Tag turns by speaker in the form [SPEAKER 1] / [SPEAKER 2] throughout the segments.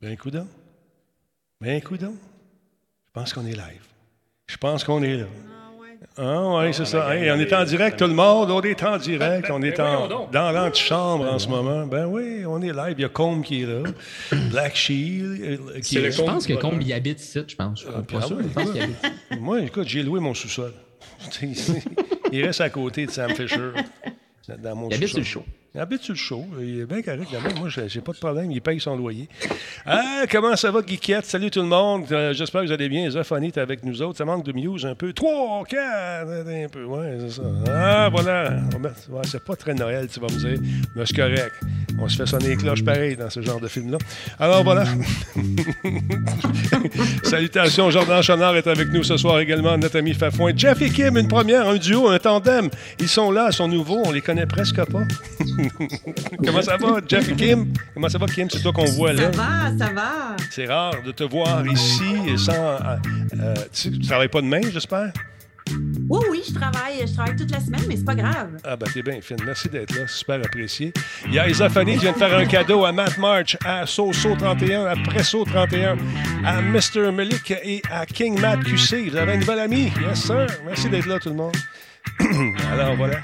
[SPEAKER 1] Bien un coup d'un. Bien un coup d'un. Je pense qu'on est live. Je pense qu'on est là. Ah oui, c'est ça. Hey, on est en direct, tout le monde. On est en direct. On est en, dans l'antichambre en ce moment. Ben oui, on est live. Il y a Combe qui est là. Black Shield. euh, qui
[SPEAKER 2] C'est
[SPEAKER 1] est
[SPEAKER 2] le
[SPEAKER 1] là.
[SPEAKER 2] con-
[SPEAKER 3] Je pense que Combe y habite ici, je pense. Je suis pas
[SPEAKER 1] ah
[SPEAKER 3] sûr.
[SPEAKER 1] ouais,
[SPEAKER 3] Je pense qu'il habite ici.
[SPEAKER 1] Moi, écoute, j'ai loué mon sous-sol. Tu sais, Il reste à côté de Sam Fisher. Dans mon
[SPEAKER 3] Il habite sur le
[SPEAKER 1] sous-sol.
[SPEAKER 3] show.
[SPEAKER 1] Il habite sur le show. Il est bien correct. là-bas. Moi, j'ai j'ai pas de problème. Il paye son loyer. Ah, comment ça va, Guiquette? Salut tout le monde. Euh, J'espère que vous allez bien. Zophonie est avec nous autres. Ça manque de muse un peu. Trois, quatre, un peu. Ouais, c'est ça. Ah, voilà. On met- ouais, c'est pas très Noël, tu vas me dire. Mais c'est correct. On se fait sonner les cloches pareil dans ce genre de film-là. Alors, voilà. Salutations, Jordan Chenard est avec nous ce soir également, notre ami Fafouin. Jeff et Kim, une première, un duo, un tandem. Ils sont là, ils sont nouveaux, on les connaît presque pas. Comment ça va, Jeff et Kim? Comment ça va, Kim? C'est toi qu'on voit là.
[SPEAKER 4] Ça va, ça va.
[SPEAKER 1] C'est rare de te voir ici et sans. euh, euh, tu, tu travailles pas demain, j'espère?
[SPEAKER 4] Oui, oui, je travaille, je travaille toute la semaine, mais c'est pas grave.
[SPEAKER 1] Ah, ben, t'es bien fine. Merci d'être là. c'est Super apprécié. Il y a Isophonie qui vient de faire un cadeau à Matt March, à Soso31, à Presso31, à Mr. Melik et à King Matt QC. Vous avez un nouvel ami? Yes, sir. Merci d'être là, tout le monde. Alors voilà.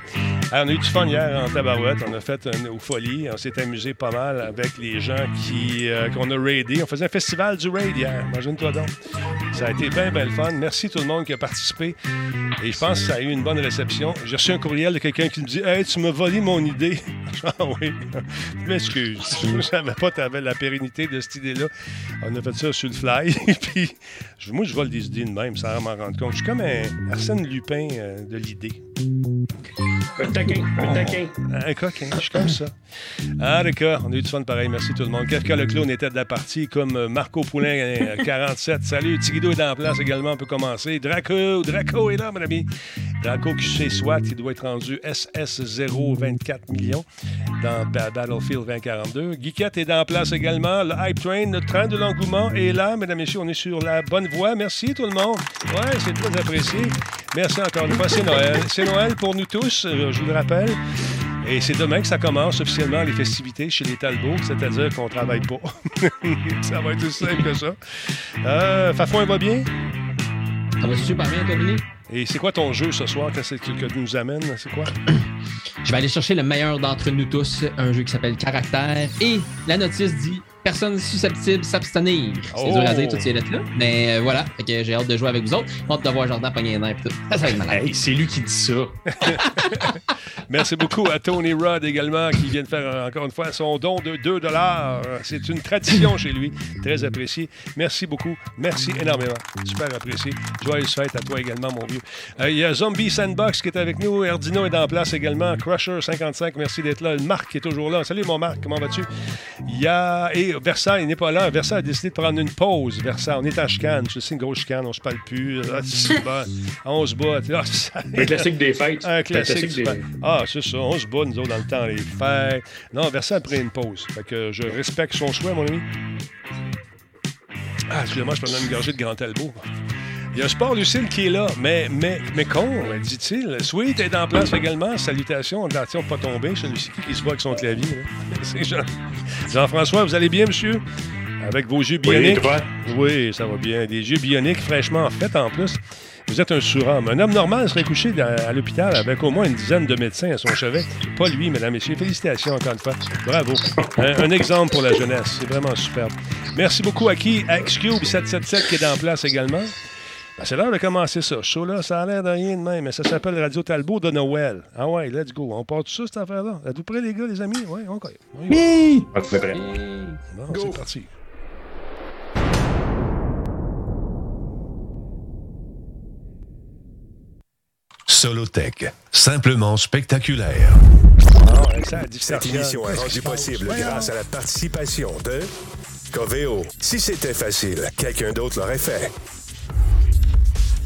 [SPEAKER 1] Alors, on a eu du fun hier en tabarouette. On a fait un- aux folies. On s'est amusé pas mal avec les gens qui, euh, qu'on a raidés. On faisait un festival du raid hier. Imagine-toi donc. Ça a été bien, bien le fun. Merci tout le monde qui a participé. Et je pense que ça a eu une bonne réception. J'ai reçu un courriel de quelqu'un qui me dit Hey, tu m'as volé mon idée. ah oui. Je m'excuse. Je ne savais pas que tu avais la pérennité de cette idée-là. On a fait ça sur le fly. Et puis, je- moi, je vole des idées de même, sans m'en rendre compte. Je suis comme un Arsène Lupin euh, de l'idée. Ah.
[SPEAKER 2] Un taquin, un taquin.
[SPEAKER 1] Un coquin, je suis comme ça. Ah, d'accord, on a eu du fun pareil. Merci tout le monde. Kafka le clown était de la partie, comme euh, Marco Poulin, euh, 47. Salut, Tiguido est en place également, on peut commencer. Draco, Draco est là, mon ami. Draco QC SWAT, il doit être rendu SS024 millions dans Ba- Battlefield 2042. Guiquette est en place également. Le Hype Train, le train de l'engouement est là, mesdames et messieurs, on est sur la bonne voie. Merci tout le monde. Ouais, c'est très apprécié. Merci encore une fois, c'est Noël. C'est Noël pour nous tous, euh, je vous le rappelle. Et c'est demain que ça commence officiellement les festivités chez les Talbot, c'est-à-dire qu'on travaille pas. ça va être aussi simple que ça. Euh, Fafouin va bien?
[SPEAKER 3] Ça va super bien, Dominique.
[SPEAKER 1] Et c'est quoi ton jeu ce soir que, c'est- que, que tu nous amènes? C'est quoi?
[SPEAKER 3] Je vais aller chercher le meilleur d'entre nous tous, un jeu qui s'appelle Caractère. Et la notice dit Personne susceptible s'abstenir. C'est
[SPEAKER 1] Oh!
[SPEAKER 3] dur à dire toutes ces lettres-là. Mais euh, voilà, Fait que j'ai hâte de jouer avec vous autres. Hâte de voir Jordan pogner les nerfs et tout. Ça, ça va être malade.
[SPEAKER 2] Hey, c'est lui qui dit ça.
[SPEAKER 1] Merci beaucoup à Tony Rudd également qui vient de faire euh, encore une fois son don de 2 C'est une tradition chez lui, très apprécié. Merci beaucoup, merci énormément, super apprécié. Joyeuse fête à toi également, mon vieux. Euh, Il y a Zombie Sandbox qui est avec nous, Erdino est en place également, Crusher55, merci d'être là. Marc qui est toujours là. Salut mon Marc, comment vas-tu? Il y a... Et Versa, il n'est pas là. Versa a décidé de prendre une pause. Versa, on est en chicane, c'est une grosse chicane, on se parle plus. Ah, c'est bon. on se bat. Ah, ça-
[SPEAKER 2] Un classique des fêtes.
[SPEAKER 1] un classique.
[SPEAKER 2] des
[SPEAKER 1] super. Ah, c'est ça. On se bat, nous autres, dans le temps, les fêtes. Non, Versa a pris une pause. Fait que je respecte son choix, mon ami. Ah, excusez-moi, je prenais une gorgée de Grand Talbot. Il y a Sport Lucille qui est là, mais, mais, mais con, dit-il. Sweet est en place également. Salutations, attention, de pas tomber. Celui-ci qui, qui se voit avec son clavier. là. C'est Jean- Jean-François, vous allez bien, monsieur? Avec vos yeux
[SPEAKER 2] Oui,
[SPEAKER 1] bioniques.
[SPEAKER 2] toi?
[SPEAKER 1] Oui, ça va bien. Des yeux bioniques fraîchement faits en plus. Vous êtes un surhomme. Un homme normal serait couché dans- à l'hôpital avec au moins une dizaine de médecins à son chevet. Pas lui, mesdames et messieurs. Félicitations encore une fois. Bravo. Un, un exemple pour la jeunesse. C'est vraiment superbe. Merci beaucoup à qui? À XCube777 qui est en place également. Ben, c'est l'heure de commencer ça. Ce show-là, ça a l'air de rien de même, mais ça s'appelle Radio Talbot de Noël. Ah ouais, let's go. On part de ça, cette affaire-là. À tout près, les gars, les amis? Ouais, on connaît. On y va. Bon, c'est parti.
[SPEAKER 5] Solotech, simplement spectaculaire.
[SPEAKER 1] Ah, ouais, ça,
[SPEAKER 6] Cette émission est
[SPEAKER 1] Qu'est-ce qui
[SPEAKER 6] rendue
[SPEAKER 1] se passe?
[SPEAKER 6] possible
[SPEAKER 1] Voyons.
[SPEAKER 6] grâce à la participation de Coveo. Si c'était facile, quelqu'un d'autre l'aurait fait.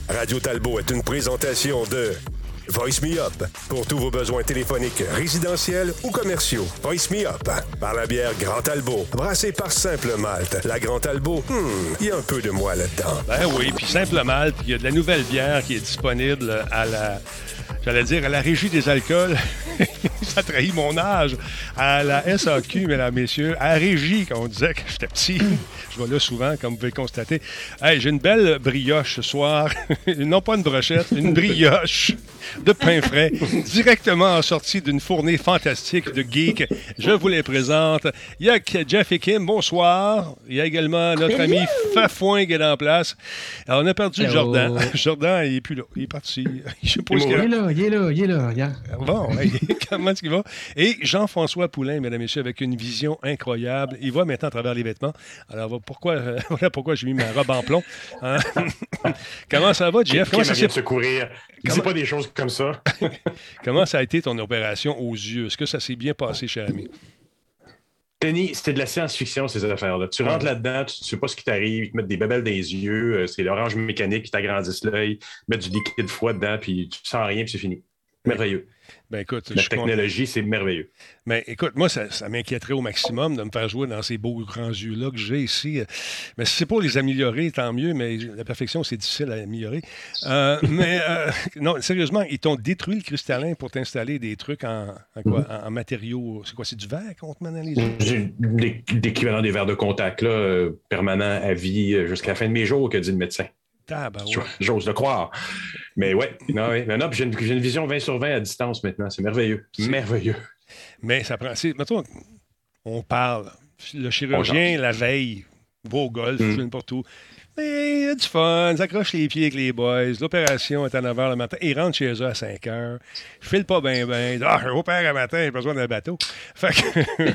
[SPEAKER 6] Radio Talbot est une présentation de Voice Me Up pour tous vos besoins téléphoniques, résidentiels ou commerciaux. Voice Me Up par la bière Grand Talbot, brassée par Simple Malte. La Grand Talbot, hmm, il y a un peu de moi là-dedans.
[SPEAKER 1] Ben oui, puis Simple Malte, il y a de la nouvelle bière qui est disponible à la. J'allais dire à la régie des alcools. ça trahit mon âge. À la SAQ, mesdames, messieurs, à Régie, quand on disait que j'étais petit, je vais là souvent, comme vous pouvez le constater. Hey, j'ai une belle brioche ce soir. non pas une brochette, une brioche de pain frais, directement sortie d'une fournée fantastique de geeks. Je vous les présente. Il y a que Jeff et Kim, bonsoir. Il y a également notre ami Fafouin qui est en place. Alors, on a perdu
[SPEAKER 3] Hello.
[SPEAKER 1] Jordan. Jordan, il est plus là. Il est parti. Je sais pas où est-ce
[SPEAKER 3] Il
[SPEAKER 1] qu'il est.
[SPEAKER 3] est là, il est là, il est là. regarde.
[SPEAKER 1] Bon, hey, comment est-ce qu'il va? Et Jean-François Poulain, mesdames et messieurs, avec une vision incroyable. Il voit maintenant à travers les vêtements. Alors, vo- pourquoi, euh, voilà pourquoi j'ai mis ma robe en plomb. Hein? comment ça va,
[SPEAKER 7] Jeff,
[SPEAKER 1] Jeff? Comment ça, s'est-
[SPEAKER 7] de se courir? Dis
[SPEAKER 1] Comment-
[SPEAKER 7] pas des choses comme ça.
[SPEAKER 1] comment ça a été ton opération aux yeux? Est-ce que ça s'est bien passé, cher ami?
[SPEAKER 7] Denis, c'était de la science-fiction, ces affaires-là. Tu rentres là-dedans, tu ne sais pas ce qui t'arrive, ils te mettent des babelles dans les yeux, euh, c'est l'orange mécanique qui t'agrandissent l'œil, ils mettent du liquide froid dedans, puis tu sens rien, puis c'est fini. Merveilleux.
[SPEAKER 1] Ben écoute, je
[SPEAKER 7] La
[SPEAKER 1] suis content.
[SPEAKER 7] technologie, c'est merveilleux.
[SPEAKER 1] Mais écoute, moi, ça, ça m'inquiéterait au maximum de me faire jouer dans ces beaux grands yeux-là que j'ai ici. Mais si c'est pour les améliorer, tant mieux, mais la perfection, c'est difficile à améliorer. Euh, mais euh, non, sérieusement, ils t'ont détruit le cristallin pour t'installer des trucs en, en quoi,
[SPEAKER 7] Mm-hmm.
[SPEAKER 1] en, en matériaux. C'est quoi, c'est du verre qu'on te met dans les yeux?
[SPEAKER 7] J'ai l'é- l'équivalent des verres de contact, là, euh, permanent à vie euh, jusqu'à la fin de mes jours, que dit le médecin.
[SPEAKER 1] Tabarouette.
[SPEAKER 7] J'ose le croire. Mais ouais, non, ouais. Mais non, puis j'ai une, j'ai une vision 20 sur 20 à distance maintenant. C'est merveilleux. Merveilleux.
[SPEAKER 1] Mais ça prend. c'est- Mettons, on parle. Le chirurgien, la veille, va au golf,
[SPEAKER 7] Mm.
[SPEAKER 1] je n'importe où. Mais il y a du fun, il s'accroche les pieds avec les boys. L'opération est à 9 h le matin. Il rentre chez eux à 5 h. Je file pas bien, bien. Ah, je opère le matin, j'ai besoin d'un bateau. Fait que.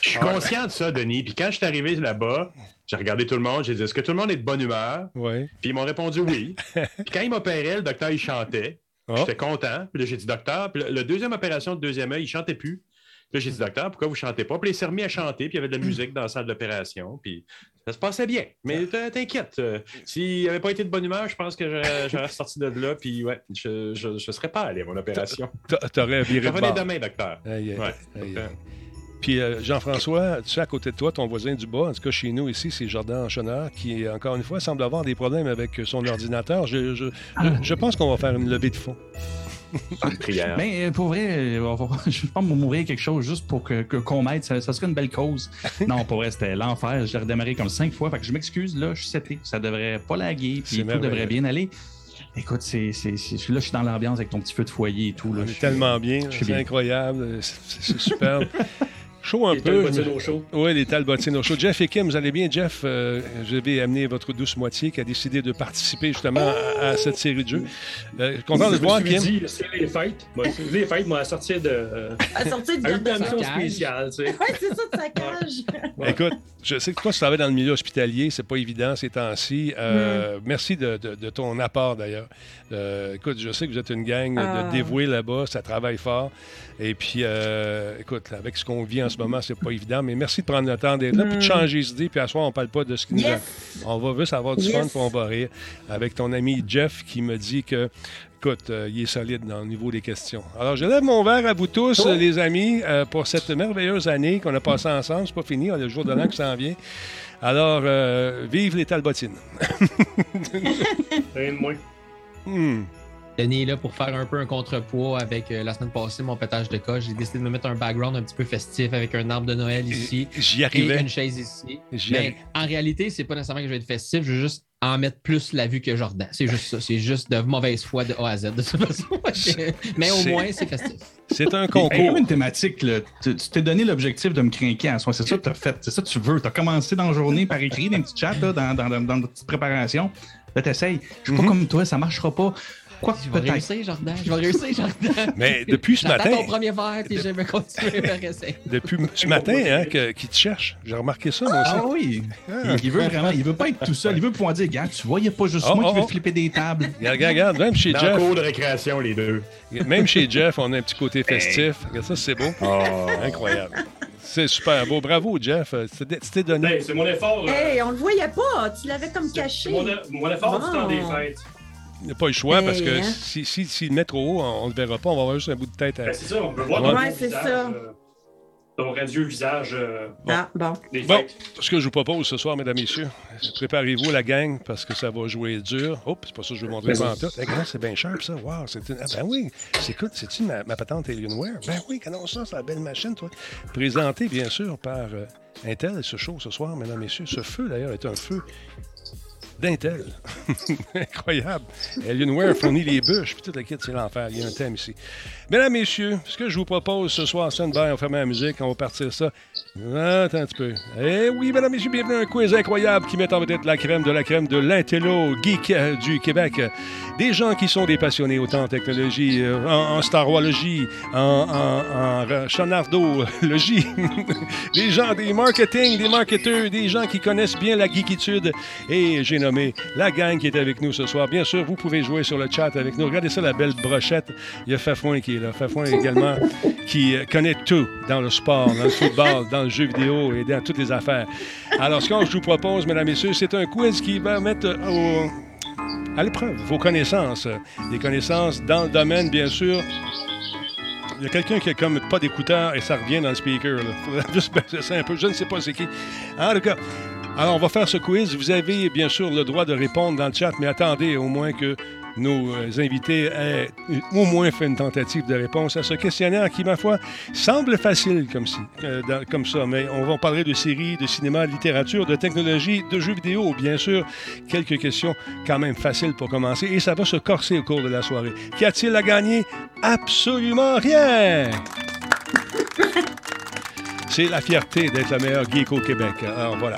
[SPEAKER 7] Je suis conscient de ça, Denis. Puis quand je suis arrivé là-bas, j'ai regardé tout le monde. J'ai dit, est-ce que tout le monde est de bonne humeur?
[SPEAKER 1] ouais.
[SPEAKER 7] Puis ils m'ont répondu oui. Puis quand ils m'opéraient, le docteur, il chantait.
[SPEAKER 1] Ah.
[SPEAKER 7] J'étais content. Puis là, j'ai dit, docteur, puis le, le deuxième opération de deuxième œil, il chantait plus. Puis là, j'ai dit, docteur, pourquoi vous chantez pas? Puis là, il s'est remis à chanter, puis il y avait de la musique dans la salle d'opération. Puis ça se passait bien. Mais t'in- t'inquiète, euh, s'il n'avait pas été de bonne humeur, je pense que j'aurais j'aurais sorti de là. Puis ouais, je, je, je serais pas allé à mon opération.
[SPEAKER 1] T'a- T'aurais viré de
[SPEAKER 7] Revenez
[SPEAKER 1] bord.
[SPEAKER 7] demain, docteur.
[SPEAKER 1] Aïe, aïe,
[SPEAKER 7] Ouais.
[SPEAKER 1] aïe, aïe. Puis euh, Jean-François, tu sais, à côté de toi, ton voisin du bas, en tout cas chez nous ici, c'est Jordan Enchonneur, qui, encore une fois, semble avoir des problèmes avec son ordinateur. Je, je- je- je pense qu'on va faire une levée de fonds.
[SPEAKER 7] Une prière.
[SPEAKER 1] Ben,
[SPEAKER 8] Mais Ben, euh, pour vrai, on va- je pense qu'on m'ouvrir quelque chose juste pour que, que- qu'on m'aide. Ça, ça serait une belle cause. Non, pour vrai, c'était l'enfer. J'ai redémarré comme cinq fois. Fait que je m'excuse, là, je suis seté. Ça devrait pas laguer,
[SPEAKER 1] C'est
[SPEAKER 8] puis tout
[SPEAKER 1] merveilleux.
[SPEAKER 8] devrait bien aller. Écoute, c'est, c'est, c'est- là, je suis dans l'ambiance avec ton petit feu de foyer et tout. Là,
[SPEAKER 1] On
[SPEAKER 8] Je
[SPEAKER 1] est
[SPEAKER 8] suis-
[SPEAKER 1] tellement bien,
[SPEAKER 8] je suis
[SPEAKER 1] c'est
[SPEAKER 8] bien.
[SPEAKER 1] incroyable, euh, c'est c'est superbe. Chaud un peu. je me- Oui, les Talbotines au show. Jeff et Kim, vous allez bien, Jeff? Euh, je vais amener votre douce moitié qui a décidé de participer justement à, à cette série de jeux. Euh, content de te voir, Kim.
[SPEAKER 2] dit, c'est les fêtes. Moi, c'est les fêtes, moi, à sortir de. euh,
[SPEAKER 4] À sortir du
[SPEAKER 2] à une
[SPEAKER 4] garde de
[SPEAKER 2] permission
[SPEAKER 3] Saccage.
[SPEAKER 2] spéciale, tu sais.
[SPEAKER 4] Ouais, c'est ça, de sa cage.
[SPEAKER 2] Ouais.
[SPEAKER 1] Écoute, je sais que toi, tu travailles dans le milieu hospitalier, c'est pas évident ces temps-ci. Euh, Merci de, de- de ton apport d'ailleurs. Euh, écoute, je sais que vous êtes une gang
[SPEAKER 4] Ah.
[SPEAKER 1] de dévoués là-bas, ça travaille fort. Et puis, euh, écoute, avec ce qu'on vit en ce moment, c'est pas évident, mais merci de prendre le temps d'être là, puis de changer d'idée, puis à soir, on parle pas de ce qui nous a-
[SPEAKER 4] Hmm. Yes!
[SPEAKER 1] on va juste avoir du
[SPEAKER 4] Yes.
[SPEAKER 1] fun, puis on va rire. Avec ton ami Jeff qui me dit que, écoute, euh, il est solide dans le niveau des questions. Alors, je lève mon verre à vous tous, euh, les amis, euh, pour cette merveilleuse année qu'on a passée ensemble. C'est pas fini, on a le jour de l'an qui s'en vient. Alors, euh, vive les Talbotines.
[SPEAKER 2] Rien de moins.
[SPEAKER 1] Hmm.
[SPEAKER 3] Denis est là pour faire un peu un contrepoids avec euh, la semaine passée, mon pétage de coche. J'ai décidé de me mettre un background un petit peu festif avec un arbre de Noël ici
[SPEAKER 1] J'y
[SPEAKER 3] et
[SPEAKER 1] arrivais.
[SPEAKER 3] une chaise ici.
[SPEAKER 1] J'y
[SPEAKER 3] Mais
[SPEAKER 1] arrivais.
[SPEAKER 3] en réalité, c'est pas nécessairement que je vais être festif, je veux juste en mettre plus la vue que Jordan. C'est juste ça. C'est juste de mauvaise foi de A à Z de toute façon. Mais au
[SPEAKER 1] C'est-
[SPEAKER 3] moins, c'est festif.
[SPEAKER 1] C'est un
[SPEAKER 8] Il y a
[SPEAKER 1] concours.
[SPEAKER 8] comme une thématique, là. Tu, tu t'es donné l'objectif de me craquer à soi. C'est ça que tu as fait. C'est ça que tu veux. Tu as commencé dans la journée par écrit, dans un petit chat, là, dans, dans, dans, dans notre petite préparation. Là, t'essayes. Je suis pas
[SPEAKER 1] Mhm.
[SPEAKER 8] comme toi, ça marchera pas. Quoi
[SPEAKER 3] Je
[SPEAKER 8] que
[SPEAKER 3] vais
[SPEAKER 8] peut-être.
[SPEAKER 3] réussir, Jordan. Je vais réussir, Jordan.
[SPEAKER 1] Mais depuis ce
[SPEAKER 3] J'attends
[SPEAKER 1] matin,
[SPEAKER 3] ton premier verre, puis je vais continuer par essayer.
[SPEAKER 1] depuis ce matin, hein, que- qu'ils te cherchent. J'ai remarqué ça, moi aussi.
[SPEAKER 8] Ah oui! Il, il veut vraiment, il veut pas être tout seul. Il veut pouvoir dire, gars, tu voyais pas juste
[SPEAKER 1] Oh,
[SPEAKER 8] moi
[SPEAKER 1] oh,
[SPEAKER 8] qui veux
[SPEAKER 1] oh.
[SPEAKER 8] flipper des tables.
[SPEAKER 1] Regarde, regarde, regarde, même chez
[SPEAKER 7] Dans le
[SPEAKER 1] Jeff.
[SPEAKER 7] cours de récréation, les deux.
[SPEAKER 1] Même chez Jeff, on a un petit côté festif. Regarde ça, c'est beau.
[SPEAKER 7] Oh.
[SPEAKER 1] Incroyable. C'est super beau. Bravo, Jeff. Euh, Tu t'es- tu t'es donné.
[SPEAKER 7] Ben,
[SPEAKER 2] Hey, c'est mon effort. euh,
[SPEAKER 4] Hey, on le voyait pas. Tu l'avais comme
[SPEAKER 2] c'est- c'est
[SPEAKER 4] caché.
[SPEAKER 2] Mon, mon effort du
[SPEAKER 4] Bon.
[SPEAKER 2] temps des fêtes.
[SPEAKER 1] Il n'y a pas eu le choix parce que
[SPEAKER 4] Hey, hein.
[SPEAKER 1] s'il si,
[SPEAKER 7] Ben,
[SPEAKER 1] si, s'il le met trop haut, on ne le verra pas. On va avoir juste un bout de tête. à-
[SPEAKER 2] Ben, c'est ça, Ben, on peut voir ton
[SPEAKER 4] Ouais,
[SPEAKER 2] beau
[SPEAKER 4] c'est
[SPEAKER 2] visage,
[SPEAKER 4] ça.
[SPEAKER 2] euh, ton radieux visage euh,
[SPEAKER 4] Ah, bon.
[SPEAKER 2] des
[SPEAKER 1] Bon,
[SPEAKER 2] fêtes.
[SPEAKER 1] ce que je vous propose ce soir, mesdames, messieurs, Euh, préparez-vous la gang parce que ça va jouer dur. Oups, c'est pas ça que je vais vous montrer en tout. Hey, comment c'est bien cher, ça. Wow, c'est une... ah, ben oui, c'est écoute, c'est-tu ma, ma patente Alienware? Ben oui, canon ça, c'est la belle machine, toi. Présentée, bien sûr, par euh, Intel, ce show ce soir, mesdames, messieurs. Ce feu, d'ailleurs, est un feu d'Intel. Incroyable. Alienware fournit les bûches, puis toute la kit, c'est l'enfer. Il y a un thème ici. Mesdames, messieurs, ce que je vous propose ce soir, Sunburn, on ferme la musique, on va partir ça. Attends un petit peu. Eh oui, mesdames, messieurs, bienvenue à un quiz incroyable qui met en vedette la crème de la crème de l'intello geek euh, du Québec. Des gens qui sont des passionnés autant en technologie, euh, en, en Star Warlogie, en, en, en ra- chanardologie, des gens des marketing, des marketeurs, des gens qui connaissent bien la geekitude. Et j'ai nommé la gang qui est avec nous ce soir. Bien sûr, vous pouvez jouer sur le chat avec nous. Regardez ça, la belle brochette. Il y a Fafouin qui est là. Fafouin également, qui euh, connaît tout dans le sport, dans le football, dans le jeu vidéo et dans toutes les affaires. Alors, ce que je vous propose, mesdames et messieurs, c'est un quiz qui va mettre euh, au- à l'épreuve vos connaissances. euh, Des connaissances dans le domaine, bien sûr. Il y a quelqu'un qui a comme pas d'écouteur et ça revient dans le speaker. là. Faudrait juste baisser ça un peu. Je ne sais pas c'est qui. En tout cas, alors, on va faire ce quiz. Vous avez bien sûr le droit de répondre dans le chat, mais attendez au moins que nos euh, invités aient euh, au moins fait une tentative de réponse à ce questionnaire qui, ma foi, semble facile comme, si, euh, dans- comme ça. Mais on va parler de séries, de cinéma, de littérature, de technologie, de jeux vidéo, bien sûr. Quelques questions quand même faciles pour commencer et ça va se corser au cours de la soirée. Qu'y a-t-il à gagner? Absolument rien! C'est la fierté d'être la meilleure geek au Québec. Alors voilà.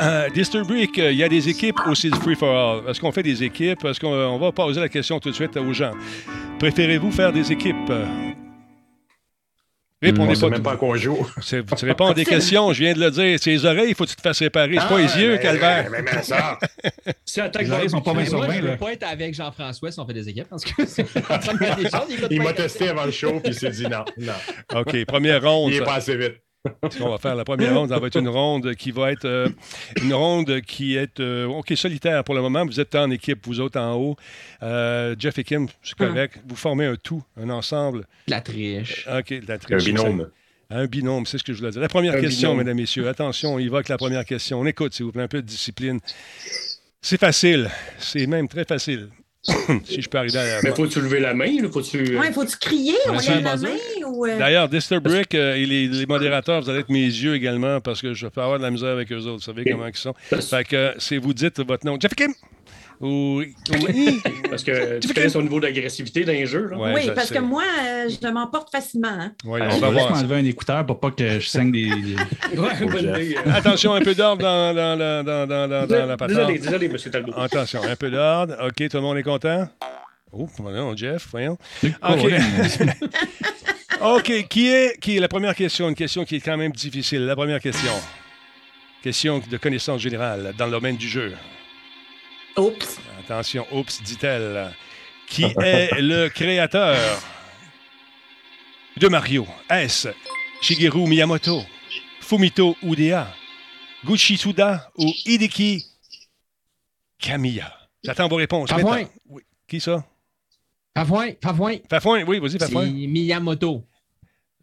[SPEAKER 1] Euh, Disturbrick, euh, il y a des équipes aussi de Free for All. Est-ce qu'on fait des équipes? Est-ce qu'on on va poser la question tout de suite aux gens? Préférez-vous faire des équipes? Euh,
[SPEAKER 7] Hmm. On
[SPEAKER 1] Répondez
[SPEAKER 7] sait
[SPEAKER 1] pas.
[SPEAKER 7] même
[SPEAKER 1] tout-
[SPEAKER 7] pas à quoi on joue.
[SPEAKER 1] C'est- Tu réponds à des questions, je viens de le dire. C'est les oreilles, il faut que tu te fasses réparer. C'est pas les yeux, Calvaire.
[SPEAKER 7] Mais, mais ça,
[SPEAKER 2] Si attaque
[SPEAKER 8] Les oreilles sont pas bien
[SPEAKER 3] Mais
[SPEAKER 8] sur
[SPEAKER 3] moi, je
[SPEAKER 8] vingt,
[SPEAKER 3] ne
[SPEAKER 8] là.
[SPEAKER 3] veux pas être avec Jean-François si on fait des équipes parce que c'est en train de faire des choses, écoute
[SPEAKER 7] il
[SPEAKER 3] pas
[SPEAKER 7] m'a
[SPEAKER 3] les
[SPEAKER 7] testé avant le show, puis il s'est dit non, non,
[SPEAKER 1] OK, première ronde.
[SPEAKER 7] il est
[SPEAKER 1] ça.
[SPEAKER 7] pas assez vite.
[SPEAKER 1] Ce qu'on va faire, la première ronde, ça va être une ronde qui va être euh, une ronde qui est euh, OK, solitaire pour le moment. Vous êtes en équipe, vous autres en haut. Euh, Jeff et Kim, c'est correct. Vous formez un tout, un ensemble.
[SPEAKER 3] Ah. de la triche.
[SPEAKER 1] OK, de la
[SPEAKER 7] Un
[SPEAKER 1] triche.
[SPEAKER 7] binôme.
[SPEAKER 1] Un binôme, c'est ce que je voulais dire. La première
[SPEAKER 2] Un
[SPEAKER 1] question,
[SPEAKER 2] binôme.
[SPEAKER 1] mesdames, messieurs. Attention, on y va avec la première question. On écoute, s'il vous plaît, un peu de discipline. C'est facile. C'est même très facile. si je peux arriver à la
[SPEAKER 2] Mais faut-tu lever la main? Là? Faut-tu...
[SPEAKER 4] Ouais, faut-tu crier? On
[SPEAKER 1] Monsieur
[SPEAKER 4] lève la
[SPEAKER 3] Bazin?
[SPEAKER 4] main ou. euh,
[SPEAKER 1] D'ailleurs, Disturbrick euh, et les, les modérateurs, vous allez être mes yeux également parce que je vais avoir de la misère avec eux autres. Vous savez comment ils sont. Fait que euh, si vous dites votre nom, Jeff Kim ou. ou- Hi!
[SPEAKER 2] Parce que tu connais son niveau d'agressivité dans les jeux. Là.
[SPEAKER 1] Ouais,
[SPEAKER 4] oui,
[SPEAKER 1] je
[SPEAKER 4] parce
[SPEAKER 1] sais.
[SPEAKER 4] que moi, euh, je m'emporte facilement. hein.
[SPEAKER 1] Ouais,
[SPEAKER 8] Ah, Je
[SPEAKER 1] on va
[SPEAKER 8] vais juste
[SPEAKER 1] voir. ça.
[SPEAKER 8] m'enlever un écouteur pour pas que je saigne des.
[SPEAKER 2] Ouais, bonne idée. euh.
[SPEAKER 1] Attention, un peu d'ordre dans, dans, dans, dans, dans, dans- dans la patente.
[SPEAKER 2] Désolé, désolé, monsieur Talbot.
[SPEAKER 1] Attention, un peu d'ordre. OK, tout le monde est content? Oh, non, Jeff, voyons. OK. OK, qui est, qui est la première question? Une question qui est quand même difficile. La première question. Question de connaissance générale dans le domaine du jeu.
[SPEAKER 4] Oups.
[SPEAKER 1] Attention, oups, dit-elle. Qui est le créateur de Mario? Est-ce Shigeru Miyamoto, Fumito Udea, Gucci Tsuda ou Hideki Kamiya? J'attends vos réponses.
[SPEAKER 3] Fafouin.
[SPEAKER 1] Maintenant. Oui. Qui ça?
[SPEAKER 3] Pavoin, Pavoin,
[SPEAKER 1] Fafouin, oui, vas-y,
[SPEAKER 3] c'est
[SPEAKER 1] Fafouin.
[SPEAKER 3] Miyamoto.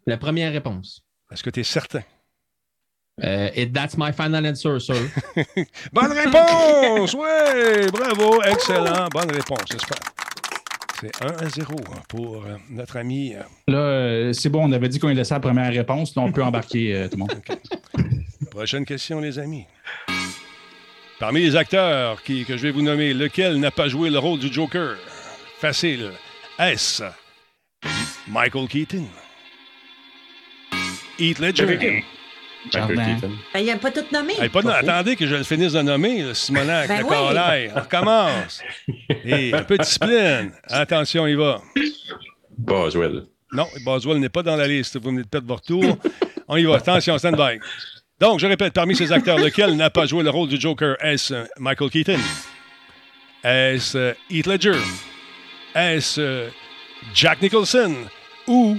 [SPEAKER 3] La première réponse.
[SPEAKER 1] Est-ce que tu es certain?
[SPEAKER 3] Euh, et that's my final answer, sir.
[SPEAKER 1] Bonne réponse! Oui! Bravo! Excellent! Bonne réponse, j'espère. C'est 1 à 0 pour euh, notre ami. euh,
[SPEAKER 8] Là, euh, c'est bon, on avait dit qu'on laissait la première réponse. Là, on peut embarquer euh, tout le monde.
[SPEAKER 1] Prochaine question, les amis. Parmi les acteurs qui- que je vais vous nommer, lequel n'a pas joué le rôle du Joker? Facile. Est-ce Michael Keaton? Heath Ledger?
[SPEAKER 8] Jardin.
[SPEAKER 4] Ben, il n'a pas tout nommé.
[SPEAKER 1] Hey, pas de- attendez que je le finisse de nommer, là, Simonac,
[SPEAKER 4] Ben
[SPEAKER 1] le
[SPEAKER 4] oui.
[SPEAKER 1] calaille. On recommence. Et un peu de discipline. Attention, il va.
[SPEAKER 7] Boswell.
[SPEAKER 1] Non, Boswell n'est pas dans la liste. Vous venez de perdre votre tour. On y va. Attention, stand by. Donc, je répète, parmi ces acteurs, lequel n'a pas joué le rôle du Joker? Est-ce euh, Michael Keaton? Est-ce euh, Heath Ledger? Est-ce euh, Jack Nicholson? Ou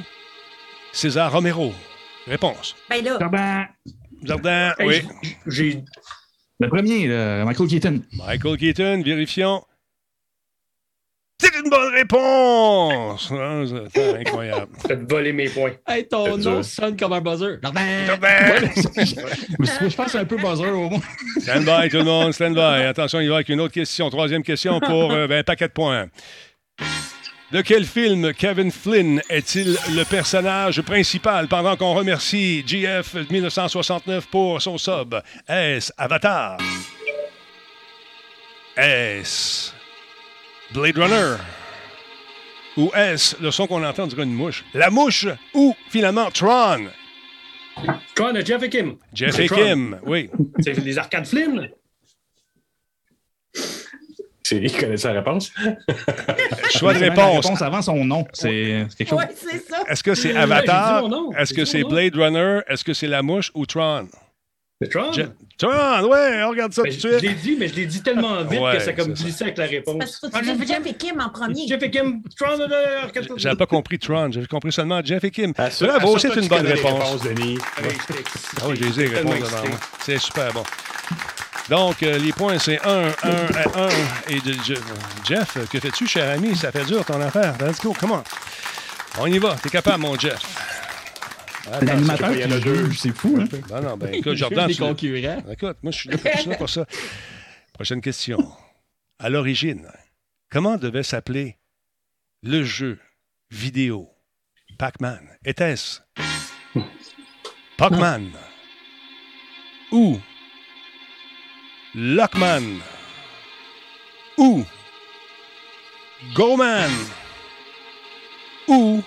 [SPEAKER 1] César Romero? Réponse.
[SPEAKER 4] Ben là,
[SPEAKER 8] Jardin.
[SPEAKER 1] Jardin,
[SPEAKER 2] Hey,
[SPEAKER 1] oui.
[SPEAKER 2] j- J'ai
[SPEAKER 8] Le premier, là, Michael Euh, Keaton.
[SPEAKER 1] Michael Keaton, vérifions. C'est une bonne réponse! Ah, c'est incroyable.
[SPEAKER 2] T'as volé mes points.
[SPEAKER 3] Hey, ton
[SPEAKER 2] C'est
[SPEAKER 3] nom
[SPEAKER 2] dur.
[SPEAKER 3] sonne comme un buzzer. Jordan!
[SPEAKER 1] Jordan!
[SPEAKER 8] Mais si tu veux, je passe un peu buzzer au moins.
[SPEAKER 1] Stand by, tout le monde, stand by. Attention, il va avec une autre question. Troisième question pour euh, ben, un paquet de points. De quel film Kevin Flynn est-il le personnage principal pendant qu'on remercie GF 1969 pour son sub? Est-ce Avatar? Est-ce Blade Runner? Ou est-ce le son qu'on entend dirait une mouche? La mouche ou finalement Tron?
[SPEAKER 2] Con, Jeff et Kim.
[SPEAKER 1] Jeff
[SPEAKER 2] C'est
[SPEAKER 1] et
[SPEAKER 2] Tron.
[SPEAKER 1] Kim, oui.
[SPEAKER 2] C'est les arcades Flynn.
[SPEAKER 7] C'est- Il connaissait la réponse.
[SPEAKER 1] Choix de
[SPEAKER 8] C'est même la
[SPEAKER 1] réponse.
[SPEAKER 8] avant son nom. C'est c'est quelque chose.
[SPEAKER 4] Ouais, c'est ça.
[SPEAKER 1] Est-ce que c'est
[SPEAKER 2] Ouais,
[SPEAKER 1] Avatar?
[SPEAKER 2] j'ai dit mon nom.
[SPEAKER 1] Est-ce
[SPEAKER 2] J'ai
[SPEAKER 1] que
[SPEAKER 2] dit
[SPEAKER 1] c'est
[SPEAKER 2] mon nom.
[SPEAKER 1] Blade Runner? Est-ce que c'est La Mouche ou Tron?
[SPEAKER 2] C'est Tron.
[SPEAKER 1] Je- Tron, ouais, on regarde ça
[SPEAKER 2] Ben,
[SPEAKER 1] tout
[SPEAKER 2] je
[SPEAKER 1] de
[SPEAKER 2] je
[SPEAKER 1] suite.
[SPEAKER 2] l'ai dit, mais je l'ai dit tellement vite
[SPEAKER 1] Ouais,
[SPEAKER 2] que ça a comme
[SPEAKER 1] c'est ça.
[SPEAKER 2] glissé avec la
[SPEAKER 4] Parce
[SPEAKER 2] réponse.
[SPEAKER 4] que faut que tu dises Jeff et Kim en premier.
[SPEAKER 2] Jeff et Kim, Tron, là, là, arcade Flynn.
[SPEAKER 1] J'avais pas compris Tron, j'avais compris seulement Jeff et Kim.
[SPEAKER 7] Assure-
[SPEAKER 1] Bravo, c'est
[SPEAKER 7] assure-toi
[SPEAKER 1] une
[SPEAKER 7] que tu
[SPEAKER 1] bonne
[SPEAKER 7] connais les
[SPEAKER 1] réponse.
[SPEAKER 7] réponses, Denis.
[SPEAKER 2] Ouais, j'étais excité.
[SPEAKER 1] Ah oui, j'ai les
[SPEAKER 2] J'étais tellement
[SPEAKER 1] réponses devant
[SPEAKER 2] excité.
[SPEAKER 1] moi. C'est super bon. Donc, euh, les points, c'est 1, 1 à 1. Et de, Je- Jeff, que fais-tu, cher ami? Ça fait dur ton affaire. Let's go, come on. On y va, t'es capable, mon Jeff.
[SPEAKER 8] Ben,
[SPEAKER 1] Attends,
[SPEAKER 8] L'animateur
[SPEAKER 7] je sais pas, il y en a
[SPEAKER 8] qui
[SPEAKER 7] deux.
[SPEAKER 8] juge, c'est fou. Hein?
[SPEAKER 1] Non, non, ben écoute, Jordan,
[SPEAKER 3] Des
[SPEAKER 1] tu,
[SPEAKER 3] concurrents.
[SPEAKER 1] Écoute, moi, je suis là, je suis là pour ça. Prochaine question. À l'origine, comment devait s'appeler le jeu vidéo Pac-Man? Était-ce Pac-Man ou Lockman ou Go-Man ou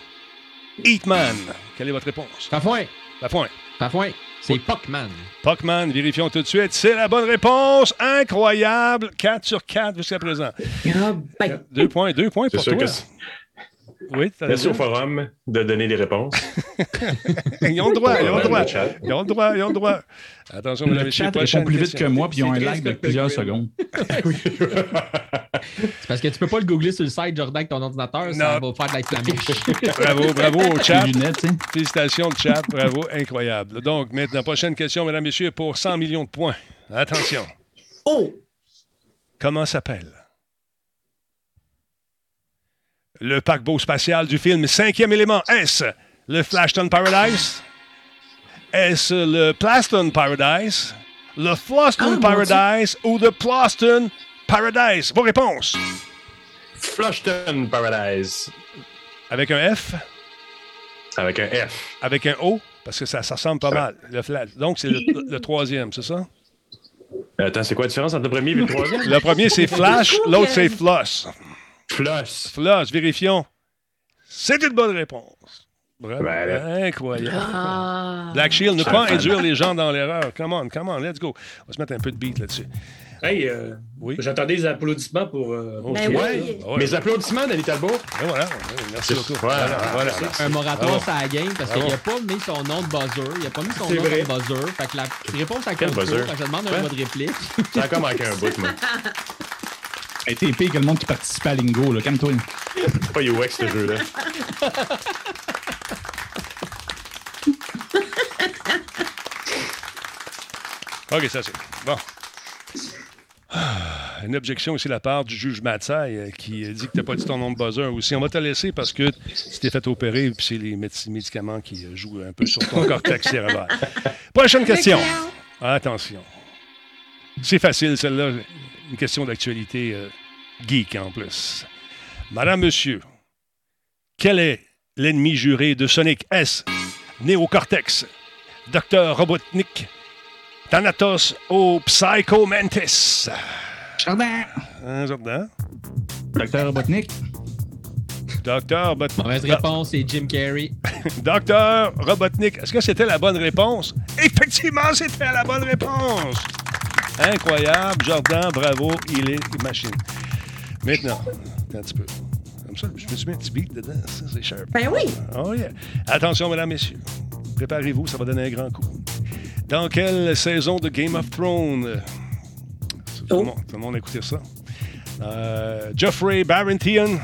[SPEAKER 1] Eatman? Quelle est votre réponse?
[SPEAKER 3] Fafouin!
[SPEAKER 1] La pointe.
[SPEAKER 3] Fafouin! C'est Pockman.
[SPEAKER 1] Pockman, vérifions tout de suite. C'est la bonne réponse. Incroyable. 4 sur 4 jusqu'à présent.
[SPEAKER 4] Ah, ben,
[SPEAKER 1] Deux points, deux points
[SPEAKER 7] C'est
[SPEAKER 1] pour
[SPEAKER 7] sûr
[SPEAKER 1] toi.
[SPEAKER 7] que c'est-
[SPEAKER 1] Oui, t'as
[SPEAKER 7] merci au
[SPEAKER 1] raison.
[SPEAKER 7] forum de donner les réponses.
[SPEAKER 1] Ils ont le droit, ils ont le droit.
[SPEAKER 7] Le chat.
[SPEAKER 1] Ils ont le droit, ils ont le droit. Attention, mesdames et
[SPEAKER 8] Le
[SPEAKER 1] messieurs,
[SPEAKER 8] chat
[SPEAKER 1] prochaine
[SPEAKER 8] répond plus vite que
[SPEAKER 1] question.
[SPEAKER 8] moi, puis ils ont un
[SPEAKER 2] C'est
[SPEAKER 8] lag de
[SPEAKER 2] respectable.
[SPEAKER 8] plusieurs secondes.
[SPEAKER 3] C'est parce que tu peux pas le googler sur le site, Jordan, avec ton ordinateur. Ça va faire de la flamèche.
[SPEAKER 1] Bravo, bravo au
[SPEAKER 8] Les
[SPEAKER 1] chat.
[SPEAKER 8] lunettes, tu sais.
[SPEAKER 1] Félicitations, le chat. Bravo, incroyable. Donc, maintenant, prochaine question, mesdames et messieurs, pour 100 millions de points. Attention.
[SPEAKER 4] oh,
[SPEAKER 1] Comment s'appelle le paquebot spatial du film Cinquième élément? Est-ce le Flashton Paradise? Est-ce le Plaston Paradise? Le Floston
[SPEAKER 4] Ah, mon Dieu.
[SPEAKER 1] Paradise ou le Plaston Paradise? Vos réponses.
[SPEAKER 7] Flushton Paradise.
[SPEAKER 1] Avec un F,
[SPEAKER 7] Avec un F.
[SPEAKER 1] avec un O, parce que ça, ça ressemble pas mal. Le flash. Donc, c'est le, le troisième, c'est ça?
[SPEAKER 7] Attends, c'est quoi la différence entre le premier et le troisième?
[SPEAKER 1] Le premier, c'est Flash,
[SPEAKER 4] euh,
[SPEAKER 1] l'autre, c'est Floss.
[SPEAKER 7] Flush.
[SPEAKER 1] Floss, vérifions. C'est une bonne réponse. Bravo.
[SPEAKER 7] Ben,
[SPEAKER 1] Incroyable.
[SPEAKER 4] ah.
[SPEAKER 1] Black Shield, ne
[SPEAKER 7] Ça
[SPEAKER 1] pas
[SPEAKER 7] va.
[SPEAKER 1] induire les gens dans l'erreur. Come on, come on, let's go. On va se mettre un peu de beat là-dessus.
[SPEAKER 2] Hey, euh,
[SPEAKER 1] Oui.
[SPEAKER 2] j'attendais les applaudissements pour. euh, pour-
[SPEAKER 4] Ben
[SPEAKER 7] Ouais.
[SPEAKER 4] oui.
[SPEAKER 1] Ah ouais.
[SPEAKER 7] Mes applaudissements, Denis Talbot.
[SPEAKER 1] Et voilà. Ouais, Merci beaucoup.
[SPEAKER 7] Voilà,
[SPEAKER 1] Voilà, voilà.
[SPEAKER 3] Un
[SPEAKER 1] Ah bon.
[SPEAKER 3] moratoire, ça la game parce qu'il
[SPEAKER 1] Ah
[SPEAKER 3] a pas mis son nom de buzzer. Il a pas mis son
[SPEAKER 2] C'est
[SPEAKER 3] nom
[SPEAKER 2] vrai.
[SPEAKER 3] de buzzer. Fait que la réponse à
[SPEAKER 7] Quel
[SPEAKER 3] compte pas.
[SPEAKER 7] buzzer?
[SPEAKER 3] Fait que je demande
[SPEAKER 7] Ouais.
[SPEAKER 3] un mot de réplique.
[SPEAKER 7] Ça a encore manqué un bout, moi.
[SPEAKER 8] Hey, T'es pire que le monde qui participe à Lingo, là. Calme-toi.
[SPEAKER 7] C'est pas UX, ce jeu-là.
[SPEAKER 1] OK, ça c'est. Bon. Ah, Une objection aussi de la part du juge Matsai euh, qui euh, dit que tu n'as pas dit ton nom de buzzer aussi. On va te laisser parce que tu t'es fait opérer puis c'est les médi- médicaments qui euh, jouent un peu sur ton cortex cérébral. Prochaine question. Attention. C'est facile, celle-là. Une question d'actualité euh, geek en plus. Madame, monsieur, quel est l'ennemi juré de Sonic S? Néocortex, Docteur Robotnik, Thanatos ou Psycho Mantis?
[SPEAKER 8] Jardin!
[SPEAKER 1] Hein, Jordan?
[SPEAKER 8] Docteur Robotnik.
[SPEAKER 1] Docteur Bot-
[SPEAKER 3] Mauvaise
[SPEAKER 1] Do-
[SPEAKER 3] réponse, c'est Jim Carrey.
[SPEAKER 1] Docteur Robotnik. Est-ce que c'était la bonne réponse? Effectivement, c'était la bonne réponse. Incroyable. Jordan, bravo. Il est machine. Maintenant, attends un petit peu. Comme ça, je me suis mis un petit beat dedans. Ça, c'est sharp.
[SPEAKER 4] Ben oui.
[SPEAKER 1] Oh yeah. Attention, mesdames, messieurs. Préparez-vous, ça va donner un grand coup. Dans quelle saison de Game of Thrones?
[SPEAKER 4] Oh.
[SPEAKER 1] Tout le monde, tout le monde a écouté ça. Euh, Geoffrey Barrington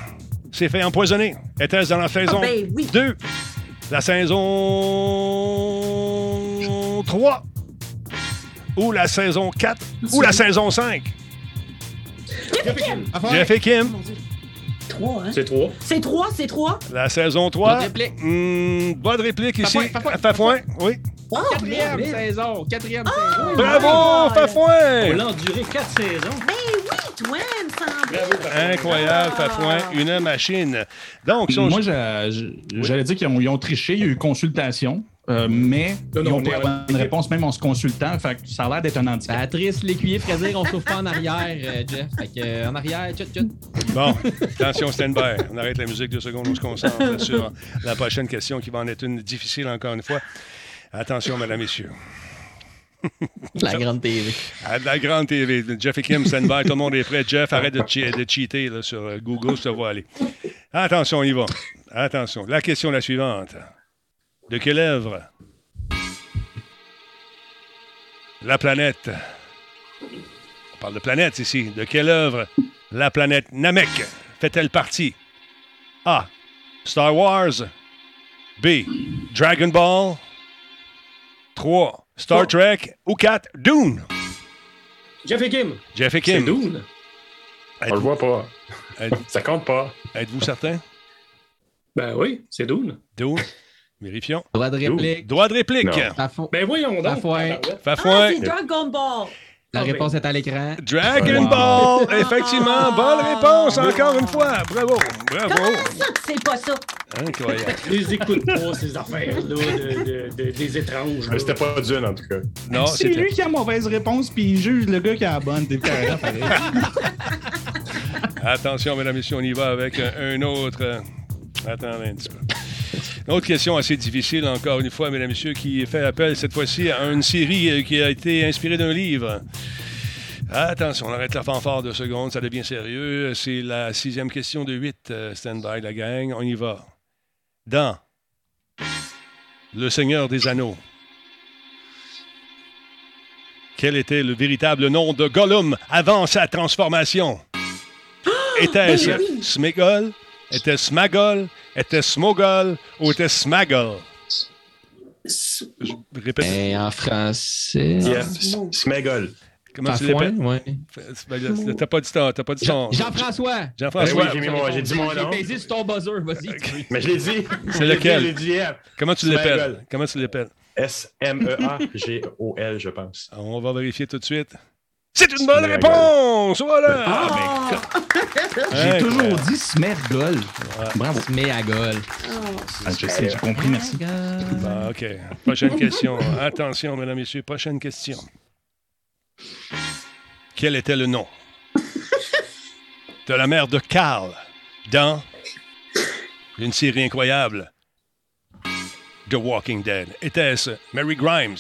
[SPEAKER 1] s'est fait empoisonner. Était-ce dans la saison
[SPEAKER 4] ben oui.
[SPEAKER 1] 2? La saison 3? Ou la saison 4? Ou la saison 5?
[SPEAKER 4] Jeff et Kim.
[SPEAKER 1] Jeff et Kim.
[SPEAKER 4] trois, hein?
[SPEAKER 2] C'est trois.
[SPEAKER 4] C'est trois, c'est trois.
[SPEAKER 1] La saison 3.
[SPEAKER 3] Bonne réplique.
[SPEAKER 1] Hmm, bonne réplique ici.
[SPEAKER 3] Fafouin, Fafouin,
[SPEAKER 1] Fafouin, oui.
[SPEAKER 4] Oh,
[SPEAKER 3] Quatrième
[SPEAKER 4] mais-
[SPEAKER 3] saison. Quatrième saison.
[SPEAKER 1] Bravo,
[SPEAKER 4] God.
[SPEAKER 2] On
[SPEAKER 1] Fafouin!
[SPEAKER 2] l'a enduré quatre saisons.
[SPEAKER 4] Ben oui, toi, il me semble.
[SPEAKER 2] Bravo, Patrick.
[SPEAKER 1] Incroyable, Fafouin, une machine. Donc, si on-
[SPEAKER 8] Moi, j'a- j'- j'allais dire qu'ils ont, ils ont triché, il y a eu consultation, euh,
[SPEAKER 1] Mm.
[SPEAKER 8] mais
[SPEAKER 2] Non, non,
[SPEAKER 8] ils
[SPEAKER 2] on
[SPEAKER 8] ont
[SPEAKER 2] est
[SPEAKER 8] pas
[SPEAKER 2] vraiment-
[SPEAKER 8] une réponse même en se consultant. Fait que ça a l'air d'être un handicap.
[SPEAKER 3] Patrice Lécuyer, Fraisier, Euh, on chauffe pas en arrière, euh, Jeff. Fait que, euh, en arrière, tchut, tchut.
[SPEAKER 1] Bon, attention, stand-by. On arrête la musique deux secondes, on se concentre sur la prochaine question qui va en être une difficile encore une fois. Attention, mesdames, messieurs.
[SPEAKER 3] La grande TV.
[SPEAKER 1] À de Ah, la grande TV. Jeff et Kim, stand-by. Tout le monde est prêt.
[SPEAKER 3] Ah.
[SPEAKER 1] Jeff, arrête de, che- de cheater là, sur euh, Google, ça va aller. Attention, on y va. Attention. La question est la suivante. De quelle œuvre la planète... On parle de planète ici. De quelle œuvre la planète Namek fait-elle partie? A. Star Wars. B. Dragon Ball. 3. Star Trek. Ou 4. Dune.
[SPEAKER 2] Oh. Jeff et Kim.
[SPEAKER 1] Jeff et
[SPEAKER 2] C'est
[SPEAKER 1] Kim,
[SPEAKER 2] Dune.
[SPEAKER 9] On le voit pas.
[SPEAKER 1] êtes-
[SPEAKER 9] Ça compte pas.
[SPEAKER 1] êtes-vous certain?
[SPEAKER 2] Ben oui, c'est Dune.
[SPEAKER 1] D'où? Vérifions.
[SPEAKER 3] Droit de réplique.
[SPEAKER 1] Droit de réplique.
[SPEAKER 9] Non.
[SPEAKER 3] Fafou-
[SPEAKER 2] Ben voyons donc. Ah, ben.
[SPEAKER 3] Fafouin.
[SPEAKER 2] Tabarouette.
[SPEAKER 4] Ah,
[SPEAKER 1] Fafouin.
[SPEAKER 4] c'est Dragon Ball.
[SPEAKER 3] La réponse est à l'écran.
[SPEAKER 1] Dragon
[SPEAKER 8] Wow.
[SPEAKER 1] Ball. Effectivement, bonne
[SPEAKER 2] Ah!
[SPEAKER 1] réponse encore une fois. Bravo, bravo.
[SPEAKER 4] Comment
[SPEAKER 1] Oh.
[SPEAKER 4] ça que c'est pas ça?
[SPEAKER 1] Incroyable.
[SPEAKER 2] Ils écoutent pas ces affaires-là de, de- de- des étranges. là.
[SPEAKER 9] Mais Euh, c'était pas d'une, en tout cas.
[SPEAKER 1] Non,
[SPEAKER 8] C'est
[SPEAKER 1] c'était...
[SPEAKER 8] lui qui a mauvaise réponse, puis il juge le gars qui a la bonne. T'es carrément pareil.
[SPEAKER 1] Attention, mesdames et messieurs, on y va avec euh, un autre. euh, Attendez un petit peu. Une autre question assez difficile, encore une fois, mesdames et messieurs, qui fait appel cette fois-ci à une série euh, qui a été inspirée d'un livre. Attention, on arrête la fanfare deux secondes, ça devient sérieux. C'est la sixième question de huit. euh, Stand-by, la gang, on y va. Dans Le Seigneur des Anneaux. Quel était le véritable nom de Gollum avant sa transformation? Était-ce Smigol? Était-ce Smagol? Était-ce Smogol? Ou était-ce Smagol? Je répète.
[SPEAKER 3] Ben, en français.
[SPEAKER 9] Yeah. Smegol.
[SPEAKER 1] Comment tu
[SPEAKER 3] Fafouin,
[SPEAKER 1] répètes?
[SPEAKER 3] ouais.
[SPEAKER 1] Smagol. T'as pas dit ton. T'as pas dit ton.
[SPEAKER 3] Jean- Jean-François.
[SPEAKER 9] Ben oui,
[SPEAKER 1] Jean-François,
[SPEAKER 9] j'ai mis mon- j'ai dit mon nom.
[SPEAKER 3] J'ai baisé sur ton buzzer, vas-y. tu veux.
[SPEAKER 9] Mais je l'ai dit.
[SPEAKER 1] C'est lequel?
[SPEAKER 9] Je l'ai dit. hier.
[SPEAKER 1] comment tu
[SPEAKER 9] Smagol.
[SPEAKER 1] l'appelles? Comment tu l'appelles?
[SPEAKER 9] E S-M-E-A-G-O-L, je pense.
[SPEAKER 1] On va vérifier tout de suite. C'est une bonne réponse! Voilà! Ah, mais-
[SPEAKER 8] J'ai
[SPEAKER 1] Ouais,
[SPEAKER 8] toujours
[SPEAKER 1] ouais.
[SPEAKER 8] dit Smergol. Bravo.
[SPEAKER 3] Tu mets à gueule.
[SPEAKER 8] Ah, je sais, j'ai compris, merci.
[SPEAKER 1] Ah, OK. Prochaine question. Attention, mesdames, messieurs. Prochaine question. Quel était le nom de la mère de Karl dans une série incroyable The Walking Dead? Était-ce Mary Grimes?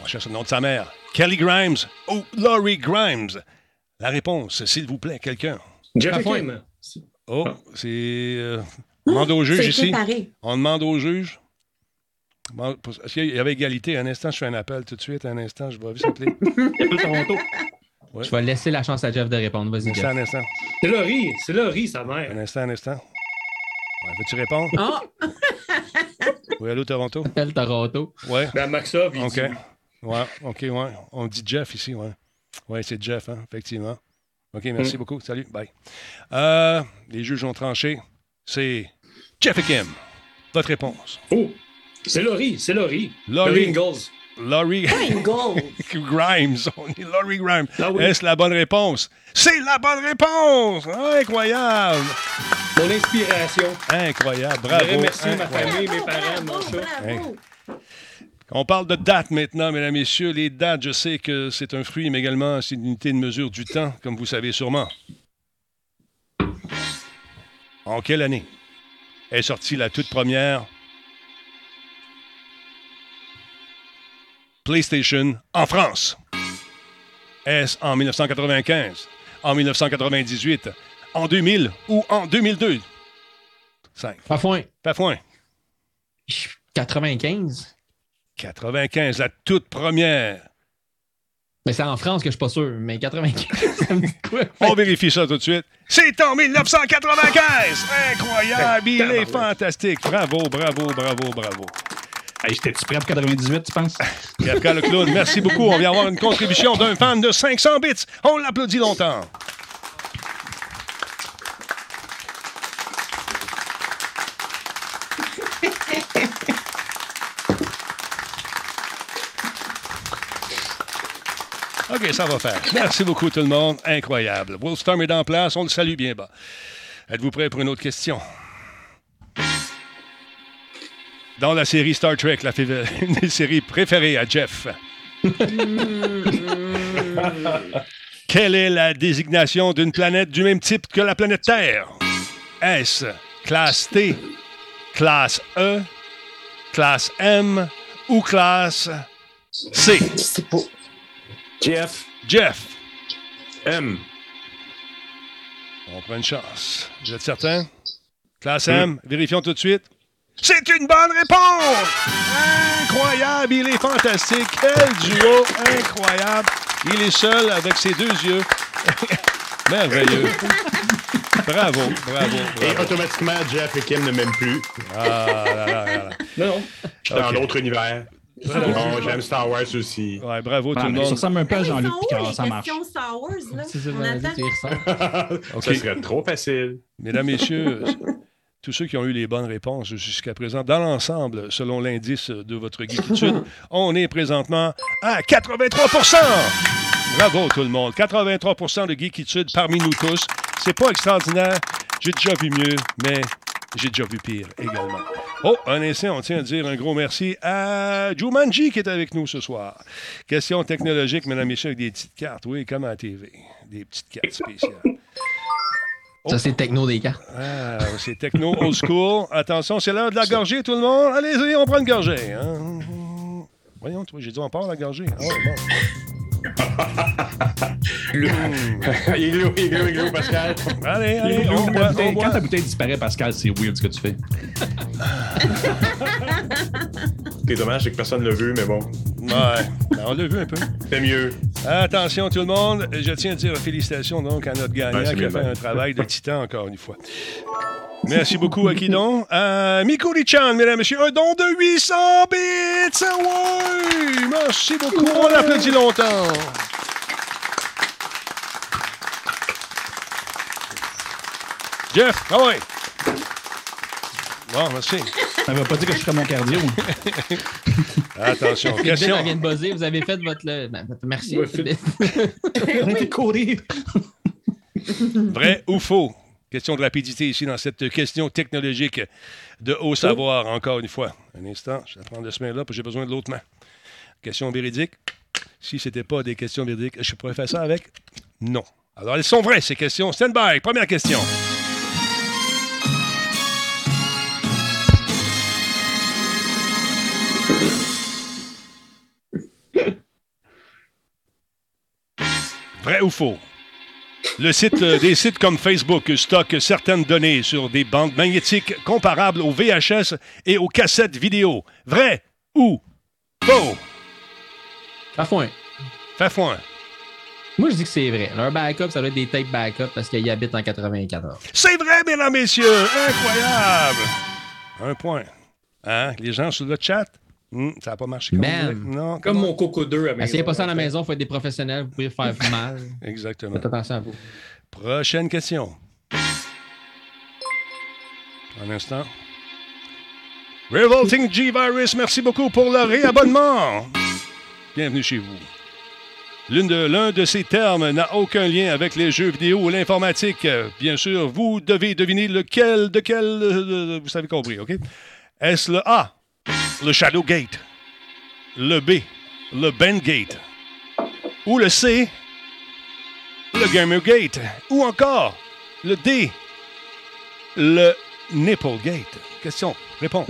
[SPEAKER 1] On cherche le nom de sa mère. Kelly Grimes ou Laurie Grimes? La réponse, s'il vous plaît, quelqu'un.
[SPEAKER 2] Jeff et
[SPEAKER 3] Fafouin.
[SPEAKER 2] Kim.
[SPEAKER 1] Oh,
[SPEAKER 2] Ah.
[SPEAKER 1] c'est... euh, on demande au juge
[SPEAKER 4] Ah, C'est
[SPEAKER 1] ici.
[SPEAKER 4] séparé.
[SPEAKER 1] On demande au juge. Bon, pour- Est-ce qu'il y avait égalité? Un instant, je fais un appel tout de suite. Un instant, je vais vite appeler.
[SPEAKER 8] Toronto.
[SPEAKER 3] Je vais laisser la chance à Jeff de répondre.
[SPEAKER 1] Un
[SPEAKER 3] Vas-y,
[SPEAKER 1] instant,
[SPEAKER 3] Jeff.
[SPEAKER 1] un instant.
[SPEAKER 2] C'est Laurie. C'est Laurie, sa mère.
[SPEAKER 1] Un instant, un instant. Ouais, Veux-tu répondre?
[SPEAKER 4] Ah,
[SPEAKER 1] Oui, allô, Toronto?
[SPEAKER 3] Appelle Toronto.
[SPEAKER 1] Ouais.
[SPEAKER 2] Ben Maxov, il
[SPEAKER 1] OK.
[SPEAKER 2] dit.
[SPEAKER 1] Ouais, OK, ouais. On dit Jeff ici, ouais. Ouais, c'est Jeff, hein, effectivement. OK,
[SPEAKER 2] Mm.
[SPEAKER 1] merci beaucoup. Salut, bye. Euh, les juges ont tranché. C'est Jeff et Kim. Votre réponse.
[SPEAKER 2] Oh, c'est Laurie. C'est Laurie.
[SPEAKER 1] Laurie.
[SPEAKER 2] Ingalls.
[SPEAKER 1] Laurie
[SPEAKER 4] Pringles.
[SPEAKER 1] Grimes. On est Laurie Grimes.
[SPEAKER 2] Ah oui.
[SPEAKER 1] Est-ce la bonne réponse? C'est la bonne réponse! Incroyable!
[SPEAKER 2] Mon inspiration.
[SPEAKER 1] Incroyable,
[SPEAKER 2] Je
[SPEAKER 1] bravo.
[SPEAKER 2] voudrais remercier ma
[SPEAKER 1] incroyable.
[SPEAKER 2] famille, mes
[SPEAKER 4] Bravo,
[SPEAKER 2] parents, mon
[SPEAKER 4] bravo,
[SPEAKER 2] chat.
[SPEAKER 4] bravo.
[SPEAKER 1] On parle de dates maintenant, mesdames, messieurs. Les dates, je sais que c'est un fruit, mais également c'est une unité de mesure du temps, comme vous savez sûrement. En quelle année est sortie la toute première PlayStation en France? Est-ce en 1995, en 1998, en 2000 ou en 2002? 5.
[SPEAKER 3] Fafouin.
[SPEAKER 1] Pafouin.
[SPEAKER 3] 95?
[SPEAKER 1] 95, la toute première.
[SPEAKER 3] Mais c'est en France que je suis pas sûr, mais 95, ça me dit quoi?
[SPEAKER 1] On vérifie ça tout de suite. C'est en 1995! Incroyable! Il est fantastique! Bravo, bravo, bravo, bravo.
[SPEAKER 8] Hey, J'étais-tu prêt pour 98, tu penses?
[SPEAKER 1] Kafka le clown, merci beaucoup. On vient avoir une contribution d'un fan de 500 bits. On l'applaudit longtemps. OK, ça va faire. Merci beaucoup, tout le monde. Incroyable. Wolfstorm est en place. On le salue bien bas. Êtes-vous prêts pour une autre question? Dans la série Star Trek, la fée- une des séries préférées à Jeff, quelle est la désignation d'une planète du même type que la planète Terre? S. Classe T, classe E, classe M ou classe C?
[SPEAKER 7] Jeff
[SPEAKER 1] Jeff,
[SPEAKER 7] M.
[SPEAKER 1] On prend une chance. Vous êtes certain? Classe M, vérifions tout de suite. C'est une bonne réponse! Incroyable! Il est fantastique! Quel duo incroyable! Il est seul avec ses deux yeux. Merveilleux! Bravo, bravo,
[SPEAKER 7] Et
[SPEAKER 1] bravo.
[SPEAKER 7] automatiquement, Jeff et Kim ne m'aiment plus.
[SPEAKER 1] Ah, là, là, là, là.
[SPEAKER 2] Non,
[SPEAKER 7] Je suis dans
[SPEAKER 1] Ok.
[SPEAKER 7] l'autre univers. Bon, j'aime Star Wars aussi.
[SPEAKER 1] Ouais, bravo tout
[SPEAKER 8] Ah,
[SPEAKER 1] le
[SPEAKER 8] mais ça
[SPEAKER 1] monde.
[SPEAKER 8] ressemble un peu à
[SPEAKER 4] ils sont
[SPEAKER 8] Jean-Luc
[SPEAKER 4] où,
[SPEAKER 8] Picard,
[SPEAKER 4] les
[SPEAKER 8] ça marche.
[SPEAKER 4] questions Star Wars, là?
[SPEAKER 3] C'est ça,
[SPEAKER 4] On
[SPEAKER 3] vas-y,
[SPEAKER 4] attend.
[SPEAKER 3] tu y ressembles.
[SPEAKER 7] Ça serait trop facile.
[SPEAKER 1] Mesdames, Messieurs, tous ceux qui ont eu les bonnes réponses jusqu'à présent, dans l'ensemble, selon l'indice de votre guititude, on est présentement à 83 Bravo tout le monde. 83 de geekitude parmi nous tous. C'est pas extraordinaire. J'ai déjà vu mieux, mais j'ai déjà vu pire également. Oh, un instant, on tient à dire un gros merci à Jumanji qui est avec nous ce soir. Question technologique, mesdames et messieurs, avec des petites cartes. Oui, comme à la TV. Des petites cartes spéciales.
[SPEAKER 3] Ça, c'est techno des cartes.
[SPEAKER 1] Ah, c'est techno old school. Attention, c'est l'heure de la gorgée, tout le monde. Allez-y, on prend une gorgée. hein. Voyons, toi, j'ai dit on part la gorgée. Ah ouais, bon.
[SPEAKER 7] Igloo, igloo, igloo, Pascal.
[SPEAKER 1] Allez, allez, on
[SPEAKER 8] Quand
[SPEAKER 1] boit,
[SPEAKER 8] ta
[SPEAKER 1] on
[SPEAKER 8] bouteille-
[SPEAKER 1] boit.
[SPEAKER 8] quand ta bouteille disparaît, Pascal, c'est weird ce que tu fais.
[SPEAKER 7] C'est dommage, c'est que personne l'a vu, mais bon.
[SPEAKER 1] Ouais, ben, on l'a vu un peu.
[SPEAKER 7] C'est mieux.
[SPEAKER 1] Attention, tout le monde. Je tiens à dire félicitations donc à notre gagnant
[SPEAKER 7] Ouais, Ben, c'est
[SPEAKER 1] qui a
[SPEAKER 7] bien
[SPEAKER 1] fait
[SPEAKER 7] bien.
[SPEAKER 1] un travail de titan encore une fois. Merci beaucoup à qui donc? À Mikuri-chan, mesdames et messieurs. Un don de 800 bits! Ah ouais! Merci beaucoup. On l'applaudit longtemps. Jeff, ah ouais. Bon, merci.
[SPEAKER 8] Ça veut pas dire que je ferais mon cardio.
[SPEAKER 3] Dès
[SPEAKER 1] Attention,
[SPEAKER 3] qu'elle
[SPEAKER 1] question.
[SPEAKER 3] vient de buzzer, vous avez fait votre. le- ben, votre- merci.
[SPEAKER 2] Ouais, fait-
[SPEAKER 8] courir.
[SPEAKER 1] Vrai ou faux? Question de rapidité ici dans cette question technologique de haut savoir, encore une fois. Un instant, je vais prendre le semaine là, puis j'ai besoin de l'autre main. Question véridique. Si ce n'était pas des questions véridiques, je pourrais faire ça avec? Non. Alors, elles sont vraies, ces questions. Stand by, première question. Vrai ou faux? Le site, euh, des sites comme Facebook stockent certaines données sur des bandes magnétiques comparables aux VHS et aux cassettes vidéo. Vrai ou faux?
[SPEAKER 3] Parfois,
[SPEAKER 1] Fafouin.
[SPEAKER 3] moi, je dis que c'est vrai. Leur backup, ça doit être des tapes backup parce qu'ils habitent en 94.
[SPEAKER 1] C'est vrai, mesdames, messieurs! Incroyable! Un point. Hein? Les gens sur le chat? Hmm, ça n'a pas marché. comme
[SPEAKER 3] Man.
[SPEAKER 1] on voulait. Non,
[SPEAKER 2] comme
[SPEAKER 1] comment-
[SPEAKER 2] mon coco 2 à la
[SPEAKER 3] Essayez
[SPEAKER 2] maison.
[SPEAKER 3] pas ça à la maison, faut être des professionnels, vous pouvez faire mal.
[SPEAKER 1] Exactement.
[SPEAKER 3] Faites attention à vous.
[SPEAKER 1] Prochaine question. Un instant. Revolting G-Virus, merci beaucoup pour le réabonnement. Bienvenue chez vous. L'une de- L'un de, ces termes n'a aucun lien avec les jeux vidéo ou l'informatique. Euh, Bien sûr, vous devez deviner lequel de quel. euh, euh, vous savez compris, OK? Est-ce le A, le Shadowgate, le B, le Bendgate, ou le C, le Gamergate ou encore le D, le Nipplegate? Question, réponse.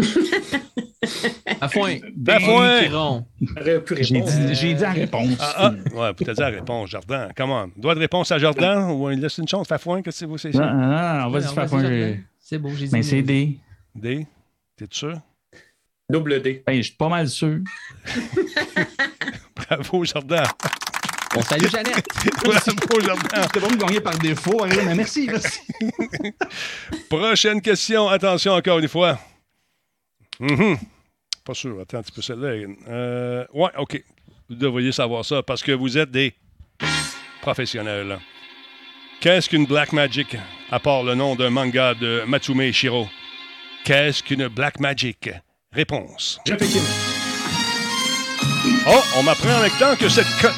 [SPEAKER 3] Parfois,
[SPEAKER 1] Bafouin.
[SPEAKER 3] Piron.
[SPEAKER 2] J'aurais pu
[SPEAKER 8] J'ai
[SPEAKER 2] répondre.
[SPEAKER 8] dit, j'ai dit la réponse.
[SPEAKER 1] Ah, ah, ouais, peut-être dire réponse, Jardin. Come on. Doigt de réponse à Jardin ou on lui laisse une chance, Fafouin, qu'est-ce que vous c'est
[SPEAKER 8] Non,
[SPEAKER 1] ça?
[SPEAKER 8] non, non, Ah, on va
[SPEAKER 3] Alors,
[SPEAKER 8] se faire
[SPEAKER 3] vas-y,
[SPEAKER 8] un.
[SPEAKER 3] Jordan. C'est beau, j'ai dit.
[SPEAKER 8] Mais c'est des.
[SPEAKER 1] D, t'es sûr?
[SPEAKER 2] Double D.
[SPEAKER 8] Ben, je suis pas mal sûr.
[SPEAKER 1] Bravo, Jardin.
[SPEAKER 3] On salue Jeannette.
[SPEAKER 1] Bravo, Jardin.
[SPEAKER 8] C'était pas me gagner par défaut. hein, mais merci, merci.
[SPEAKER 1] Prochaine question. Attention encore une fois. Mhm. Pas sûr. Attends un petit peu celle-là. Euh, ouais, OK. Vous devriez savoir ça parce que vous êtes des professionnels. Qu'est-ce qu'une Black Magic, à part le nom d'un manga de Matsume Shiro? Qu'est-ce qu'une Black Magic? Réponse.
[SPEAKER 7] Jeff et Kim.
[SPEAKER 1] Oh, on m'apprend en même temps que cette co-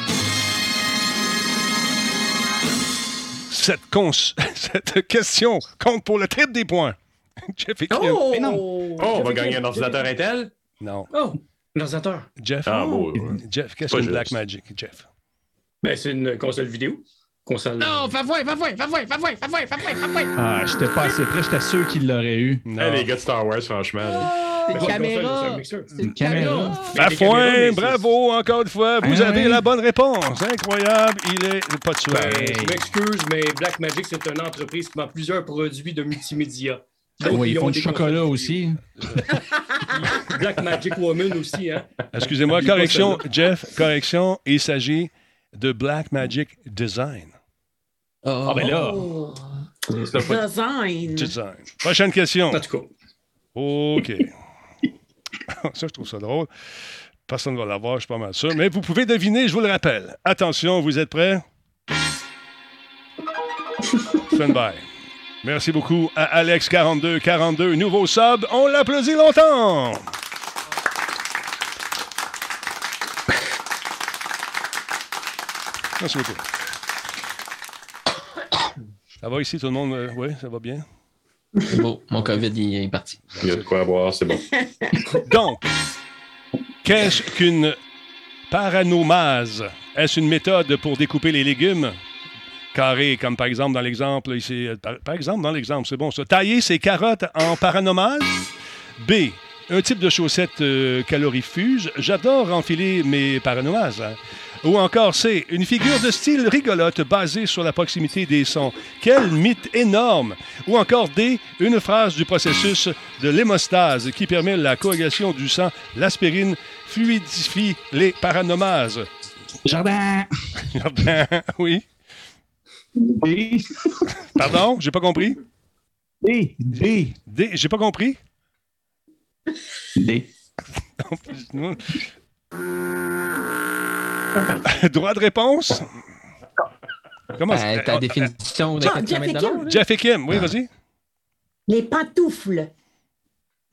[SPEAKER 1] Cette, cons- cette question compte pour le triple des points. Jeff et Kim.
[SPEAKER 2] Oh!
[SPEAKER 8] Mais non.
[SPEAKER 7] Oh, on va gagner un ordinateur Intel?
[SPEAKER 1] Non.
[SPEAKER 2] Oh! Un ordinateur.
[SPEAKER 1] Jeff.
[SPEAKER 7] Ah, bon, ouais, ouais.
[SPEAKER 1] Jeff, qu'est-ce
[SPEAKER 7] Pas
[SPEAKER 1] qu'une
[SPEAKER 7] juste.
[SPEAKER 1] Black Magic, Jeff?
[SPEAKER 2] Ben, c'est une console vidéo. Console.
[SPEAKER 3] Non, va voir, va voir, va voir, va voir, va voir, va voir, va voir.
[SPEAKER 8] Ah, j'étais pas assez près, j'étais sûr qu'il l'aurait eu.
[SPEAKER 1] Non.
[SPEAKER 7] Hey, les gars de Star Wars, franchement. là.
[SPEAKER 3] C'est
[SPEAKER 2] Ben,
[SPEAKER 3] une
[SPEAKER 2] c'est une console, c'est
[SPEAKER 3] caméra.
[SPEAKER 2] un mixeur.
[SPEAKER 3] C'est une
[SPEAKER 8] Caméra.
[SPEAKER 3] caméra.
[SPEAKER 2] Ben, des
[SPEAKER 1] Bafouin,
[SPEAKER 2] caméras, mais c'est-
[SPEAKER 1] bravo, encore une fois. Vous
[SPEAKER 8] Hein,
[SPEAKER 1] avez
[SPEAKER 8] oui.
[SPEAKER 1] la bonne réponse. Incroyable. Il est pas tué.
[SPEAKER 2] Ben, je m'excuse, mais Black Magic, c'est une entreprise qui vend plusieurs produits de multimédia. Donc,
[SPEAKER 8] Oui, Ah, ils font
[SPEAKER 2] ont
[SPEAKER 8] du
[SPEAKER 2] des
[SPEAKER 8] chocolat
[SPEAKER 2] consoles.
[SPEAKER 8] aussi.
[SPEAKER 2] Black Magic Woman aussi, hein?
[SPEAKER 1] Excusez-moi,
[SPEAKER 2] Oublie pas
[SPEAKER 1] correction, Jeff, correction. Il s'agit de Black Magic Design.
[SPEAKER 3] Ah,
[SPEAKER 8] Ah, ben là.
[SPEAKER 4] Oh.
[SPEAKER 7] C'est pas-
[SPEAKER 4] Design.
[SPEAKER 1] Design. Prochaine question.
[SPEAKER 2] En tout cas.
[SPEAKER 1] OK. ça, je trouve ça drôle. Personne ne va l'avoir, je suis pas mal sûr. Mais vous pouvez deviner, je vous le rappelle. Attention, vous êtes prêts? Standby. Merci beaucoup à Alex4242, nouveau sub. On l'applaudit longtemps! Merci beaucoup. Ça va ici, tout le monde? euh, oui, ça va bien?
[SPEAKER 3] C'est beau. Mon COVID, il est parti.
[SPEAKER 7] Il y a de quoi à boire, c'est bon.
[SPEAKER 1] Donc, qu'est-ce qu'une paranomase? Est-ce une méthode pour découper les légumes? Carré, comme par exemple dans l'exemple ici. euh, Par, par exemple, dans l'exemple, c'est bon ça. Tailler ses carottes en paranomase? B. Un type de chaussette euh, calorifuge. J'adore enfiler mes paranomases. hein. Ou encore C. Une figure de style rigolote basée sur la proximité des sons. Quel mythe énorme! Ou encore D. Une phrase du processus de l'hémostase qui permet la coagulation du sang. L'aspirine fluidifie les paranomases.
[SPEAKER 8] Jardin!
[SPEAKER 1] Jardin, oui.
[SPEAKER 8] D,
[SPEAKER 1] Pardon, j'ai pas compris.
[SPEAKER 8] D, D,
[SPEAKER 1] D. J'ai pas compris.
[SPEAKER 8] D.
[SPEAKER 1] Droit de réponse? Comment ça?
[SPEAKER 3] Ben, ta définition de
[SPEAKER 4] Ah,
[SPEAKER 3] 400
[SPEAKER 4] Jeff et Kim.
[SPEAKER 3] là.
[SPEAKER 1] Jeff et Kim, oui, vas-y.
[SPEAKER 4] Les pantoufles.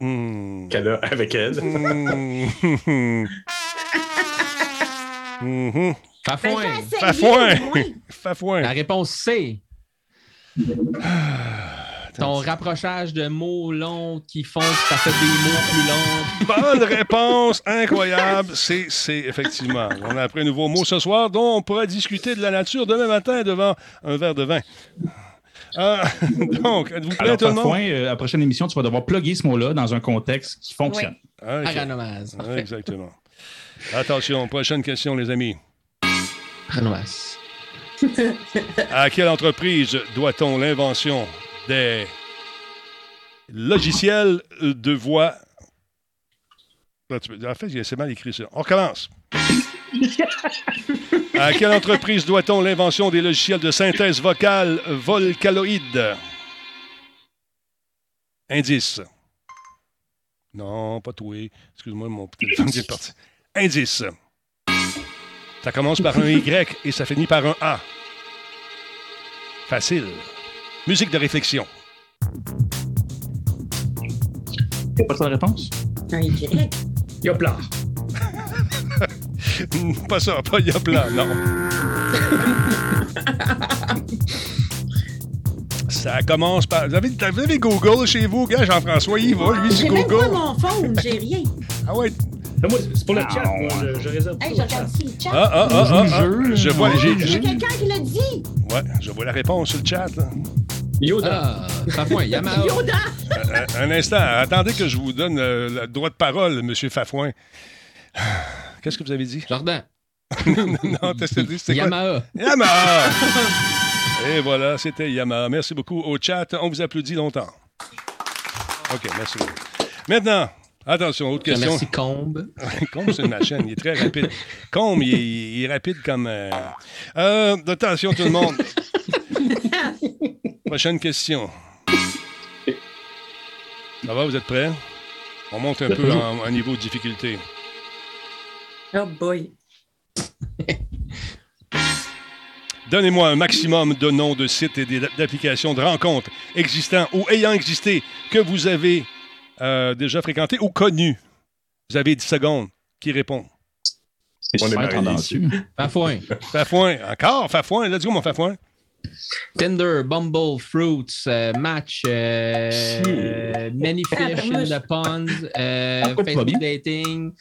[SPEAKER 1] Hmm.
[SPEAKER 7] Qu'elle a avec elle.
[SPEAKER 1] Mhm. Mhm.
[SPEAKER 4] Ben,
[SPEAKER 3] Fafouin.
[SPEAKER 4] j'ai essayé,
[SPEAKER 1] Fafouin.
[SPEAKER 4] au moins.
[SPEAKER 3] La
[SPEAKER 1] Fafouin.
[SPEAKER 3] réponse C. Ton rapprochage de mots longs qui font que ça fait des mots plus longs.
[SPEAKER 1] Bonne réponse, incroyable. C'est, c'est effectivement. On a appris un nouveau mot ce soir dont on pourra discuter de la nature demain matin devant un verre de vin. Ah, donc, êtes-vous prêts
[SPEAKER 8] Alors,
[SPEAKER 1] tout le monde?
[SPEAKER 8] parfois, euh, à la prochaine émission, tu vas devoir plugger ce mot-là dans un contexte qui fonctionne.
[SPEAKER 1] Ah, ok.
[SPEAKER 3] Paranomase.
[SPEAKER 1] Ah, Exactement. Attention, prochaine question, les amis.
[SPEAKER 3] Paranomase.
[SPEAKER 1] À quelle entreprise doit-on l'invention des logiciels de voix? Là, tu peux- En fait, j'ai- c'est mal écrit ça. On recommence. à quelle entreprise doit-on l'invention des logiciels de synthèse vocale vocaloïde? Indice. Non, pas toué. Excuse-moi, mon téléphone est parti. Indice. Ça commence par un Y et ça finit par un A. Facile. Musique de réflexion.
[SPEAKER 8] C'est pas ça la réponse?
[SPEAKER 4] Un Y.
[SPEAKER 2] Yopla.
[SPEAKER 1] pas ça, pas Yopla, non. Ça commence par. Vous avez, vous avez Google chez vous, gars, Jean-François, il va, lui, c'est
[SPEAKER 4] J'ai même pas
[SPEAKER 1] Google.
[SPEAKER 4] mon phone, j'ai rien.
[SPEAKER 1] Ah ouais.
[SPEAKER 2] Non, moi, c'est pour le
[SPEAKER 8] Ah,
[SPEAKER 2] chat.
[SPEAKER 8] ouais.
[SPEAKER 2] Moi, je, je réserve pour
[SPEAKER 4] Hey, je
[SPEAKER 2] le chat.
[SPEAKER 4] regarde ici le chat.
[SPEAKER 1] Ah, ah, ah, ah, ah.
[SPEAKER 8] Jeu,
[SPEAKER 1] Je vois,
[SPEAKER 8] non,
[SPEAKER 1] j'ai-
[SPEAKER 8] jeu.
[SPEAKER 1] j'ai-
[SPEAKER 4] J'ai quelqu'un qui l'a dit.
[SPEAKER 1] ouais, je vois la réponse sur le chat. là.
[SPEAKER 3] Ah,
[SPEAKER 2] Yoda.
[SPEAKER 3] Fafouin, Yamaha.
[SPEAKER 4] Yoda.
[SPEAKER 1] Euh, un instant, attendez que je vous donne euh, le droit de parole, Monsieur Fafouin. Qu'est-ce que vous avez dit?
[SPEAKER 3] Jordan.
[SPEAKER 1] non, qu'est-ce que t'as dit? C'était quoi?
[SPEAKER 3] Yamaha.
[SPEAKER 1] Yamaha! Et voilà, c'était Yamaha. Merci beaucoup au chat. On vous applaudit longtemps. OK, merci beaucoup. Maintenant, attention, autre question.
[SPEAKER 3] Merci, Combe.
[SPEAKER 1] Combe, c'est une chaîne. Il est très rapide. Combe, il est, il est rapide comme. euh, euh, attention, tout le monde. Prochaine question. Ça va, vous êtes prêts? On monte un peu en, en niveau de difficulté.
[SPEAKER 4] Oh boy.
[SPEAKER 1] Donnez-moi un maximum de noms de sites et des- d'applications de rencontres existants ou ayant existé que vous avez euh, déjà fréquenté ou connu? Vous avez 10 secondes. Qui répond?
[SPEAKER 8] C'est
[SPEAKER 7] On est
[SPEAKER 8] super
[SPEAKER 7] mariés
[SPEAKER 8] tendancieux.
[SPEAKER 3] Parfois.
[SPEAKER 1] Fafouin. Encore? Fafouin? Let's go, mon Fafouin.
[SPEAKER 3] Tinder, Bumble, Fruits, euh, Match, euh, euh, Many Fish in the Ponds, euh,
[SPEAKER 8] Encore pas
[SPEAKER 3] Facebook
[SPEAKER 8] bien.
[SPEAKER 3] Dating.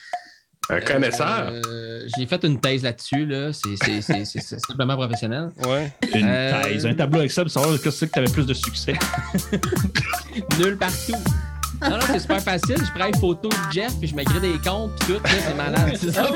[SPEAKER 7] Un connaisseur.
[SPEAKER 3] Euh, J'ai fait une thèse là-dessus. Là. C'est- C'est c'est- c'est- c'est simplement professionnel.
[SPEAKER 1] Ouais.
[SPEAKER 8] Une
[SPEAKER 3] Euh,
[SPEAKER 8] thèse, un tableau Excel pour savoir qu'est-ce que tu avais plus de succès.
[SPEAKER 3] Nul partout. Non, non, c'est super facile. Je prends une photo de Jeff, puis je m'écris des comptes, puis tout. là, C'est malade. C'est ça.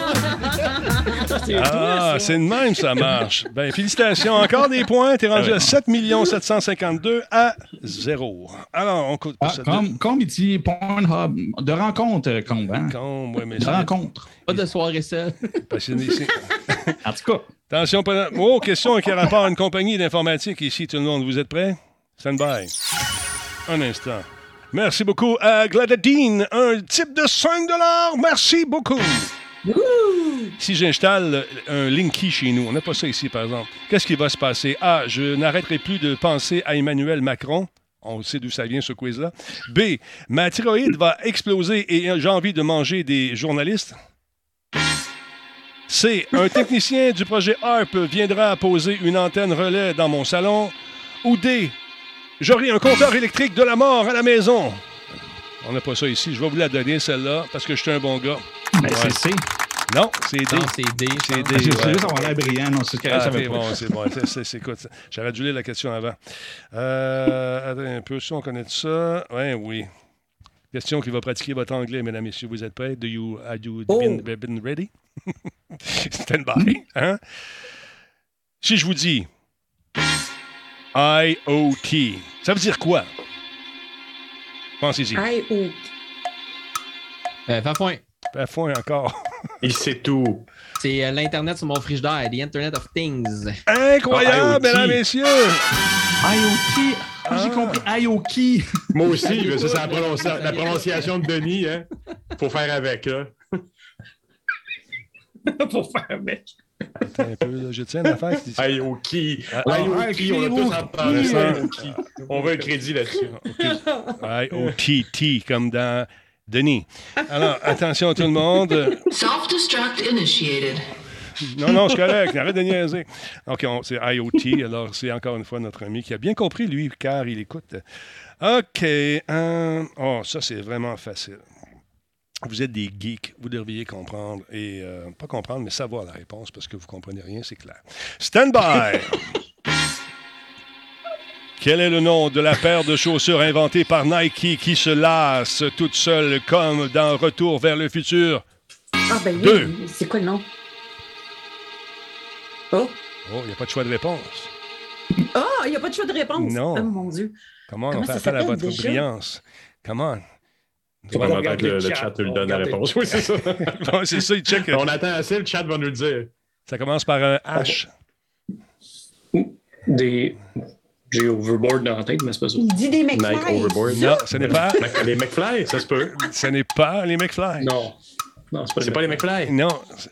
[SPEAKER 1] Ah, c'est de même, ça marche. Ben, félicitations. Encore des points. T'es rendu
[SPEAKER 8] Ah ouais.
[SPEAKER 1] à 7 752 à 0. Alors, on coûte
[SPEAKER 8] Ah, comme, comme il dit, Pornhub, de rencontre, euh, Combe, hein?
[SPEAKER 1] ouais, mais
[SPEAKER 8] De
[SPEAKER 1] ça-
[SPEAKER 8] rencontre.
[SPEAKER 3] Pas de soirée seule.
[SPEAKER 1] parce que c'est-
[SPEAKER 8] En tout cas,
[SPEAKER 1] Attention, pas- oh, question qui a rapport à une compagnie d'informatique ici, tout le monde. Vous êtes prêts? Stand by. Un instant. Merci beaucoup à Gladadine, un type de 5 Merci beaucoup. Si j'installe un Linky chez nous, on n'a pas ça ici, par exemple, qu'est-ce qui va se passer? A, je n'arrêterai plus de penser à Emmanuel Macron. On sait d'où ça vient, ce quiz-là. B, ma thyroïde va exploser et j'ai envie de manger des journalistes. C. Un technicien du projet ARP viendra poser une antenne relais dans mon salon. Ou D. J'aurai un compteur électrique de la mort à la maison. On n'a pas ça ici. Je vais vous la donner, celle-là, parce que je suis un bon gars.
[SPEAKER 8] ben,
[SPEAKER 1] Ouais.
[SPEAKER 8] c'est C.
[SPEAKER 1] Non, c'est D.
[SPEAKER 3] Non, c'est D. je pense.
[SPEAKER 1] C'est D.
[SPEAKER 8] Ah, J'ai
[SPEAKER 1] ouais.
[SPEAKER 8] trouvé ça avoir l'air brillant, non, c'est ce que
[SPEAKER 1] Ah,
[SPEAKER 8] je savais
[SPEAKER 1] c'est
[SPEAKER 8] pas.
[SPEAKER 1] bon, c'est bon. C'est- c'est- c'est- écoute, j'aurais dû lire la question avant. Euh, attends un peu, ça, on connaît ça. Ouais, oui. Question qui va pratiquer votre anglais, mesdames, messieurs. Vous êtes prêts? Do you, are you been, been ready? Stand by. Hein? Si je vous dis IoT, ça veut dire quoi? Pensez-y.
[SPEAKER 4] I.O.
[SPEAKER 3] Euh, Fafouin,
[SPEAKER 1] À fond encore.
[SPEAKER 7] Il sait tout.
[SPEAKER 3] c'est euh, l'Internet sur mon frigidaire, The Internet of Things.
[SPEAKER 7] Ah,
[SPEAKER 1] Incroyable, mesdames, messieurs!
[SPEAKER 8] IoT. Ah, J'ai
[SPEAKER 1] Ah.
[SPEAKER 8] compris. IoT.
[SPEAKER 7] Moi aussi, là, ça, c'est la, prononci- la prononciation de Denis. Hein. Faut faire avec. Là.
[SPEAKER 2] Pour faire mec.
[SPEAKER 1] Attends un peu, là, je tiens à faire.
[SPEAKER 7] Ayoki.
[SPEAKER 1] Ah,
[SPEAKER 7] Ayoki, on a tous entendu ça. Aoki. On veut un crédit là-dessus.
[SPEAKER 1] I-O-T-T, comme dans Denis. Alors, attention tout le monde.
[SPEAKER 6] Self-destruct initiated.
[SPEAKER 1] Non, non, c'est correct. Arrête de niaiser. OK, on- c'est IoT. Alors, c'est encore une fois notre ami qui a bien compris, lui, car il écoute. OK. euh, oh, ça, c'est vraiment facile. Vous êtes des geeks. Vous devriez comprendre et... euh, pas comprendre, mais savoir la réponse parce que vous comprenez rien, c'est clair. Stand by! Quel est le nom de la paire de chaussures inventée par Nike qui se lasse toute seule comme dans Retour vers le futur?
[SPEAKER 4] Ah, ben
[SPEAKER 1] Deux.
[SPEAKER 4] oui. C'est quoi le nom? Oh,
[SPEAKER 1] Oh, il n'y a pas de choix de réponse.
[SPEAKER 4] Ah, il n'y a pas de choix de réponse.
[SPEAKER 1] Non.
[SPEAKER 4] Oh, mon Dieu.
[SPEAKER 1] Comment, on
[SPEAKER 4] Comment
[SPEAKER 1] fait
[SPEAKER 4] ça
[SPEAKER 1] appel à
[SPEAKER 4] s'appelle
[SPEAKER 1] votre
[SPEAKER 4] déjà?
[SPEAKER 1] brillance? Comment?
[SPEAKER 7] On
[SPEAKER 2] On
[SPEAKER 7] va
[SPEAKER 2] regarde
[SPEAKER 7] que le,
[SPEAKER 2] le
[SPEAKER 7] le
[SPEAKER 2] chat,
[SPEAKER 7] chat te
[SPEAKER 2] on
[SPEAKER 7] le donne la
[SPEAKER 2] regarde le
[SPEAKER 7] réponse. Oui, c'est ça.
[SPEAKER 1] c'est ça, il check.
[SPEAKER 7] on attend assez, le chat va nous le dire.
[SPEAKER 1] Ça commence par un H.
[SPEAKER 2] Des. J'ai overboard dans la tête, mais c'est pas ça.
[SPEAKER 4] Il dit des mecs.
[SPEAKER 7] Nike Overboard.
[SPEAKER 1] Non, ce n'est pas,
[SPEAKER 7] Mc- Les McFly, ça se peut.
[SPEAKER 1] ce n'est pas les McFly.
[SPEAKER 2] Non. Non, c'est pas,
[SPEAKER 7] C'est pas les McFly.
[SPEAKER 1] Non. c'est-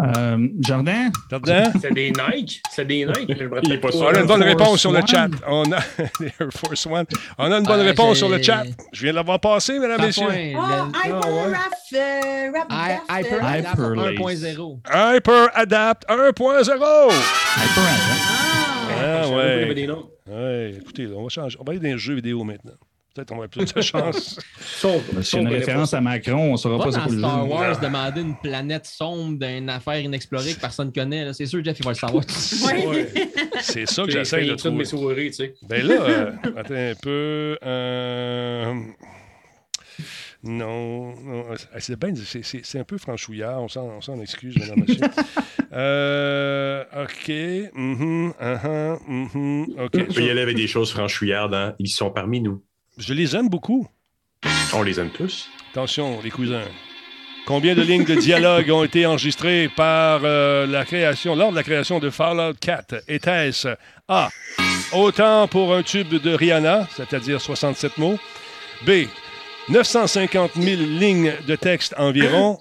[SPEAKER 8] Euh, Jardin.
[SPEAKER 1] Jardin?
[SPEAKER 2] C'est des Nike. C'est des Nike. je me rappelle
[SPEAKER 7] Il est pas sûr.
[SPEAKER 1] On a une bonne
[SPEAKER 8] Air
[SPEAKER 1] réponse
[SPEAKER 8] Force
[SPEAKER 1] sur le
[SPEAKER 8] One.
[SPEAKER 1] chat. On a, les Air Force One. On a une bonne
[SPEAKER 3] Ah,
[SPEAKER 1] réponse
[SPEAKER 3] j'ai-
[SPEAKER 1] sur le chat. Je viens de l'avoir passé, mesdames et messieurs.
[SPEAKER 3] Fafouin, le-
[SPEAKER 4] Ah, Hyper Rap. euh, Rap
[SPEAKER 3] Hi-
[SPEAKER 4] Daft,
[SPEAKER 3] Hyper
[SPEAKER 4] euh,
[SPEAKER 3] Adapt
[SPEAKER 8] Hyperlace.
[SPEAKER 3] 1.0.
[SPEAKER 1] Hyper Adapt 1.0.
[SPEAKER 8] Hyper
[SPEAKER 1] Ah,
[SPEAKER 2] pas qu'il y avait
[SPEAKER 1] ouais.
[SPEAKER 2] des noms.
[SPEAKER 1] ouais. Écoutez, on va changer. On va aller dans les jeux vidéo maintenant. Peut-être qu'on va plus de chance.
[SPEAKER 2] Sauf-
[SPEAKER 8] Si
[SPEAKER 2] sauf
[SPEAKER 8] y a une
[SPEAKER 2] que les-
[SPEAKER 8] référence à Macron, on saura
[SPEAKER 3] Pas
[SPEAKER 8] pas
[SPEAKER 3] dans
[SPEAKER 8] c'est quoi le
[SPEAKER 3] Star
[SPEAKER 8] jeu.
[SPEAKER 3] Wars demander une planète sombre d'une affaire inexplorée que personne connaît. là. C'est sûr, Jeff, il va le savoir.
[SPEAKER 2] Ouais.
[SPEAKER 1] C'est ça que
[SPEAKER 2] C'est-
[SPEAKER 1] j'essaie
[SPEAKER 2] c'est
[SPEAKER 1] de
[SPEAKER 2] une de mes
[SPEAKER 1] trouver.
[SPEAKER 2] soirées, tu sais.
[SPEAKER 1] Ben là, euh, attends un peu. euh, Non, non, euh, c'est ben- c'est- c'est- c'est un peu franchouillard, on s'en on s'en excuse, madame, monsieur. Euh, OK, mhm, aha, mhm, OK.
[SPEAKER 7] Il y aller avec des choses franchouillardes. hein. Ils sont parmi nous.
[SPEAKER 1] Je les aime beaucoup.
[SPEAKER 7] On les aime tous.
[SPEAKER 1] Attention, les cousins. Combien de lignes de dialogue ont été enregistrées par euh, la création, lors de la création de Fallout 4? Était-ce A. Autant pour un tube de Rihanna, c'est-à-dire 67 mots. B. 950 000 lignes de texte environ.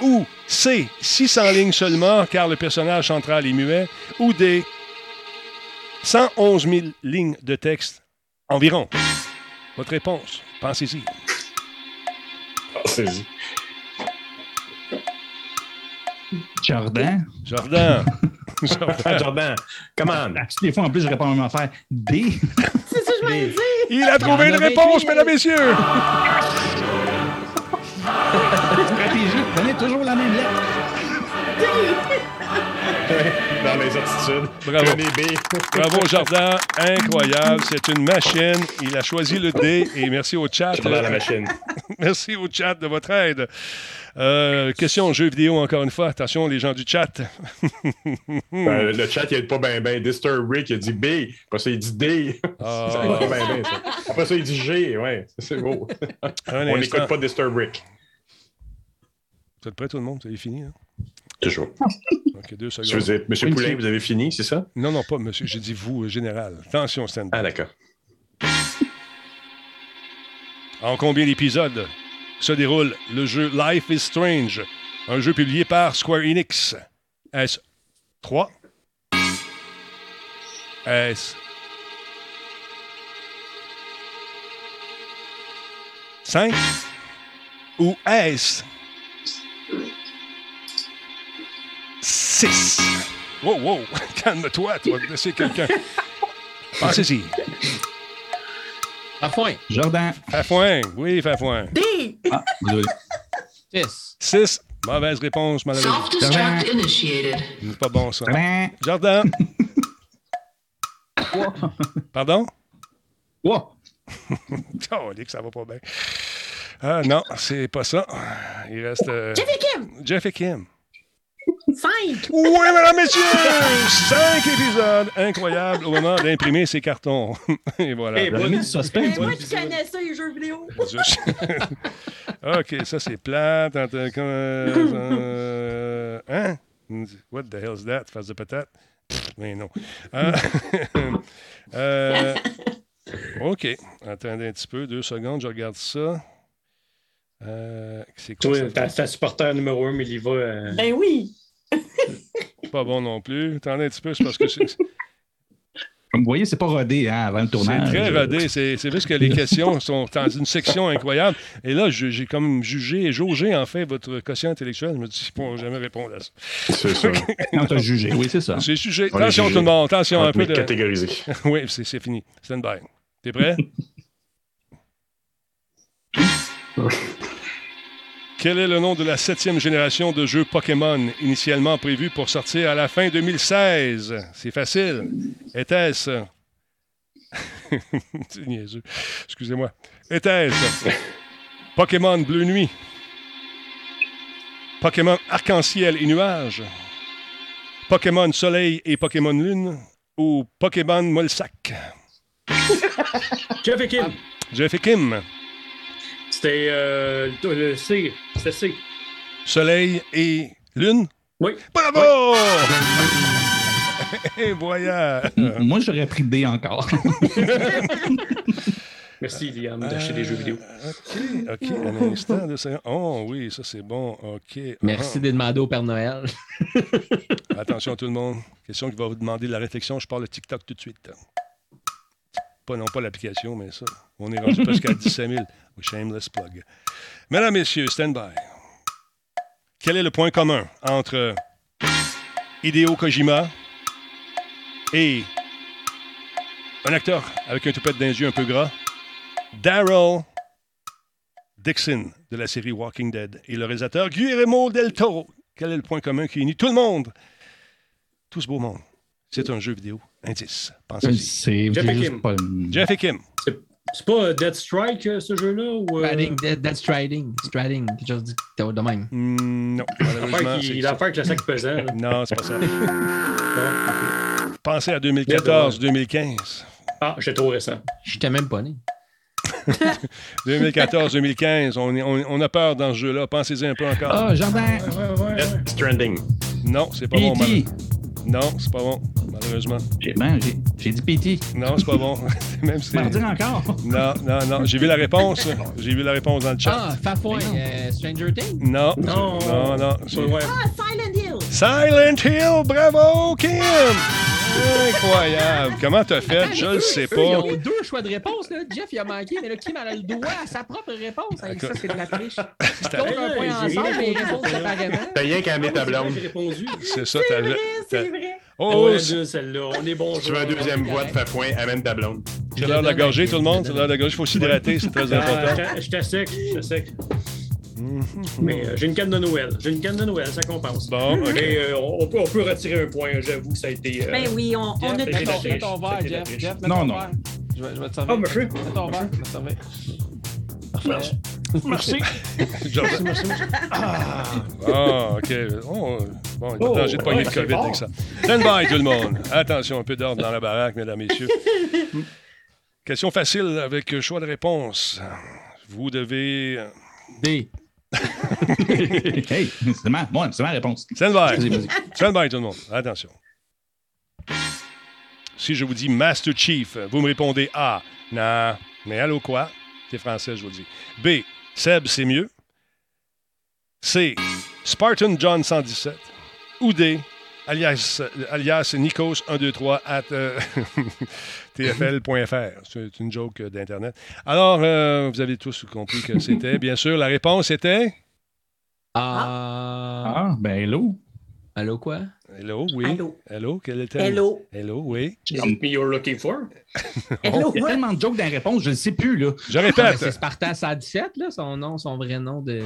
[SPEAKER 1] Ou C. 600 lignes seulement, car le personnage central est muet. Ou D. 111 000 lignes de texte environ. Votre réponse, pensez-y.
[SPEAKER 10] Ah,
[SPEAKER 2] Pensez-y.
[SPEAKER 8] Jordan.
[SPEAKER 1] Jordan. Jordan.
[SPEAKER 7] Jordan, come on.
[SPEAKER 8] Ah, Des fois, en plus, je réponds à la même affaire. D.
[SPEAKER 4] C'est ça que je voulais dire.
[SPEAKER 1] Il a trouvé une
[SPEAKER 3] avait
[SPEAKER 1] réponse,
[SPEAKER 3] huit.
[SPEAKER 1] mesdames et messieurs.
[SPEAKER 8] Stratégie. Prenez toujours la même lettre.
[SPEAKER 7] Dans les attitudes.
[SPEAKER 1] Bravo.
[SPEAKER 7] Prenez B.
[SPEAKER 1] Bravo, Jordan. Incroyable. C'est une machine. Il a choisi le D. Et merci au chat.
[SPEAKER 7] Dans la machine.
[SPEAKER 1] Merci au chat de votre aide. Euh, question jeux vidéo, encore une fois. Attention, les gens du chat. Hmm.
[SPEAKER 7] Ben, le chat, il aide pas ben ben. Disturb Rick, il dit B. Après ça, il dit D.
[SPEAKER 1] Ah.
[SPEAKER 7] Ça aide pas ben ben, ça. Après ça, il dit G. Ouais, ça, c'est beau.
[SPEAKER 1] Un
[SPEAKER 7] On
[SPEAKER 1] instant.
[SPEAKER 7] n'écoute pas Disturb Rick.
[SPEAKER 1] Vous êtes prêts, tout le monde? Vous avez fini? Hein?
[SPEAKER 7] Toujours.
[SPEAKER 1] OK, deux
[SPEAKER 7] Je
[SPEAKER 1] secondes.
[SPEAKER 7] vous ai- Monsieur Poulain, vous avez fini, c'est ça?
[SPEAKER 1] Non, non, pas monsieur. J'ai dit vous, euh, général. Attention, stand
[SPEAKER 7] Ah, d'accord.
[SPEAKER 1] En combien d'épisodes se déroule le jeu Life is Strange, un jeu publié par Square Enix? Est-ce 3? Est-ce 5? Ou est-ce 6? Wow, wow, calme-toi, tu vas blesser quelqu'un. Pensez-y.
[SPEAKER 3] Parfois,
[SPEAKER 8] Jordan.
[SPEAKER 1] Fafouin, oui, Fafouin.
[SPEAKER 4] D.
[SPEAKER 8] Ah, désolé.
[SPEAKER 3] 6.
[SPEAKER 1] 6. Mauvaise réponse, malheureusement.
[SPEAKER 11] Self-destruct initiated.
[SPEAKER 1] C'est pas bon, ça.
[SPEAKER 8] Jordan.
[SPEAKER 1] Jordan. Pardon?
[SPEAKER 8] Wow.
[SPEAKER 1] Oh, on dit que ça va pas bien. Ah, non, c'est pas ça. Oh, Il reste euh,
[SPEAKER 4] J'ai fait Kim.
[SPEAKER 1] Jeff et Kim.
[SPEAKER 4] 5.
[SPEAKER 1] Oui, mesdames, messieurs! Cinq épisodes incroyables au moment d'imprimer ces cartons. Et voilà.
[SPEAKER 2] Eh,
[SPEAKER 8] J'avais mis du suspense.
[SPEAKER 4] C'est
[SPEAKER 8] moi.
[SPEAKER 4] moi qui connais ça, les jeux vidéo.
[SPEAKER 1] OK, ça, c'est plate. Attends, euh, euh, hein? What the hell's that? Face de patate? Pff, Mais non. Ah, euh, OK. Attendez un petit peu, deux secondes, je regarde ça. Euh, c'est quoi
[SPEAKER 2] Toi,
[SPEAKER 1] ça?
[SPEAKER 2] ta, ta supporter numéro un, mais il y va. euh,
[SPEAKER 4] Ben oui.
[SPEAKER 1] Pas bon non plus. Attendez un petit peu, c'est parce que c'est c'est
[SPEAKER 8] Comme vous voyez, c'est pas rodé hein, avant le tournage.
[SPEAKER 1] très rodé. C'est c'est juste que les questions sont dans une section incroyable. Et là, je- j'ai comme jugé, jaugé en fait votre quotient intellectuel. Je me dis, ils ne jamais répondre à ça.
[SPEAKER 7] C'est ça.
[SPEAKER 8] On t'a jugé. Oui, c'est ça.
[SPEAKER 1] J'ai jugé.
[SPEAKER 7] On l'a
[SPEAKER 1] Attention
[SPEAKER 7] jugé.
[SPEAKER 1] tout le monde, attention un peu de.
[SPEAKER 7] Catégorisé.
[SPEAKER 1] Oui, c'est c'est fini. Stand by. T'es prêt? Quel est le nom de la septième génération de jeux Pokémon initialement prévu pour sortir à la fin 2016? C'est facile. Était-ce... C'est niaiseux. Excusez-moi. Était-ce Pokémon Bleu Nuit? Pokémon Arc-en-Ciel et Nuages? Pokémon Soleil et Pokémon Lune? Ou Pokémon Molsac?
[SPEAKER 2] Jeff et Kim.
[SPEAKER 1] Jeff et Kim.
[SPEAKER 2] C'était euh, le C. C'était C.
[SPEAKER 1] Soleil et Lune.
[SPEAKER 2] Oui.
[SPEAKER 1] Bravo! Et voilà!
[SPEAKER 8] M- Moi, j'aurais pris D encore.
[SPEAKER 1] Euh,
[SPEAKER 2] Merci, Liam, d'acheter des jeux vidéo.
[SPEAKER 1] OK, OK, un instant. Deux secondes. Oh oui, ça c'est bon. OK.
[SPEAKER 3] Merci
[SPEAKER 1] Ah.
[SPEAKER 3] de demander au Père Noël.
[SPEAKER 1] Attention tout le monde. Question qui va vous demander de la réflexion. Je parle de TikTok tout de suite. Pas non pas l'application, mais ça. On est rendu presque à 17 000. Oui, shameless plug. Mesdames, Messieurs, stand by. Quel est le point commun entre Hideo Kojima et un acteur avec un toupette d'un yeux un peu gras, Daryl Dixon de la série Walking Dead et le réalisateur Guillermo del Toro? Quel est le point commun qui unit tout le monde? Tout ce beau monde. C'est un jeu vidéo. Indice. Pensez-y.
[SPEAKER 8] c'est
[SPEAKER 2] Jeff
[SPEAKER 8] j'ai
[SPEAKER 2] et
[SPEAKER 8] juste
[SPEAKER 2] Kim.
[SPEAKER 8] pas-
[SPEAKER 1] Jeff et Kim.
[SPEAKER 2] C'est pas euh, Dead Strike, euh, ce jeu-là? Ou, euh,
[SPEAKER 3] Striding, that- that's striding. Striding, quelque chose de- de même.
[SPEAKER 1] Hmm, non,
[SPEAKER 2] l'affaire
[SPEAKER 1] malheureusement.
[SPEAKER 2] qui-
[SPEAKER 1] c'est-
[SPEAKER 2] L'affaire avec le sac pesant. là.
[SPEAKER 1] Non, c'est pas ça.
[SPEAKER 2] Non.
[SPEAKER 1] Pensez à 2014-2015.
[SPEAKER 2] Ah, j'étais trop récent.
[SPEAKER 3] J'étais même pas né.
[SPEAKER 1] 2014-2015, on, est- on- on a peur dans ce jeu-là. Pensez-y un peu encore.
[SPEAKER 8] Ah, Jordan.
[SPEAKER 7] Death Stranding.
[SPEAKER 1] Non, c'est pas
[SPEAKER 3] E
[SPEAKER 1] bon.
[SPEAKER 8] P.T.
[SPEAKER 1] mal- Non, c'est pas bon, malheureusement.
[SPEAKER 8] J'ai ben, j'ai- j'ai dit
[SPEAKER 3] E
[SPEAKER 8] P.T.
[SPEAKER 1] Non, c'est pas bon. Même si...
[SPEAKER 8] Tu m'en dire encore?
[SPEAKER 1] Non, non, non. J'ai vu la réponse. J'ai vu la réponse dans le chat.
[SPEAKER 3] Ah, Fafouin, euh, Stranger Things.
[SPEAKER 1] Non,
[SPEAKER 2] Non.
[SPEAKER 1] non, non.
[SPEAKER 3] Ah,
[SPEAKER 2] Ouais.
[SPEAKER 4] Ah, Silent Hill.
[SPEAKER 1] Silent Hill, bravo, Kim! Incroyable. Comment t'as fait? Je le sais
[SPEAKER 3] Eux, Ils
[SPEAKER 1] pas.
[SPEAKER 3] ont deux choix de réponse. Là. Jeff, il a manqué, mais là, Kim, elle a le doigt à sa propre réponse. Hey, ça, c'est de la triche. Ils comptent un
[SPEAKER 2] Hey,
[SPEAKER 3] point
[SPEAKER 2] j'ai
[SPEAKER 3] ensemble, mais ils
[SPEAKER 2] rien
[SPEAKER 3] répondent
[SPEAKER 2] compris.
[SPEAKER 3] séparément.
[SPEAKER 7] T'as rien qu'à mettre ta blonde.
[SPEAKER 2] J'ai répondu.
[SPEAKER 1] C'est ça, t'as...
[SPEAKER 4] vrai.
[SPEAKER 1] t'as- Oh,
[SPEAKER 2] On
[SPEAKER 1] oh,
[SPEAKER 2] a
[SPEAKER 1] c'est
[SPEAKER 2] Ah deux, celle-là. On est bon.
[SPEAKER 7] Si tu veux un deuxième voix de faire point, amène ta blonde.
[SPEAKER 1] c'est l'heure de la gorgée, tout le monde. C'est l'heure de la gorgée. Il faut s'hydrater, c'est
[SPEAKER 2] Euh,
[SPEAKER 1] très important.
[SPEAKER 2] J'étais sec, j'étais sec. Mais euh, j'ai une canne de Noël. J'ai une canne de Noël, ça compense.
[SPEAKER 1] Bon, OK.
[SPEAKER 2] Mais euh, on, on peut, on peut retirer un point, j'avoue que ça a été. euh,
[SPEAKER 4] Ben oui, on, on a
[SPEAKER 2] Jeff,
[SPEAKER 4] tout
[SPEAKER 2] la
[SPEAKER 4] fait.
[SPEAKER 2] triche.
[SPEAKER 3] Mets ton verre,
[SPEAKER 2] C'était la
[SPEAKER 3] Jeff.
[SPEAKER 2] triche.
[SPEAKER 3] Jeff, mets
[SPEAKER 8] Non,
[SPEAKER 3] ton
[SPEAKER 8] non.
[SPEAKER 3] verre. Je vais, je vais te
[SPEAKER 2] Ah,
[SPEAKER 3] servir.
[SPEAKER 2] monsieur.
[SPEAKER 3] Mets ton verre, je vais te servir.
[SPEAKER 2] Merci. Merci.
[SPEAKER 1] Jordan. Ah, OK. Oh, bon, il est
[SPEAKER 2] Oh,
[SPEAKER 1] danger de pogner
[SPEAKER 2] ouais,
[SPEAKER 1] le
[SPEAKER 2] c'est
[SPEAKER 1] COVID
[SPEAKER 2] fort.
[SPEAKER 1] avec ça. Stand by, tout le monde. Attention, un peu d'ordre dans la baraque, mesdames, messieurs. Question facile avec choix de réponse. Vous devez...
[SPEAKER 3] D.
[SPEAKER 8] hey, c'est ma, moi, c'est ma réponse.
[SPEAKER 1] Stand by.
[SPEAKER 8] Vas-y, vas-y.
[SPEAKER 1] Stand by, tout le monde. Attention. Si je vous dis Master Chief, vous me répondez A. Non. Mais allô quoi? C'est français, je vous le dis. B. Seb, c'est mieux. C. Spartan John 117. Ou D. Alias, euh, alias Nikos 123 at euh, tfl.fr. C'est une joke euh, d'Internet. Alors, euh, vous avez tous compris que c'était, bien sûr, la réponse était.
[SPEAKER 3] Ah.
[SPEAKER 8] Ah, ben hello.
[SPEAKER 3] Allô, quoi?
[SPEAKER 1] Hello, oui.
[SPEAKER 4] Allô.
[SPEAKER 1] Hello, quel était le-
[SPEAKER 4] Hello.
[SPEAKER 1] Hello, oui.
[SPEAKER 2] Is it me you're looking for?
[SPEAKER 4] Hello.
[SPEAKER 8] Il y a tellement de jokes dans la réponse, je ne sais plus, là.
[SPEAKER 1] Je
[SPEAKER 3] Ah, mais c'est
[SPEAKER 1] répète.
[SPEAKER 3] Spartan 117, là, son nom, son vrai nom de.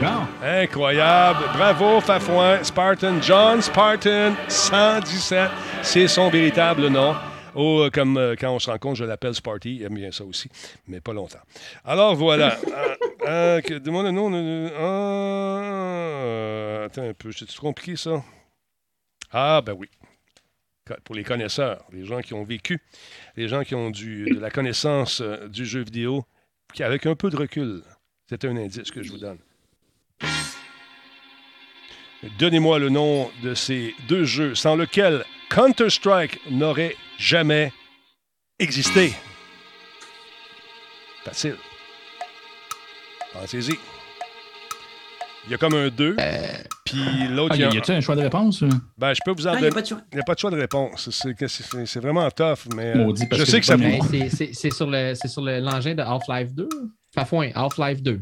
[SPEAKER 4] Ben,
[SPEAKER 8] Non.
[SPEAKER 1] Incroyable. Bravo, Fafouin. Spartan John Spartan 117. C'est son véritable nom. Oh, euh, comme euh, quand on se rencontre, je l'appelle Sparty. Il aime bien ça aussi, mais pas longtemps. Alors voilà. Euh, euh, que- Demande le nom. euh, euh, attends un peu. C'est compliqué ça. Ah ben oui. Co- Pour les connaisseurs, les gens qui ont vécu, les gens qui ont du, de la connaissance euh, du jeu vidéo, qui avec un peu de recul. C'est un indice que je vous donne. Donnez-moi le nom de ces deux jeux sans lesquels Counter-Strike n'aurait jamais existé. Facile. Pensez-y. Il y a comme un 2, puis l'autre,
[SPEAKER 8] Ah,
[SPEAKER 1] il
[SPEAKER 8] y
[SPEAKER 1] y a
[SPEAKER 8] a-
[SPEAKER 1] un.
[SPEAKER 8] y a-tu un choix de réponse? euh?
[SPEAKER 1] Ben, je peux vous en
[SPEAKER 4] Non, il n'y
[SPEAKER 1] donner.
[SPEAKER 4] Ah, a pas de choix.
[SPEAKER 1] Il n'y a pas de choix de réponse. C'est- C'est c'est- c'est vraiment tough, mais euh,
[SPEAKER 8] Maudit, parce
[SPEAKER 1] je
[SPEAKER 8] que
[SPEAKER 1] sais
[SPEAKER 8] j'ai
[SPEAKER 1] que ça
[SPEAKER 8] pas
[SPEAKER 1] vous...
[SPEAKER 8] de
[SPEAKER 3] Hey, Ben, c'est- c'est c'est sur le- c'est sur le- l'engin de Half-Life 2. Fafouin, Half-Life 2.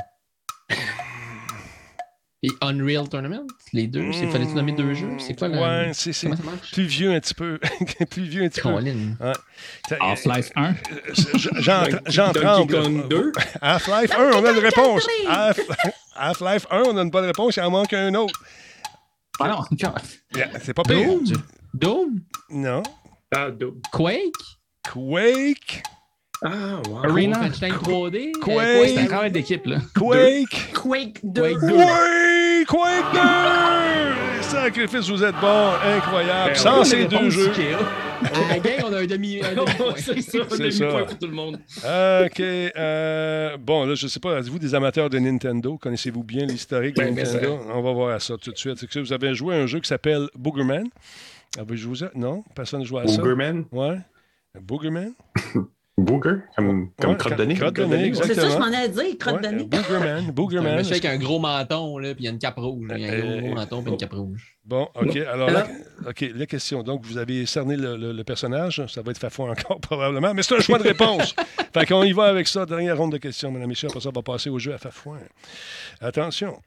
[SPEAKER 3] Et Unreal Tournament, les deux. C'est Fallait-tu nommer deux jeux? C'est quoi la...
[SPEAKER 1] Hmm. Ouais, c'est c'est
[SPEAKER 3] Comment ça marche?
[SPEAKER 1] plus vieux un petit peu.
[SPEAKER 4] Ah,
[SPEAKER 1] plus vieux un petit peu.
[SPEAKER 3] Colin.
[SPEAKER 1] Ça-
[SPEAKER 8] Half-Life 1.
[SPEAKER 1] euh, je- J'en j'en
[SPEAKER 2] Donkey
[SPEAKER 1] tremble.
[SPEAKER 2] Kong 2.
[SPEAKER 1] Half-Life 1, on a une réponse. Half- Half-Life 1, on a une bonne réponse. Il en manque un autre.
[SPEAKER 8] Ah non, encore.
[SPEAKER 1] Yeah, C'est pas pire.
[SPEAKER 3] Doom? Doom?
[SPEAKER 1] Non.
[SPEAKER 2] Ah, double.
[SPEAKER 3] Quake?
[SPEAKER 1] Quake.
[SPEAKER 2] Ah, wow.
[SPEAKER 8] Arena.
[SPEAKER 3] Wolfenstein 3D? Euh,
[SPEAKER 1] Quake.
[SPEAKER 8] C'est un
[SPEAKER 3] Quake?
[SPEAKER 8] travail d'équipe, là.
[SPEAKER 1] Quake.
[SPEAKER 4] Quake 2.
[SPEAKER 3] Quake 2.
[SPEAKER 1] Oui, Quake 2. Sacrifice, vous êtes bon.
[SPEAKER 2] Ben
[SPEAKER 1] Incroyable. Sans ces deux jeux.
[SPEAKER 3] La gang, on a un demi- un demi-point.
[SPEAKER 2] C'est ça,
[SPEAKER 1] C'est
[SPEAKER 2] demi-point
[SPEAKER 1] ça.
[SPEAKER 2] pour tout le monde.
[SPEAKER 1] OK. euh, bon, là, je sais pas, êtes-vous des amateurs de Nintendo? Connaissez-vous bien l'historique de
[SPEAKER 2] Ben, bien
[SPEAKER 1] Nintendo? On va voir à ça tout de suite. C'est que vous avez joué à un jeu qui s'appelle Boogerman. Ah, Avez-vous joué à- Non? Personne ne joue à ça?
[SPEAKER 7] Boogerman?
[SPEAKER 1] Ouais. Boogerman?
[SPEAKER 7] Booger? Comme, comme
[SPEAKER 1] Ouais,
[SPEAKER 7] crotte
[SPEAKER 1] cro-
[SPEAKER 7] de nez?
[SPEAKER 1] crotte de nez,
[SPEAKER 4] C'est ça, je
[SPEAKER 1] Exactement.
[SPEAKER 4] m'en allais dire, crotte
[SPEAKER 1] Ouais,
[SPEAKER 4] de
[SPEAKER 1] euh,
[SPEAKER 4] nez.
[SPEAKER 1] Boogerman.
[SPEAKER 3] Un
[SPEAKER 1] Boogerman.
[SPEAKER 3] monsieur avec un gros menton, là, puis il y a une cape rouge. Il y a un
[SPEAKER 1] Euh,
[SPEAKER 3] gros menton, puis une cape rouge.
[SPEAKER 1] Bon, OK. Alors, la... OK, la question. Donc, vous avez cerné le, le- le personnage. Ça va être fafouin encore, probablement. Mais c'est un choix de réponse. fait qu'on y va avec ça. Dernière ronde de questions, madame Michel. Après ça, on va passer au jeu à fafouin. Attention.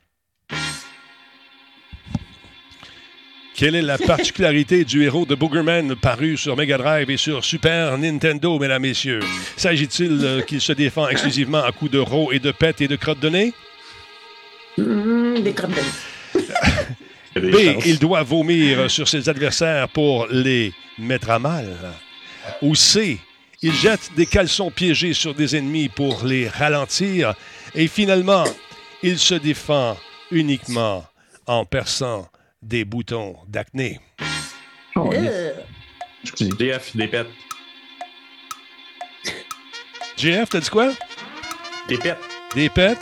[SPEAKER 1] Quelle est la particularité du héros de Boogerman paru sur Mega Drive et sur Super Nintendo, mesdames, messieurs? S'agit-il euh, qu'il se défend exclusivement à coups de rots et de pets et de crottes de nez?
[SPEAKER 4] Hum, des crottes de nez.
[SPEAKER 7] Il y a des
[SPEAKER 1] B,
[SPEAKER 7] chances.
[SPEAKER 1] il doit vomir sur ses adversaires pour les mettre à mal. Ou C, il jette des caleçons piégés sur des ennemis pour les ralentir. Et finalement, il se défend uniquement en perçant des boutons d'acné.
[SPEAKER 4] Euh,
[SPEAKER 7] DF, des pets.
[SPEAKER 1] JF, t'as dit quoi?
[SPEAKER 7] Des pets.
[SPEAKER 1] Des pets?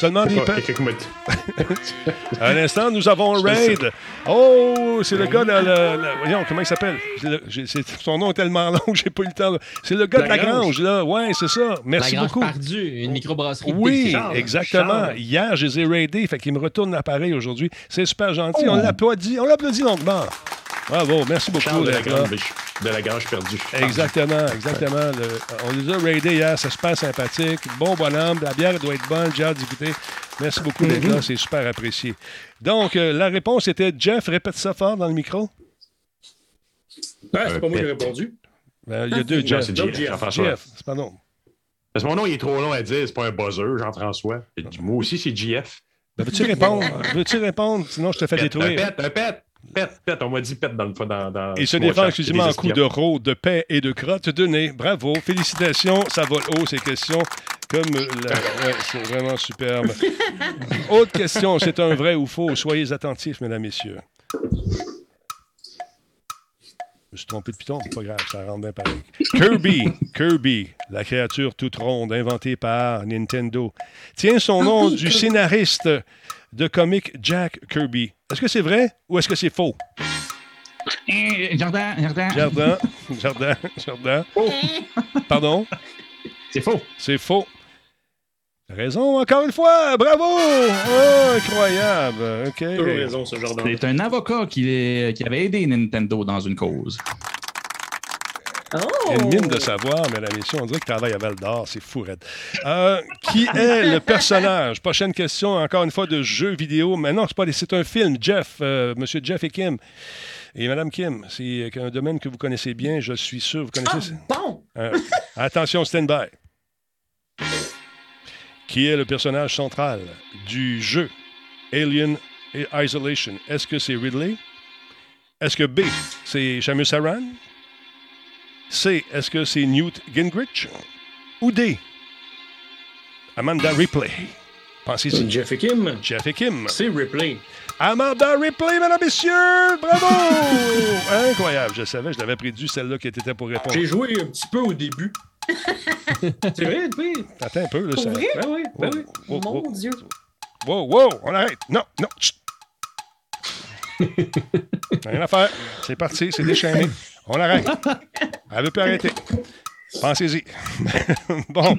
[SPEAKER 1] Seulement des
[SPEAKER 7] Oh,
[SPEAKER 1] pets?
[SPEAKER 7] quelqu'un qui m'a dit-
[SPEAKER 1] À l'instant, nous avons Raid. Oh, c'est le gars de la, la- la- Voyons, comment il s'appelle? C'est le- j'ai- c'est- Son nom est tellement long que j'ai pas eu le temps. là. C'est le gars de la grange, là. Ouais, c'est ça. Merci
[SPEAKER 3] la Grange
[SPEAKER 1] beaucoup.
[SPEAKER 3] Pardue, une microbrasserie. de
[SPEAKER 1] Oui,
[SPEAKER 3] Belgique.
[SPEAKER 1] exactement.
[SPEAKER 2] Charles.
[SPEAKER 1] Hier,
[SPEAKER 7] Oh.
[SPEAKER 1] je les ai raidés, fait qu'ils me retournent l'appareil aujourd'hui. C'est super gentil. On l'applaudit, on l'applaudit longuement. Bravo, merci beaucoup
[SPEAKER 7] Charles de la
[SPEAKER 1] d'être là.
[SPEAKER 7] Grande de la Grange perdue.
[SPEAKER 1] Exactement, exactement. Le- on les a raidés hier, c'est super sympathique. Bon bonhomme, la bière doit être bonne, j'ai hâte d'y goûter. Merci beaucoup d'être là, c'est super apprécié. Donc, euh, la réponse était Jeff, répète ça fort dans le micro.
[SPEAKER 2] Ah, c'est pas moi qui ai répondu.
[SPEAKER 1] Ben, il y a deux
[SPEAKER 7] Non,
[SPEAKER 1] Jeff.
[SPEAKER 7] c'est
[SPEAKER 2] Jeff.
[SPEAKER 7] Jeff, Jean-François.
[SPEAKER 1] Jeff, c'est pas non.
[SPEAKER 7] Parce que mon nom, il est trop long à dire. C'est pas un buzzer, Jean-François. Moi aussi, c'est JF.
[SPEAKER 1] Ben, veux-tu répondre? veux-tu répondre? Sinon, je te fais
[SPEAKER 7] Pète, Un
[SPEAKER 1] détruire.
[SPEAKER 7] pète, un pète. Pète, pète. On m'a dit pète dans le fond. Dans, dans
[SPEAKER 1] Il se
[SPEAKER 7] mon
[SPEAKER 1] défend
[SPEAKER 7] chat,
[SPEAKER 1] exclusivement
[SPEAKER 7] des
[SPEAKER 1] en coups de
[SPEAKER 7] espions.
[SPEAKER 1] rôle, de paix et de crotte de nez. Bravo, félicitations, ça vole haut ces questions. Comme la- ouais, c'est vraiment superbe. Autre question, c'est un vrai ou faux. Soyez attentifs, mesdames, messieurs. Je me suis trompé de piton, mais pas grave, ça rentre bien pareil. Kirby, Kirby, la créature toute ronde inventée par Nintendo, tient son nom du scénariste de comic Jack Kirby. Est-ce que c'est vrai ou est-ce que c'est faux?
[SPEAKER 8] Eh, Jardin, Jardin.
[SPEAKER 1] Jardin, Jardin, Jardin. Pardon,
[SPEAKER 7] Oh. C'est faux.
[SPEAKER 1] c'est faux. Raison encore une fois, bravo! Oh, incroyable, ok.
[SPEAKER 2] Toujours raison, ce genre d'homme.
[SPEAKER 8] C'est un avocat qui, est- qui avait aidé Nintendo dans une cause.
[SPEAKER 4] Oh!
[SPEAKER 1] Il y a une mine de savoir, mais la mission, on dirait qu'il travaille à Val d'Or, c'est fou, Red. Euh, qui est le personnage? Prochaine question, encore une fois, de jeu vidéo. Mais non, c'est pas des- c'est un film, Jeff, euh, Monsieur Jeff et Kim. Et Madame Kim, c'est un domaine que vous connaissez bien, je suis sûr, vous
[SPEAKER 4] Ah,
[SPEAKER 1] connaissez.
[SPEAKER 4] bon!
[SPEAKER 1] Euh, attention, stand-by. Qui est le personnage central du jeu Alien Isolation? Est-ce que c'est Ridley? Est-ce que B, c'est Shamus Saran? C, est-ce que c'est Newt Gingrich? Ou D, Amanda Ripley? Pensez-y.
[SPEAKER 2] Euh, Jeff et Kim,
[SPEAKER 1] Jeff et Kim.
[SPEAKER 2] c'est Ripley.
[SPEAKER 1] Amanda Ripley, mesdames, messieurs! Bravo! Incroyable, je savais, je l'avais prédit, celle-là qui était pour répondre.
[SPEAKER 2] J'ai joué un petit peu au début. c'est vrai, oui.
[SPEAKER 1] Attends un peu, là.
[SPEAKER 4] Pour
[SPEAKER 1] ça-
[SPEAKER 4] vrai?
[SPEAKER 2] Ben oui, ben oui.
[SPEAKER 10] Oh,
[SPEAKER 1] Wow, wow,
[SPEAKER 4] Mon Dieu!
[SPEAKER 1] Wow, wow, on arrête. Non, non. chut. Rien à faire. C'est parti, c'est déchaîné. On arrête. Elle veut plus arrêter. Pensez-y. bon.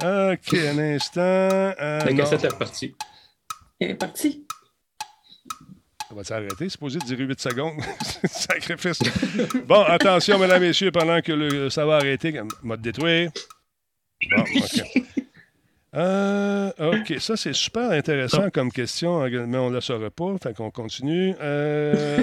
[SPEAKER 1] OK, un instant. Euh,
[SPEAKER 2] La
[SPEAKER 1] non.
[SPEAKER 2] cassette est repartie.
[SPEAKER 4] Elle est partie.
[SPEAKER 1] On va s'arrêter, supposé de dire 8 secondes. Sacrifice. Bon, attention, mesdames, messieurs, pendant que le, ça va arrêter, mode détruire. Bon, OK. Euh, OK, ça, c'est super intéressant comme question, mais on ne la saura pas, fait qu'on continue. Euh,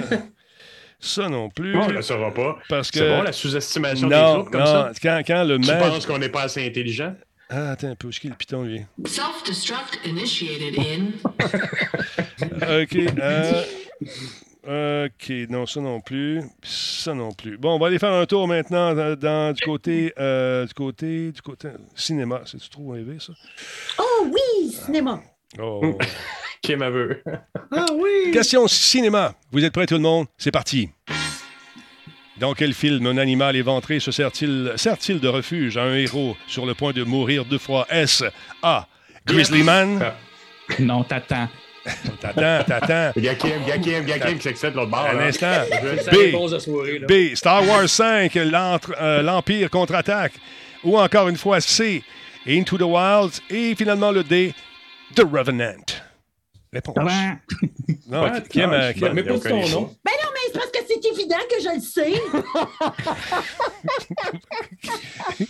[SPEAKER 1] ça non plus.
[SPEAKER 7] On le saura pas.
[SPEAKER 1] parce que.
[SPEAKER 7] C'est bon, la sous-estimation des
[SPEAKER 1] non,
[SPEAKER 7] autres comme
[SPEAKER 1] non,
[SPEAKER 7] ça.
[SPEAKER 1] Quand, quand le
[SPEAKER 7] Tu
[SPEAKER 1] maître.
[SPEAKER 7] penses qu'on n'est pas assez intelligent?
[SPEAKER 1] Ah, attends un peu, où est-ce qu'il est le piton, lui?
[SPEAKER 12] Self-destruct initiated in
[SPEAKER 1] OK. euh, OK, non, ça non plus. Ça non plus. Bon, on va aller faire un tour maintenant dans, dans- du côté euh, du côté du côté cinéma. C'est trop élevé, ça?
[SPEAKER 4] Oh oui! Cinéma!
[SPEAKER 1] Oh.
[SPEAKER 7] Kim aveu.
[SPEAKER 2] Ah oui!
[SPEAKER 1] Question cinéma. Vous êtes prêts tout le monde? C'est parti. Dans quel film un animal éventré se sert-il sert-il de refuge à un héros sur le point de mourir de froid? S. A. Grizzly Man.
[SPEAKER 8] Non, t'attends.
[SPEAKER 1] T'attends, t'attends.
[SPEAKER 7] Y'a Kim, y'a Kim, y'a Kim qui s'excite de l'autre bord.
[SPEAKER 1] Un
[SPEAKER 7] là.
[SPEAKER 1] instant.
[SPEAKER 2] Ça
[SPEAKER 1] B.
[SPEAKER 2] réponse à soirée, là.
[SPEAKER 1] B. Star Wars 5, l'entre- euh, l'Empire contre-attaque. Ou encore une fois C. Into the Wilds. Et finalement le D. The Revenant. Réponse.
[SPEAKER 8] Avant.
[SPEAKER 1] Non, qui aime, euh, qui aime-
[SPEAKER 2] Ah, Mais pas
[SPEAKER 7] aucun
[SPEAKER 2] ton
[SPEAKER 7] issue.
[SPEAKER 2] nom.
[SPEAKER 4] Ben non, mais c'est parce que c'est évident que je le sais!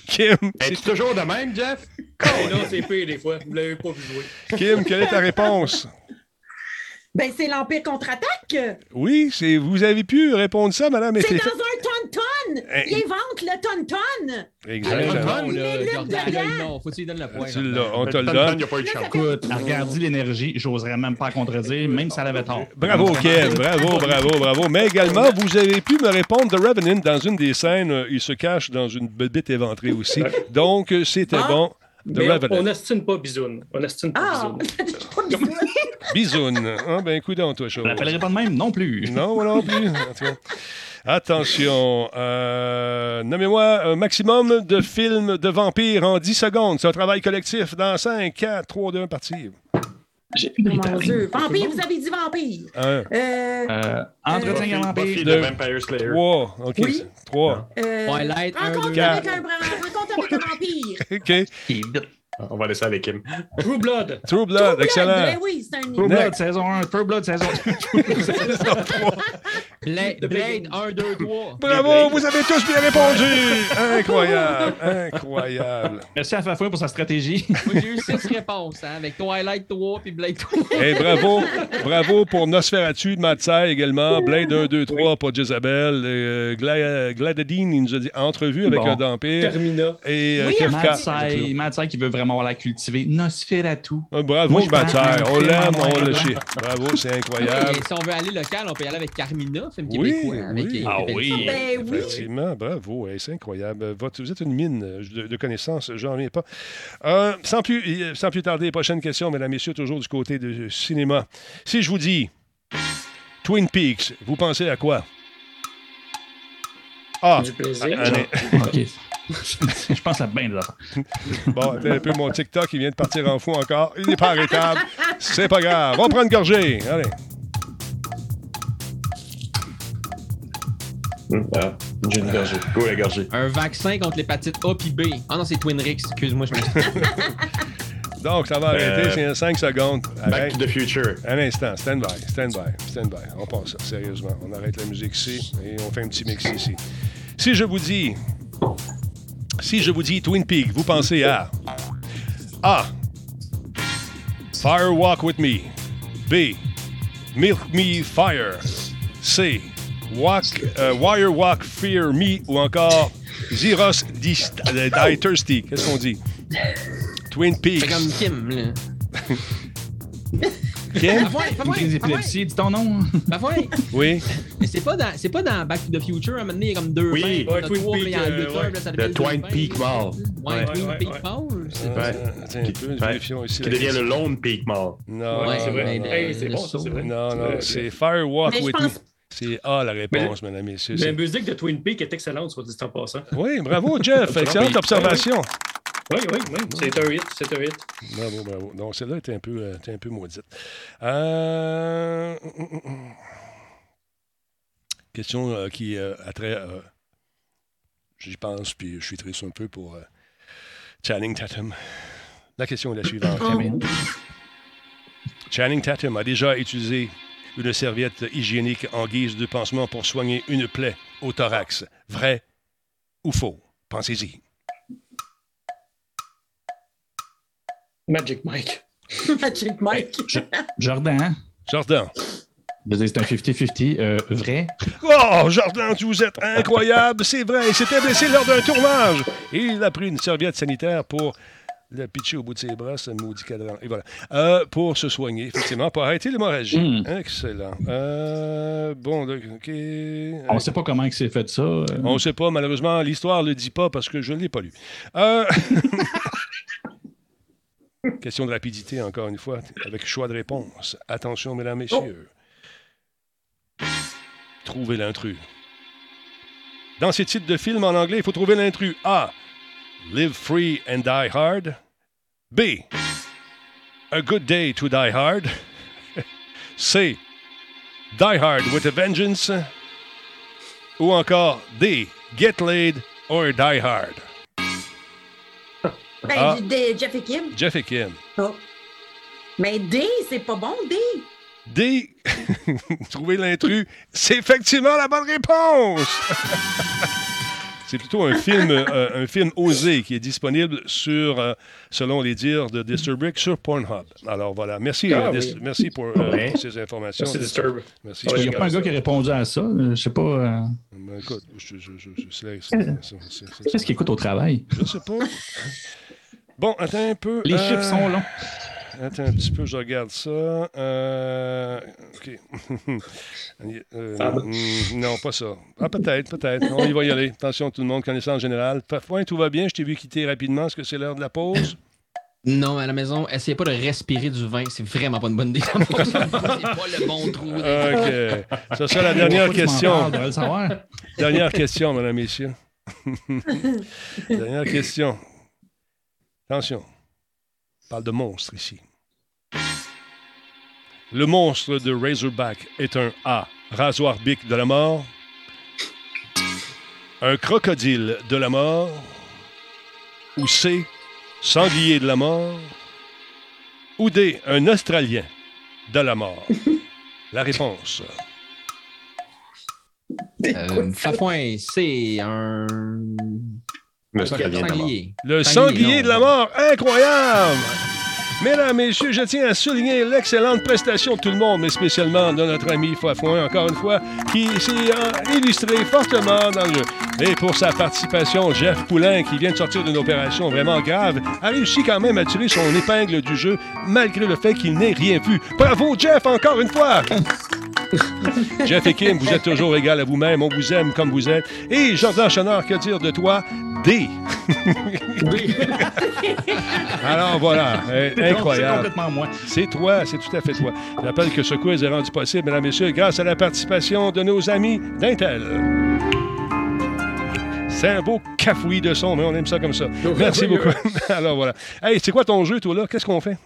[SPEAKER 1] Kim,
[SPEAKER 7] Es-tu toujours de même, Jeff?
[SPEAKER 2] Ben non, c'est pire des fois. Vous l'avez pas vu jouer.
[SPEAKER 1] Kim, quelle est ta réponse?
[SPEAKER 4] Ben c'est l'Empire contre-attaque!
[SPEAKER 1] Oui, c'est- vous avez pu répondre ça, madame. mais
[SPEAKER 4] C'est
[SPEAKER 1] c'est- Hein?
[SPEAKER 4] dans un tonton!
[SPEAKER 1] Hey.
[SPEAKER 4] Il invente le tonton!
[SPEAKER 3] Elle a le
[SPEAKER 1] Exactement.
[SPEAKER 3] nom, là.
[SPEAKER 4] Mais
[SPEAKER 3] euh, Jordan,
[SPEAKER 4] le
[SPEAKER 3] elle a le nom. Faut que tu lui donnes le point.
[SPEAKER 1] Tu
[SPEAKER 3] Jordan.
[SPEAKER 1] l'as, on te le
[SPEAKER 7] Tonton,
[SPEAKER 1] donne.
[SPEAKER 7] y a pas eu de chance.
[SPEAKER 8] Écoute, regarde l'énergie, j'oserais même pas contredire, même si elle avait tort.
[SPEAKER 1] Bravo, Kim. Bravo, bravo, bravo. Mais également, vous avez pu me répondre The Revenant dans une des scènes. euh, Il se cache dans une bébête éventrée aussi. Donc, euh, c'était
[SPEAKER 4] Ah,
[SPEAKER 1] bon. The
[SPEAKER 2] Mais on-
[SPEAKER 1] Revenant.
[SPEAKER 2] on n'astine pas Bisoun. On n'astine pas
[SPEAKER 4] Ah!
[SPEAKER 2] Bisoun.
[SPEAKER 1] Bisoun. Ah, ben, coudon, toi,
[SPEAKER 8] Je
[SPEAKER 1] Charles.
[SPEAKER 8] l'appellerai pas de même non plus.
[SPEAKER 1] Non, moi non plus. En tout cas. Attention. euh, Nommez-moi un maximum de films de vampires en 10 secondes. C'est un travail collectif dans 5, 4, 3, 2, 1, parti.
[SPEAKER 4] Oh, Mon Dieu! Vampire, vous avez dit vampire!
[SPEAKER 1] 1,
[SPEAKER 4] Euh.
[SPEAKER 8] Euh, entretien galant
[SPEAKER 7] Buffy
[SPEAKER 1] Deux.
[SPEAKER 7] de Vampire Slayer.
[SPEAKER 1] 3, OK.
[SPEAKER 4] Oui.
[SPEAKER 1] 3,
[SPEAKER 4] euh,
[SPEAKER 3] Twilight, un,
[SPEAKER 4] rencontre
[SPEAKER 3] deux,
[SPEAKER 4] avec un bran- rencontre avec un vampire!
[SPEAKER 1] OK.
[SPEAKER 8] Vite.
[SPEAKER 7] On va laisser à l'équipe.
[SPEAKER 2] True Blood.
[SPEAKER 1] True Blood, excellent.
[SPEAKER 4] Ben oui, c'est un
[SPEAKER 8] True Blood
[SPEAKER 1] Next.
[SPEAKER 8] saison 1, True Blood saison 2.
[SPEAKER 3] Blade, Blade 1, 2, 3.
[SPEAKER 1] Bravo, vous avez tous bien répondu. Incroyable, incroyable.
[SPEAKER 8] Merci à Fafouin pour sa stratégie.
[SPEAKER 3] Moi, j'ai eu 6 réponses, hein, avec Twilight 3 puis Blade 3.
[SPEAKER 1] Et Eh, bravo, bravo pour Nosferatu de Matsai également. Blade 1, 2, 3 pour Jezabel. Euh, Gla- Gladadine, il nous a dit entrevue avec
[SPEAKER 8] Bon.
[SPEAKER 1] un vampire.
[SPEAKER 2] Termina.
[SPEAKER 1] Et euh,
[SPEAKER 4] Oui,
[SPEAKER 1] Kefka.
[SPEAKER 8] Matsai, Matsai qui veut vraiment la cultiver. Nosferatu.
[SPEAKER 1] Euh, Bravo,
[SPEAKER 8] Moi, je
[SPEAKER 1] Matsai.
[SPEAKER 8] prends un
[SPEAKER 1] On
[SPEAKER 8] film
[SPEAKER 1] l'aime,
[SPEAKER 8] en noir
[SPEAKER 1] on
[SPEAKER 8] et
[SPEAKER 1] le
[SPEAKER 8] blanc.
[SPEAKER 1] chie. Bravo, c'est incroyable.
[SPEAKER 3] Et si on veut aller local, on peut y aller avec Carmina, film
[SPEAKER 1] Oui,
[SPEAKER 3] québécois. avec
[SPEAKER 1] oui.
[SPEAKER 3] euh,
[SPEAKER 7] Ah
[SPEAKER 3] Pépé
[SPEAKER 7] oui.
[SPEAKER 3] Lefebvre.
[SPEAKER 4] Ben oui.
[SPEAKER 1] Effectivement, bravo, hey, c'est incroyable. Euh, votre- vous êtes une mine euh, de, de connaissances, j'en reviens pas. Euh, sans, plus, euh, sans plus tarder, prochaine question, mesdames, messieurs, toujours du côté du cinéma. Si je vous dis Twin Peaks, vous pensez à quoi? Ah,
[SPEAKER 2] Du plaisir.
[SPEAKER 1] allez.
[SPEAKER 8] Ah, OK. Je pense à Ben, bien de l'affaire.
[SPEAKER 1] bon, attends un peu, mon TikTok, il vient de partir en fou encore. Il n'est pas arrêtable. C'est pas grave. On prend une gorgée. Allez.
[SPEAKER 7] Ah, j'ai une gorgée. Go la gorgée.
[SPEAKER 3] Un vaccin contre l'hépatite A puis B. Ah non, c'est Twinrix. Excuse-moi, je me suis
[SPEAKER 1] Donc, ça va arrêter,
[SPEAKER 7] Euh,
[SPEAKER 1] c'est 5 secondes.
[SPEAKER 7] Back
[SPEAKER 1] Arrête.
[SPEAKER 7] to the future.
[SPEAKER 1] Un instant, stand by, stand by, stand by. On passe ça, sérieusement. On arrête la musique ici et on fait un petit mix ici. Si je vous dis. Si je vous dis Twin Peaks, vous pensez à. A. Fire Walk With Me. B. Milk Me Fire. C. Walk, euh, Wire Walk Fear Me ou encore Ziros Dis- euh, Die Thirsty. Qu'est-ce qu'on dit? Twin
[SPEAKER 3] fait
[SPEAKER 1] Peaks.
[SPEAKER 3] comme Kim, là. Fafouin,
[SPEAKER 1] Kim?
[SPEAKER 8] Une
[SPEAKER 3] Fafouin,
[SPEAKER 8] crise
[SPEAKER 3] Fafouin,
[SPEAKER 8] d'épilepsie, dis ton nom.
[SPEAKER 3] Fafouin.
[SPEAKER 1] Oui.
[SPEAKER 3] Mais c'est pas, dans, c'est pas dans Back to the Future, à un moment donné, il y a comme deux
[SPEAKER 7] Oui.
[SPEAKER 3] vins, il y
[SPEAKER 2] Ouais,
[SPEAKER 3] en a
[SPEAKER 2] Twin
[SPEAKER 3] trois,
[SPEAKER 2] Peak,
[SPEAKER 3] il y en a deux
[SPEAKER 2] euh,
[SPEAKER 3] clubs,
[SPEAKER 2] ouais.
[SPEAKER 3] là, ça
[SPEAKER 7] Le
[SPEAKER 3] devient
[SPEAKER 7] Twin
[SPEAKER 3] deux
[SPEAKER 7] Peak
[SPEAKER 3] vins.
[SPEAKER 7] Mall.
[SPEAKER 3] Ouais,
[SPEAKER 2] Ouais,
[SPEAKER 3] Twin
[SPEAKER 2] ouais,
[SPEAKER 3] Peak
[SPEAKER 2] ouais.
[SPEAKER 3] Mall. c'est-
[SPEAKER 1] Euh,
[SPEAKER 7] Ouais.
[SPEAKER 1] Attends un peu,
[SPEAKER 7] Ouais.
[SPEAKER 1] vérifions ici.
[SPEAKER 7] Qui
[SPEAKER 1] la
[SPEAKER 7] devient le Lone Peak Mall.
[SPEAKER 1] Non,
[SPEAKER 3] Ouais,
[SPEAKER 2] c'est vrai.
[SPEAKER 3] mais-
[SPEAKER 2] Hey, c'est bon, ça, c'est vrai.
[SPEAKER 1] non,
[SPEAKER 2] C'est
[SPEAKER 1] non,
[SPEAKER 2] vrai.
[SPEAKER 1] c'est Firewalk
[SPEAKER 4] Mais je
[SPEAKER 1] with
[SPEAKER 4] pense-
[SPEAKER 1] me. C'est A la réponse, mesdames et messieurs.
[SPEAKER 2] La
[SPEAKER 1] C'est-
[SPEAKER 2] musique de Twin Peak est excellente, soit dit en passant.
[SPEAKER 1] Oui, bravo, Jeff. Excellente observation.
[SPEAKER 2] Oui, oui, oui. C'est un hit, c'est un hit.
[SPEAKER 1] Bravo, bravo. Donc, celle-là était un peu, euh, était un peu maudite. Euh, hum, hum, hum. Question euh, qui euh, a trait. euh, J'y pense, puis je suis triste un peu pour euh, Channing Tatum. La question est la suivante. Channing Tatum a déjà utilisé une serviette hygiénique en guise de pansement pour soigner une plaie au thorax. Vrai ou faux? Pensez-y.
[SPEAKER 2] Magic Mike.
[SPEAKER 4] Magic Mike.
[SPEAKER 8] Jordan.
[SPEAKER 1] Jordan.
[SPEAKER 8] Je veux dire, c'est un 50-50. euh, vrai.
[SPEAKER 1] Oh, Jordan, tu vous êtes incroyable! C'est vrai, il s'était blessé lors d'un tournage. Et il a pris une serviette sanitaire pour le pitcher au bout de ses bras, ce maudit cadran. Et voilà. Euh, pour se soigner, effectivement, pour arrêter l'hémorragie.
[SPEAKER 6] Hmm.
[SPEAKER 8] Mm.
[SPEAKER 1] Excellent. Euh, bon, là, OK.
[SPEAKER 6] Euh,
[SPEAKER 8] On ne sait pas comment il s'est fait ça. euh.
[SPEAKER 1] On ne sait pas, malheureusement, l'histoire ne le dit pas parce que je ne l'ai pas lu. Euh, Question de rapidité, encore une fois, avec choix de réponse. Attention, mesdames, messieurs. Trouvez l'intrus. Dans ces titres de films en anglais, il faut trouver l'intrus. A. Live Free and Die Hard. B. A Good Day to Die Hard. C. Die Hard with a Vengeance ou encore D, Get Laid or Die Hard.
[SPEAKER 4] Ben,
[SPEAKER 1] Ah.
[SPEAKER 4] des- Jeff et Kim.
[SPEAKER 1] Jeff et Kim.
[SPEAKER 4] Oh. Mais D, c'est pas bon, D.
[SPEAKER 1] D, trouver l'intrus, c'est effectivement la bonne réponse. c'est plutôt un film, euh, un film osé qui est disponible sur, euh, selon les dires de Disturbrick, sur Pornhub. Alors voilà, merci,
[SPEAKER 2] Ah
[SPEAKER 1] euh, Dis-
[SPEAKER 2] oui.
[SPEAKER 1] merci pour euh,
[SPEAKER 7] Ouais.
[SPEAKER 1] ces informations.
[SPEAKER 2] Ça, c'est Disturb.
[SPEAKER 1] Merci.
[SPEAKER 8] Ben, Ah Il
[SPEAKER 2] Ouais,
[SPEAKER 8] n'y a pas un gars qui a répondu à ça. euh, Je sais pas. euh,
[SPEAKER 1] Ben, écoute, je- je- je- je- c'est- c'est- c'est- c'est- c'est-
[SPEAKER 8] Qu'est-ce qu'il écoute au travail?
[SPEAKER 1] Je sais pas. Bon, attends un peu.
[SPEAKER 8] Les
[SPEAKER 1] euh,
[SPEAKER 8] chiffres sont longs.
[SPEAKER 1] Attends un petit peu, je regarde ça. Euh, OK. Euh, mm, non, pas ça. Ah, peut-être, peut-être. On y va y aller. Attention tout le monde, connaissance générale. Parfois, tout va bien. Je t'ai vu quitter rapidement. Est-ce que c'est l'heure de la pause?
[SPEAKER 3] Non, à la maison, essayez pas de respirer du vin. C'est vraiment pas une bonne idée. c'est pas le bon trou.
[SPEAKER 1] OK. Ce sera la dernière
[SPEAKER 8] Faut que tu m'en parles, on
[SPEAKER 1] question.
[SPEAKER 8] va le savoir.
[SPEAKER 1] Dernière question, mesdames, messieurs. dernière question. Attention. On parle de monstre ici. Le monstre de Razorback est un A. Rasoir bic de la mort. Un crocodile de la mort. Ou C. Sanglier de la mort. Ou D, un Australien de la mort. La réponse.
[SPEAKER 3] Euh, Fafouin, c'est un.
[SPEAKER 7] Mais c'est bien d'abord.
[SPEAKER 3] Sanglier.
[SPEAKER 1] Le
[SPEAKER 3] Sanglier,
[SPEAKER 1] sanglier
[SPEAKER 3] non.
[SPEAKER 1] de la mort, incroyable! Mesdames, messieurs, je tiens à souligner l'excellente prestation de tout le monde, mais spécialement de notre ami Fafouin, encore une fois, qui s'est euh, illustré fortement dans le jeu. Et pour sa participation, Jeff Poulain, qui vient de sortir d'une opération vraiment grave, a réussi quand même à tirer son épingle du jeu, malgré le fait qu'il n'ait rien vu. Bravo, Jeff, encore une fois! Jeff et Kim, vous êtes toujours égal à vous-même, on vous aime comme vous êtes. Et Jordan Chenard, que dire de toi? D. Alors voilà, Euh,
[SPEAKER 8] C'est
[SPEAKER 1] incroyable.
[SPEAKER 8] complètement moi.
[SPEAKER 1] C'est toi, c'est tout à fait toi. Je rappelle que ce quiz est rendu possible, mesdames et messieurs, grâce à la participation de nos amis d'Intel. C'est un beau cafouillis de son, mais on aime ça comme ça. Merci beaucoup. Alors voilà. Hey, c'est quoi ton jeu, toi, là? Qu'est-ce qu'on fait?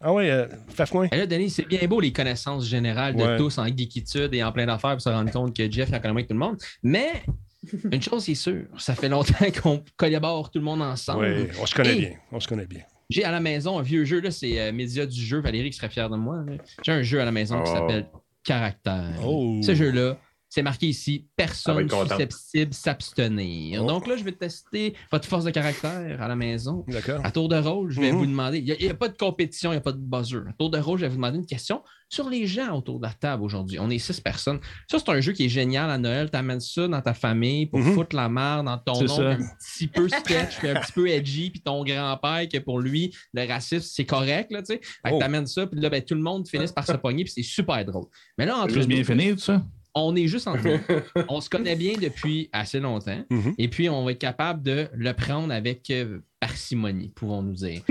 [SPEAKER 1] Ah ouais, euh, Fafouin?
[SPEAKER 3] Et là, Denis, c'est bien beau les connaissances générales de
[SPEAKER 1] Ouais.
[SPEAKER 3] tous en geekitude et en plein d'affaires pour se rendre compte que Jeff est en connaît moins que tout le monde. Mais une chose est sûre, ça fait longtemps qu'on collabore tout le monde ensemble.
[SPEAKER 1] Oui, on se connaît
[SPEAKER 3] Et-
[SPEAKER 1] bien. On se connaît bien.
[SPEAKER 3] J'ai à la maison un vieux jeu, là, c'est euh, Média du jeu. Valérie qui serait fière de moi. là. J'ai un jeu à la maison qui
[SPEAKER 7] Oh.
[SPEAKER 3] s'appelle Caractère.
[SPEAKER 1] Oh. Ah, ben,
[SPEAKER 3] Ce jeu-là, c'est marqué ici
[SPEAKER 7] Elle va
[SPEAKER 3] personne
[SPEAKER 7] être contente.
[SPEAKER 3] susceptible s'abstenir.
[SPEAKER 1] Oh.
[SPEAKER 3] Donc là, je vais tester votre force de caractère à la maison.
[SPEAKER 1] D'accord.
[SPEAKER 3] À tour de rôle, je vais
[SPEAKER 1] Mhm.
[SPEAKER 3] vous demander. Il n'y a, pas de compétition, il n'y a pas de buzzer. À tour de rôle, je vais vous demander une question sur les gens autour de la table aujourd'hui. On est six personnes. Ça, c'est un jeu qui est génial à Noël. Tu amènes ça dans ta famille pour
[SPEAKER 1] Mhm.
[SPEAKER 3] foutre la merde dans ton
[SPEAKER 8] C'est
[SPEAKER 3] nom.
[SPEAKER 8] ça.
[SPEAKER 3] Un petit peu sketch, puis un petit peu edgy, puis ton grand-père, que pour lui, le racisme, c'est correct. Là, tu sais. Fait que
[SPEAKER 1] Oh.
[SPEAKER 3] t'amènes ça, puis là, ben, tout le monde finisse par se pogner, puis c'est super drôle. Mais là, entre
[SPEAKER 8] Juste
[SPEAKER 3] nous,
[SPEAKER 8] bien finir, tout ça.
[SPEAKER 3] on est juste entre nous. On se connaît bien depuis assez longtemps.
[SPEAKER 1] Mhm.
[SPEAKER 3] Et puis, on va être capable de le prendre avec euh, parcimonie, pouvons-nous dire.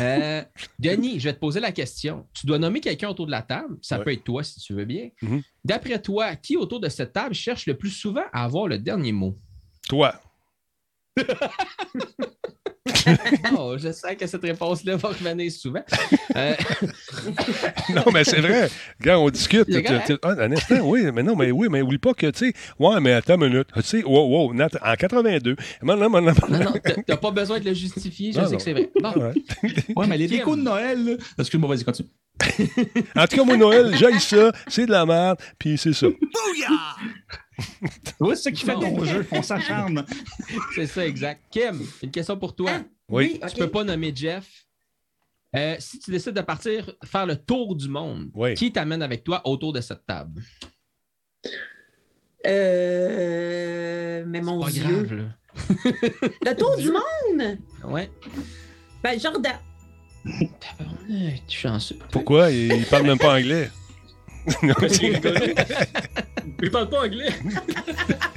[SPEAKER 3] Euh, Denis, je vais te poser la question. Tu dois nommer quelqu'un autour de la table. Ça
[SPEAKER 1] Ouais.
[SPEAKER 3] peut être toi si tu veux bien.
[SPEAKER 1] Mhm.
[SPEAKER 3] D'après toi, qui autour de cette table cherche le plus souvent à avoir le dernier mot?
[SPEAKER 1] Toi.
[SPEAKER 3] Oh, je sais que cette réponse-là va revenir souvent. Euh,
[SPEAKER 1] Non, mais c'est vrai. Quand on discute,
[SPEAKER 3] C'est
[SPEAKER 1] tu- tu-
[SPEAKER 3] correct.
[SPEAKER 1] ah, un instant, oui, mais non, mais oui, mais oublie pas que, tu sais, ouais, mais attends une minute, tu sais, wow, wow, Nat- en 82. Non, non, non, non,
[SPEAKER 3] non, non, t'as- t'as pas besoin de le justifier. Je
[SPEAKER 1] Non,
[SPEAKER 3] sais
[SPEAKER 1] non.
[SPEAKER 3] que c'est vrai. Bon.
[SPEAKER 1] Ouais.
[SPEAKER 8] Ouais, mais les
[SPEAKER 3] Kim.
[SPEAKER 8] décos de Noël, là. Excuse-moi, vas-y, continue.
[SPEAKER 1] En tout cas, mon Noël, j'aille ça, c'est de la merde, puis c'est ça.
[SPEAKER 8] Ouais, c'est ça qui fait
[SPEAKER 3] Non.
[SPEAKER 8] ton jeu. On s'acharne.
[SPEAKER 3] C'est ça, exact. Kim, une question pour toi.
[SPEAKER 4] Ah,
[SPEAKER 1] Oui.
[SPEAKER 4] ok.
[SPEAKER 3] Tu peux pas nommer Jeff. Euh, si tu décides de partir faire le tour du monde,
[SPEAKER 1] Oui.
[SPEAKER 3] qui t'amène avec toi autour de cette table?
[SPEAKER 4] Euh, mais mon
[SPEAKER 3] Pas
[SPEAKER 4] Dieu.
[SPEAKER 3] grave, là.
[SPEAKER 4] Le tour du monde!
[SPEAKER 3] Ouais.
[SPEAKER 4] Ben, Jordan.
[SPEAKER 3] Tabarnak, Tu es chanceux.
[SPEAKER 1] Pourquoi? Il il parle même pas anglais. Non, mais c'est-
[SPEAKER 2] Il parle pas anglais.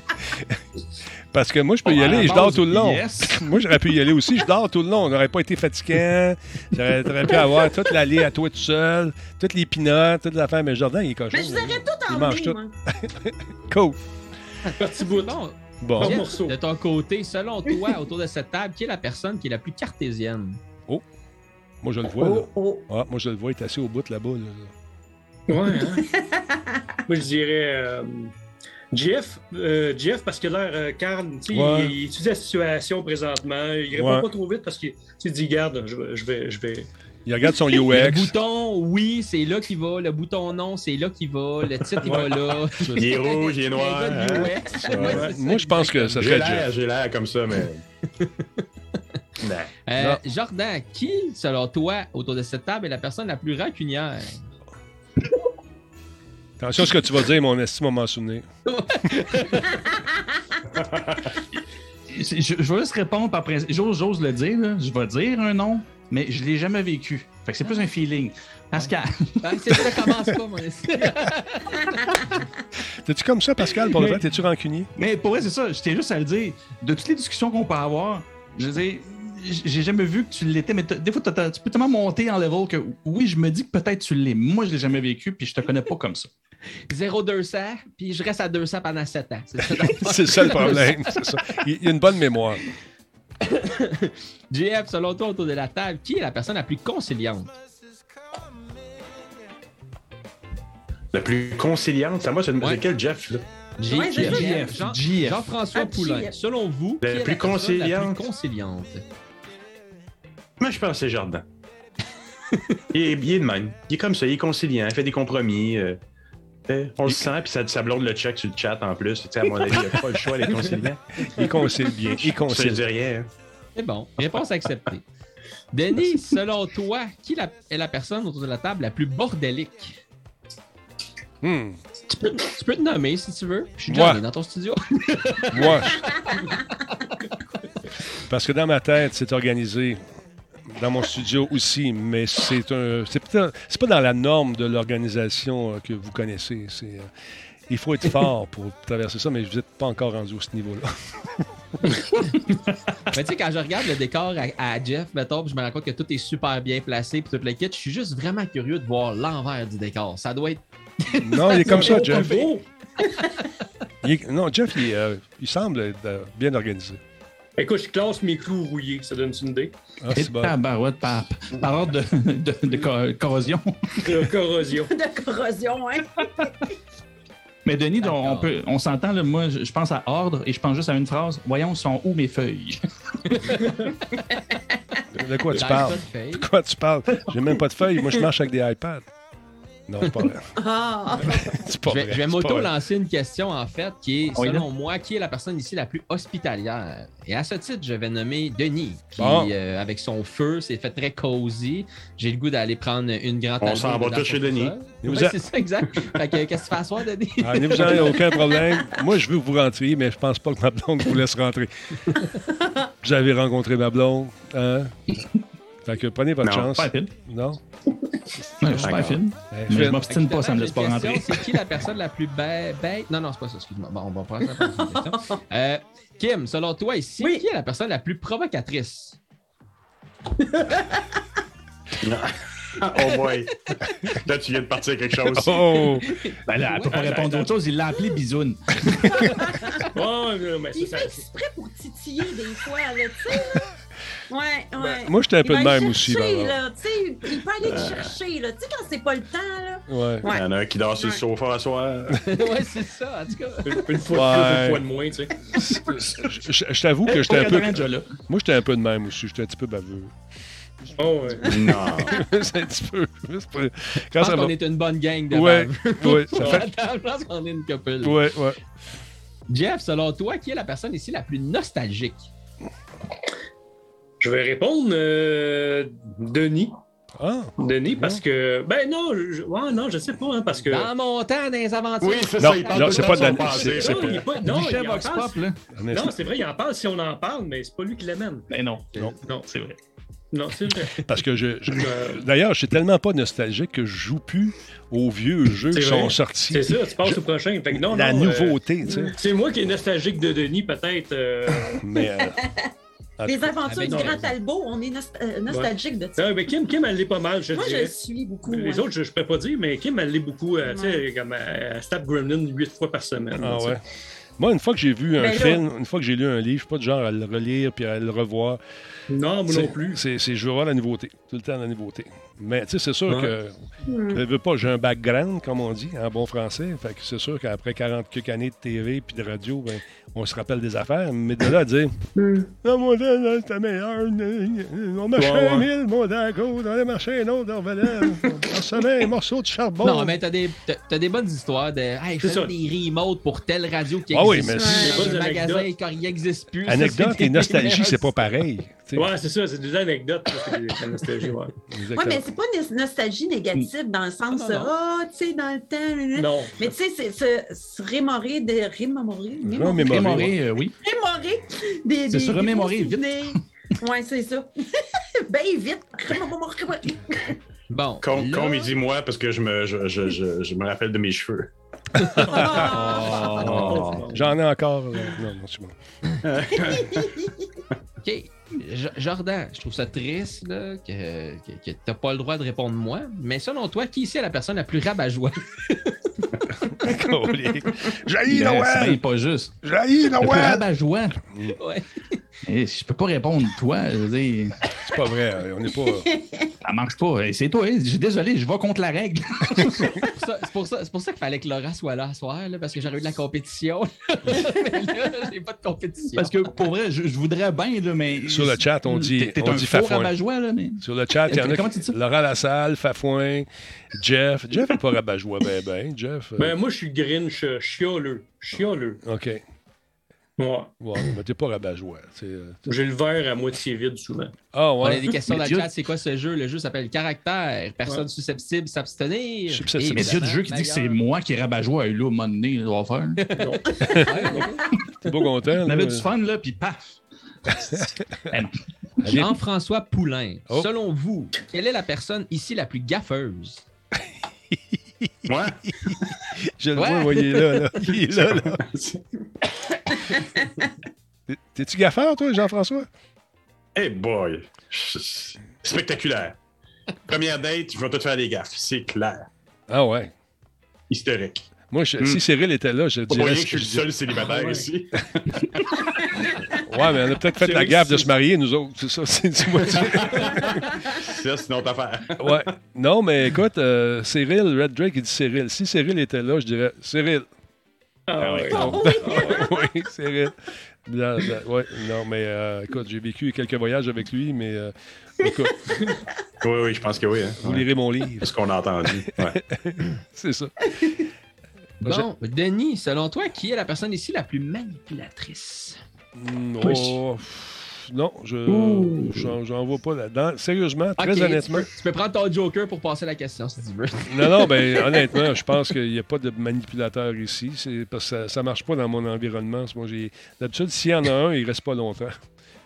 [SPEAKER 1] Parce que moi, je peux y
[SPEAKER 8] À
[SPEAKER 1] aller
[SPEAKER 8] la
[SPEAKER 1] et je dors
[SPEAKER 8] base,
[SPEAKER 1] tout le long.
[SPEAKER 8] yes.
[SPEAKER 1] Moi, j'aurais pu y aller aussi, je dors tout le long. On n'aurait pas été fatigant. J'aurais j'aurais pu avoir toute l'allée à toi tout seul, toutes les pinottes, toute l'affaire. Mais Jordan, il est cochon.
[SPEAKER 4] Mais je vous aurais tout
[SPEAKER 1] Il
[SPEAKER 4] emmené,
[SPEAKER 1] mange tout.
[SPEAKER 4] moi.
[SPEAKER 1] Cool.
[SPEAKER 2] Parti bout.
[SPEAKER 3] Bon,
[SPEAKER 1] Bon.
[SPEAKER 3] Jeff,
[SPEAKER 2] morceau.
[SPEAKER 3] de ton côté, selon toi, autour de cette table, qui est la personne qui est la plus cartésienne?
[SPEAKER 1] Moi, je le vois, là.
[SPEAKER 4] Oh, oh.
[SPEAKER 1] Ah, moi, je le vois, il est assis au bout là-bas. là.
[SPEAKER 2] Ouais, hein? Moi, je dirais euh, Jeff. euh, Jeff, parce que l'air euh, calme, tu sais,
[SPEAKER 1] Ouais.
[SPEAKER 2] il, il étudie la situation présentement. Il
[SPEAKER 1] Ouais.
[SPEAKER 2] répond pas trop vite parce qu'il tu dit, garde, je, vais- je vais. Je vais...
[SPEAKER 1] Il regarde son
[SPEAKER 3] Le
[SPEAKER 1] UX.
[SPEAKER 3] bouton oui, c'est là qu'il va. Le bouton non, c'est là qu'il va. Le titre, il va là.
[SPEAKER 7] Il est rouge, il est
[SPEAKER 3] Le
[SPEAKER 7] noir.
[SPEAKER 3] gars
[SPEAKER 7] hein?
[SPEAKER 3] de UX.
[SPEAKER 7] Ouais.
[SPEAKER 3] Ouais, c'est ça,
[SPEAKER 1] Moi, je pense que ça
[SPEAKER 7] J'ai
[SPEAKER 1] serait Jeff.
[SPEAKER 7] l'air, j'ai l'air comme ça, mais. Non.
[SPEAKER 3] Euh,
[SPEAKER 1] Non.
[SPEAKER 3] Jordan, qui, selon toi, autour de cette table, est la personne la plus rancunière?
[SPEAKER 1] Attention à ce que tu vas dire, mon estime, on m'en souvenir.
[SPEAKER 8] C'est- Je, je vais juste répondre par principe. J'ose, j'ose le dire, là. Je vais dire un nom, mais je l'ai jamais vécu. Fait que c'est plus un feeling. Pascal.
[SPEAKER 3] Ben, c'est ça, commence pas, mon esti.
[SPEAKER 1] T'es-tu comme ça, Pascal, pour le vrai? T'es-tu rancunier?
[SPEAKER 8] Mais pour vrai, c'est ça. J'étais juste à le dire. De toutes les discussions qu'on peut avoir, je veux dire, j'ai jamais vu que tu l'étais, mais t'as- des fois, t'as- t'as- tu peux tellement monter en level que oui, je me dis que peut-être tu l'es. Moi, je l'ai jamais vécu, puis je te connais pas comme ça.
[SPEAKER 3] 0,200, puis je reste à 200 pendant 7 ans. C'est ça,
[SPEAKER 1] C'est ça le problème. c'est ça. Il il a une bonne mémoire.
[SPEAKER 3] JF, selon toi, autour de la table, qui est la personne la plus conciliante?
[SPEAKER 7] La plus conciliante, c'est à moi, c'est
[SPEAKER 3] Ouais.
[SPEAKER 7] de quel Jeff, là?
[SPEAKER 3] J-
[SPEAKER 4] Ouais, c'est
[SPEAKER 3] JF.
[SPEAKER 8] JF.
[SPEAKER 3] Jean-
[SPEAKER 8] JF.
[SPEAKER 3] Jean-François
[SPEAKER 4] Ah,
[SPEAKER 3] Poulain,
[SPEAKER 4] JF.
[SPEAKER 3] selon vous,
[SPEAKER 7] La
[SPEAKER 3] qui est
[SPEAKER 7] plus
[SPEAKER 3] la personne la
[SPEAKER 7] conciliante.
[SPEAKER 3] plus conciliante?
[SPEAKER 7] Moi, je pense que c'est Jardin. il, est, il est de même. Il est comme ça, il est conciliant, il fait des compromis. euh, euh, on le sent, puis ça, ça blonde le check sur le chat en plus. Tu sais, à mon avis, il a pas le choix d'être conciliant.
[SPEAKER 6] Il concile bien. Il
[SPEAKER 7] Ça ne
[SPEAKER 6] concile.
[SPEAKER 7] dit rien. hein.
[SPEAKER 3] C'est bon. Réponse acceptée. Denis, selon toi, qui la- est la personne autour de la table la plus bordélique?
[SPEAKER 6] Hmm.
[SPEAKER 3] Tu peux, tu peux te nommer si tu veux. Je suis
[SPEAKER 6] Moi.
[SPEAKER 3] déjà allé dans ton studio.
[SPEAKER 6] Moi. je- Parce que dans ma tête, c'est organisé. Dans mon studio aussi, mais c'est un. C'est peut-être- c'est pas dans la norme de l'organisation euh, que vous connaissez. C'est, euh, il faut être fort pour traverser ça, mais vous n'êtes pas encore rendu à ce niveau-là.
[SPEAKER 3] Mais tu sais, quand je regarde le décor à, à Jeff, mettons, puis je me rends compte que tout est super bien placé, puis tout le kit, je suis juste vraiment curieux de voir l'envers du décor. Ça doit être.
[SPEAKER 6] Non, il est comme ça,
[SPEAKER 2] Oh,
[SPEAKER 6] Jeff.
[SPEAKER 2] comme beau.
[SPEAKER 6] Il est- non, Jeff, il, est, euh, il semble être, euh, bien organisé.
[SPEAKER 2] Écoute, je classe mes clous rouillés, ça donne une idée.
[SPEAKER 6] Ah,
[SPEAKER 8] Et
[SPEAKER 6] c'est bon.
[SPEAKER 8] tabarouette, ben par, par ordre de, de- de co- corrosion.
[SPEAKER 2] De corrosion.
[SPEAKER 4] de corrosion, hein?
[SPEAKER 8] Mais Denis, on- on,
[SPEAKER 3] D'accord.
[SPEAKER 8] peut, on s'entend, là, moi, je je pense à ordre et je pense juste à une phrase. Voyons, sont où mes feuilles?
[SPEAKER 6] De quoi
[SPEAKER 8] Ben,
[SPEAKER 6] tu
[SPEAKER 3] Live,
[SPEAKER 6] parles?
[SPEAKER 3] pas de feuille.
[SPEAKER 6] De quoi tu parles? J'ai même pas de feuille. Moi, je marche avec des iPads. Non, c'est pas vrai.
[SPEAKER 4] Ah!
[SPEAKER 6] C'est pas
[SPEAKER 3] Je vais,
[SPEAKER 6] vrai,
[SPEAKER 3] je vais
[SPEAKER 6] c'est pas vrai.
[SPEAKER 3] m'auto-lancer une question, en fait, qui est,
[SPEAKER 8] On y
[SPEAKER 3] selon moi, qui est la personne ici la plus hospitalière? Et à euh, ce titre, je vais nommer Denis, qui,
[SPEAKER 6] Bon.
[SPEAKER 3] euh, avec son feu, s'est fait très cozy. J'ai le goût d'aller prendre une grande
[SPEAKER 7] On s'en va tous chez Denis.
[SPEAKER 6] Nous
[SPEAKER 3] Oui,
[SPEAKER 6] a-
[SPEAKER 3] c'est ça, exact. fait que, qu'est-ce que tu fais à soir, Denis?
[SPEAKER 6] Ah, ne vous en avez aucun problème. Moi, je veux que vous rentriez, mais je pense pas que ma blonde vous laisse rentrer. Vous avez rencontré ma blonde. Hein? Fait que prenez votre
[SPEAKER 7] Non,
[SPEAKER 6] chance.
[SPEAKER 8] Super fine.
[SPEAKER 6] Non?
[SPEAKER 8] Ouais, Super
[SPEAKER 7] D'accord.
[SPEAKER 8] fine.
[SPEAKER 6] Ben,
[SPEAKER 8] Mais je
[SPEAKER 6] Fred,
[SPEAKER 8] m'obstine pas, ça me
[SPEAKER 3] J'ai
[SPEAKER 8] laisse pas
[SPEAKER 3] une
[SPEAKER 8] rentrer.
[SPEAKER 3] question, C'est qui la personne la plus ba- bête? Non, non, c'est pas ça, excuse-moi. Bon, on va prendre ça. pour une question. Euh, Kim, selon toi ici,
[SPEAKER 4] Oui.
[SPEAKER 3] qui est la personne la plus provocatrice?
[SPEAKER 7] Oh boy. Là, tu viens de partir quelque chose.
[SPEAKER 6] Oh!
[SPEAKER 8] Ben là, elle peut pas répondre à autre chose, il l'a appelé bisoune.
[SPEAKER 2] Ouais, ouais, mais
[SPEAKER 4] Il
[SPEAKER 2] ça,
[SPEAKER 4] fait
[SPEAKER 2] ça-
[SPEAKER 4] exprès pour titiller des fois, là, tu sais, là. Ouais, ouais.
[SPEAKER 6] Ben, Moi, j'étais un peu
[SPEAKER 4] Il
[SPEAKER 6] de
[SPEAKER 4] va aller
[SPEAKER 6] même aussi.
[SPEAKER 4] chercher,
[SPEAKER 6] Barbara.
[SPEAKER 4] là, tu sais, il peut aller te chercher, là. Tu sais, quand c'est pas le temps, là.
[SPEAKER 6] Ouais.
[SPEAKER 7] Il y en a un qui dort sur le
[SPEAKER 4] Ouais.
[SPEAKER 7] sofa à soir.
[SPEAKER 3] ouais, c'est ça, en tout cas.
[SPEAKER 2] une une fois de plus,
[SPEAKER 6] Ouais.
[SPEAKER 2] une fois de moins, tu sais.
[SPEAKER 6] Je, je- je t'avoue
[SPEAKER 3] Eh,
[SPEAKER 6] que
[SPEAKER 3] oh,
[SPEAKER 6] j'étais un peu. Moi, j'étais un peu de même aussi. J'étais un petit peu baveux.
[SPEAKER 2] Oh, ouais.
[SPEAKER 7] Non.
[SPEAKER 6] C'est un petit peu. c'est pas-
[SPEAKER 3] Je
[SPEAKER 6] Quand
[SPEAKER 3] pense
[SPEAKER 6] ça va.
[SPEAKER 3] qu'on est une bonne gang de
[SPEAKER 6] Ouais,
[SPEAKER 3] baveux.
[SPEAKER 6] ouais, ça fait.
[SPEAKER 3] Attends, je pense qu'on est une couple.
[SPEAKER 6] Ouais, ouais.
[SPEAKER 3] Jeff, selon toi, qui est la personne ici la plus nostalgique?
[SPEAKER 2] Je vais répondre, euh, Denis.
[SPEAKER 6] Ah!
[SPEAKER 2] Denis, parce que. Ben non, je... ouais, non, je sais pas, hein, parce que.
[SPEAKER 3] Dans mon temps, dans les aventures.
[SPEAKER 7] Oui, c'est
[SPEAKER 6] Non,
[SPEAKER 7] ça, il parle
[SPEAKER 6] non,
[SPEAKER 7] tout
[SPEAKER 6] c'est
[SPEAKER 7] le
[SPEAKER 6] pas
[SPEAKER 7] temps
[SPEAKER 6] de la-
[SPEAKER 7] son passé.
[SPEAKER 6] c'est
[SPEAKER 2] Non,
[SPEAKER 6] pas-
[SPEAKER 2] il est pas...
[SPEAKER 8] Non,
[SPEAKER 2] non, il en
[SPEAKER 8] Vox
[SPEAKER 2] parle.
[SPEAKER 8] Pop, là.
[SPEAKER 6] on est-
[SPEAKER 2] Non, c'est vrai, il en parle si on en parle, mais c'est pas lui qui l'amène.
[SPEAKER 8] Ben non.
[SPEAKER 2] Non, non, c'est vrai. Non, c'est vrai.
[SPEAKER 6] Parce que je. je-
[SPEAKER 2] Euh,
[SPEAKER 6] D'ailleurs, je suis tellement pas nostalgique que je joue plus aux vieux jeux
[SPEAKER 2] C'est
[SPEAKER 6] qui sont
[SPEAKER 2] vrai.
[SPEAKER 6] sortis.
[SPEAKER 2] c'est ça, tu passes au prochain. Fait que non,
[SPEAKER 6] la
[SPEAKER 2] non, euh,
[SPEAKER 6] nouveauté, tu sais.
[SPEAKER 2] C'est moi qui est nostalgique de Denis, peut-être. euh,
[SPEAKER 6] Mais euh, en tout
[SPEAKER 4] Les
[SPEAKER 6] cas,
[SPEAKER 4] aventures
[SPEAKER 3] Avec
[SPEAKER 4] du
[SPEAKER 2] non,
[SPEAKER 4] Grand
[SPEAKER 2] mais-
[SPEAKER 4] Talbot, on est nos- euh, nostalgique de ça.
[SPEAKER 2] non, Ah, mais Kim, Kim, elle l'est pas mal, je
[SPEAKER 4] Moi, je
[SPEAKER 2] dirais.
[SPEAKER 4] le suis beaucoup.
[SPEAKER 2] Les
[SPEAKER 4] hein.
[SPEAKER 2] autres, je ne peux pas dire, mais Kim, elle l'est beaucoup. euh, Tu sais, comme euh, elle Stab Gremlin 8 fois par semaine.
[SPEAKER 6] ah
[SPEAKER 2] là, tu
[SPEAKER 6] ouais.
[SPEAKER 2] sais.
[SPEAKER 6] Moi, une fois que j'ai vu un
[SPEAKER 4] Mais là-
[SPEAKER 6] film, une fois que j'ai lu un livre, je suis pas du genre à le relire puis à le revoir.
[SPEAKER 2] Non, moi non plus.
[SPEAKER 6] C'est, c'est- je veux voir la nouveauté, tout le temps la nouveauté. Mais tu sais, c'est sûr
[SPEAKER 2] Ouais.
[SPEAKER 6] que
[SPEAKER 4] Hmm.
[SPEAKER 6] je veux pas, j'ai un background, comme on dit, en bon français. Fait que c'est sûr qu'après 40 quelques années de TV puis de radio, ben, on se rappelle des affaires. Mais de là à dire, non, mon Dieu, là, c'était meilleur. On marchait
[SPEAKER 2] Ouais, ouais.
[SPEAKER 6] mille, mon Dieu, à gauche, on allait marcher un autre, on revenait, on recevait un morceau de charbon.
[SPEAKER 3] Non, mais t'as des, t'as- t'as des bonnes histoires de hey, je
[SPEAKER 2] C'est
[SPEAKER 3] faisais
[SPEAKER 2] ça.
[SPEAKER 3] des remotes pour telle radio qui
[SPEAKER 6] Ah oui,
[SPEAKER 3] existe
[SPEAKER 6] mais
[SPEAKER 3] plus,
[SPEAKER 2] c'est-
[SPEAKER 3] dans
[SPEAKER 2] Des
[SPEAKER 3] un
[SPEAKER 2] bonnes
[SPEAKER 3] magasin
[SPEAKER 2] anecdotes.
[SPEAKER 3] quand il n'existe plus. Ça,
[SPEAKER 6] Anecdote
[SPEAKER 3] c'est
[SPEAKER 6] et
[SPEAKER 3] des
[SPEAKER 6] nostalgie,
[SPEAKER 3] meilleures
[SPEAKER 6] c'est pas pareil. tu sais.
[SPEAKER 2] Ouais, c'est ça, c'est des anecdotes. ça, c'est des- c'est la nostalgie, ouais.
[SPEAKER 6] Exactement.
[SPEAKER 4] Oui, mais c'est pas une nostalgie négative dans le sens
[SPEAKER 3] Non,
[SPEAKER 4] de
[SPEAKER 3] non, non.
[SPEAKER 4] Ah, tu sais, dans le temps. là, là.
[SPEAKER 2] Non.
[SPEAKER 4] Mais tu sais, c'est se- se remémorer des. Remémorer. mémorer-
[SPEAKER 6] Remémorer.
[SPEAKER 8] Rémoré, euh, oui.
[SPEAKER 4] Remémorer des.
[SPEAKER 8] C'est se remémorer
[SPEAKER 4] Oui, c'est ça. ben vite. Remémorer.
[SPEAKER 3] Bon.
[SPEAKER 7] Comme,
[SPEAKER 3] là-
[SPEAKER 7] comme il dit moi, parce que je me, je, je, je, je me rappelle de mes cheveux.
[SPEAKER 4] Ah.
[SPEAKER 7] Oh.
[SPEAKER 6] J'en ai encore. là. Non, non, c'est bon.
[SPEAKER 3] OK. Jo- Jordan, je trouve ça triste là, que, que, que t'as pas le droit de répondre moi, mais selon toi, qui ici est la personne la plus rabat-joie?
[SPEAKER 6] Colique. J'haïs
[SPEAKER 8] Ben, C'est bien
[SPEAKER 6] Noël!
[SPEAKER 8] pas juste.
[SPEAKER 6] J'haïs
[SPEAKER 8] Le plus
[SPEAKER 6] Noël!
[SPEAKER 8] rabat-joie.
[SPEAKER 3] Ouais.
[SPEAKER 8] Eh, Je peux pas répondre, toi. Je veux dire.
[SPEAKER 6] C'est hein, pas vrai, on n'est pas.
[SPEAKER 8] Ça marche pas. Et C'est toi. hein. Je suis désolé, je vais contre la règle.
[SPEAKER 3] C'est pour ça- c'est pour ça, c'est pour ça qu'il fallait que Laura soit là ce soir, là, parce que j'aurais eu de la compétition. Mais là, j'ai pas de compétition.
[SPEAKER 8] Parce que pour vrai, je, je voudrais bien, là, mais.
[SPEAKER 6] Sur le chat, on dit-
[SPEAKER 8] T'es- T'es
[SPEAKER 6] on
[SPEAKER 8] un
[SPEAKER 6] dit
[SPEAKER 8] faux
[SPEAKER 6] Fafouin.
[SPEAKER 8] rabat-joie, là, mais.
[SPEAKER 6] Sur le chat, il y en a
[SPEAKER 8] Comment tu dis
[SPEAKER 6] qui...
[SPEAKER 8] ça?
[SPEAKER 6] Laurent Lassalle, Fafouin, Jeff. Jeff n'est pas rabat-joie, ben, ben. Jeff. euh,
[SPEAKER 2] Ben, moi, je suis Grinch, euh, chialeux. Chialeux.
[SPEAKER 6] OK.
[SPEAKER 2] Ouais.
[SPEAKER 6] Ouais, mais t'es pas rabat-joie. c'est, euh,
[SPEAKER 2] J'ai le verre à moitié vide souvent.
[SPEAKER 6] Ah,
[SPEAKER 3] On a
[SPEAKER 6] ouais.
[SPEAKER 3] des questions dans le
[SPEAKER 8] Média-
[SPEAKER 3] chat, c'est quoi ce jeu? Le jeu s'appelle Caractère. Personne susceptible s'abstenir.
[SPEAKER 6] Susceptible.
[SPEAKER 8] Mais c'est du jeu qui dit que c'est moi qui rabat-joie, là, au moment donné, il doit faire.
[SPEAKER 6] T'es pas content.
[SPEAKER 8] On
[SPEAKER 6] là?
[SPEAKER 8] avait du fun, là, puis paf.
[SPEAKER 3] Eh
[SPEAKER 6] Allez,
[SPEAKER 3] Jean-François Poulain,
[SPEAKER 6] Oh.
[SPEAKER 3] selon vous, quelle est la personne ici la plus gaffeuse?
[SPEAKER 7] Moi,
[SPEAKER 6] Je le
[SPEAKER 3] Ouais.
[SPEAKER 6] vois, voyez là, là. Il est là, là. T'es- T'es-tu gaffeur, toi, Jean-François?
[SPEAKER 7] hey boy, spectaculaire. Première date, je vais tout faire des gaffes, c'est clair.
[SPEAKER 6] Ah ouais.
[SPEAKER 7] Historique.
[SPEAKER 6] Moi, je- si Cyril était là, je le
[SPEAKER 7] Hmm. Pas pour
[SPEAKER 6] dirais.
[SPEAKER 7] rien que je suis
[SPEAKER 6] je
[SPEAKER 7] le seul célibataire
[SPEAKER 1] Ah,
[SPEAKER 7] ici.
[SPEAKER 6] dis- Ouais, mais on a peut-être fait
[SPEAKER 2] C'est
[SPEAKER 6] la
[SPEAKER 2] vrai que
[SPEAKER 6] gaffe de
[SPEAKER 2] c'est-
[SPEAKER 6] se marier, nous autres. C'est ça, c'est dis-moi ça.
[SPEAKER 7] Ça, c'est notre affaire.
[SPEAKER 6] Ouais. Non, mais écoute, euh, Cyril, Red Drake, il dit Cyril. Si Cyril était là, je dirais Cyril. Ah
[SPEAKER 2] Ah, ouais.
[SPEAKER 4] Oh, oui.
[SPEAKER 6] oui, Cyril. Là, là, ouais, non, mais euh, écoute, j'ai vécu quelques voyages avec lui, mais euh, écoute,
[SPEAKER 7] Oui, oui, je pense que oui. hein.
[SPEAKER 6] vous
[SPEAKER 7] Ouais.
[SPEAKER 6] lirez mon livre.
[SPEAKER 7] C'est ce qu'on a entendu. Ouais.
[SPEAKER 6] C'est ça.
[SPEAKER 3] Bon, Denis, selon toi, qui est la personne ici la plus manipulatrice?
[SPEAKER 6] Mm,
[SPEAKER 2] Oui.
[SPEAKER 6] oh, pff, non, je
[SPEAKER 3] Ouh.
[SPEAKER 6] j'en j'en vois pas là-dedans. Sérieusement, très
[SPEAKER 3] Ok,
[SPEAKER 6] honnêtement.
[SPEAKER 3] Tu peux, tu peux prendre ton Joker pour passer la question si tu veux.
[SPEAKER 6] Non, non, ben honnêtement, je pense qu'il n'y a pas de manipulateur ici. C'est parce que ça ne marche pas dans mon environnement. Moi, j'ai- D'habitude, s'il y en a un, il reste pas longtemps.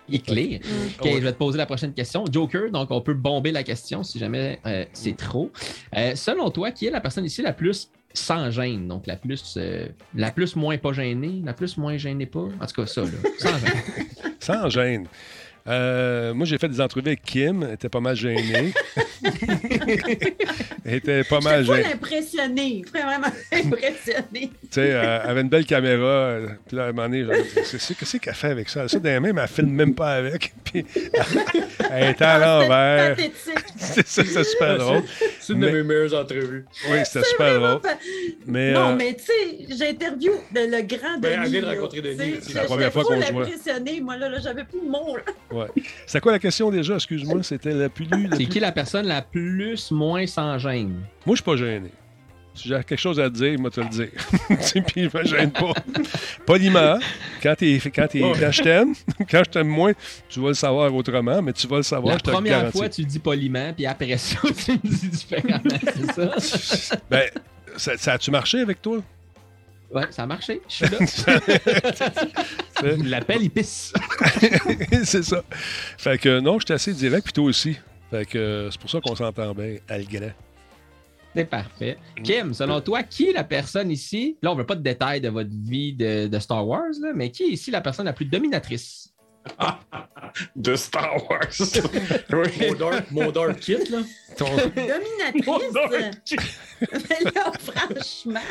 [SPEAKER 3] Il est clear. Ok,
[SPEAKER 6] Ouais.
[SPEAKER 3] je vais te poser la prochaine question. Joker, donc on peut bomber la question si jamais euh, c'est trop. Euh, selon toi, qui est la personne ici la plus sans gêne, donc la plus, euh, la plus moins pas gênée, la plus moins gênée pas, en tout cas ça, là, sans gêne.
[SPEAKER 6] Sans gêne. Euh, moi, j'ai fait des entrevues avec Kim. Elle était pas mal gênée. elle était pas mal
[SPEAKER 4] Je suis
[SPEAKER 6] gênée.
[SPEAKER 4] pas impressionnée. Je suis vraiment impressionnée.
[SPEAKER 6] Tu sais, euh, elle avait une belle caméra. euh, Puis là, à un moment donné, j'avais dit, C'est- c'est- qu'est-ce qu'elle fait avec ça? Elle a ça dans les mains, mais elle filme même pas avec. Puis elle était à l'envers.
[SPEAKER 4] Pathétique.
[SPEAKER 6] C'est ça, c'est super drôle.
[SPEAKER 2] C'est une
[SPEAKER 6] Mais-
[SPEAKER 2] de mes meilleures entrevues.
[SPEAKER 6] Oui, c'était super drôle.
[SPEAKER 4] pa-
[SPEAKER 6] Mais,
[SPEAKER 4] Non,
[SPEAKER 6] euh,
[SPEAKER 4] mais tu sais, j'interview de- le grand Denis.
[SPEAKER 2] Ben, elle vient de
[SPEAKER 4] là,
[SPEAKER 2] rencontrer Denis,
[SPEAKER 4] tu sais,
[SPEAKER 2] c'est la
[SPEAKER 4] je-
[SPEAKER 6] première
[SPEAKER 4] j'étais
[SPEAKER 6] fois qu'on
[SPEAKER 4] full
[SPEAKER 6] se voit.
[SPEAKER 4] impressionnée, moi, là, là, j'avais plus de mots. là.
[SPEAKER 6] ouais. C'est quoi la question déjà? Excuse-moi, c'était la plus lue. la
[SPEAKER 3] C'est
[SPEAKER 6] plus-
[SPEAKER 3] qui la personne la plus moins sans gêne?
[SPEAKER 6] Moi, je suis pas gêné. Si j'ai quelque chose à te dire, moi, te le dire. Tu sais, Puis je me gêne pas. Poliment, quand, t'es- quand, t'es-
[SPEAKER 2] Ouais.
[SPEAKER 6] quand je t'aime, quand je t'aime moins, tu vas le savoir autrement, mais tu vas le
[SPEAKER 3] la
[SPEAKER 6] savoir, Ah je te le
[SPEAKER 3] première
[SPEAKER 6] garantis.
[SPEAKER 3] fois, tu le dis poliment, puis après ça, tu le dis différemment, c'est ça?
[SPEAKER 6] Ben, ça, ça a-tu marché avec toi?
[SPEAKER 3] Ouais, ça a marché, je suis là.
[SPEAKER 8] L'appel, il pisse.
[SPEAKER 6] c'est ça. Fait que non, j'étais assez direct, puis toi aussi. Fait que euh, c'est pour ça qu'on s'entend bien, Algret.
[SPEAKER 3] C'est parfait.
[SPEAKER 7] Mm.
[SPEAKER 3] Kim, selon toi, qui est la personne ici? Là, on veut pas de détails de votre vie de, de Star Wars, là, mais qui est ici la personne la plus dominatrice?
[SPEAKER 7] De Star Wars.
[SPEAKER 2] Mon dark, mon dark kit, là.
[SPEAKER 4] Dominatrice. Mais là, franchement.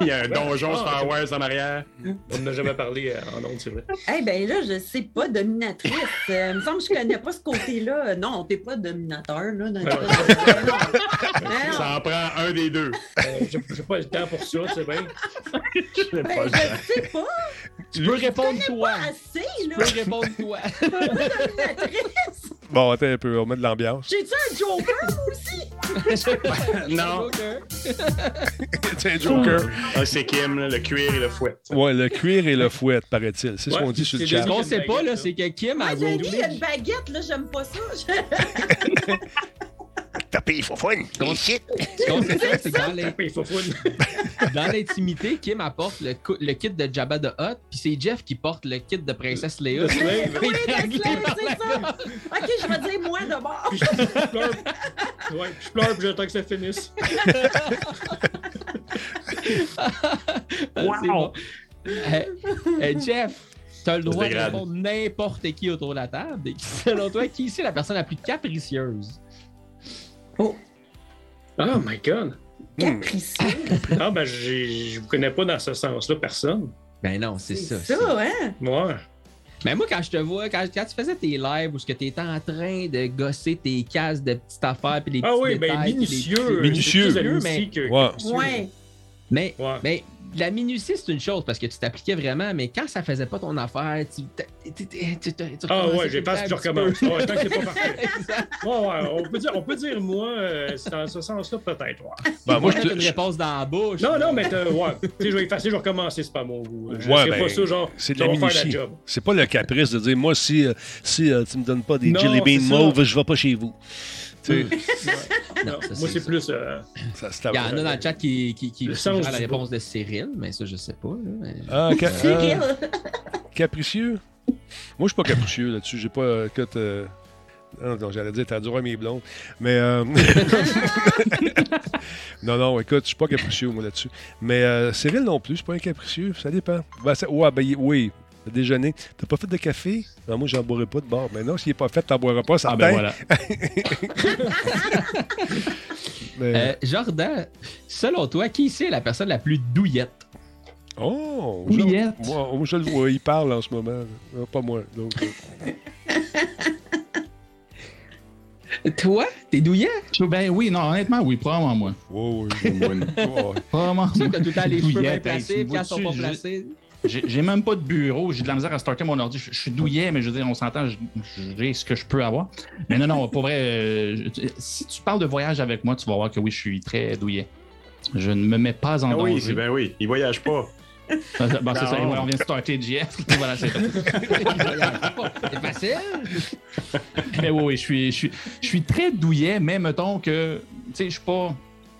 [SPEAKER 7] Il y a un donjon Star Wars en arrière.
[SPEAKER 2] Ah, On n'a jamais parlé euh, en ondes, c'est vrai.
[SPEAKER 4] Eh bien là, je sais pas, dominatrice. Euh, il me semble que je connais pas ce côté-là. Euh, Non, t'es pas dominateur, là. Dans le- Non, non.
[SPEAKER 7] Ça en prend un des deux.
[SPEAKER 2] Euh, J'ai j'ai pas le temps pour ça, tu sais bien.
[SPEAKER 7] J'ai
[SPEAKER 4] Ben,
[SPEAKER 7] pas le temps.
[SPEAKER 4] je sais pas
[SPEAKER 3] Tu peux répondre toi.
[SPEAKER 4] assez,
[SPEAKER 3] Tu
[SPEAKER 4] là.
[SPEAKER 3] peux répondre toi.
[SPEAKER 4] Dominatrice.
[SPEAKER 6] Bon, attends un peu, on met de l'ambiance.
[SPEAKER 4] J'ai-tu un joker, moi aussi?
[SPEAKER 6] Ah,
[SPEAKER 7] Non,
[SPEAKER 6] C'est un joker.
[SPEAKER 7] Ah, c'est Kim, là, le cuir et le fouet.
[SPEAKER 6] Ouais, le cuir et le fouet, paraît-il. C'est ce
[SPEAKER 2] Ouais,
[SPEAKER 6] qu'on dit
[SPEAKER 2] puis
[SPEAKER 6] sur le
[SPEAKER 2] c'est
[SPEAKER 6] chat.
[SPEAKER 3] Ce qu'on sait pas, là, c'est que Kim
[SPEAKER 4] Moi,
[SPEAKER 3] a
[SPEAKER 4] j'ai dit, il y a une
[SPEAKER 3] roulé.
[SPEAKER 4] baguette, là. J'aime pas ça.
[SPEAKER 3] Ce qu'on sait pas, c'est que dans
[SPEAKER 2] Tapez, faut foutre.
[SPEAKER 3] les- dans l'intimité, Kim apporte le, cou- le kit de Jabba de Hutt, puis c'est Jeff qui porte le kit de Princesse Leia.
[SPEAKER 2] slave.
[SPEAKER 4] Oui, Tesla, c'est ça. OK, je vais dire moi d'abord.
[SPEAKER 2] Puis je je pleure. Ouais, je pleure, puis j'attends que ça finisse. Ah,
[SPEAKER 3] Wow! Euh, Jeff, t'as le droit de
[SPEAKER 7] dégrade.
[SPEAKER 3] répondre n'importe qui autour de la table. Et selon toi, qui ici est la personne la plus capricieuse?
[SPEAKER 2] Oh my god.
[SPEAKER 4] Capricieux.
[SPEAKER 2] Ah, ben, j'ai- je vous connais pas dans ce sens-là, personne.
[SPEAKER 3] Ben non, c'est ça.
[SPEAKER 4] Ça, hein?
[SPEAKER 2] Ouais.
[SPEAKER 3] Mais moi, quand je te vois, quand, quand tu faisais tes lives où ce que tu étais en train de gosser tes cases de petites affaires puis les
[SPEAKER 2] Ah
[SPEAKER 3] petits
[SPEAKER 2] oui, ben
[SPEAKER 3] détails, puis les
[SPEAKER 2] minutieux.
[SPEAKER 3] petits-
[SPEAKER 6] minutieux.
[SPEAKER 2] C'est plus
[SPEAKER 3] Mais-
[SPEAKER 2] minutieux que-
[SPEAKER 6] Ouais.
[SPEAKER 2] que-
[SPEAKER 4] Ouais.
[SPEAKER 3] Mais,
[SPEAKER 2] Ouais.
[SPEAKER 3] mais la minutie, c'est une chose parce que tu t'appliquais vraiment, mais quand ça faisait pas ton affaire, tu. tu- tu- tu- tu- tu
[SPEAKER 2] Ah
[SPEAKER 3] recommençais
[SPEAKER 2] ouais, j'ai
[SPEAKER 3] tout
[SPEAKER 2] pas
[SPEAKER 3] le
[SPEAKER 2] je
[SPEAKER 3] temps un
[SPEAKER 2] recommence.
[SPEAKER 3] petit
[SPEAKER 2] Ouais, Ah, tant que c'est pas parfait.
[SPEAKER 3] peu. Exact.
[SPEAKER 2] Ouais, ouais, on peut dire, on peut dire moi, euh, c'est dans ce sens-là, peut-être. ouais.
[SPEAKER 6] Ben, moi, je
[SPEAKER 3] Mettre
[SPEAKER 6] te-
[SPEAKER 3] une
[SPEAKER 6] je-
[SPEAKER 3] réponse dans la bouche.
[SPEAKER 2] Non, non, mais t'as- ouais. Tu sais, je vais effacer, je vais recommencer, c'est pas mon goût. euh. Je
[SPEAKER 6] Ouais,
[SPEAKER 2] serai
[SPEAKER 6] ben,
[SPEAKER 2] pas ça, genre,
[SPEAKER 6] c'est de
[SPEAKER 2] ça
[SPEAKER 6] la
[SPEAKER 2] va faire la
[SPEAKER 6] minutie.
[SPEAKER 2] job.
[SPEAKER 6] C'est pas le caprice de dire moi si euh, si euh, tu me donnes pas des
[SPEAKER 2] Non,
[SPEAKER 6] jelly beans
[SPEAKER 2] c'est ça.
[SPEAKER 6] mauves, je vais pas chez vous. Tu sais,
[SPEAKER 3] Non, ça,
[SPEAKER 2] Moi, c'est
[SPEAKER 3] ça.
[SPEAKER 2] plus. euh,
[SPEAKER 6] ça, c'est
[SPEAKER 3] Il y en a dans le chat qui, qui, qui
[SPEAKER 2] Le
[SPEAKER 3] suggère
[SPEAKER 2] sens
[SPEAKER 3] la
[SPEAKER 2] du
[SPEAKER 3] réponse de Cyril, mais ça, je sais pas. là, mais-
[SPEAKER 6] Ah, ca-
[SPEAKER 4] Cyril.
[SPEAKER 6] ah, capricieux. Moi, je suis pas capricieux là-dessus. J'ai pas. euh, écoute, euh, non, non, j'allais dire, t'as dur à mes blondes. Mais. euh, non, non, écoute, je suis pas capricieux, moi, là-dessus. Mais euh, Cyril non plus, je suis pas un capricieux. Ça dépend. Ben, ça- ouais, ben, il- oui. le Déjeuner. T'as pas fait de café? Non, ben, moi, j'en boirai pas de bord. Mais non, s'il est pas fait, t'en boiras pas, ça
[SPEAKER 8] Ah ben voilà.
[SPEAKER 3] Euh, Jordan, selon toi, qui ici est la personne la plus douillette?
[SPEAKER 6] Oh! je-
[SPEAKER 8] Douillette.
[SPEAKER 6] Moi, moi, je le vois, il parle en ce moment. là. Euh, Pas moi. donc, euh,
[SPEAKER 3] Toi? T'es douillet?
[SPEAKER 8] Je- Ben oui, non, honnêtement, oui, probablement moi.
[SPEAKER 6] ouais, ouais, ouais, ouais, ouais.
[SPEAKER 8] Probablement
[SPEAKER 3] Tu sais,
[SPEAKER 8] moi.
[SPEAKER 3] t'as tout le temps les cheveux bien
[SPEAKER 8] Douillette, hey,
[SPEAKER 3] placés,
[SPEAKER 8] tu
[SPEAKER 3] puis quand ils sont pas
[SPEAKER 8] vois-tu, je-
[SPEAKER 3] placés.
[SPEAKER 8] J'ai j'ai même pas de bureau, j'ai de la misère à starter mon ordi. Je, je suis douillet, mais je veux dire, on s'entend, je- j'ai ce que je peux avoir. Mais non, non, pour vrai, euh, je- si tu parles de voyage avec moi, tu vas voir que oui, je suis très douillet. Je ne me mets pas en
[SPEAKER 7] Ah oui, c'est-
[SPEAKER 8] danger.
[SPEAKER 7] ben oui, il voyage pas. Ben,
[SPEAKER 8] Bon, c'est ça,
[SPEAKER 7] Non.
[SPEAKER 8] et voilà, on vient de starter JF. voilà, c'est
[SPEAKER 3] C'est facile.
[SPEAKER 8] Mais oui, oui, je suis, je suis, je suis très douillet, mais mettons que, tu sais, je suis pas,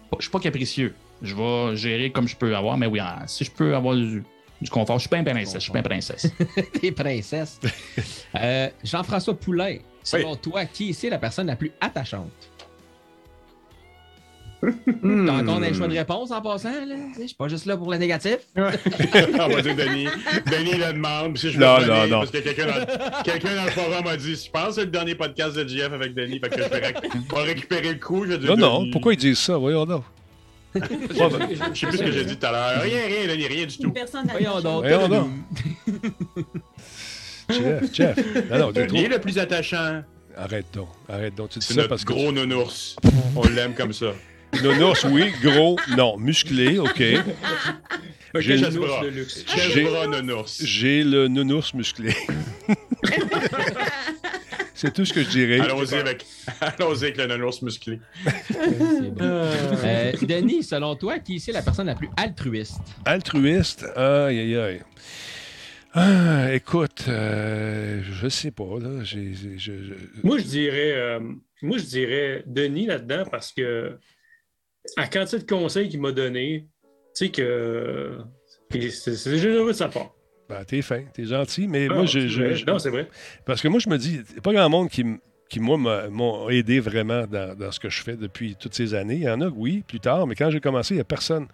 [SPEAKER 8] pas- je suis pas capricieux. Je vais gérer comme je peux avoir, mais oui, hein, si je peux avoir du, du confort, je suis pas une princesse, je suis pas une princesse.
[SPEAKER 3] T'es princesse. Euh, Jean-François Poulain, selon toi, qui ici est la personne la plus attachante? T'as encore un choix de réponse en passant, là? Tu sais, Je suis pas juste là pour le négatif.
[SPEAKER 7] on va dire Ah, Denis. Denis le demande. Si je
[SPEAKER 6] Non,
[SPEAKER 7] veux
[SPEAKER 6] non,
[SPEAKER 7] Denis,
[SPEAKER 6] non.
[SPEAKER 7] Parce que quelqu'un dans, quelqu'un dans le forum m'a dit Je pense que c'est le dernier podcast de GF avec Denis. Fait que je vais réc- on va récupérer le coup. Je vais dire
[SPEAKER 6] Non, non,
[SPEAKER 7] Denis.
[SPEAKER 6] pourquoi ils disent ça? Voyons donc. Ouais, ben,
[SPEAKER 7] Je sais plus ce que j'ai dit tout à l'heure. Rien, rien, Denis, rien du
[SPEAKER 4] Une
[SPEAKER 7] tout.
[SPEAKER 4] personne à
[SPEAKER 3] Voyons donc.
[SPEAKER 6] Voyons donc. Jeff, Jeff. Non, non, t'es
[SPEAKER 7] Denis
[SPEAKER 6] trop-
[SPEAKER 7] est le plus attachant.
[SPEAKER 6] Arrête donc. Arrête donc. Tu dis
[SPEAKER 7] C'est
[SPEAKER 6] ça
[SPEAKER 7] notre
[SPEAKER 6] parce que.
[SPEAKER 7] gros nounours. On l'aime comme ça.
[SPEAKER 6] Nounours, oui. Gros, non. Musclé, OK. J'ai-
[SPEAKER 7] Chasse bras.
[SPEAKER 2] de luxe.
[SPEAKER 7] Chasse
[SPEAKER 6] J'ai-
[SPEAKER 7] bras nounours.
[SPEAKER 6] J'ai le nounours musclé. C'est tout ce que je dirais.
[SPEAKER 7] Allons-y avec... Allons avec le nounours musclé.
[SPEAKER 3] Euh, Denis, selon toi, qui ici est la personne la plus altruiste?
[SPEAKER 6] Altruiste. Aïe, aïe, aïe. Ah, écoute, euh, je sais pas, là. J'ai, j'ai- je- je-
[SPEAKER 2] Moi, je dirais, euh, moi, je dirais Denis là-dedans parce que à quantité de conseils qu'il m'a donné, tu sais que et c'est c'est généreux de sa part.
[SPEAKER 6] Ben, t'es fin, t'es gentil, mais
[SPEAKER 2] Ah,
[SPEAKER 6] moi, je-
[SPEAKER 2] c'est
[SPEAKER 6] je-
[SPEAKER 2] vrai.
[SPEAKER 6] je,
[SPEAKER 2] Non, c'est vrai.
[SPEAKER 6] Parce que moi, je me dis, il y a pas grand monde qui, m- qui moi, m'a- m'ont aidé vraiment dans, dans ce que je fais depuis toutes ces années. Il y en a, oui, plus tard, mais quand j'ai commencé, il n'y a personne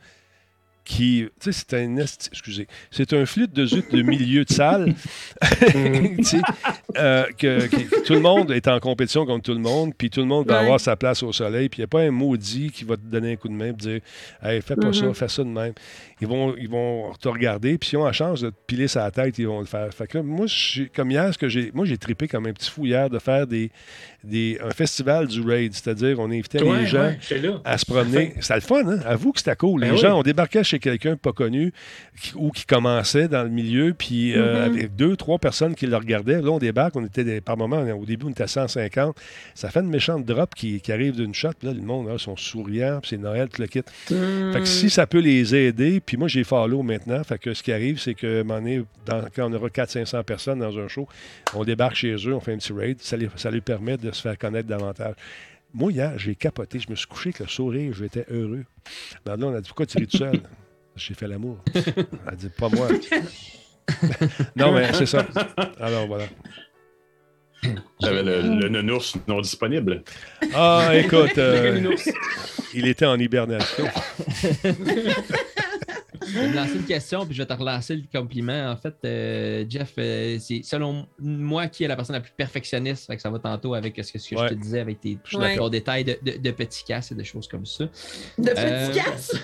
[SPEAKER 6] qui. Tu sais, c'est un. esti- Excusez. C'est un flûte de zut de milieu de salle.
[SPEAKER 2] Mm.
[SPEAKER 6] Tu sais, euh, que, qui- que tout le monde est en compétition contre tout le monde, puis tout le monde va
[SPEAKER 4] Ouais.
[SPEAKER 6] avoir sa place au soleil, puis il n'y a pas un maudit qui va te donner un coup de main et dire Hey, fais pas ça, fais ça de même. Ils vont, ils vont te regarder, puis ils ont la chance de te piler sa tête, ils vont le faire. Fait que moi, je suis- comme hier, ce que j'ai, moi, j'ai trippé comme un petit fou hier de faire des, des, un festival du raid, c'est-à-dire on invitait
[SPEAKER 2] Ouais,
[SPEAKER 6] les gens
[SPEAKER 2] ouais, j'étais là.
[SPEAKER 6] à se promener. C'était le fun, hein? Avoue que c'était cool. Les
[SPEAKER 2] Ben oui.
[SPEAKER 6] gens, on débarquait chez quelqu'un pas connu qui- ou qui commençait dans le milieu, puis euh, avec deux, trois personnes qui le regardaient. Là, on débarque, on était des- par moment, on- au début, on était à 150. Ça fait une méchante drop qui, qui arrive d'une shot. Puis là, le monde, là, sont souriants, puis c'est Noël, tout le kit. Fait que si ça peut les aider, puis moi, j'ai follow maintenant. Fait que ce qui arrive, c'est que, à un moment donné, dans- quand on aura 400-500 personnes dans un show, on débarque chez eux, on fait un petit raid. Ça les- ça lui permet de se faire connaître davantage. Moi, hier, j'ai capoté. Je me suis couché avec le sourire. J'étais heureux. Madelon, on a dit Pourquoi tu ris tout seul J'ai fait l'amour. Elle dit Pas moi. non, mais c'est ça. Alors, Ah voilà.
[SPEAKER 7] J'avais le, le nounours non disponible.
[SPEAKER 6] Ah, écoute,
[SPEAKER 2] Le
[SPEAKER 6] euh,
[SPEAKER 2] nounours.
[SPEAKER 6] il était en hibernation.
[SPEAKER 3] Je vais te lancer une question, puis je vais te relancer le compliment. En fait, euh, Jeff, euh, c'est selon moi qui est la personne la plus perfectionniste. Fait que ça va tantôt avec ce que, ce que
[SPEAKER 6] Ouais.
[SPEAKER 3] je te disais, avec tes
[SPEAKER 6] Je suis
[SPEAKER 3] ton
[SPEAKER 4] d'accord.
[SPEAKER 3] détails de, de- de petits casses et de choses comme ça.
[SPEAKER 4] De
[SPEAKER 3] Euh,
[SPEAKER 4] petits casse.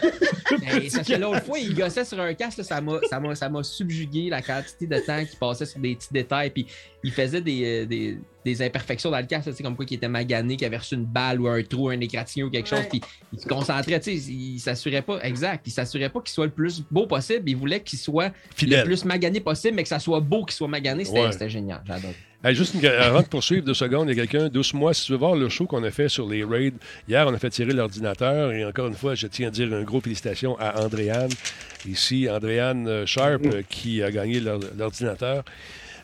[SPEAKER 3] Ben, parce que l'autre fois, il gossait sur un casque, là, ça m'a- ça m'a ça m'a subjugué la quantité de temps qu'il passait sur des petits détails. Puis il faisait des, euh, des, des imperfections dans le casque, là, tu sais, comme quoi qu'il était magané, qu'il avait reçu une balle ou un trou, un égratignure ou quelque chose.
[SPEAKER 4] Ouais.
[SPEAKER 3] Puis il se concentrait, tu sais, il s'assurait pas, exact, il s'assurait pas qu'il soit le plus beau possible. Il voulait qu'il soit le
[SPEAKER 6] Fidèle.
[SPEAKER 3] plus magané possible, mais que ça soit beau qu'il soit magané. C'était
[SPEAKER 6] Ouais.
[SPEAKER 3] c'était génial, j'adore.
[SPEAKER 6] Hey, juste une- avant de poursuivre deux secondes, il y a quelqu'un, douce-moi, si tu veux voir le show qu'on a fait sur les raids, hier, on a fait tirer l'ordinateur et encore une fois, je tiens à dire un gros félicitation à Andréane. Ici, Andréane euh, Sharp euh, qui a gagné l'or- l'ordinateur.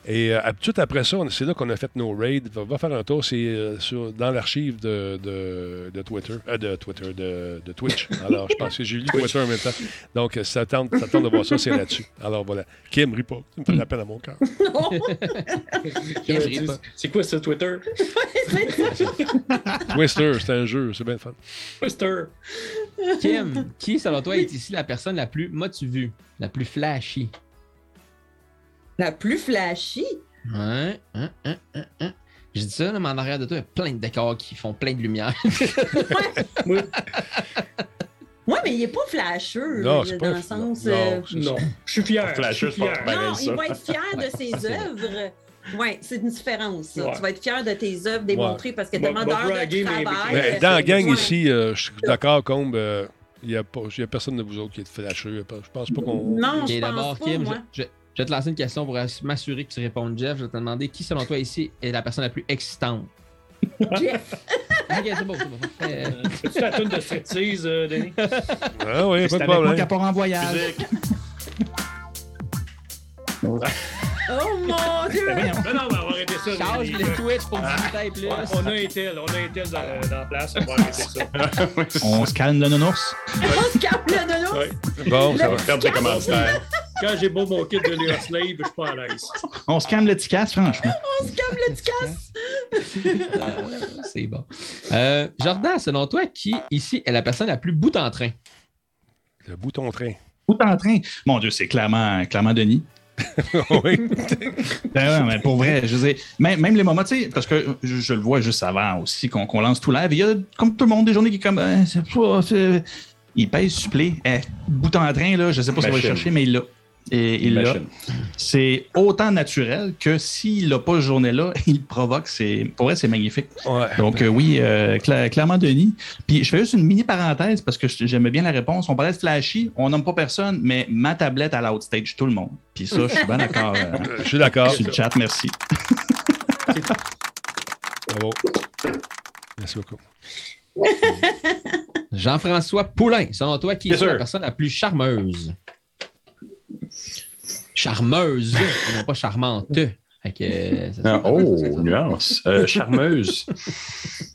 [SPEAKER 6] Et euh, tout après ça, on- c'est là qu'on a fait nos raids. Va, va faire un tour, c'est euh, sur- dans l'archive de, de- de Twitter, euh, de Twitter, de, de Twitch. Alors, je pense que j'ai lu Twitter en même temps. Donc, euh, si ça tente, ça tente de voir ça, c'est là-dessus. Alors voilà. Kim, ris pas. Tu me fais la peine à mon cœur.
[SPEAKER 4] Non,
[SPEAKER 2] Kim a
[SPEAKER 3] Je
[SPEAKER 2] dit,
[SPEAKER 3] ris pas.
[SPEAKER 2] C'est quoi ça, Twitter?
[SPEAKER 4] c'est ça.
[SPEAKER 6] Twister, c'est un jeu, c'est bien le fun.
[SPEAKER 2] Twister.
[SPEAKER 3] Kim, qui selon toi est ici la personne la plus motivée, la plus flashy?
[SPEAKER 4] La plus flashy.
[SPEAKER 3] Hein, hein, hein, hein, hein. Je dis ça, là, mais en arrière de toi, il y a plein de décors qui font plein de lumière.
[SPEAKER 4] Oui, mais il n'est pas flasheux,
[SPEAKER 6] Non,
[SPEAKER 4] là,
[SPEAKER 6] c'est
[SPEAKER 4] dans
[SPEAKER 6] pas-
[SPEAKER 4] le sens.
[SPEAKER 6] non,
[SPEAKER 4] euh,
[SPEAKER 2] Non, je suis fier.
[SPEAKER 7] Flasher,
[SPEAKER 2] je suis
[SPEAKER 7] je pense
[SPEAKER 2] fier.
[SPEAKER 7] bien.
[SPEAKER 4] non,
[SPEAKER 7] ça.
[SPEAKER 4] il va être fier de ses
[SPEAKER 3] c'est vrai.
[SPEAKER 4] œuvres. Oui, c'est une différence. ça.
[SPEAKER 2] Ouais.
[SPEAKER 4] Tu vas être fier de tes œuvres démontrées parce que
[SPEAKER 2] Bon,
[SPEAKER 4] demandeur
[SPEAKER 2] bon,
[SPEAKER 4] de
[SPEAKER 2] braguer, mais-
[SPEAKER 4] travail.
[SPEAKER 6] Mais dans la gang
[SPEAKER 4] Ouais.
[SPEAKER 6] ici, euh, je suis d'accord, Combe, euh, il n'y a, pas- il y a personne de vous autres qui est flasheux. Je pense pas qu'on.
[SPEAKER 4] Non,
[SPEAKER 3] Ok,
[SPEAKER 4] je pense pas,
[SPEAKER 3] Kim, je,
[SPEAKER 4] moi.
[SPEAKER 3] je- je vais te lancer une question pour m'assurer que tu réponds, Jeff. Je vais te demander qui, selon toi, ici est la personne la plus excitante.
[SPEAKER 4] Jeff.
[SPEAKER 3] Ok, c'est bon, c'est bon. Euh,
[SPEAKER 2] C'est la toune de striptease, euh, Denis.
[SPEAKER 6] Ah oui,
[SPEAKER 8] C'est
[SPEAKER 6] pas de
[SPEAKER 8] avec moi
[SPEAKER 6] problème.
[SPEAKER 8] qu'elle part en voyage.
[SPEAKER 7] Musique.
[SPEAKER 4] Oh mon Dieu!
[SPEAKER 2] Ben Non, non, on va arrêter ça.
[SPEAKER 3] Charge
[SPEAKER 2] Denis. Ah.
[SPEAKER 3] le Twitch pour 10 détails plus.
[SPEAKER 2] On a un tel, on a un tel dans, euh, dans la place, on va arrêter ça.
[SPEAKER 8] On se calme le nounours.
[SPEAKER 4] On se calme le nounours.
[SPEAKER 2] Ouais.
[SPEAKER 6] Bon, ça va.
[SPEAKER 7] Ferme tes commentaires.
[SPEAKER 2] Quand j'ai beau mon kit de Léo Slave, je suis pas à l'aise.
[SPEAKER 8] On se calme le petit casse, franchement.
[SPEAKER 4] On se calme le petit casse.
[SPEAKER 2] Ah,
[SPEAKER 3] Euh, C'est bon. Euh, Jordan, selon toi, qui ici est la personne la plus bout en train?
[SPEAKER 6] Le bouton train.
[SPEAKER 8] Tout en train. Mon Dieu, c'est clairement, clairement Denis.
[SPEAKER 6] oui.
[SPEAKER 8] Ben ouais, mais pour vrai, je veux dire, même, même les moments, tu sais, parce que je, je le vois juste avant aussi, qu'on qu'on lance tout live, il y a, comme tout le monde, des journées qui est comme, Eh, c'est pas- c'est- il pèse supplé, Eh, bout en train, là, je sais pas ce qu'on va
[SPEAKER 7] Machine.
[SPEAKER 8] chercher, mais il l'a. Et il l'a.
[SPEAKER 7] Machine.
[SPEAKER 8] C'est autant naturel que s'il l'a pas ce journée-là, il provoque, c'est, pour vrai, c'est magnifique.
[SPEAKER 6] Ouais.
[SPEAKER 8] Donc euh, oui, euh, cla- clairement Denis. Puis je fais juste une mini parenthèse parce que je- j'aimais bien la réponse. On parlait de flashy, on nomme pas personne, mais ma tablette à l'outstage tout le monde. Puis ça, je suis bien d'accord euh,
[SPEAKER 6] Euh, Je suis d'accord.
[SPEAKER 8] sur le chat, merci.
[SPEAKER 6] Bravo. Merci beaucoup.
[SPEAKER 3] Jean-François Poulain, selon toi, qui est
[SPEAKER 7] Bien sûr.
[SPEAKER 3] la personne la plus charmeuse? Charmeuse, et non pas charmante. Fait que, euh, ça,
[SPEAKER 7] Ah,
[SPEAKER 3] c'est-
[SPEAKER 7] Oh,
[SPEAKER 3] ça, c'est-
[SPEAKER 7] nuance. Euh, charmeuse.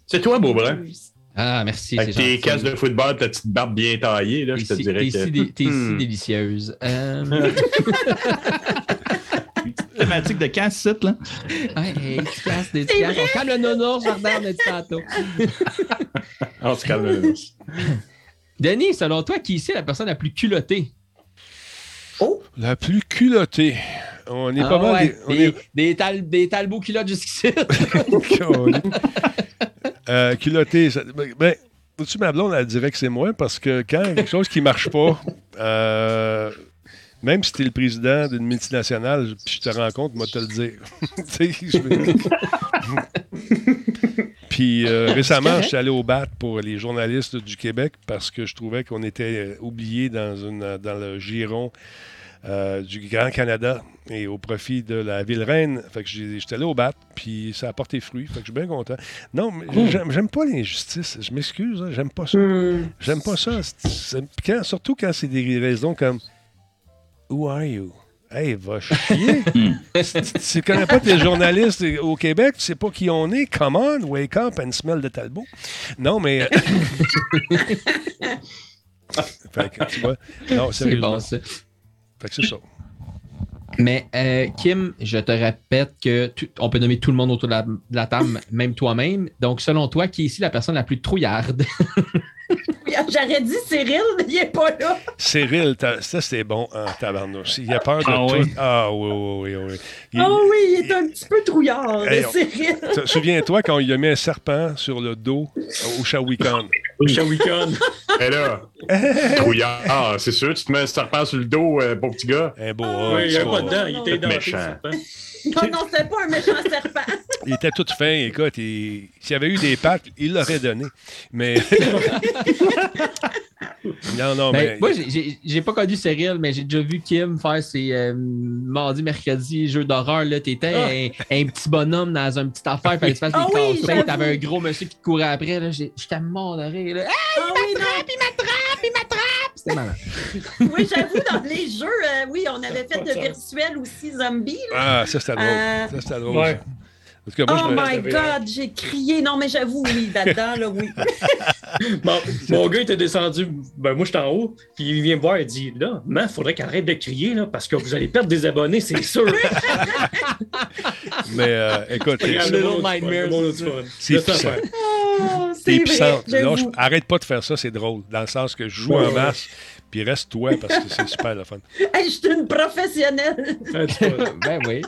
[SPEAKER 7] C'est toi, Beaubrun.
[SPEAKER 3] Ah, merci.
[SPEAKER 7] Avec
[SPEAKER 3] c'est
[SPEAKER 7] tes
[SPEAKER 3] gentil.
[SPEAKER 7] casques de football, ta petite barbe bien taillée, là,
[SPEAKER 3] T'es
[SPEAKER 7] je te
[SPEAKER 3] si-
[SPEAKER 7] dirais
[SPEAKER 3] t'es si
[SPEAKER 7] que.
[SPEAKER 3] dé- T'es si
[SPEAKER 7] Hmm.
[SPEAKER 3] délicieuse. Euh,
[SPEAKER 8] Thématique de casse là.
[SPEAKER 3] hey, hey, tu casses, des- tu casses. On calme le nono, Jordan, on a dit tantôt.
[SPEAKER 6] Ah,
[SPEAKER 7] En tout cas, le-
[SPEAKER 3] Denis, selon toi, qui ici est la personne la plus culottée?
[SPEAKER 6] La plus culottée. On est
[SPEAKER 3] Ah
[SPEAKER 6] pas mal.
[SPEAKER 3] ouais,
[SPEAKER 6] des- on
[SPEAKER 3] des,
[SPEAKER 6] est-
[SPEAKER 3] des tal- des talbots culottes jusqu'ici.
[SPEAKER 6] Euh, culotté. ça- ben, Ben, tu ma blonde, elle dirait que c'est moi parce que quand il y a quelque chose qui marche pas, euh, même si tu es le président d'une multinationale, puis je te rends compte, moi, te le dire. Tu sais, je veux- puis euh, récemment, je suis allé au BAT pour les journalistes du Québec parce que je trouvais qu'on était euh, oubliés dans, une, dans le giron euh, du Grand Canada et au profit de la ville reine. Fait que j'ai- j'étais allé au BAT, puis ça a porté fruit. Fait que je suis bien content. Non, mais j'aime- j'aime pas l'injustice. Je m'excuse, hein, j'aime pas ça. J'aime pas ça. C'est- c'est- quand- surtout quand c'est des raisons comme Who are you? Hey, va chier! tu connais pas tes journalistes au Québec, tu sais pas qui on est. Come on, wake up and smell de Talbot. Non, mais. euh, fait que, tu vois. Non,
[SPEAKER 3] C'est
[SPEAKER 6] sérieusement.
[SPEAKER 3] bon, ça.
[SPEAKER 6] Fait que c'est ça.
[SPEAKER 3] Mais euh, Kim, je te répète que tu- on peut nommer tout le monde autour de la, de la table, même toi-même. Donc, selon toi, qui est ici la personne la plus trouillarde?
[SPEAKER 4] J'aurais dit Cyril, mais il n'est pas là.
[SPEAKER 6] Cyril, t'as- ça c'était bon en tabarnouche. Il a peur de
[SPEAKER 8] Ah
[SPEAKER 6] tout.
[SPEAKER 8] oui?
[SPEAKER 6] Ah oui, oui, oui. oui. Il-
[SPEAKER 4] Ah oui, il est un petit peu trouillard, le
[SPEAKER 6] Hey, on-
[SPEAKER 4] Cyril.
[SPEAKER 6] Te- Souviens-toi quand il a mis un serpent sur le dos au Shawikan.
[SPEAKER 2] Shawikan.
[SPEAKER 7] Et là, trouillard, ah, c'est sûr, tu te mets un serpent sur le dos, euh, beau petit gars.
[SPEAKER 6] Un Eh, beau hein,
[SPEAKER 2] Oui, Ah, il n'y avait
[SPEAKER 6] homme,
[SPEAKER 2] pas
[SPEAKER 6] ça.
[SPEAKER 2] de dents, il était
[SPEAKER 7] Tout
[SPEAKER 2] denté,
[SPEAKER 7] méchant.
[SPEAKER 2] le serpent.
[SPEAKER 4] Non, non, c'est pas un méchant serpent.
[SPEAKER 6] Il était tout fin, écoute. il- S'il avait eu des pattes, il l'aurait donné. Mais. non, non,
[SPEAKER 3] Ben,
[SPEAKER 6] mais.
[SPEAKER 3] moi, j'ai- j'ai j'ai pas connu Cyril, mais j'ai déjà vu Kim faire ses euh, mardi, mercredi, jeux d'horreur. là. T'étais un, un petit bonhomme dans une petite affaire, fallait que tu fasses des
[SPEAKER 4] Ah oui,
[SPEAKER 3] casse-croûtes,
[SPEAKER 4] j'avoue.
[SPEAKER 3] T'avais un gros monsieur qui te courait après. là. J'ai- J'étais mort de rire. là. Ah,
[SPEAKER 4] Ah oui, non.
[SPEAKER 3] C'était malin.
[SPEAKER 4] Oui, j'avoue, dans les jeux, euh, oui, on avait fait de virtuel aussi zombie. là.
[SPEAKER 6] Ah, ça c'était drôle.
[SPEAKER 4] Euh,
[SPEAKER 6] Ça c'était drôle.
[SPEAKER 2] ouais.
[SPEAKER 6] ça. En tout cas, moi,
[SPEAKER 4] oh
[SPEAKER 6] je me-
[SPEAKER 4] my God, j'ai crié. Non, mais j'avoue, oui, là-dedans, là, oui.
[SPEAKER 2] Bon, mon gars était descendu, ben moi j'étais en haut, puis il vient me voir et dit Là, man, faudrait qu'elle arrête de crier là, parce que vous allez perdre des abonnés, c'est sûr.
[SPEAKER 6] Mais euh, écoute,
[SPEAKER 2] C'est
[SPEAKER 6] c'est-
[SPEAKER 3] Little Nightmares.
[SPEAKER 6] C'est puissant.
[SPEAKER 4] Ah,
[SPEAKER 6] t'es
[SPEAKER 4] c'est vrai,
[SPEAKER 6] puissante. Non, je-
[SPEAKER 4] j'avoue.
[SPEAKER 6] arrête pas de faire ça, c'est drôle. Dans le sens que je joue
[SPEAKER 2] Ouais,
[SPEAKER 6] en
[SPEAKER 2] ouais.
[SPEAKER 6] masse, puis reste toi parce que c'est super le fun.
[SPEAKER 4] Hey, je suis une professionnelle.
[SPEAKER 3] ben oui.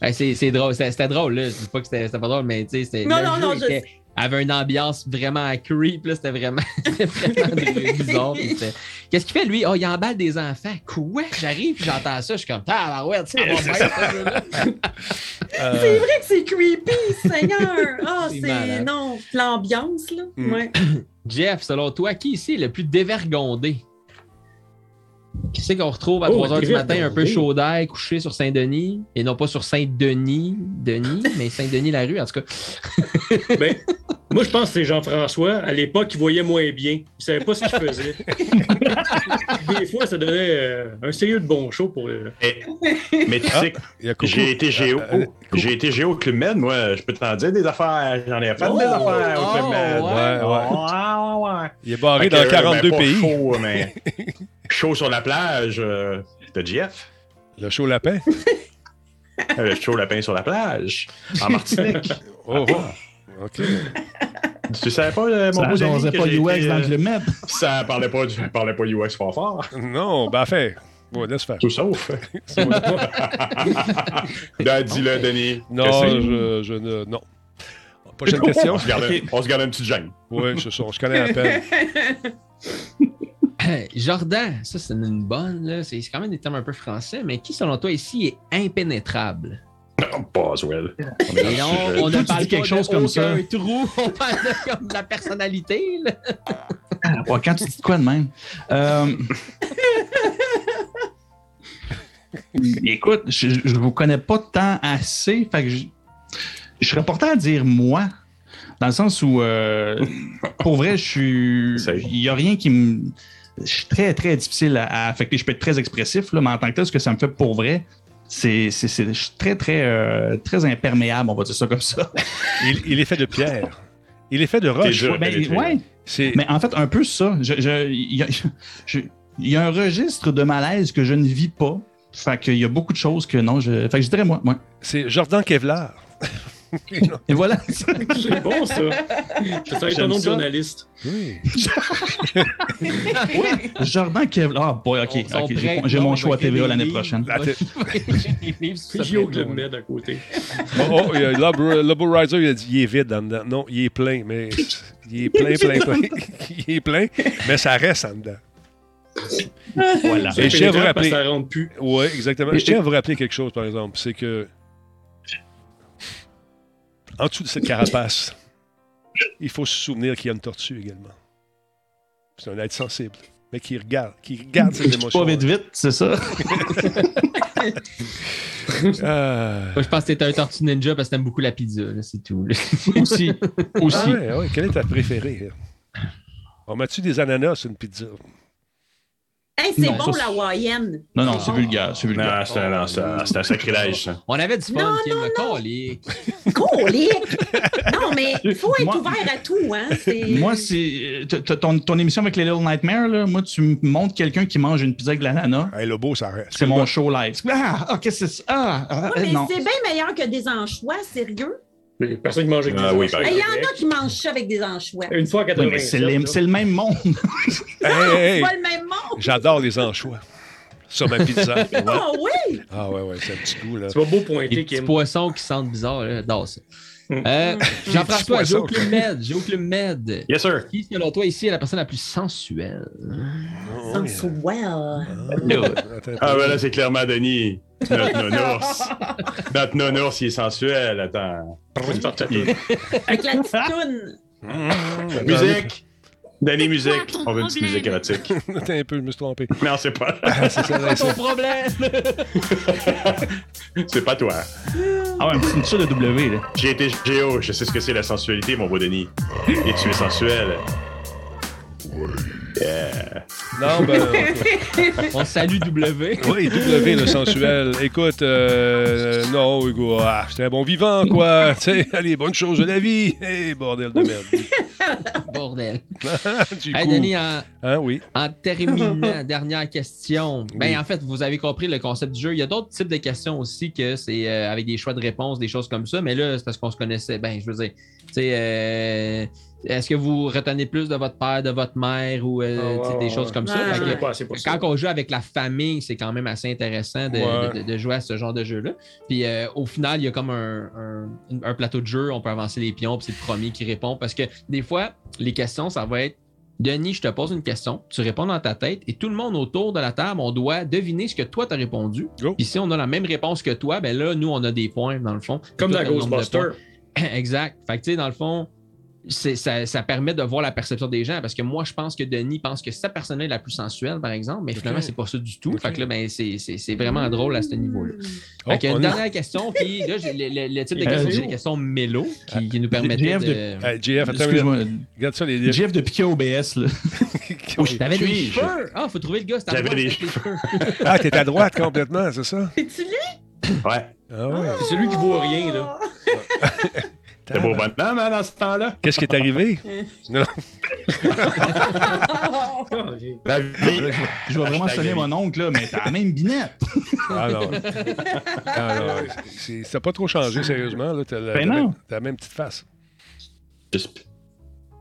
[SPEAKER 3] Ben, c'est c'est drôle. C'était c'était drôle. Là. Je dis pas que c'était c'était pas drôle, mais tu sais, c'était.
[SPEAKER 4] Non,
[SPEAKER 3] le
[SPEAKER 4] non,
[SPEAKER 3] jeu
[SPEAKER 4] non, je-
[SPEAKER 3] était- avait une ambiance vraiment creep. là. C'était vraiment, c'était vraiment bizarre. puis c'était- Qu'est-ce qu'il fait, lui? Oh, il emballe des enfants. Quoi? J'arrive puis j'entends ça. Je suis comme, ah, ouais, tu sais,
[SPEAKER 6] Euh,
[SPEAKER 4] C'est vrai que c'est creepy, Seigneur. Ah,
[SPEAKER 3] C'est
[SPEAKER 4] c'est.
[SPEAKER 3] malade.
[SPEAKER 4] Non, l'ambiance, là.
[SPEAKER 6] Mm.
[SPEAKER 4] Ouais.
[SPEAKER 3] Hmm. Jeff, selon toi, qui ici est le plus dévergondé? Qui c'est qu'on retrouve à
[SPEAKER 2] Oh,
[SPEAKER 3] 3h du matin, un peu
[SPEAKER 2] dévergondé.
[SPEAKER 3] chaud d'air, couché sur Saint-Denis, et non pas sur Saint-Denis, Denis, mais Saint-Denis-la-Rue, en tout cas.
[SPEAKER 2] Ben, moi, je pense que c'est Jean-François. À l'époque, il voyait moins bien. Il savait pas ce qu'il faisait. Des fois, ça donnait euh, un sérieux de bon show pour euh, le.
[SPEAKER 3] Eh.
[SPEAKER 7] Mais, mais tu
[SPEAKER 6] Ah,
[SPEAKER 7] sais que
[SPEAKER 6] il y a coucou.
[SPEAKER 7] j'ai été géo.
[SPEAKER 6] Euh, euh, coucou.
[SPEAKER 7] J'ai été géo au Club Med, moi, je peux t'en dire des affaires. J'en ai fait des affaires au Club
[SPEAKER 3] oh,
[SPEAKER 7] Med.
[SPEAKER 3] ouais.
[SPEAKER 6] Ah, Ouais, ouais.
[SPEAKER 7] Ouais, ouais, ouais.
[SPEAKER 6] Il est barré
[SPEAKER 7] Fait que,
[SPEAKER 6] dans
[SPEAKER 7] euh,
[SPEAKER 6] 42
[SPEAKER 7] ben, pas
[SPEAKER 6] pays.
[SPEAKER 7] Chaud, mais chaud sur la plage euh, de Jeff.
[SPEAKER 6] Le chaud lapin.
[SPEAKER 7] Euh, chaud lapin sur la plage. En Martinique.
[SPEAKER 6] Oh, oh. OK.
[SPEAKER 7] tu savais pas, euh, mon
[SPEAKER 8] Ça
[SPEAKER 7] beau ami,
[SPEAKER 8] jasait
[SPEAKER 7] que
[SPEAKER 8] pas
[SPEAKER 7] j'ai
[SPEAKER 8] UX
[SPEAKER 7] été,
[SPEAKER 8] dans
[SPEAKER 7] euh,
[SPEAKER 8] le Met.
[SPEAKER 7] Ça parlait pas, du- parlait pas UX fort fort.
[SPEAKER 6] Non, ben fait. Ouais, laisse faire.
[SPEAKER 7] Tout sauf. Ben, Dis-le, Denis.
[SPEAKER 6] Non,
[SPEAKER 7] Qu'est-ce que c'est?
[SPEAKER 6] je, je ne. Non. Prochaine question.
[SPEAKER 7] On se garde, un- on se garde un petit gêne.
[SPEAKER 6] Oui, c'est ça. On se connaît à peine.
[SPEAKER 3] Jordan, ça c'est une bonne, là. c'est c'est quand même des termes un peu français, mais qui selon toi ici est impénétrable?
[SPEAKER 7] Oh, Boswell. On
[SPEAKER 3] Et
[SPEAKER 7] est dans le
[SPEAKER 3] non,
[SPEAKER 7] sujet.
[SPEAKER 3] on ne
[SPEAKER 8] Toi, tu
[SPEAKER 3] parle
[SPEAKER 8] dis quelque
[SPEAKER 3] pas
[SPEAKER 8] chose
[SPEAKER 3] de
[SPEAKER 8] comme ça.
[SPEAKER 3] aucun trou, on parle de, comme de la personnalité. là.
[SPEAKER 8] Ah, ouais, Quand tu dis de quoi de même? Euh, Écoute, je ne vous connais pas tant assez. Fait que je, je serais porté à dire moi, dans le sens où, euh, pour vrai, je suis.
[SPEAKER 7] Essaye.
[SPEAKER 8] Il n'y a rien qui me. Je suis très, très difficile à, à affecter. Je peux être très expressif, là, mais en tant que tel, ce que ça me fait pour vrai, c'est. c'est- c'est- Je suis très, très, euh, très imperméable, on va dire ça comme ça.
[SPEAKER 6] Il, il est fait de pierre. Il est fait de
[SPEAKER 7] T'es
[SPEAKER 6] roche.
[SPEAKER 7] dur à
[SPEAKER 8] Ben,
[SPEAKER 7] pénétrer.
[SPEAKER 8] ouais,
[SPEAKER 6] C'est.
[SPEAKER 8] mais en fait, un peu ça. Je- je- Il y, a- je- il y a un registre de malaise que je ne vis pas. Fait qu'il y a beaucoup de choses que non, je. Fait que je dirais moi. moi.
[SPEAKER 6] C'est Jordan Kevlar.
[SPEAKER 8] Et voilà.
[SPEAKER 2] C'est bon, ça. Ça serait ton
[SPEAKER 8] J'aime
[SPEAKER 2] nom de
[SPEAKER 8] ça.
[SPEAKER 2] journaliste.
[SPEAKER 6] Oui.
[SPEAKER 8] Jordan Kevlar. Ah, boy, ok.
[SPEAKER 3] On- on
[SPEAKER 8] ok,
[SPEAKER 3] prête-
[SPEAKER 8] j'ai- J'ai
[SPEAKER 3] non, on
[SPEAKER 8] mon
[SPEAKER 3] va
[SPEAKER 8] choix à
[SPEAKER 3] écrire
[SPEAKER 8] TVA
[SPEAKER 3] des
[SPEAKER 8] l'année
[SPEAKER 3] livres.
[SPEAKER 8] prochaine.
[SPEAKER 3] On va écrire des livres sur ce
[SPEAKER 2] Puis au Club
[SPEAKER 3] prénom-là.
[SPEAKER 2] Med à côté.
[SPEAKER 6] Oh, oh, il y a Lobo Lobo Riser, il a dit il est vide en dedans. Non, il est plein, mais il est plein, plein, plein. il est plein, mais ça reste en dedans.
[SPEAKER 8] Voilà.
[SPEAKER 6] Et je tiens à vous
[SPEAKER 2] Pénétrable, parce
[SPEAKER 6] rappeler-
[SPEAKER 2] que Ça rentre plus.
[SPEAKER 6] Oui, exactement. Je tiens à vous rappeler quelque chose, par exemple, c'est que en dessous de cette carapace, il faut se souvenir qu'il y a une tortue également. C'est un être sensible, mais qui regarde, qui regarde ses émotions. hein.
[SPEAKER 8] Pas vite, vite, c'est ça.
[SPEAKER 6] Ah.
[SPEAKER 3] Moi, je pense que t'es un tortue ninja parce que t'aimes beaucoup la pizza, là, c'est tout. là.
[SPEAKER 8] Aussi. Aussi.
[SPEAKER 6] Ah ouais, ouais, quelle est ta préférée? On met-tu des ananas sur une pizza?
[SPEAKER 4] Hey, c'est
[SPEAKER 8] Non,
[SPEAKER 4] bon,
[SPEAKER 8] ça,
[SPEAKER 4] la
[SPEAKER 8] c'est-
[SPEAKER 4] Hawaiian.
[SPEAKER 8] Non, non, c'est
[SPEAKER 3] Ah.
[SPEAKER 8] vulgaire. C'est vulgaire.
[SPEAKER 7] Non, c'est un, non, c'est un- c'est un sacrilège, ça.
[SPEAKER 3] On avait du fun,
[SPEAKER 4] Non,
[SPEAKER 3] Kim, le colique.
[SPEAKER 4] Colique! Non, mais il faut être
[SPEAKER 8] Moi-
[SPEAKER 4] ouvert à tout, hein. c'est-
[SPEAKER 8] Moi, c'est. t- t- Ton, ton émission avec les Little Nightmares, là, moi, tu me montres quelqu'un qui mange une pizza avec de l'ananas.
[SPEAKER 6] Hey, le beau, ça reste.
[SPEAKER 8] C'est mon show live. Ah, ok, c'est ça. Ah, ah,
[SPEAKER 4] Ouais, mais
[SPEAKER 8] non.
[SPEAKER 4] c'est bien meilleur que des anchois, sérieux.
[SPEAKER 2] Il y a personne qui mange avec des
[SPEAKER 7] Ah oui,
[SPEAKER 2] anchois
[SPEAKER 7] ben,
[SPEAKER 2] au
[SPEAKER 4] Il y en
[SPEAKER 2] Québec.
[SPEAKER 4] a qui mangent ça avec des anchois. Ah,
[SPEAKER 2] Une fois en
[SPEAKER 8] Ouais, mais
[SPEAKER 2] 87.
[SPEAKER 8] c'est le,
[SPEAKER 2] là.
[SPEAKER 8] c'est le même monde.
[SPEAKER 6] Hey, hey,
[SPEAKER 4] C'est pas
[SPEAKER 6] hey,
[SPEAKER 4] le même monde.
[SPEAKER 6] J'adore les anchois sur ma pizza. Ouais.
[SPEAKER 4] Ah oui!
[SPEAKER 6] Ah ouais, ouais, c'est un petit goût, là.
[SPEAKER 2] C'est pas beau
[SPEAKER 3] Les
[SPEAKER 2] pointer
[SPEAKER 3] petits
[SPEAKER 2] Kim.
[SPEAKER 3] poissons qui sentent bizarre, là, j'adore ça.
[SPEAKER 2] Mm.
[SPEAKER 3] Euh, Jean-François,
[SPEAKER 6] petits
[SPEAKER 3] j'ai au
[SPEAKER 6] poissons,
[SPEAKER 3] Club Med. J'ai au Club Med.
[SPEAKER 7] Yes, sir.
[SPEAKER 3] Qui, selon toi, ici est la personne la plus sensuelle?
[SPEAKER 7] Oh,
[SPEAKER 6] Ah
[SPEAKER 4] Ça me
[SPEAKER 7] hein.
[SPEAKER 4] fout, well.
[SPEAKER 6] Attends,
[SPEAKER 7] Ah, ben là, c'est clairement Denis. Notre nounours. Notre nounours, il est sensuel. Attends. Il-
[SPEAKER 4] Avec la petite toune.
[SPEAKER 7] Musique. Denis, musique. On veut une petite musique érotique.
[SPEAKER 6] Attends un peu, je me suis trompé.
[SPEAKER 7] Non, c'est pas.
[SPEAKER 6] Ah, C'est ça, là, c'est-
[SPEAKER 3] problème!
[SPEAKER 7] C'est pas toi.
[SPEAKER 8] Ah ouais, c'est une chose de W, là.
[SPEAKER 7] J'ai été géo. Je sais ce que c'est la sensualité, mon beau Denis. Et tu es sensuel.
[SPEAKER 6] Non, ben.
[SPEAKER 3] On salue W.
[SPEAKER 6] Oui, W, le sensuel. Écoute, euh, non, Hugo, ah, j'étais un bon vivant, quoi. Tu sais, allez, bonne chose de la vie. Hey, bordel de merde.
[SPEAKER 3] Bordel.
[SPEAKER 6] Du
[SPEAKER 3] Hey,
[SPEAKER 6] coup,
[SPEAKER 3] Denis, en,
[SPEAKER 6] hein, oui.
[SPEAKER 3] en terminant, dernière question.
[SPEAKER 6] Oui.
[SPEAKER 3] Ben, en fait, vous avez compris le concept du jeu. Il y a d'autres types de questions aussi que c'est euh, avec des choix de réponses, des choses comme ça. Mais là, c'est parce qu'on se connaissait. Ben, je veux dire, tu sais, euh, est-ce que vous retenez plus de votre père, de votre mère ou euh, tu
[SPEAKER 2] Ah,
[SPEAKER 3] sais,
[SPEAKER 2] ouais,
[SPEAKER 3] des
[SPEAKER 2] ouais,
[SPEAKER 3] choses comme
[SPEAKER 4] Ouais,
[SPEAKER 3] ça? Fait que-
[SPEAKER 4] ouais.
[SPEAKER 2] pas assez pour ça.
[SPEAKER 3] Quand on joue avec la famille, c'est quand même assez intéressant de,
[SPEAKER 6] Ouais.
[SPEAKER 3] de- de- de jouer à ce genre de jeu-là. Puis euh, au final, il y a comme un, un- un plateau de jeu, on peut avancer les pions, puis c'est le premier qui répond. Parce que des fois, les questions, ça va être Denis, je te pose une question, tu réponds dans ta tête, et tout le monde autour de la table, on doit deviner ce que toi t'as répondu.
[SPEAKER 6] Go.
[SPEAKER 3] Puis si on a la même réponse que toi, ben là, nous, on a des points dans le fond.
[SPEAKER 2] Comme
[SPEAKER 3] Tout
[SPEAKER 2] dans
[SPEAKER 3] le nombre de points.
[SPEAKER 2] Ghostbusters.
[SPEAKER 3] Exact. Fait que, tu sais, dans le fond, c'est- ça, ça permet de voir la perception des gens parce que moi, je pense que Denis pense que sa personne est la plus sensuelle, par exemple, mais finalement, c'est pas ça du tout.
[SPEAKER 6] Ok.
[SPEAKER 3] Fait que là, ben, c'est- c'est c'est vraiment drôle à ce niveau-là.
[SPEAKER 6] Oh,
[SPEAKER 2] Mmh.
[SPEAKER 3] Fait que,
[SPEAKER 6] on est-
[SPEAKER 3] dernière question, puis là, j'ai le, le- le type de
[SPEAKER 2] Il est
[SPEAKER 3] question,
[SPEAKER 8] mélo.
[SPEAKER 3] c'est la question mélo qui, qui nous permet de.
[SPEAKER 8] JF de-
[SPEAKER 6] Hey, JF, attends, une minute.
[SPEAKER 8] Excuse-moi.
[SPEAKER 6] regarde ça, les
[SPEAKER 8] Jeff de piquet OBS, là.
[SPEAKER 3] T'avais des
[SPEAKER 7] Suis-je?
[SPEAKER 3] cheveux! Ah, faut trouver le gars, c'est à
[SPEAKER 7] J'avais
[SPEAKER 3] droite,
[SPEAKER 7] des
[SPEAKER 3] avec les cheveux.
[SPEAKER 6] Ah, t'es à droite complètement, c'est ça?
[SPEAKER 4] C'est-tu lui?
[SPEAKER 7] Ouais.
[SPEAKER 6] Ah ouais.
[SPEAKER 2] C'est celui qui voit rien, là.
[SPEAKER 7] T'es beau bonhomme, hein, dans ce temps-là.
[SPEAKER 6] Qu'est-ce qui est arrivé? Non,
[SPEAKER 4] Ah,
[SPEAKER 2] Ah, j'ai-
[SPEAKER 7] La vie.
[SPEAKER 8] Je vais vraiment
[SPEAKER 7] Hashtag
[SPEAKER 8] sonner
[SPEAKER 7] Denis.
[SPEAKER 8] mon oncle, là, mais t'as la même binette.
[SPEAKER 6] ah non. Ah non. c'est- Ça n'a pas trop changé, sérieusement. Là. T'as la,
[SPEAKER 8] Ben
[SPEAKER 6] t'as
[SPEAKER 8] non.
[SPEAKER 6] même- t'as la même petite face.
[SPEAKER 7] Juste-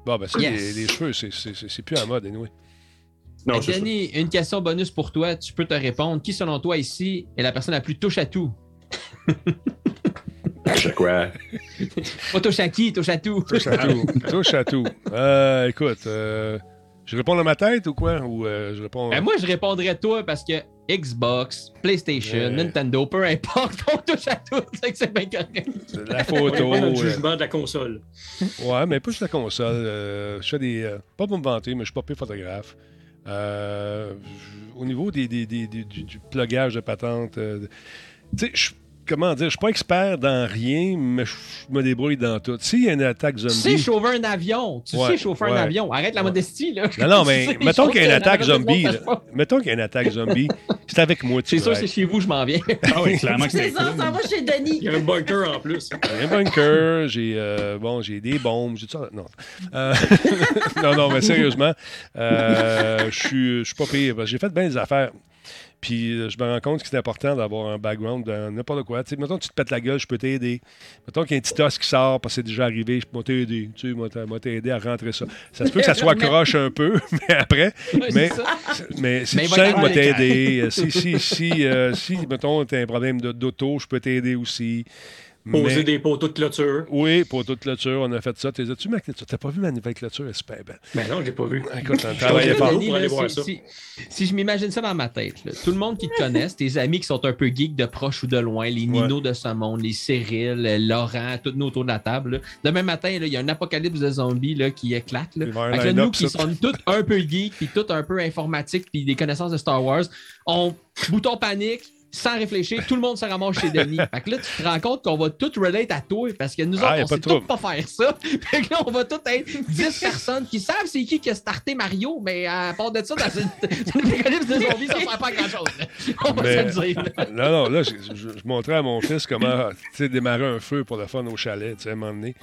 [SPEAKER 6] Bon, ben ça,
[SPEAKER 3] Yes.
[SPEAKER 6] les, les cheveux, c'est- c'est c'est- c'est plus à mode, anyway.
[SPEAKER 7] Non, c'est ça.
[SPEAKER 3] Denis, une question bonus pour toi, tu peux te répondre. Qui, selon toi, ici, est la personne la plus touche à tout?
[SPEAKER 7] Je crois.
[SPEAKER 3] Pas touche à qui, touche à tout.
[SPEAKER 6] Touche à tout. Touche à tout. Euh, écoute, euh, je réponds dans ma tête ou quoi? Ou euh, je réponds.
[SPEAKER 3] Ben, moi, je répondrais toi parce que Xbox, PlayStation,
[SPEAKER 6] Ouais.
[SPEAKER 3] Nintendo, peu importe, on touche à tout. C'est que c'est bien correct.
[SPEAKER 6] La
[SPEAKER 2] On est
[SPEAKER 6] photo.
[SPEAKER 2] pas dans le
[SPEAKER 6] euh,
[SPEAKER 2] jugement de la console.
[SPEAKER 6] ouais, mais pas juste la console. euh, je fais des. euh, pas pour me vanter, mais je suis pas pire photographe. Euh, je- au niveau des, des- des- des- du, du plugage de patente, euh, de- tu sais, je- Comment dire, je suis pas expert dans rien, mais je me débrouille dans tout. S'il y a une attaque
[SPEAKER 3] Tu sais
[SPEAKER 6] zombie.
[SPEAKER 3] chauffer un avion. Tu
[SPEAKER 6] Ouais,
[SPEAKER 3] sais chauffer un
[SPEAKER 6] ouais.
[SPEAKER 3] avion. Arrête la
[SPEAKER 6] Ouais.
[SPEAKER 3] modestie, là.
[SPEAKER 6] Non, non,
[SPEAKER 3] Tu
[SPEAKER 6] mais
[SPEAKER 3] sais
[SPEAKER 6] mettons qu'il y a
[SPEAKER 3] chauffer
[SPEAKER 6] une
[SPEAKER 3] un
[SPEAKER 6] attaque
[SPEAKER 3] avion,
[SPEAKER 6] zombie.
[SPEAKER 3] ça se
[SPEAKER 6] là.
[SPEAKER 3] passe pas.
[SPEAKER 6] Mettons qu'il y a une attaque zombie. C'est avec moi, tu
[SPEAKER 3] C'est sûr,
[SPEAKER 6] vas
[SPEAKER 3] c'est
[SPEAKER 6] être.
[SPEAKER 3] chez vous, je m'en viens.
[SPEAKER 8] Ah oui, clairement que
[SPEAKER 4] C'est
[SPEAKER 8] c'était
[SPEAKER 4] ça,
[SPEAKER 8] cool.
[SPEAKER 4] ça va chez
[SPEAKER 2] Il
[SPEAKER 4] Denis.
[SPEAKER 2] y a un bunker en plus.
[SPEAKER 6] J'ai un bunker, j'ai euh, bon, j'ai des bombes, j'ai tout ça. Non, Euh, non, non, mais sérieusement, euh, je suis- je suis pas pire. parce que J'ai fait ben bien des affaires. Puis euh, je me rends compte que c'est important d'avoir un background dans n'importe quoi. Tu sais, mettons que tu te pètes la gueule, je peux t'aider. Mettons qu'il y a un petit os qui sort parce que c'est déjà arrivé, je peux t'aider. Tu sais, moi, t'a- moi, t'aider à rentrer ça. Ça se peut que ça soit croche un peu, mais après, mais,
[SPEAKER 3] C'est ça.
[SPEAKER 6] mais si
[SPEAKER 3] Mais
[SPEAKER 6] tu
[SPEAKER 3] il va
[SPEAKER 6] sais
[SPEAKER 3] être
[SPEAKER 6] que
[SPEAKER 3] capable
[SPEAKER 6] moi
[SPEAKER 3] de
[SPEAKER 6] t'aider, euh, si, si, si, euh, si, mettons, t'as un problème de- d'auto, je peux t'aider aussi.
[SPEAKER 2] Poser
[SPEAKER 6] Mais-
[SPEAKER 2] des poteaux de clôture.
[SPEAKER 6] oui, pour toute clôture, on a fait ça. T'es- As-tu ma clôture? T'as pas vu ma nouvelle clôture? Elle est super belle.
[SPEAKER 2] Mais Ben non, j'ai pas vu.
[SPEAKER 6] Écoute, on
[SPEAKER 3] Parce que
[SPEAKER 6] travaillait
[SPEAKER 2] Ouais,
[SPEAKER 6] fort.
[SPEAKER 2] Denis,
[SPEAKER 3] Denis,
[SPEAKER 2] pour
[SPEAKER 3] là,
[SPEAKER 2] aller voir
[SPEAKER 3] si-
[SPEAKER 2] ça.
[SPEAKER 3] Si, si je m'imagine ça dans ma tête, là, tout le monde qui te connaisse, tes amis qui sont un peu geeks de proche ou de loin, les Nino de ce monde, les Cyril, euh, Laurent, tous nous autour de la table. là. Demain matin, là, il y a un apocalypse de zombies là, qui éclate. Là.
[SPEAKER 6] Il va y avoir
[SPEAKER 3] Fait
[SPEAKER 6] un
[SPEAKER 3] que là,
[SPEAKER 6] line-up,
[SPEAKER 3] nous qui
[SPEAKER 6] ça.
[SPEAKER 3] sommes tous un peu geeks, puis tous un peu informatiques, puis des connaissances de Star Wars, on bouton panique. Sans réfléchir, tout le monde se ramasse chez Denis. Fait que là, tu te rends compte qu'on va tout relate à toi parce que nous autres,
[SPEAKER 6] Ah, y a
[SPEAKER 3] on
[SPEAKER 6] pas
[SPEAKER 3] sait
[SPEAKER 6] de trouble.
[SPEAKER 3] tous pas faire ça. Fait que là, on va tous être 10 personnes qui savent c'est qui qui a starté Mario, mais à part de ça, dans une dans une apocalypse de zombies, ça ne sert pas à grand-chose. là. On va
[SPEAKER 6] Mais-
[SPEAKER 3] se le dire. là.
[SPEAKER 6] Non, non, là, je, je- je montrais à mon fils comment tu sais, démarrer un feu pour le fun au chalet, tu sais, à un moment donné,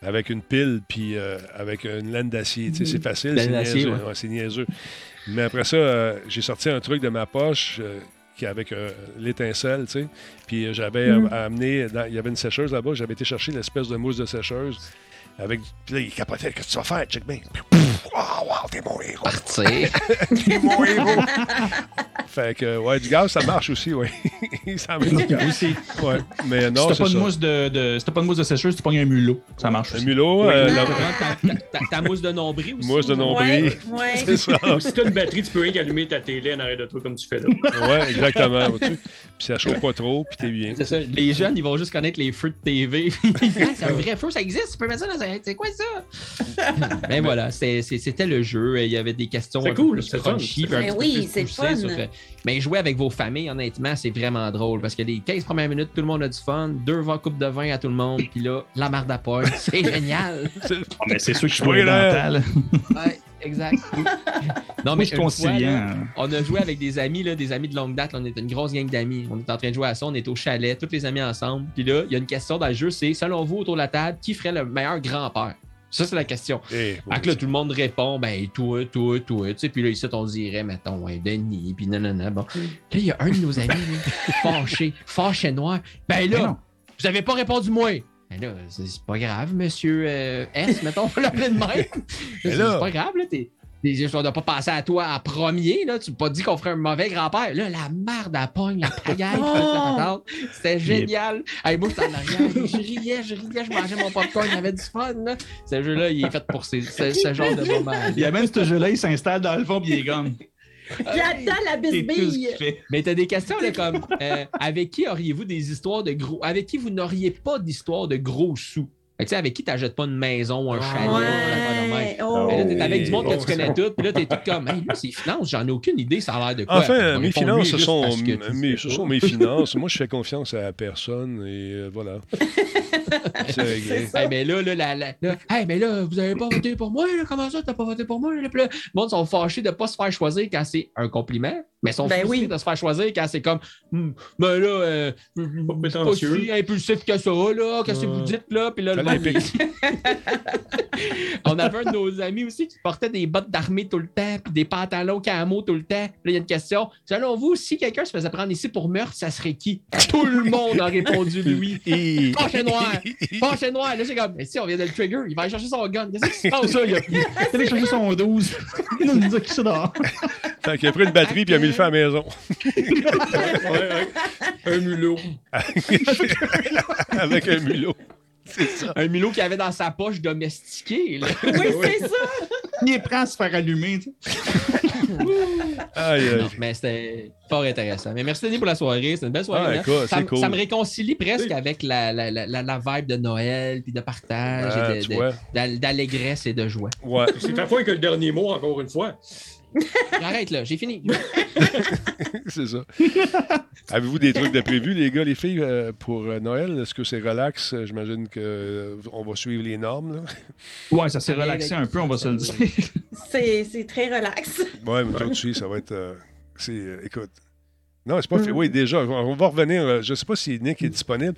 [SPEAKER 6] avec une pile, puis euh, avec une laine d'acier. Tu sais, c'est facile,
[SPEAKER 3] Laine
[SPEAKER 6] c'est
[SPEAKER 3] d'acier,
[SPEAKER 6] niaiseux.
[SPEAKER 3] ouais.
[SPEAKER 6] Ouais, c'est niaiseux. Mais après ça, euh, j'ai sorti un truc de ma poche euh, qui- avec euh, l'étincelle, tu sais. Puis euh, j'avais
[SPEAKER 3] Mm.
[SPEAKER 6] euh, amené, dans- il y avait une sécheuse là-bas, j'avais été chercher l'espèce de mousse de sécheuse. Avec, puis là, il capotait, qu'est-ce que tu vas faire, check bien. Puis, pouf, Wow, wow, t'es mon héros,
[SPEAKER 3] Partir.
[SPEAKER 6] t'es mon héros. fait que, ouais, du gaz, ça marche aussi, oui. ça marche.
[SPEAKER 8] Oui, c'est-
[SPEAKER 6] Ouais,
[SPEAKER 8] si
[SPEAKER 6] mais non,
[SPEAKER 8] t'as
[SPEAKER 6] c'est
[SPEAKER 8] pas, de
[SPEAKER 6] ça.
[SPEAKER 8] mousse de, de- si t'as pas de mousse de sécheuse, tu pognes un mulot. Ça marche.
[SPEAKER 6] Le
[SPEAKER 8] aussi.
[SPEAKER 6] mulot, euh,
[SPEAKER 3] Ouais,
[SPEAKER 6] la
[SPEAKER 2] Ah,
[SPEAKER 3] ta, ta- ta- ta mousse de nombril aussi.
[SPEAKER 6] mousse de nombril.
[SPEAKER 4] Ouais, ouais.
[SPEAKER 6] C'est ça.
[SPEAKER 2] Ou si t'as une batterie, tu peux rien qu'allumer ta télé en arrière de toi comme tu fais là.
[SPEAKER 6] Ouais, exactement. vois-tu. Puis ça chauffe pas trop, puis t'es bien.
[SPEAKER 3] C'est ça. Les jeunes, ils vont juste connaître les feux de TV. Ah, c'est un vrai feu, ça existe. Tu peux mettre ça dans un. C'est quoi ça? Mais voilà, c'est- c'est- c'était le jeu. Il y avait des questions.
[SPEAKER 2] C'est
[SPEAKER 3] un peu
[SPEAKER 2] cool,
[SPEAKER 3] plus
[SPEAKER 2] c'est fun.
[SPEAKER 3] crunchy, puis un
[SPEAKER 4] Ben
[SPEAKER 3] petit peu
[SPEAKER 4] oui,
[SPEAKER 3] plus
[SPEAKER 4] c'est le
[SPEAKER 3] poussées
[SPEAKER 4] fun.
[SPEAKER 3] sur, euh, Mais jouer avec vos familles, honnêtement, c'est vraiment drôle parce que les 15 premières minutes, tout le monde a du fun. Deux vins coupes de vin à tout le monde. Puis là, la marde à poil. C'est génial.
[SPEAKER 8] Ah, mais c'est sûr que je suis pas
[SPEAKER 6] Spoiler.
[SPEAKER 8] dental.
[SPEAKER 3] Ouais, exact. non,
[SPEAKER 8] Moi, je suis
[SPEAKER 3] une fois, là,
[SPEAKER 8] conciliant.
[SPEAKER 3] on a joué avec des amis, là, des amis de longue date. là, on était une grosse gang d'amis. On était en train de jouer à ça. On était au chalet, tous les amis ensemble. Puis là, il y a une question dans le jeu c'est selon vous, autour de la table, qui ferait le meilleur grand-père Ça, c'est la question.
[SPEAKER 6] Eh,
[SPEAKER 3] Fait que là, tout le monde répond ben, toi, toi, toi. Tu sais, puis là, ici, on dirait, mettons, ouais, Denis, puis nanana. Bon. Là, il y a un de nos amis, là, fâché, fâché noir. Ben
[SPEAKER 8] Mais non.
[SPEAKER 3] là, vous avez pas répondu, moi. Ben là, c'est c'est pas grave, monsieur euh, S, mettons, on va l'appeler de même. C'est
[SPEAKER 6] là-
[SPEAKER 3] c'est pas grave, là, t'es. t'es- On n'a pas passé à toi en premier, là. Tu m'as pas dit qu'on ferait un mauvais grand-père. Là, la merde à pogne, la pagaille, ça, ça tarde. C'était génial. Hey, moi, j'étais en arrière. Ah, Je riais, je riais, je mangeais mon popcorn, j'avais du fun, là. Ce jeu-là, il est fait pour ces, ce, ce genre de moment.
[SPEAKER 8] Il amène ce jeu-là, il s'installe dans le fond, puis il est gomme.
[SPEAKER 4] J'attends la
[SPEAKER 8] C'est tout ce
[SPEAKER 4] bisbille.
[SPEAKER 8] qu'il fait.
[SPEAKER 3] Mais t'as des questions, là, comme euh, avec qui auriez-vous des histoires de gros. Avec qui vous n'auriez pas d'histoire de gros sous? Fait que, tu sais, avec qui t'achètes pas une maison, un chalet, un affaire de même?
[SPEAKER 4] Ouais. oh.
[SPEAKER 3] Mais là, t'es avec
[SPEAKER 6] Ah oui. Oh.
[SPEAKER 3] du monde que tu
[SPEAKER 2] Bon,
[SPEAKER 3] connais tout, puis là, t'es tout comme, hey, là, c'est finance, j'en ai aucune idée, ça a l'air de quoi.
[SPEAKER 6] Enfin,
[SPEAKER 3] Ils
[SPEAKER 6] mes
[SPEAKER 3] font lui
[SPEAKER 6] finances, ce
[SPEAKER 3] juste
[SPEAKER 6] sont,
[SPEAKER 3] parce que tu sais
[SPEAKER 6] mes,
[SPEAKER 3] pas.
[SPEAKER 6] ce sont mes finances. Moi, je fais confiance à personne et euh, voilà. C'est réglé.
[SPEAKER 4] ça.
[SPEAKER 3] Hey, mais là, là, là, là, là, hey, mais là, vous avez pas voté pour moi, là, comment ça, t'as pas voté pour moi? Là, Puis là, le monde sont fâchés de pas se faire choisir quand c'est un compliment, mais sont
[SPEAKER 4] Ben
[SPEAKER 3] frustrés
[SPEAKER 4] oui.
[SPEAKER 3] de se faire choisir quand c'est comme, Hmm, ben là, euh,
[SPEAKER 2] Pas
[SPEAKER 3] pas
[SPEAKER 2] prétentieux.
[SPEAKER 3] si impulsif que ça, là, qu'est-ce que
[SPEAKER 2] Ouais.
[SPEAKER 3] vous dites, là? Puis là, le monde,
[SPEAKER 6] Olympique.
[SPEAKER 3] On avait un de nos amis aussi qui portait des bottes d'armée tout le temps, puis des pantalons camo tout le temps. Puis Là, il y a une question. Selon vous, si quelqu'un se faisait prendre ici pour meurtre, ça serait qui? Tout le monde a répondu lui.
[SPEAKER 6] Et-
[SPEAKER 3] Prochain noir! Prochain noir! Là, c'est comme, mais si on vient de le trigger, il va aller chercher son gun. Qu'est-ce qui se passe?
[SPEAKER 8] Ça, il a, il a téléchargé son 12. Il nous a quitté dehors.
[SPEAKER 6] Fait qu'il a pris une batterie puis il a mis le feu à la maison.
[SPEAKER 2] Ouais, ouais. Un mulot.
[SPEAKER 6] Avec un mulot. C'est ça.
[SPEAKER 3] Un mulot qu'il avait dans sa poche domestiquée. là.
[SPEAKER 4] Oui, c'est ça.
[SPEAKER 8] Il est prêt à se faire allumer. tu sais.
[SPEAKER 6] Aïe, aïe.
[SPEAKER 3] Non, mais c'était fort intéressant. Mais merci Denis pour la soirée. C'était une belle
[SPEAKER 6] Ah,
[SPEAKER 3] soirée. là.
[SPEAKER 6] écoute,
[SPEAKER 3] ça,
[SPEAKER 6] c'est
[SPEAKER 3] m-
[SPEAKER 6] cool.
[SPEAKER 3] ça me réconcilie presque avec la, la, la, la- la vibe de Noël, puis de partage,
[SPEAKER 6] Ah,
[SPEAKER 3] et de-
[SPEAKER 6] tu
[SPEAKER 3] de-
[SPEAKER 6] vois.
[SPEAKER 3] d'al- d'allégresse et de joie.
[SPEAKER 6] Ouais.
[SPEAKER 2] C'est la fois que le dernier mot, encore une fois.
[SPEAKER 3] Arrête là, j'ai fini.
[SPEAKER 6] C'est ça. Avez-vous des trucs de prévu, les gars, les filles, euh, pour euh, Noël? Est-ce que c'est relax? Euh, J'imagine que euh, on va suivre les normes. Là.
[SPEAKER 8] Ouais, ça s'est relaxé un peu, on va se le dire.
[SPEAKER 4] C'est c'est très relax.
[SPEAKER 6] Ouais, mais toi, tu sais, ça va être. euh, c'est, euh, écoute. Non, c'est pas.
[SPEAKER 8] Mm.
[SPEAKER 6] fait. Oui, déjà, on- on va revenir. euh, Je sais pas si Nick est disponible.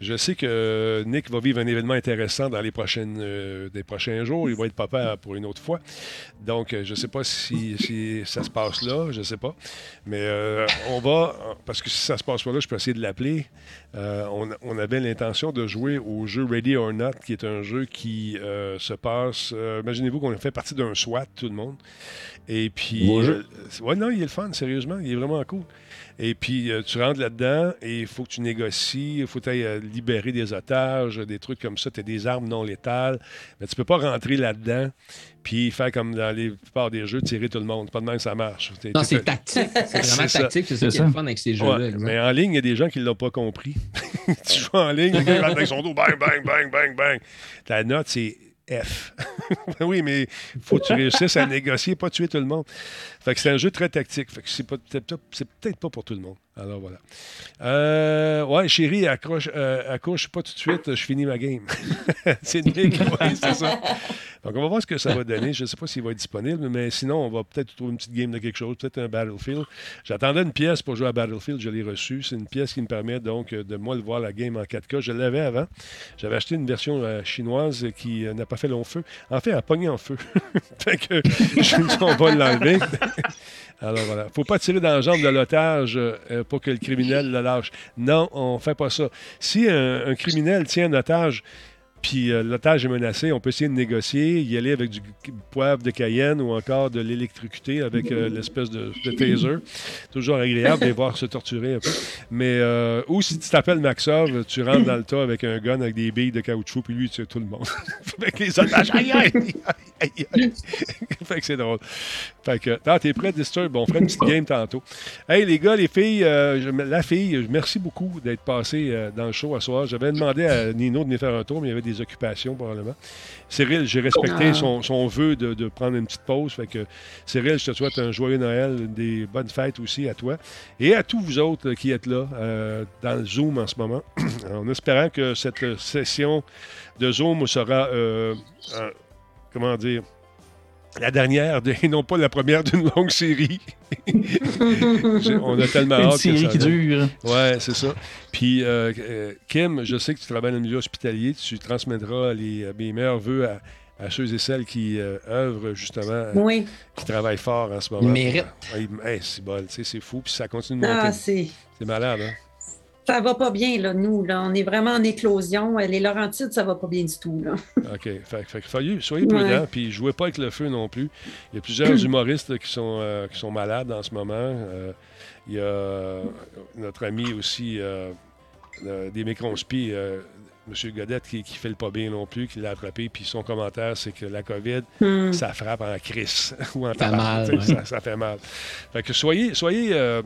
[SPEAKER 6] Je sais que euh, Nick va vivre un événement intéressant dans les, prochaines, euh, des prochains jours. Il va être papa pour une autre fois. Donc, euh, je sais pas si, si ça se passe là. Je sais pas. Mais euh, on va. Parce que si ça se passe pas là, je peux essayer de l'appeler. Euh, on, on avait l'intention de jouer au jeu Ready or Not, qui est un jeu qui euh, se passe. euh, Imaginez-vous qu'on fait partie d'un SWAT, tout le monde. Et puis.
[SPEAKER 3] Beau
[SPEAKER 6] euh, c'est- ouais, non, il est le fun, sérieusement. Il est vraiment cool. Et puis, euh, tu rentres là-dedans et il faut que tu négocies, il faut que t'ailles, euh, libérer des otages, des trucs comme ça. Tu as des armes non létales. Mais tu peux pas rentrer là-dedans puis faire comme dans les plupart des jeux, tirer tout le monde. C'est Pas de même que ça marche. T'es-
[SPEAKER 3] Non,
[SPEAKER 6] t'es-
[SPEAKER 3] c'est tactique. C'est
[SPEAKER 6] C'est
[SPEAKER 3] vraiment
[SPEAKER 6] ça.
[SPEAKER 3] tactique. C'est ça
[SPEAKER 8] C'est
[SPEAKER 3] qui est le
[SPEAKER 8] ça.
[SPEAKER 3] fun avec ces
[SPEAKER 6] Ouais,
[SPEAKER 3] jeux-là. exact.
[SPEAKER 6] mais en ligne, il y a des gens qui ne l'ont pas compris. Ah, tu joues en ligne, le gars il rentre avec son dos, bang, bang, bang, bang, bang. La note, c'est F. oui, mais faut que tu réussisses à négocier, pas tuer tout le monde. Fait que c'est un jeu très tactique. Fait que c'est pas- c'est peut-être c'est peut-être pas pour tout le monde. Alors voilà. Euh, ouais, chérie, accroche, euh, accouche pas tout de suite, je finis ma game. c'est Nick, ouais, c'est ça. Donc on va voir ce que ça va donner. Je sais pas s'il va être disponible, mais sinon, on va peut-être trouver une petite game de quelque chose, peut-être un Battlefield. J'attendais une pièce pour jouer à Battlefield, je l'ai reçue. C'est une pièce qui me permet donc euh, de moi le voir la game en 4K. Je l'avais avant. J'avais acheté une version euh, chinoise qui euh, n'a pas fait long feu. En fait, elle a pogné en feu. fait que je me suis dit, on va l'enlever. Alors voilà. Faut pas tirer dans la jambe de l'otage euh, euh, pour que le criminel le lâche. Non, on fait pas ça. Si un, un criminel tient un otage, puis euh, l'otage est menacé, on peut essayer de négocier, y aller avec du g- poivre de Cayenne ou encore de l'électrocuter avec euh, l'espèce de, de taser. Toujours agréable de les voir se torturer un peu. Mais, euh, ou si tu t'appelles Maxov, tu rentres dans le tas avec un gun, avec des billes de caoutchouc, puis lui, tu tue tout le monde. avec les otages. Aïe, aïe, aïe, aïe. fait que c'est drôle. Fait que, attends, t'es prêt, Disturb? Bon, on fera une petite game tantôt. Hey, les gars, les filles, euh, je- la fille, je- merci beaucoup d'être passé euh, dans le show à soir. J'avais demandé à Nino de venir faire un tour, mais il y avait des occupations probablement. Cyril, j'ai respecté son, son vœu de, de prendre une petite pause. Fait que, Cyril, je te souhaite un joyeux Noël, des bonnes fêtes aussi à toi et à tous vous autres qui êtes là euh, dans le Zoom en ce moment. euh, en espérant que cette session de Zoom sera, euh, euh, comment dire, la dernière, de- et non pas la première d'une longue série. J'ai- On a tellement
[SPEAKER 8] Une
[SPEAKER 6] hâte. que
[SPEAKER 8] série
[SPEAKER 6] ça
[SPEAKER 8] qui
[SPEAKER 6] vienne.
[SPEAKER 8] dure.
[SPEAKER 6] Ouais, c'est ça. Puis, euh, euh, Kim, je sais que tu travailles dans le milieu hospitalier. Tu transmettras les, euh, mes meilleurs voeux à, à ceux et celles qui euh, œuvrent justement, euh,
[SPEAKER 4] Oui.
[SPEAKER 6] qui travaillent fort en ce moment.
[SPEAKER 3] Ils méritent.
[SPEAKER 6] Ouais, ils- hey, c'est bol, tu sais, c'est fou. Puis ça continue de monter.
[SPEAKER 4] Ah, c'est.
[SPEAKER 6] C'est malade, hein?
[SPEAKER 4] Ça va pas bien, là, nous. Là. On est vraiment en éclosion. Euh, Les Laurentides, ça va pas bien du tout. Là.
[SPEAKER 6] OK. Fait, que- fait que soyez, soyez
[SPEAKER 4] Ouais.
[SPEAKER 6] prudents, puis jouez pas avec le feu non plus. Il y a plusieurs humoristes qui sont, euh, qui sont malades en ce moment. Euh, Il y a euh, notre ami aussi euh, euh, des méconspis, euh, M. Godette, qui, qui fait le pas bien non plus, qui l'a attrapé, puis son commentaire, c'est que la COVID,
[SPEAKER 4] Hmm.
[SPEAKER 6] ça frappe en crise ou en
[SPEAKER 3] Fait mal,
[SPEAKER 6] tu sais,
[SPEAKER 3] ouais.
[SPEAKER 6] ça, ça fait mal. Fait que soyez, soyez, euh,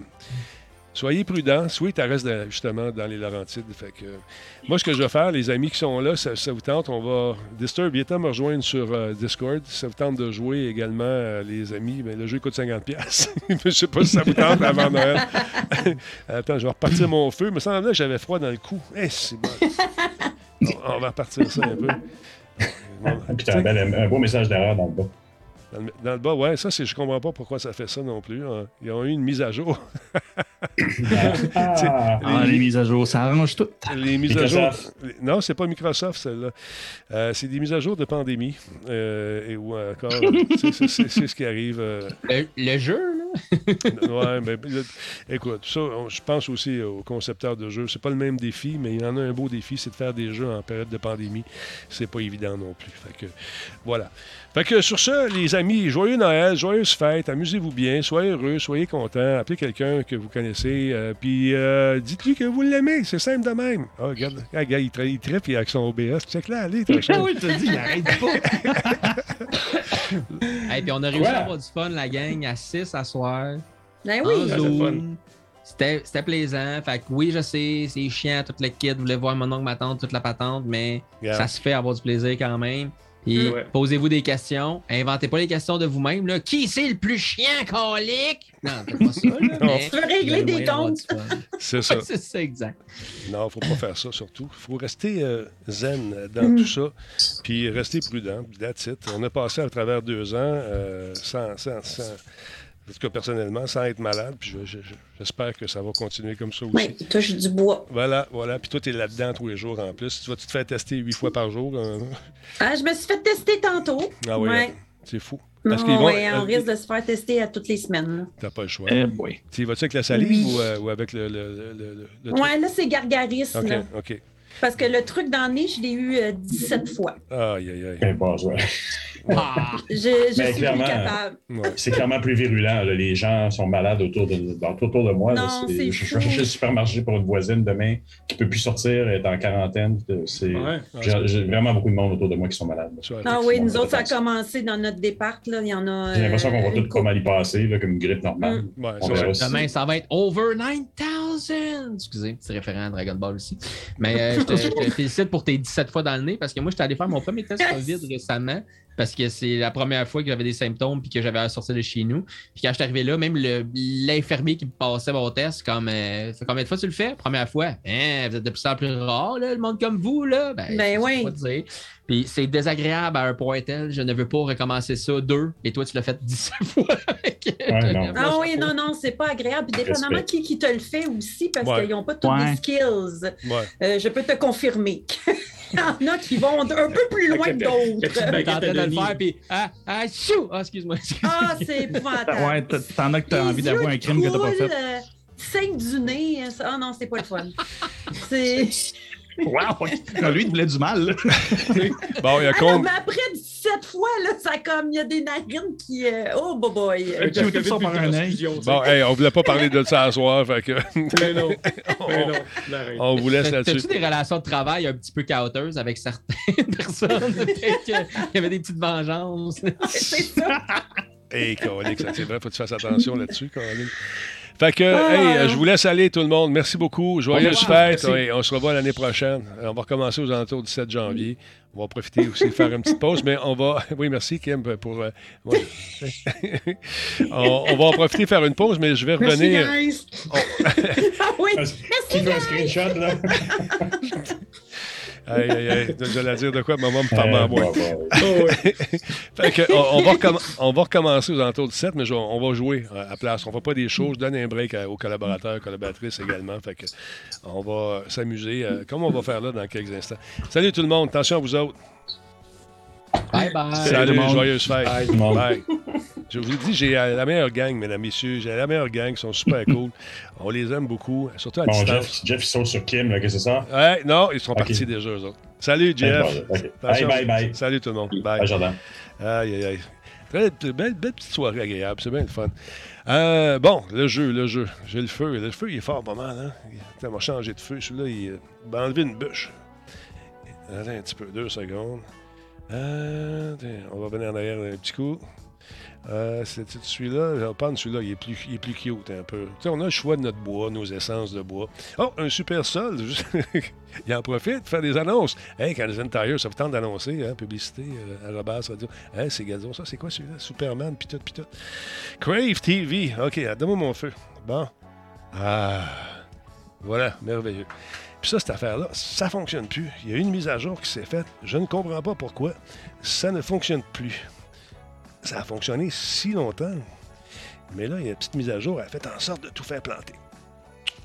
[SPEAKER 6] soyez prudents. Soyez tu restes dans- justement dans les Laurentides. Fait que, euh, moi, ce que je vais faire, les amis qui sont là, ça, ça vous tente, on va. Disturb, il est temps de me rejoindre sur euh, Discord. Si ça vous tente de jouer également, euh, les amis, ben, le jeu coûte 50$. je sais pas si ça vous tente avant Noël. Attends, je vais repartir mon feu. Il me semblait que j'avais froid dans le cou. Eh, c'est bon. On, on va repartir ça un peu. Bon,
[SPEAKER 7] Puis t'as un, bel- un beau message d'erreur dans le bas.
[SPEAKER 6] dans le, dans le bas, ouais, ça, c'est, je comprends pas pourquoi ça fait ça non plus. hein. Ils ont eu une mise à jour.
[SPEAKER 7] Ah,
[SPEAKER 8] Ah, les mises à jour, ça arrange tout.
[SPEAKER 6] Les mises à jour.
[SPEAKER 7] Microsoft.
[SPEAKER 6] les- Non, c'est pas Microsoft, celle-là. Euh, c'est des mises à jour de pandémie. euh, et ou encore, tu sais, c'est, c'est- c'est ce qui arrive. euh,
[SPEAKER 3] Le, le jeu, là,
[SPEAKER 6] ouais, mais le- écoute, ça, on- je pense aussi aux concepteurs de jeux. C'est pas le même défi, mais il y en a un beau défi, c'est de faire des jeux en période de pandémie. C'est pas évident non plus. Fait que, voilà. Fait que sur ce, les amis, joyeux Noël, joyeuses fêtes, amusez-vous bien, soyez heureux, soyez contents, appelez quelqu'un que vous connaissez, euh, puis euh, dites-lui que vous l'aimez, c'est simple de même. Ah, regarde, ah, gars, il, tra- il trippe, il est avec son OBS, check là, allez, t'as
[SPEAKER 8] Ah oui, je te dis, il arrête pas.
[SPEAKER 3] Hey, puis on a réussi
[SPEAKER 7] Ouais.
[SPEAKER 3] à avoir du fun, la gang, à 6 à soir.
[SPEAKER 4] Ben
[SPEAKER 3] en
[SPEAKER 4] oui.
[SPEAKER 2] Ah, c'est
[SPEAKER 3] Zoom. C'était c'était plaisant. Fait que oui, je sais, c'est chiant, toute l'équipe voulait voir mon oncle, ma tante, toute la patente, mais
[SPEAKER 6] Yeah.
[SPEAKER 3] ça se fait avoir du plaisir quand même. Puis
[SPEAKER 2] Ouais.
[SPEAKER 3] posez-vous des questions. Inventez pas les questions de vous-même. là. Qui c'est le plus chiant, colique? Non, c'est pas ça. Là,
[SPEAKER 6] Non.
[SPEAKER 3] mais-
[SPEAKER 4] Tu veux régler
[SPEAKER 3] Il y a
[SPEAKER 4] des
[SPEAKER 3] le moyen
[SPEAKER 4] comptes?
[SPEAKER 3] d'avoir du fun.
[SPEAKER 6] C'est ça.
[SPEAKER 3] Ouais, c'est ça, exact.
[SPEAKER 6] Non, faut pas faire ça, surtout. faut rester euh, zen
[SPEAKER 4] Mm.
[SPEAKER 6] dans tout ça, puis rester prudent. That's it. On a passé à travers deux ans euh, sans, sans, sans, en tout cas personnellement, sans être malade, puis je- je- je- j'espère que ça va continuer comme ça aussi.
[SPEAKER 4] Oui, touche du bois.
[SPEAKER 6] Voilà, voilà. Puis toi, t'es là-dedans tous les jours en plus. Tu vas te faire tester huit fois par jour. euh,
[SPEAKER 4] Ah, je me suis fait tester tantôt.
[SPEAKER 6] Ah oui,
[SPEAKER 4] Ouais.
[SPEAKER 6] c'est fou.
[SPEAKER 4] Non,
[SPEAKER 6] qu'ils vont-
[SPEAKER 4] ouais, on
[SPEAKER 6] euh,
[SPEAKER 4] risque de se faire tester à toutes les semaines.
[SPEAKER 6] T'as pas le choix.
[SPEAKER 8] Eh boy.
[SPEAKER 6] Tu y vas-tu avec la salive
[SPEAKER 4] Oui.
[SPEAKER 6] ou, euh, ou avec le, le, le, le- le-
[SPEAKER 4] là.
[SPEAKER 6] le truc?
[SPEAKER 4] Ouais, là, c'est gargarisme. là.
[SPEAKER 6] OK, OK.
[SPEAKER 4] Parce que le truc dans le nez, je l'ai eu euh, 17 fois.
[SPEAKER 6] Aïe, aïe, aïe.
[SPEAKER 7] Ben, bon, ouais.
[SPEAKER 3] Ah,
[SPEAKER 4] Je, je
[SPEAKER 7] Ben,
[SPEAKER 4] suis
[SPEAKER 7] clairement,
[SPEAKER 4] plus capable.
[SPEAKER 6] Ouais.
[SPEAKER 7] C'est clairement plus virulent. là. Les gens sont malades autour de, dans- autour de moi. là.
[SPEAKER 4] Non,
[SPEAKER 7] C'est-
[SPEAKER 4] c'est
[SPEAKER 7] je je-
[SPEAKER 4] fou.
[SPEAKER 7] je suis au supermarché pour une voisine demain qui ne peut plus sortir, elle est en quarantaine. C'est-
[SPEAKER 2] Ouais.
[SPEAKER 7] J'ai j'ai vraiment beaucoup de monde autour de moi qui sont malades. là.
[SPEAKER 6] Tu vas-
[SPEAKER 4] Ah oui,
[SPEAKER 7] Effectivement,
[SPEAKER 4] nous autres, ça a
[SPEAKER 7] ça.
[SPEAKER 4] commencé dans notre départ. Là. Il y en a.
[SPEAKER 7] J'ai l'impression qu'on va
[SPEAKER 4] euh,
[SPEAKER 7] tout pas mal y passer, là, comme une grippe normale.
[SPEAKER 3] Mm.
[SPEAKER 6] Ouais,
[SPEAKER 7] On
[SPEAKER 6] ça,
[SPEAKER 7] verra si-
[SPEAKER 3] Demain, ça va être over 9000. Excusez, petit référent à Dragon Ball aussi. Mais euh, je, te, je te félicite pour tes 17 fois dans le nez parce que moi, je suis allé faire mon premier test COVID récemment parce que c'est la première fois que j'avais des symptômes puis que j'avais à sortir de chez nous. Puis quand je suis arrivé là, même le- l'infirmier qui me passait mon test, comme euh, Fait combien de fois tu le fais Première fois. Hein, vous êtes de plus en plus rare, là, le monde comme vous. là. Ben,
[SPEAKER 4] Ben
[SPEAKER 3] je sais
[SPEAKER 4] oui.
[SPEAKER 3] pas dire. Puis c'est désagréable à un point tel, je ne veux pas recommencer ça deux, et toi, tu l'as fait 17 fois.
[SPEAKER 11] Ouais, non.
[SPEAKER 4] Ah oui, non, non, c'est pas agréable. Puis dépendamment de qui, qui te le fait aussi, parce
[SPEAKER 6] Ouais.
[SPEAKER 4] qu'ils n'ont pas tous
[SPEAKER 8] Ouais.
[SPEAKER 4] les skills.
[SPEAKER 6] Ouais.
[SPEAKER 4] Euh, je peux te confirmer qu'il y en a qui vont un peu plus loin que
[SPEAKER 2] La petite
[SPEAKER 4] d'autres.
[SPEAKER 3] T'es en
[SPEAKER 2] baguette
[SPEAKER 3] train
[SPEAKER 2] à
[SPEAKER 3] de le
[SPEAKER 2] Denis.
[SPEAKER 3] faire, puis ah, ah, chou! Ah, excuse-moi.
[SPEAKER 4] Ah, c'est épouvantable.
[SPEAKER 8] Ouais, t- t'en as que t'as
[SPEAKER 4] Les
[SPEAKER 8] envie d'avoir
[SPEAKER 4] yeux
[SPEAKER 8] un crime que t'as pas
[SPEAKER 4] coulent,
[SPEAKER 8] fait.
[SPEAKER 4] euh, Saigne du nez. euh, ça- Ah non, c'est pas le fun. C'est.
[SPEAKER 8] Wow! ok. Non, lui, il voulait du mal. là.
[SPEAKER 6] Bon, Oh, il y a
[SPEAKER 4] Ah non,
[SPEAKER 6] Combe.
[SPEAKER 4] mais après 17 fois, là, ça comme, il y a des narines qui. euh, Oh, boy, boy.
[SPEAKER 2] Avec la
[SPEAKER 8] Tu veux
[SPEAKER 2] COVID,
[SPEAKER 8] sors
[SPEAKER 2] puis
[SPEAKER 8] par
[SPEAKER 2] la
[SPEAKER 8] un
[SPEAKER 2] transfusion, tu sais.
[SPEAKER 6] Bon, hey, on voulait pas parler de ça à soir, fait que
[SPEAKER 2] Mais non, mais non, on arrête.
[SPEAKER 6] on vous laisse là-dessus.
[SPEAKER 3] T'as-tu des relations de travail un petit peu chaotiques avec certaines personnes? Peut-être qu'il y avait des petites vengeances.
[SPEAKER 4] C'est ça.
[SPEAKER 6] Hey, Colin, ça, c'est vrai, faut que tu fasses attention là-dessus, Colin. Fait que, hey, euh, je vous laisse aller, tout le monde. Merci beaucoup. Joyeuses
[SPEAKER 3] revoir.
[SPEAKER 6] fêtes.
[SPEAKER 3] Merci.
[SPEAKER 6] Ouais, on se revoit l'année prochaine. On va recommencer aux alentours du 7 janvier. On va profiter aussi de faire une petite pause, mais on va. Oui, merci, Kim, pour. euh, ouais. on, on va en profiter faire une pause, mais je vais revenir.
[SPEAKER 4] guys. ah oui, merci,
[SPEAKER 11] Qui fait un
[SPEAKER 4] guys.
[SPEAKER 11] screenshot, là?
[SPEAKER 6] Aïe, aïe, aïe. J'allais dire de quoi, maman me parle
[SPEAKER 11] Euh,
[SPEAKER 6] en moi.
[SPEAKER 11] bon, bon.
[SPEAKER 2] Oh, ouais.
[SPEAKER 6] Fait que, on, on va recomm- on va recommencer aux alentours du 7, mais je- on va jouer euh, à place. On ne fait pas des choses. Je donne un break à- aux collaborateurs, collaboratrices également. Fait que on va s'amuser, euh, comme on va faire là dans quelques instants. Salut tout le monde. Attention à vous autres.
[SPEAKER 3] Bye bye.
[SPEAKER 6] Salut,
[SPEAKER 8] tout le monde.
[SPEAKER 6] joyeuse fête.
[SPEAKER 11] Bye, tout le monde.
[SPEAKER 6] Bye. Je vous dis, j'ai euh, la meilleure gang, mesdames, messieurs. J'ai la meilleure gang. Ils sont super cool. On les aime beaucoup, surtout à
[SPEAKER 11] Bon,
[SPEAKER 6] distance.
[SPEAKER 11] Jeff, Jeff, il saute sur Kim, là, que c'est ça?
[SPEAKER 6] Ouais, non, ils sont
[SPEAKER 11] Ok.
[SPEAKER 6] partis déjà, eux autres. Salut, Jeff.
[SPEAKER 11] Ok. Bye,
[SPEAKER 6] Attention.
[SPEAKER 11] bye, bye.
[SPEAKER 6] Salut tout le monde. Bye.
[SPEAKER 11] Bye, Jordan.
[SPEAKER 6] Aïe, aïe, aïe. Très p- belle, belle petite soirée agréable, c'est bien le fun. Euh, bon, le jeu, le jeu. J'ai le feu. Le feu, il est fort pas mal. Hein? Il- Ça m'a changé de feu. Celui-là, il euh, m'a enlevé une bûche. Attends un petit peu, deux secondes. Euh, attends, on va venir en arrière un petit coup. Euh, c'est c'est celui-là, je vais prendre celui-là, il est plus, il est plus cute un peu. Tu sais, on a le choix de notre bois, nos essences de bois. Oh, un super sol! il en profite, faire des annonces. Hey, Canadian Tire, ça vous tente d'annoncer, hein, publicité, euh, à la base, radio. Hey, c'est gazon, ça, c'est quoi celui-là? Superman, pis tout, pis tout. Crave TV, ok, donne-moi mon feu. Bon. Ah, voilà, merveilleux. Puis ça, cette affaire-là, ça fonctionne plus. Il y a une mise à jour qui s'est faite. Je ne comprends pas pourquoi. Ça ne fonctionne plus. Ça a fonctionné si longtemps. Mais là, il y a une petite mise à jour. Elle a fait en sorte de tout faire planter.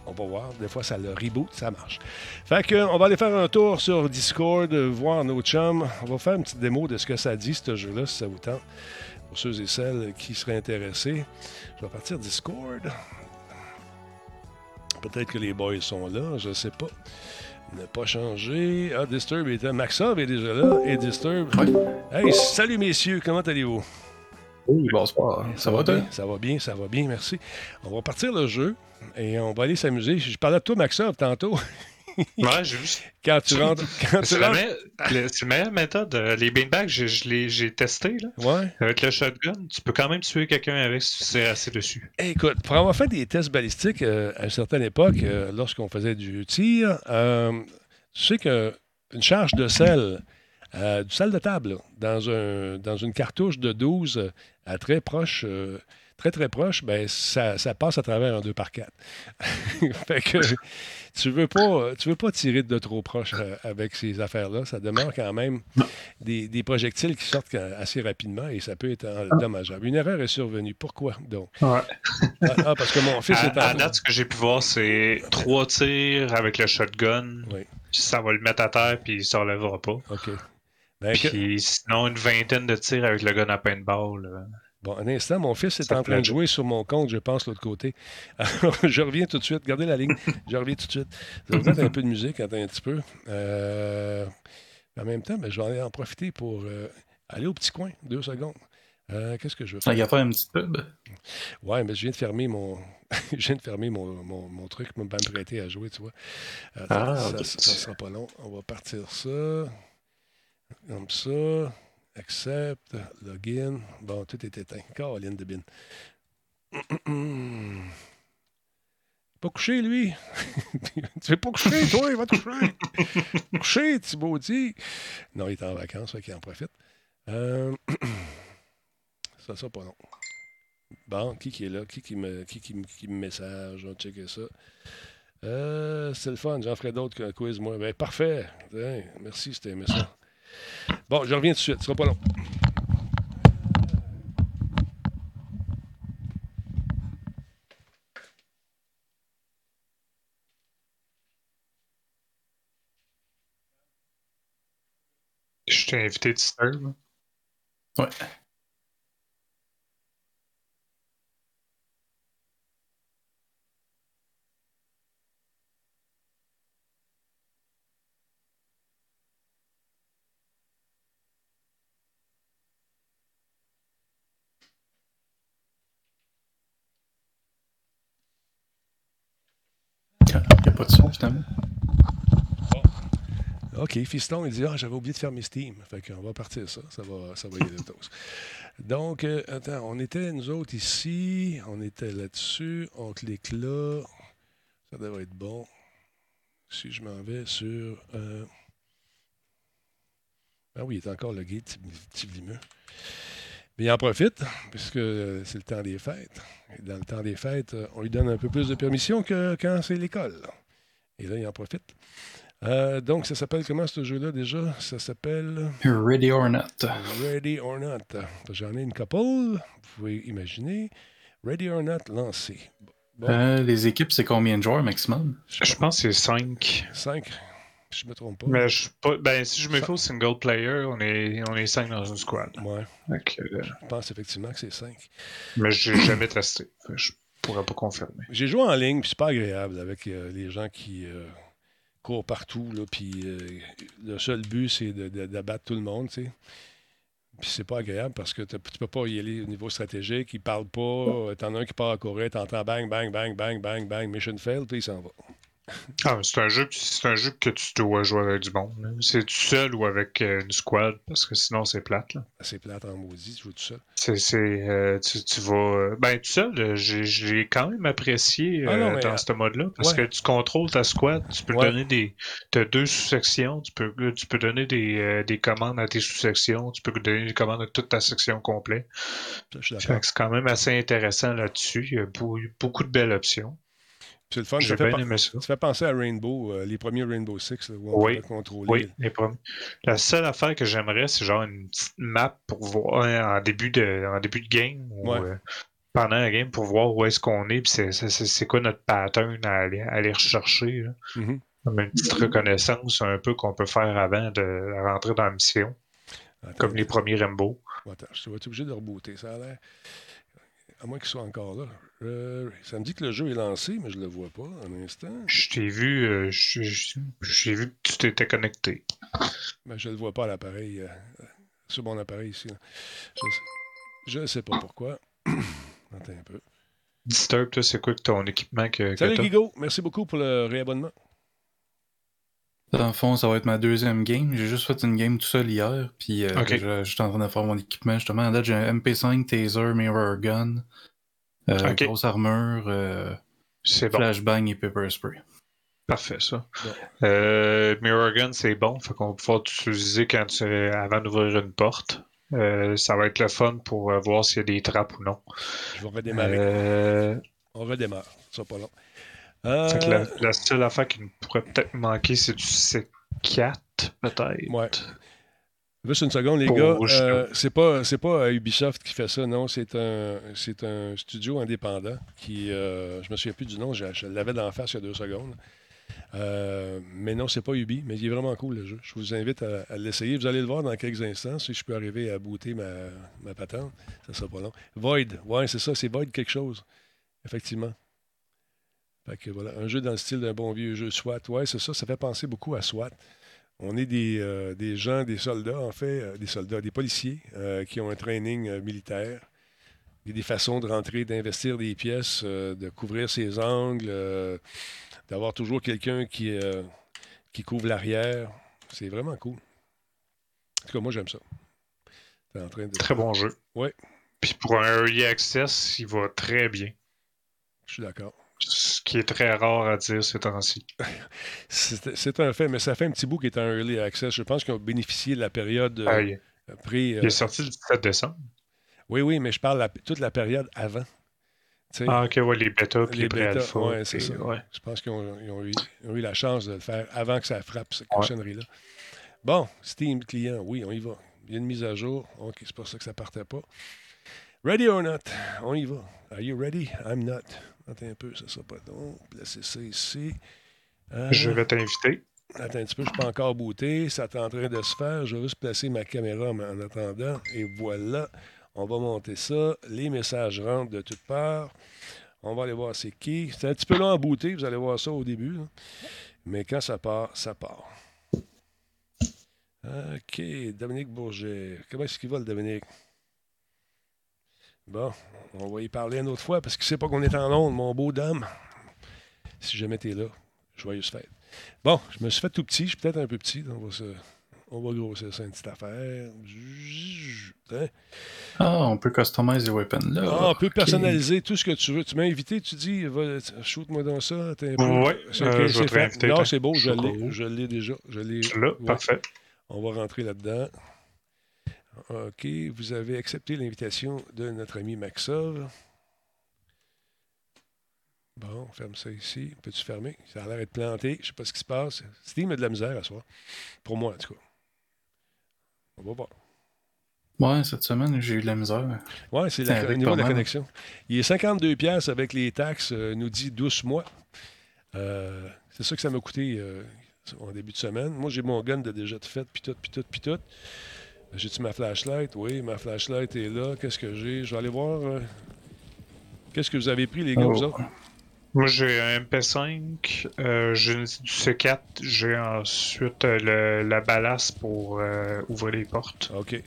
[SPEAKER 6] On va voir. Des fois, ça le reboot, ça marche. Fait que, on va aller faire un tour sur Discord, euh, voir nos chums. On va faire une petite démo de ce que ça dit, ce jeu-là, si ça vous tente. Pour ceux et celles qui seraient intéressés. Je vais partir Discord. Peut-être que les boys sont là, je sais pas. Ne pas changer. Ah, Disturb était. Maxov est déjà là. Et Disturb. Hey, salut messieurs, comment allez-vous?
[SPEAKER 10] Oui, bonsoir. Ça va, toi?
[SPEAKER 6] bien, Ça va bien, ça va bien, merci. On va partir le jeu et on va aller s'amuser. Je parlais de toi, Maxov, tantôt.
[SPEAKER 10] Ouais, j'ai vu. C'est
[SPEAKER 6] Quand tu rentres. Quand tu
[SPEAKER 10] la,
[SPEAKER 6] rentres.
[SPEAKER 10] meilleure- le- c'est la meilleure méthode. Euh, Les beanbags, j'ai- je l'ai- j'ai testé. Là.
[SPEAKER 6] Ouais.
[SPEAKER 10] Avec le shotgun, tu peux quand même tuer quelqu'un avec si tu sais assez dessus.
[SPEAKER 6] Écoute, pour avoir fait des tests balistiques euh, à une certaine époque, euh, lorsqu'on faisait du tir, euh, tu sais qu'une charge de sel, euh, du sel de table, là, dans, un, dans une cartouche de 12 euh, à très proche, euh, très très proche, ben, ça, ça passe à travers un 2 par 4 fait que tu veux pas, tu veux pas tirer de trop proche euh, avec ces affaires-là. Ça demeure quand même des, des projectiles qui sortent quand- assez rapidement et ça peut être dommageable. Une erreur est survenue. Pourquoi donc?
[SPEAKER 10] Ouais.
[SPEAKER 6] Ah, ah, parce que mon fils
[SPEAKER 10] À,
[SPEAKER 6] est
[SPEAKER 10] à
[SPEAKER 6] en
[SPEAKER 10] date, ce que j'ai pu voir, c'est trois tirs avec le shotgun.
[SPEAKER 6] Oui.
[SPEAKER 10] Ça va le mettre à terre, puis il s'enlèvera pas.
[SPEAKER 6] OK. Ben, que-
[SPEAKER 10] Puis sinon, une vingtaine de tirs avec le gun à paintball. euh,
[SPEAKER 6] Bon, un instant, mon fils est
[SPEAKER 10] Ça
[SPEAKER 6] en train de
[SPEAKER 10] plaît.
[SPEAKER 6] jouer sur mon compte, je pense, de l'autre côté. Alors, je reviens tout de suite. Gardez la ligne. Je reviens tout de suite. Ça vous un peu de musique, attends un petit peu. Euh, en même temps, ben, je vais aller en profiter pour euh, aller au petit coin. Deux secondes. Euh, Qu'est-ce que je veux faire?
[SPEAKER 11] Regarde-toi une petite pub.
[SPEAKER 6] Ouais, mais je viens de fermer mon, je viens de fermer mon, mon, mon truc, me pas me prêter à jouer, tu vois. Attends,
[SPEAKER 11] Ah,
[SPEAKER 6] ça,
[SPEAKER 11] ok.
[SPEAKER 6] ça sera pas long. On va partir ça. Comme ça. Accept. Login. Bon, tout est éteint. Caroline de bin. Pas couché, lui. tu veux pas coucher, toi, va te coucher. coucher, petit maudit. Non, il est en vacances, fait qu'il en profite. Euh, ça sera pas long. Bon, qui qui est là? Qui qui me, qui, qui, me- qui me message? On va checker ça. Euh, c'est le fun, j'en ferai d'autres qu'un quiz, moi. Ben, parfait. Tiens, merci, c'était aimé ça. Bon, je reviens tout de suite, ce sera pas long.
[SPEAKER 10] Je suis invité de Star. là.
[SPEAKER 11] Ouais.
[SPEAKER 8] Il n'y a pas de son, finalement.
[SPEAKER 6] OK, Fiston, il dit Ah, j'avais oublié de fermer Steam. Fait qu'on va partir ça. Ça va, ça va y aller tous. Donc, euh, attends, on était, nous autres, ici. On était là-dessus. On clique là. Ça devrait être bon. Si je m'en vais sur. euh, Ah oui, il est encore logué, petit, petit blimeux. Mais il en profite, puisque euh, c'est le temps des fêtes. Et dans le temps des fêtes, euh, on lui donne un peu plus de permission que quand c'est l'école. Et là, il en profite. Euh, donc, ça s'appelle comment ce jeu-là déjà? Ça s'appelle
[SPEAKER 8] Ready or not.
[SPEAKER 6] Ready or Not. J'en ai une couple, vous pouvez imaginer. Ready or Not lancé. Bon.
[SPEAKER 11] Euh, les équipes, c'est combien de joueurs maximum?
[SPEAKER 10] Je pense que c'est 5.
[SPEAKER 6] 5, je me trompe pas.
[SPEAKER 10] Mais je suis pas- ben, si je me fais au single player, on est, on est 5 dans une squad.
[SPEAKER 6] Ouais.
[SPEAKER 10] Fait que, euh,
[SPEAKER 6] Je pense effectivement que c'est 5.
[SPEAKER 10] mais j'ai jamais testé. Fait que Je pourrais pas confirmer.
[SPEAKER 6] J'ai joué en ligne, puis c'est pas agréable avec euh, les gens qui euh, courent partout, là, puis euh, le seul but, c'est de- de- d'abattre tout le monde, tu sais. Puis c'est pas agréable parce que t'as- tu peux pas y aller au niveau stratégique, ils parlent pas, euh, t'en as un qui part à courir, t'entends bang, bang, bang, bang, bang, bang, mission fail, puis il s'en va.
[SPEAKER 10] Ah, mais c'est un, jeu que- c'est un jeu que tu dois jouer avec du monde. là. C'est tout seul ou avec euh, une squad, parce que sinon c'est plate. là.
[SPEAKER 6] C'est plate en maudit, tu joues tout seul.
[SPEAKER 10] C'est, c'est, euh, tu, tu vas. euh, Ben, tout seul, euh, j'ai, j'ai quand même apprécié
[SPEAKER 6] Ah non,
[SPEAKER 10] euh,
[SPEAKER 6] mais,
[SPEAKER 10] dans
[SPEAKER 6] euh,
[SPEAKER 10] ce mode-là, parce
[SPEAKER 6] ouais.
[SPEAKER 10] que tu contrôles ta squad, tu peux
[SPEAKER 6] Ouais.
[SPEAKER 10] donner des. Tu as deux sous-sections, tu peux, tu peux donner des, euh, des commandes à tes sous-sections, tu peux donner des commandes à toute ta section complète.
[SPEAKER 6] Ça, je suis
[SPEAKER 10] Fait
[SPEAKER 6] d'accord.
[SPEAKER 10] que c'est quand même assez intéressant là-dessus. Il y a beau- beaucoup de belles options.
[SPEAKER 6] C'est le fun,
[SPEAKER 10] J'ai
[SPEAKER 6] ça fait,
[SPEAKER 10] bien
[SPEAKER 6] pen-
[SPEAKER 10] aimé ça.
[SPEAKER 6] ça fait penser à Rainbow, euh, les premiers Rainbow Six, là, où on
[SPEAKER 10] Oui,
[SPEAKER 6] pouvait contrôler.
[SPEAKER 10] Oui, les premiers. La seule affaire que j'aimerais, c'est genre une petite map pour voir hein, en début de, en début de game ou
[SPEAKER 6] Ouais.
[SPEAKER 10] euh, pendant la game pour voir où est-ce qu'on est, puis c'est- c'est c'est- c'est quoi notre pattern à aller, à aller rechercher. là.
[SPEAKER 6] Mhm.
[SPEAKER 10] Comme une petite reconnaissance un peu qu'on peut faire avant de rentrer dans la mission,
[SPEAKER 6] Attends,
[SPEAKER 10] comme les premiers Rainbow.
[SPEAKER 6] Attends, je vais être obligé de rebooter. Ça a l'air. À moins qu'il soit encore là. Euh, ça me dit que le jeu est lancé, mais je le vois pas un instant.
[SPEAKER 10] Je t'ai vu, euh, je- je- j'ai vu que tu t'étais connecté.
[SPEAKER 6] Mais je le vois pas à l'appareil. euh, sur mon appareil ici. là. Je sais, je sais pas pourquoi. Attends un peu.
[SPEAKER 10] Disturb, toi, c'est quoi que ton équipement que, que
[SPEAKER 6] Salut
[SPEAKER 10] t'as?
[SPEAKER 6] Guigo, merci beaucoup pour le réabonnement.
[SPEAKER 11] Dans le fond, ça va être ma deuxième game. J'ai juste fait une game tout seul hier, puis euh,
[SPEAKER 10] Ok.
[SPEAKER 11] je, je suis en train de faire mon équipement. Justement, à date, j'ai un MP5, Taser, Mirror Gun, euh,
[SPEAKER 10] Ok.
[SPEAKER 11] grosse armure, euh,
[SPEAKER 10] C'est bon.
[SPEAKER 11] Flashbang et Pepper Spray.
[SPEAKER 10] Parfait, ça.
[SPEAKER 6] Bon.
[SPEAKER 10] Euh, Mirror Gun, c'est bon. Fait qu'on va pouvoir l'utiliser quand tu- avant d'ouvrir une porte. Euh, ça va être le fun pour euh, voir s'il y a des trappes ou non.
[SPEAKER 6] Je vais redémarrer.
[SPEAKER 10] Euh,
[SPEAKER 6] On redémarre. Ce sera pas long. Euh,
[SPEAKER 10] fait que la, la seule affaire qui nous pourrait peut-être manquer, c'est du C4, peut-être.
[SPEAKER 6] Ouais. Juste une seconde, les
[SPEAKER 10] Pour
[SPEAKER 6] gars.
[SPEAKER 10] vous,
[SPEAKER 6] euh, c'est pas, c'est pas euh, Ubisoft qui fait ça, non. C'est un, c'est un studio indépendant qui, euh, je me souviens plus du nom, je, je l'avais d'en face il y a deux secondes. Euh, mais non, c'est pas Ubi, mais il est vraiment cool le jeu. Je vous invite à, à l'essayer. Vous allez le voir dans quelques instants si je peux arriver à booter ma, ma patente. Ça sera pas long. Void, ouais, c'est ça, c'est Void quelque chose. Effectivement. Fait que voilà, un jeu dans le style d'un bon vieux jeu SWAT. Ouais, c'est ça, ça fait penser beaucoup à SWAT. On est des, euh, des gens, des soldats, en fait, euh, des soldats, des policiers euh, qui ont un training euh, militaire. Il y a des façons de rentrer, d'investir des pièces, euh, de couvrir ses angles, euh, d'avoir toujours quelqu'un qui, euh, qui couvre l'arrière. C'est vraiment cool. En tout cas, moi, j'aime ça. T'es en train de...
[SPEAKER 10] Très bon jeu.
[SPEAKER 6] Ouais.
[SPEAKER 10] Puis pour un Early Access, il va très bien.
[SPEAKER 6] Je suis d'accord.
[SPEAKER 10] Ce qui est très rare à dire ces temps-ci.
[SPEAKER 6] C'est c'est un fait, mais ça fait un petit bout qu'il est en early access. Je pense qu'ils ont bénéficié de la période euh,
[SPEAKER 10] Ah, il,
[SPEAKER 6] euh, pré. euh,
[SPEAKER 10] il est sorti le 17 décembre.
[SPEAKER 6] oui, oui, mais je parle la- toute la période avant. Tu sais,
[SPEAKER 10] Ah, ok, ouais, les bêtas, puis les,
[SPEAKER 6] les bêta,
[SPEAKER 10] pré-alpha.
[SPEAKER 6] ouais, c'est
[SPEAKER 10] puis-
[SPEAKER 6] ça.
[SPEAKER 10] ouais.
[SPEAKER 6] Je pense qu'ils ont, ils ont eu, ils ont eu la chance de le faire avant que ça frappe cette
[SPEAKER 10] Ouais.
[SPEAKER 6] cochonnerie-là. Bon, Steam client, oui, on y va. Il y a une mise à jour. OK, c'est pour ça que ça partait pas. Ready or not, on y va. Are you ready? I'm not. Attends un peu, ça sera pas donc. Placez ça ici. Euh,
[SPEAKER 10] Je vais t'inviter.
[SPEAKER 6] Attends un petit peu, je ne suis pas encore booté. Ça est en train de se faire. Je vais juste placer ma caméra en en attendant. Et voilà, on va monter ça. Les messages rentrent de toutes parts. On va aller voir c'est qui. C'est un petit peu long à booter, vous allez voir ça au début. là. Mais quand ça part, ça part. OK, Dominique Bourget. Comment est-ce qu'il va, le Dominique? Bon, on va y parler une autre fois parce qu'il ne sait pas qu'on est en onde, mon beau dame. Si jamais t'es là, joyeuse fête. Bon, je me suis fait tout petit, je suis peut-être un peu petit, donc on va se... On va grossir ça une petite affaire. Zzz, hein?
[SPEAKER 11] Ah, on peut customiser les weapons là.
[SPEAKER 6] Ah, on peut
[SPEAKER 11] Ok.
[SPEAKER 6] personnaliser tout ce que tu veux. Tu m'as invité, tu dis, va- shoot-moi dans ça. attends un peu.
[SPEAKER 10] Ouais,
[SPEAKER 6] C'est
[SPEAKER 10] euh,
[SPEAKER 6] ok,
[SPEAKER 10] je vais
[SPEAKER 6] c'est
[SPEAKER 10] te
[SPEAKER 6] fait.
[SPEAKER 10] réinviter,
[SPEAKER 6] Non,
[SPEAKER 10] t'as-
[SPEAKER 6] c'est beau, je
[SPEAKER 10] Shoot.
[SPEAKER 6] l'ai, je l'ai déjà. Je l'ai.
[SPEAKER 10] Tu l'as,
[SPEAKER 6] Ouais.
[SPEAKER 10] parfait.
[SPEAKER 6] On va rentrer là-dedans. OK, vous avez accepté l'invitation de notre ami Maxov. Bon, on ferme ça ici. Peux-tu fermer? Ça a l'air d'être planté. Je sais pas ce qui se passe. Steam a de la misère à soir. Pour moi, en tout cas. On va voir.
[SPEAKER 11] Ouais, cette semaine, j'ai eu de la misère.
[SPEAKER 6] Ouais, c'est la-
[SPEAKER 11] Avec
[SPEAKER 6] le niveau
[SPEAKER 11] pas
[SPEAKER 6] de la
[SPEAKER 11] mal. hein.
[SPEAKER 6] connexion. Il est 52 pièces avec les taxes, euh, nous dit 12 mois. Euh, c'est ça que ça m'a coûté euh, en début de semaine. Moi, j'ai mon gun de déjà de fait, puis tout, puis tout, puis tout. Euh, J'ai-tu ma flashlight? Oui, ma flashlight est là. Qu'est-ce que j'ai? Je vais aller voir. euh, Qu'est-ce que vous avez pris, les gars,
[SPEAKER 10] Oh.
[SPEAKER 6] vous autres?
[SPEAKER 10] Moi, j'ai un MP5, euh, j'ai une- du C4, j'ai ensuite euh, le- la balasse pour euh, ouvrir les portes.
[SPEAKER 6] OK.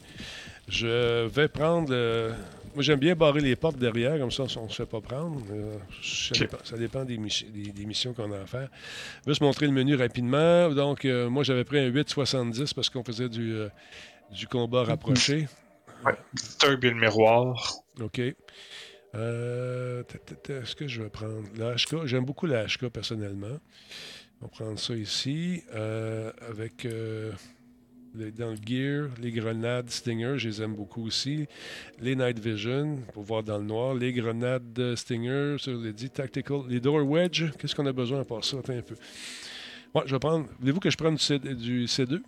[SPEAKER 6] Je vais prendre. euh, Moi, j'aime bien barrer les portes derrière, comme ça, on ne se fait pas prendre. Euh, ça,
[SPEAKER 10] Ok.
[SPEAKER 6] dépend, ça dépend des, mich- des- des missions qu'on a à faire. Je vais juste montrer le menu rapidement. Donc, euh, moi, j'avais pris un 8,70 parce qu'on faisait du, euh, du combat rapproché.
[SPEAKER 10] Ouais, disturb et le miroir.
[SPEAKER 6] OK. Euh, ta, ta, ta, Est-ce que je vais prendre la HK? J'aime beaucoup la HK personnellement. On va prendre ça ici. euh, avec euh, les- dans le gear, les grenades Stinger, je les aime beaucoup aussi. Les Night Vision pour voir dans le noir. Les grenades euh, Stinger sur les dit Tactical. Les Door Wedge, qu'est-ce qu'on a besoin à part ça? Attends un peu. Ouais, je vais prendre. Voulez-vous que je prenne du, C, du C2?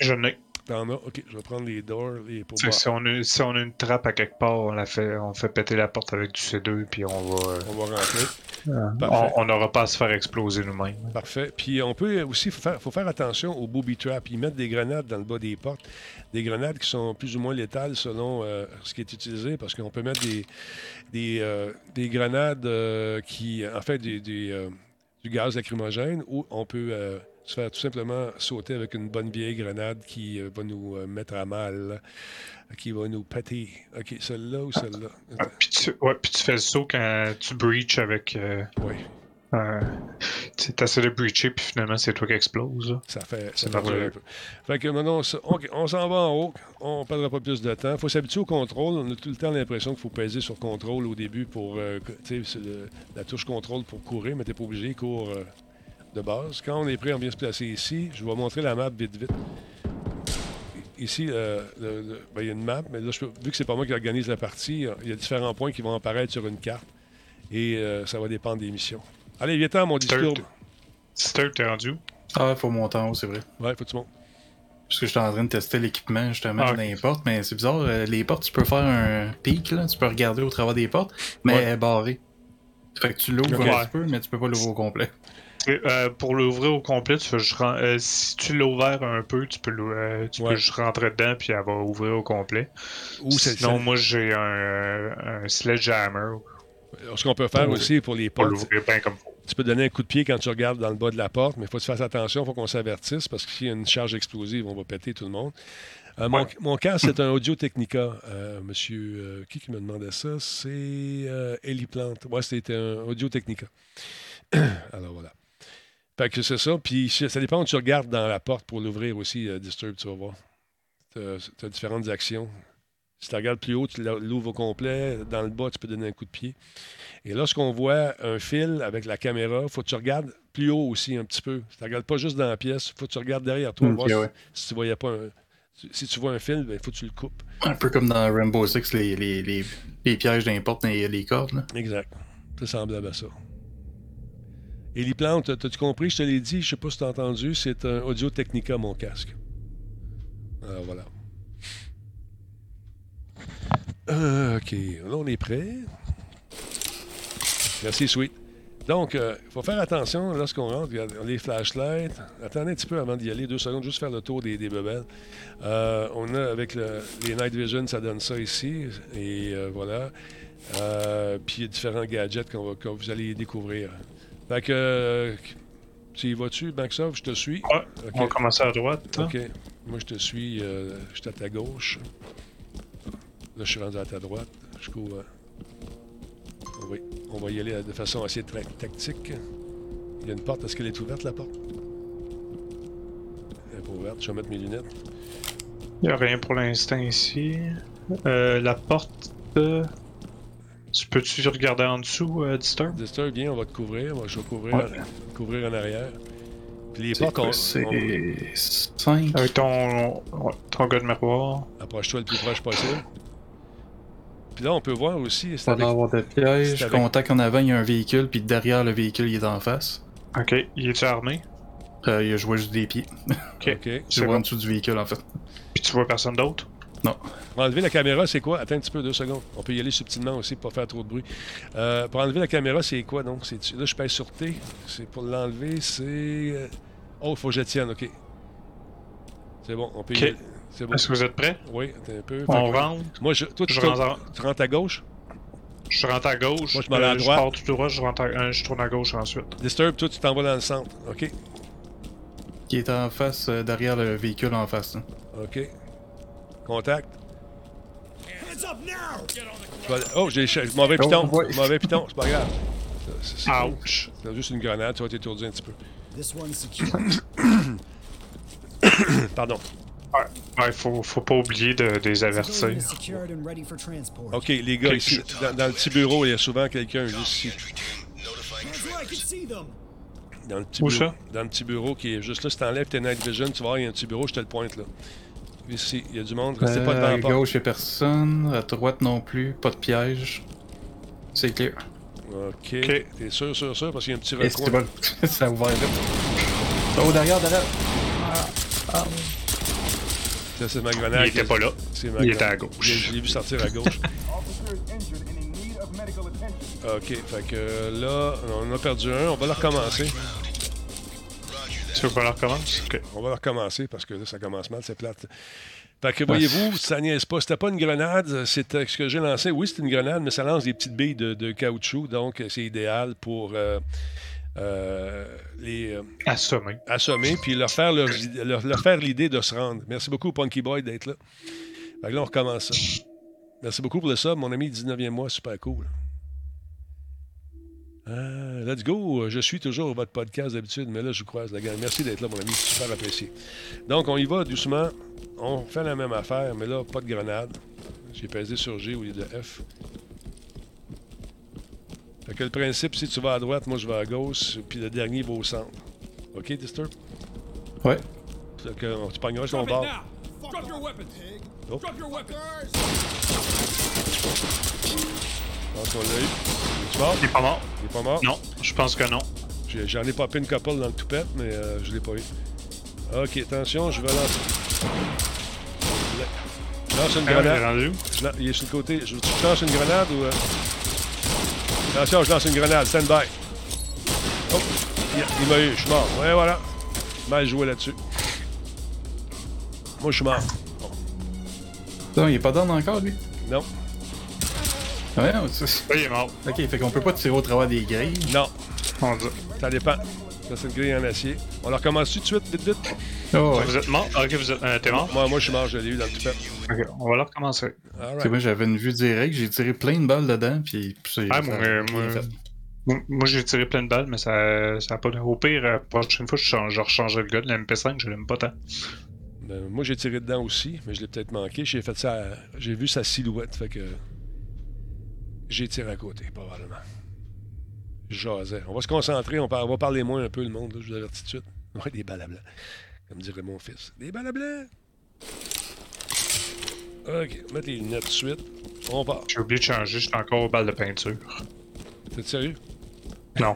[SPEAKER 10] J'en ai.
[SPEAKER 6] T'en as? Ok, je vais prendre les Door les, pour
[SPEAKER 10] Tu sais,
[SPEAKER 6] voir.
[SPEAKER 10] Si on, a, si on a une trappe à quelque part, on la fait, on fait péter la porte avec du C2 puis on va. euh,
[SPEAKER 6] On va rentrer. Ah.
[SPEAKER 10] on- On n'aura pas à se faire exploser nous-mêmes.
[SPEAKER 6] Parfait. Puis on peut aussi faut faire, faut faire attention aux booby traps. Ils mettent des grenades dans le bas des portes, des grenades qui sont plus ou moins létales selon euh, ce qui est utilisé, parce qu'on peut mettre des, des, euh, des grenades euh, qui, en fait, des, des, euh, du gaz lacrymogène, ou on peut euh, se faire tout simplement sauter avec une bonne vieille grenade qui euh, va nous euh, mettre à mal, qui va nous péter. Ok, celle-là ou celle-là.
[SPEAKER 10] Ah, puis, tu, ouais, puis tu fais le saut quand tu breaches avec. euh, euh, tu essaies de breacher puis finalement c'est toi qui explose. là.
[SPEAKER 6] Ça fait, euh, ça
[SPEAKER 10] C'est
[SPEAKER 6] fait durer un
[SPEAKER 10] merveilleux.
[SPEAKER 6] peu. Fait que maintenant, on s- on, on s'en va en haut. On ne perdra pas plus de temps. Il faut s'habituer au contrôle. On a tout le temps l'impression qu'il faut peser sur contrôle au début pour. euh, que- tu sais, c'est le- la touche contrôle pour courir, mais tu pas obligé. Cours euh, de base. Quand on est prêt, on vient se placer ici. Je vais montrer la map vite, vite. Ici, euh, le- le- ben, il y a une map, mais là, je peux- vu que c'est pas moi qui organise la partie, euh, il y a différents points qui vont apparaître sur une carte. Et euh, ça va dépendre des missions. Allez, viens mon discours.
[SPEAKER 10] Sturt, t'es rendu où?
[SPEAKER 11] Ah, faut monter en haut, c'est vrai.
[SPEAKER 6] Ouais, faut que tu montes.
[SPEAKER 11] Parce que j'étais en train de tester l'équipement justement
[SPEAKER 10] Ah, ok.
[SPEAKER 11] dans les portes, mais c'est bizarre, euh, les portes, tu peux faire un pic, là, tu peux regarder au travers des portes, mais elle est barrée. Fait que tu l'ouvres
[SPEAKER 10] Ok.
[SPEAKER 11] un petit peu, mais tu peux pas l'ouvrir au complet.
[SPEAKER 10] Et, euh, pour l'ouvrir au complet, tu fais juste ren- euh, si tu l'as ouvert un peu, tu peux, l'ou- euh, tu peux juste rentrer dedans puis elle va ouvrir au complet.
[SPEAKER 6] Ou c'est-
[SPEAKER 10] Sinon,
[SPEAKER 6] c'est-
[SPEAKER 10] moi j'ai un, euh, un sledgehammer.
[SPEAKER 6] Alors, Euh, ce qu'on peut faire
[SPEAKER 10] Pour-
[SPEAKER 6] aussi pour les
[SPEAKER 10] pour
[SPEAKER 6] portes,
[SPEAKER 10] l'ouvrir bien comme faut.
[SPEAKER 6] tu peux donner un coup de pied quand tu regardes dans le bas de la porte, mais il faut que tu fasses attention, il faut qu'on s'avertisse parce que s'il y a une charge explosive, on va péter tout le monde. Euh, mon, mon cas, c'est un Audio Technica. Euh, monsieur, euh, qui qui me demandait ça C'est euh, Ellie Plante. Ouais, c'était un Audio Technica. Alors voilà. Fait que c'est ça. Puis ça ça dépend où tu regardes dans la porte pour l'ouvrir aussi, euh, Disturb, tu vas voir. Tu as différentes actions. Si tu regardes plus haut, tu la- l'ouvres au complet. Dans le bas, tu peux donner un coup de pied. Et lorsqu'on voit un fil avec la caméra, faut que tu regardes plus haut aussi un petit peu. Tu ne regardes pas juste dans la pièce, faut que tu regardes derrière toi.
[SPEAKER 11] Mm, Ok,
[SPEAKER 6] voir si-
[SPEAKER 11] ouais.
[SPEAKER 6] si, tu voyais pas un- si- Si tu vois un fil, il faut que tu le coupes.
[SPEAKER 11] Un peu comme dans Rainbow Six, les, les, les, les pièges dans les portes, les, les cordes. Là.
[SPEAKER 6] Exact. C'est semblable à ça. Et les plantes, t'as-tu compris? Je te l'ai dit, je sais pas si t'as entendu, c'est un Audio Technica, mon casque. Alors voilà. Euh, OK. Là, on est prêt. Merci, Sweet. Donc, il faut faire attention lorsqu'on rentre. Regarde, Les flashlights. Attendez un petit peu avant d'y aller. Deux secondes, juste faire le tour des, des bebelles. Euh, on a avec le- les Night Vision, ça donne ça ici. Et euh, voilà. Euh, puis il y a différents gadgets qu'on va, que vous allez découvrir. Fait que. euh, tu y vas-tu, Maxov? Je te suis. OK.
[SPEAKER 10] On va commencer à droite.
[SPEAKER 6] OK. Moi, je te suis. euh, je suis à ta gauche. Là, je suis rendu à ta droite. Je cours. euh, Oui. On va y aller euh, de façon assez tra- tactique. Il y a une porte. Est-ce qu'elle est ouverte, la porte? Elle est pas ouverte. Je vais mettre mes lunettes.
[SPEAKER 10] Il n'y a rien pour l'instant ici. Euh, la porte. euh, Tu peux-tu regarder en dessous, euh, Disturb
[SPEAKER 6] Disturb, viens, on va te couvrir. Moi, je vais couvrir,
[SPEAKER 10] Ouais.
[SPEAKER 6] couvrir en arrière. Puis les
[SPEAKER 10] C'est
[SPEAKER 6] portes,
[SPEAKER 10] quoi,
[SPEAKER 6] on-
[SPEAKER 10] c'est-
[SPEAKER 6] on-
[SPEAKER 11] 5.
[SPEAKER 10] Avec ton, ton gars de miroir.
[SPEAKER 6] Approche-toi le plus proche possible. Puis là, on peut voir aussi. c'est
[SPEAKER 11] Pas
[SPEAKER 6] avec-
[SPEAKER 11] d'avoir de piège. Je
[SPEAKER 6] c'est
[SPEAKER 11] suis
[SPEAKER 6] avec-
[SPEAKER 11] content qu'en avant, il y a un véhicule, puis derrière le véhicule, il est en face.
[SPEAKER 10] Ok, il est armé.
[SPEAKER 11] Euh, il a joué juste des pieds.
[SPEAKER 10] Ok,
[SPEAKER 11] Je
[SPEAKER 10] c'est
[SPEAKER 11] vois en
[SPEAKER 10] bon.
[SPEAKER 11] dessous du véhicule, en fait.
[SPEAKER 10] Puis tu vois personne d'autre
[SPEAKER 11] Non.
[SPEAKER 6] Pour enlever la caméra, c'est quoi? Attends un petit peu, deux secondes. On peut y aller subtilement aussi pour pas faire trop de bruit. Euh, pour enlever la caméra, c'est quoi donc? C'est- Là, je pèse sur T. C'est pour l'enlever, c'est. euh, Oh, faut que je tienne, ok. C'est bon, on peut y
[SPEAKER 10] Ok.
[SPEAKER 6] aller. C'est bon.
[SPEAKER 10] Est-ce que vous êtes prêts?
[SPEAKER 6] Oui, attends un peu.
[SPEAKER 10] On
[SPEAKER 6] Fait que-
[SPEAKER 10] rentre.
[SPEAKER 6] Moi, je... toi, tu,
[SPEAKER 10] Je
[SPEAKER 6] tournes-
[SPEAKER 10] rentre en-
[SPEAKER 6] tu rentres à gauche?
[SPEAKER 10] Je rentre à gauche.
[SPEAKER 6] Moi, je m'en vais à
[SPEAKER 10] euh,
[SPEAKER 6] droite.
[SPEAKER 10] pars tout droit, je, rentre à- euh, je tourne à gauche ensuite.
[SPEAKER 6] Disturb, toi, tu t'en vas dans le centre. Ok,
[SPEAKER 11] Qui est en face, euh, derrière le véhicule en face. hein.
[SPEAKER 6] ok. Contact. Je vais- Oh, j'ai échec- mauvais
[SPEAKER 11] Oh,
[SPEAKER 6] piton.
[SPEAKER 11] ouais.
[SPEAKER 6] Mauvais piton, c'est pas grave. C'est- c'est-
[SPEAKER 10] Ouch.
[SPEAKER 6] C'est juste une grenade, tu vas t'étourdir un petit peu.
[SPEAKER 13] This one's secure.
[SPEAKER 6] Pardon.
[SPEAKER 10] Ouais, ouais faut, faut pas oublier de, de les
[SPEAKER 13] Building
[SPEAKER 10] avertir.
[SPEAKER 13] is secured and ready for transport.
[SPEAKER 6] OK, les gars, ici, dans, dans le petit bureau, il y a souvent quelqu'un juste ici.
[SPEAKER 13] That's where I can see them.
[SPEAKER 6] Dans le petit
[SPEAKER 10] Où
[SPEAKER 6] bureau,
[SPEAKER 10] ça?
[SPEAKER 6] dans le petit bureau qui est juste là. Si t'enlèves tes night vision, tu vois, il y a un petit bureau, je te le pointe là. Ici, il y a du monde, restez pas
[SPEAKER 11] Euh,
[SPEAKER 6] devant
[SPEAKER 11] à
[SPEAKER 6] la porte.
[SPEAKER 11] gauche, il y a personne. À droite non plus. Pas de piège. C'est clair.
[SPEAKER 6] OK. T'es sûr, sûr, sûr, parce qu'il y a un petit
[SPEAKER 11] Et c'est
[SPEAKER 6] recoin.
[SPEAKER 11] bon. Ça a ouvert vite. Oh, derrière, derrière. Ah.
[SPEAKER 6] Ça, c'est ma grenade.
[SPEAKER 10] Il était
[SPEAKER 6] qui-
[SPEAKER 10] pas là.
[SPEAKER 6] c'est
[SPEAKER 10] Il
[SPEAKER 6] grenade.
[SPEAKER 10] était à gauche.
[SPEAKER 6] Je l'ai vu sortir à gauche. OK, fait que là, on a perdu un. On va le recommencer.
[SPEAKER 10] Tu veux qu'on la recommence? Ok.
[SPEAKER 6] On va le recommencer parce que là, ça commence mal, c'est plate. Fait que voyez-vous, ça niaise pas. C'était pas une grenade, c'était ce que j'ai lancé. Oui, c'est une grenade, mais ça lance des petites billes de, de caoutchouc, donc euh, c'est idéal pour euh, euh, les euh,
[SPEAKER 10] Assommé.
[SPEAKER 6] assommer puis leur faire, leurs id- leur, leur faire l'idée de se rendre. Merci beaucoup, Punky Boy, d'être là. Fait que là, on recommence ça. Merci beaucoup pour le sub, mon ami 19e mois, super cool. Ah, let's go. Je suis toujours votre podcast d'habitude, mais là, je vous croise, la gang. Merci d'être là, mon ami. c'est Super apprécié. Donc, on y va doucement. On fait la même affaire, mais là, pas de grenade. J'ai pesé sur G au lieu de F. Fait que le principe, si tu vas à droite, moi, je vais à gauche, puis le dernier va au centre. OK, Disturb?
[SPEAKER 11] Ouais.
[SPEAKER 6] Fait que on- tu pogneras sur mon bord.
[SPEAKER 13] Drop your weapons.
[SPEAKER 6] Oh.
[SPEAKER 13] Drop your weapons.
[SPEAKER 6] Donc, on l'a eu. Tu mort?
[SPEAKER 10] Il est pas mort.
[SPEAKER 6] Il est pas mort?
[SPEAKER 10] Non, je pense que non.
[SPEAKER 6] J'ai- J'en ai popé une couple dans le toupette, mais euh, je l'ai pas eu. Ok, attention, je vais lancer. Je lance une
[SPEAKER 10] Ah, il est
[SPEAKER 6] grenade.
[SPEAKER 10] rendu.
[SPEAKER 6] Je lan- Il est sur le côté. Je, tu lances une grenade ou. euh? Attention, je lance une grenade. Stand by. Oh, il, il m'a eu. Je suis mort. Ouais, voilà. Mal joué là-dessus. Moi, je suis mort.
[SPEAKER 11] Non, il est pas down encore, lui.
[SPEAKER 6] Non.
[SPEAKER 11] Ah Ouais, non, c'est-
[SPEAKER 10] Là, il est mort.
[SPEAKER 11] Ok, fait qu'on peut pas tirer au travers des grilles.
[SPEAKER 6] Non.
[SPEAKER 10] On dit.
[SPEAKER 6] Ça dépend. Ça, c'est une grille en acier. On la recommence tout de suite, vite, vite.
[SPEAKER 11] Oh, ouais.
[SPEAKER 10] Vous êtes mort? Ok, vous êtes. euh, T'es mort?
[SPEAKER 6] Moi, moi, je suis mort. Je l'ai eu dans le toupette.
[SPEAKER 10] Ok, on va la recommencer.
[SPEAKER 6] All
[SPEAKER 11] Tu sais,
[SPEAKER 6] right.
[SPEAKER 11] moi, j'avais une vue directe, j'ai tiré plein de balles dedans, puis c'est.
[SPEAKER 10] Ah,
[SPEAKER 11] ça
[SPEAKER 10] moi,
[SPEAKER 11] a
[SPEAKER 10] euh,
[SPEAKER 11] rien
[SPEAKER 10] moi,
[SPEAKER 11] fait.
[SPEAKER 10] moi, moi, j'ai tiré plein de balles, mais ça, ça a pas. Au pire, la prochaine fois, je, change, je rechangerai le gars de la MP5, je l'aime pas tant.
[SPEAKER 6] Ben, moi, j'ai tiré dedans aussi, mais je l'ai peut-être manqué. J'ai fait ça. à- J'ai vu sa silhouette, fait que. J'ai tiré à côté, probablement. J'osais. On va se concentrer, on, par- on va parler moins un peu, le monde, là, je vous avertis tout de suite. Ouais, des balles à blanc, comme dirait mon fils. Des balles à blanc! Ok, mettre les lunettes tout de suite. On part.
[SPEAKER 10] J'ai oublié de changer, j'étais encore aux balles de peinture.
[SPEAKER 6] T'es sérieux?
[SPEAKER 10] Non.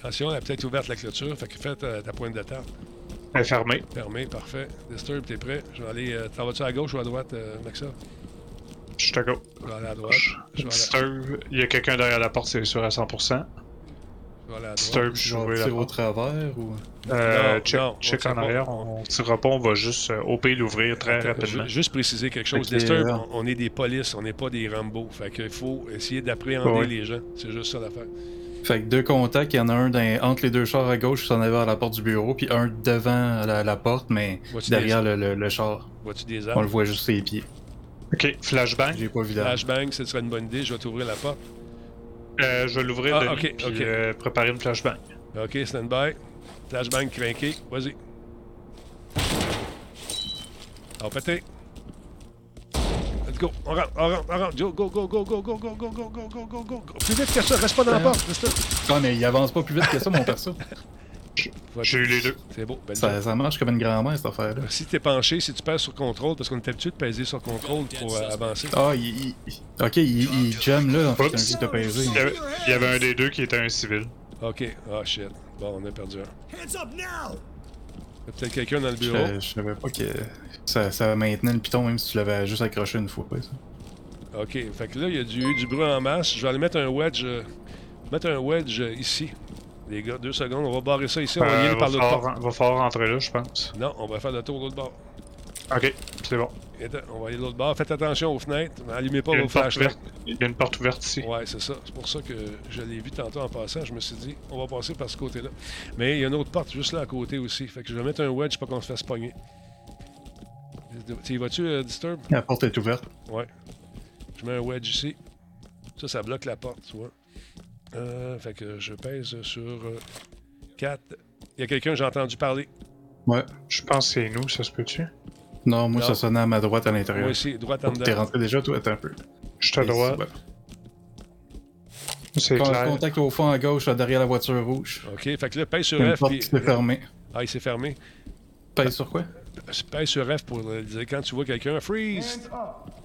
[SPEAKER 6] Attention, elle a peut-être ouvert la clôture, fait que fais ta, ta euh, pointe de table.
[SPEAKER 10] Elle est Euh, fermée.
[SPEAKER 6] Fermé, parfait. Disturb, t'es prêt? Je vais aller. euh, T'en vas-tu à gauche ou à droite, euh, Maxa?
[SPEAKER 10] Je te go.
[SPEAKER 6] Je vais aller à droite. Je vais aller,
[SPEAKER 10] Disturb, il y a quelqu'un derrière la porte, c'est sûr à 100%.
[SPEAKER 6] je vais aller à droite.
[SPEAKER 10] Disturb, je vais la
[SPEAKER 11] Tire au
[SPEAKER 10] porte.
[SPEAKER 11] travers ou.
[SPEAKER 10] Euh,
[SPEAKER 6] Non,
[SPEAKER 10] check
[SPEAKER 6] non, on
[SPEAKER 10] check
[SPEAKER 6] tire
[SPEAKER 10] en
[SPEAKER 6] pas.
[SPEAKER 10] arrière, on ne tirera pas, on va juste euh, OP l'ouvrir très
[SPEAKER 6] Attends,
[SPEAKER 10] rapidement.
[SPEAKER 6] ju- Juste préciser quelque chose.
[SPEAKER 10] Fait que,
[SPEAKER 6] Disturb,
[SPEAKER 10] euh,
[SPEAKER 6] on on est des polices, on n'est pas des Rambo. Fait qu'il faut essayer d'appréhender
[SPEAKER 11] Ouais.
[SPEAKER 6] les gens. C'est juste ça l'affaire.
[SPEAKER 11] Fait que deux contacts, il y en a un dans- entre les deux chars à gauche, s'en avait à la porte du bureau, puis un devant la, la porte, mais
[SPEAKER 6] Vois-tu
[SPEAKER 11] derrière le, le- le char.
[SPEAKER 6] Vois-tu des
[SPEAKER 11] On
[SPEAKER 6] armes?
[SPEAKER 11] le voit juste ses pieds.
[SPEAKER 10] Ok, flashbang.
[SPEAKER 11] J'ai pas vu d'armes.
[SPEAKER 6] Flashbang, ce serait une bonne idée. Je vais t'ouvrir la porte.
[SPEAKER 10] Euh, je vais l'ouvrir,
[SPEAKER 6] Ah,
[SPEAKER 10] Denis,
[SPEAKER 6] ok,
[SPEAKER 10] puis
[SPEAKER 6] ok.
[SPEAKER 10] euh, préparer une flashbang.
[SPEAKER 6] Ok, stand-by. Flashbang craqué. Vas-y. On pété. Let's go. On rentre, on rentre, on rentre. oh, Joe, go, go, go, go, go, go, go, go, go, go, go, go. Plus vite que ça, reste pas dans la porte. Reste là.
[SPEAKER 11] Ah, mais il avance pas plus vite que ça, mon perso.
[SPEAKER 10] J'ai eu les deux.
[SPEAKER 6] C'est beau. Belle
[SPEAKER 11] Ça,
[SPEAKER 6] job.
[SPEAKER 11] ça marche comme une grand-mère, cette affaire-là.
[SPEAKER 6] Si t'es penché, si tu passes sur contrôle, parce qu'on est habitué de peser sur contrôle pour euh, avancer.
[SPEAKER 11] Ah, il, il- il- Ok, il, il jam là, en fait, t'as envie de peser.
[SPEAKER 10] Il y, avait, il y avait un des deux qui était un civil.
[SPEAKER 6] Ok. Ah, shit. Bon, on a perdu un.
[SPEAKER 13] Hands up now!
[SPEAKER 6] Il y a peut-être quelqu'un dans le
[SPEAKER 11] Je,
[SPEAKER 6] bureau.
[SPEAKER 11] je savais pas que ça, ça maintenait le piton, même si tu l'avais juste accroché une fois. ouais, ça.
[SPEAKER 6] Ok, fait que là, il y a du, du bruit en masse. Je vais aller mettre un wedge. euh, mettre un wedge euh, ici. Les gars, deux secondes, on va barrer ça ici, on va y
[SPEAKER 10] Euh,
[SPEAKER 6] aller par
[SPEAKER 10] va,
[SPEAKER 6] l'autre
[SPEAKER 10] falloir,
[SPEAKER 6] porte.
[SPEAKER 10] va falloir rentrer là, je pense.
[SPEAKER 6] Non, on va faire le tour de l'autre bord.
[SPEAKER 10] Ok, c'est bon.
[SPEAKER 6] Et attends, on va aller de l'autre bord. Faites attention aux fenêtres. Allumez pas
[SPEAKER 10] Il y a
[SPEAKER 6] vos
[SPEAKER 10] une porte
[SPEAKER 6] flashlights.
[SPEAKER 10] ouverte. Il y a une porte ouverte ici.
[SPEAKER 6] Ouais, c'est ça. C'est pour ça que je l'ai vu tantôt en passant. Je me suis dit, on va passer par ce côté-là. Mais il y a une autre porte juste là à côté aussi. Fait que je vais mettre un wedge pour qu'on se fasse pogner. Tu y vas-tu, euh, Disturb?
[SPEAKER 11] La porte est ouverte.
[SPEAKER 6] Ouais. Je mets un wedge ici. Ça, ça bloque la porte, tu vois. Euh, fait que je pèse sur 4. Il y a quelqu'un, j'ai entendu parler.
[SPEAKER 11] Ouais.
[SPEAKER 10] Je pense que c'est nous, ça se peut-tu?
[SPEAKER 11] Non, moi,
[SPEAKER 6] Non.
[SPEAKER 11] ça sonnait à ma droite à l'intérieur.
[SPEAKER 6] Moi aussi, droite en
[SPEAKER 11] Oh, T'es
[SPEAKER 6] dedans.
[SPEAKER 11] rentré déjà, toi? Attends un peu.
[SPEAKER 10] Je suis à droite. C'est
[SPEAKER 11] Con-
[SPEAKER 10] clair.
[SPEAKER 11] Contact au fond à gauche, là, derrière la voiture rouge.
[SPEAKER 6] OK, fait que là, pèse sur
[SPEAKER 11] Il y a une
[SPEAKER 6] F.
[SPEAKER 11] porte
[SPEAKER 6] puis-
[SPEAKER 11] qui s'est fermée.
[SPEAKER 6] Ah, il s'est fermé.
[SPEAKER 11] Pèse sur quoi?
[SPEAKER 6] Pèse sur F pour le dire quand tu vois quelqu'un, freeze! Pas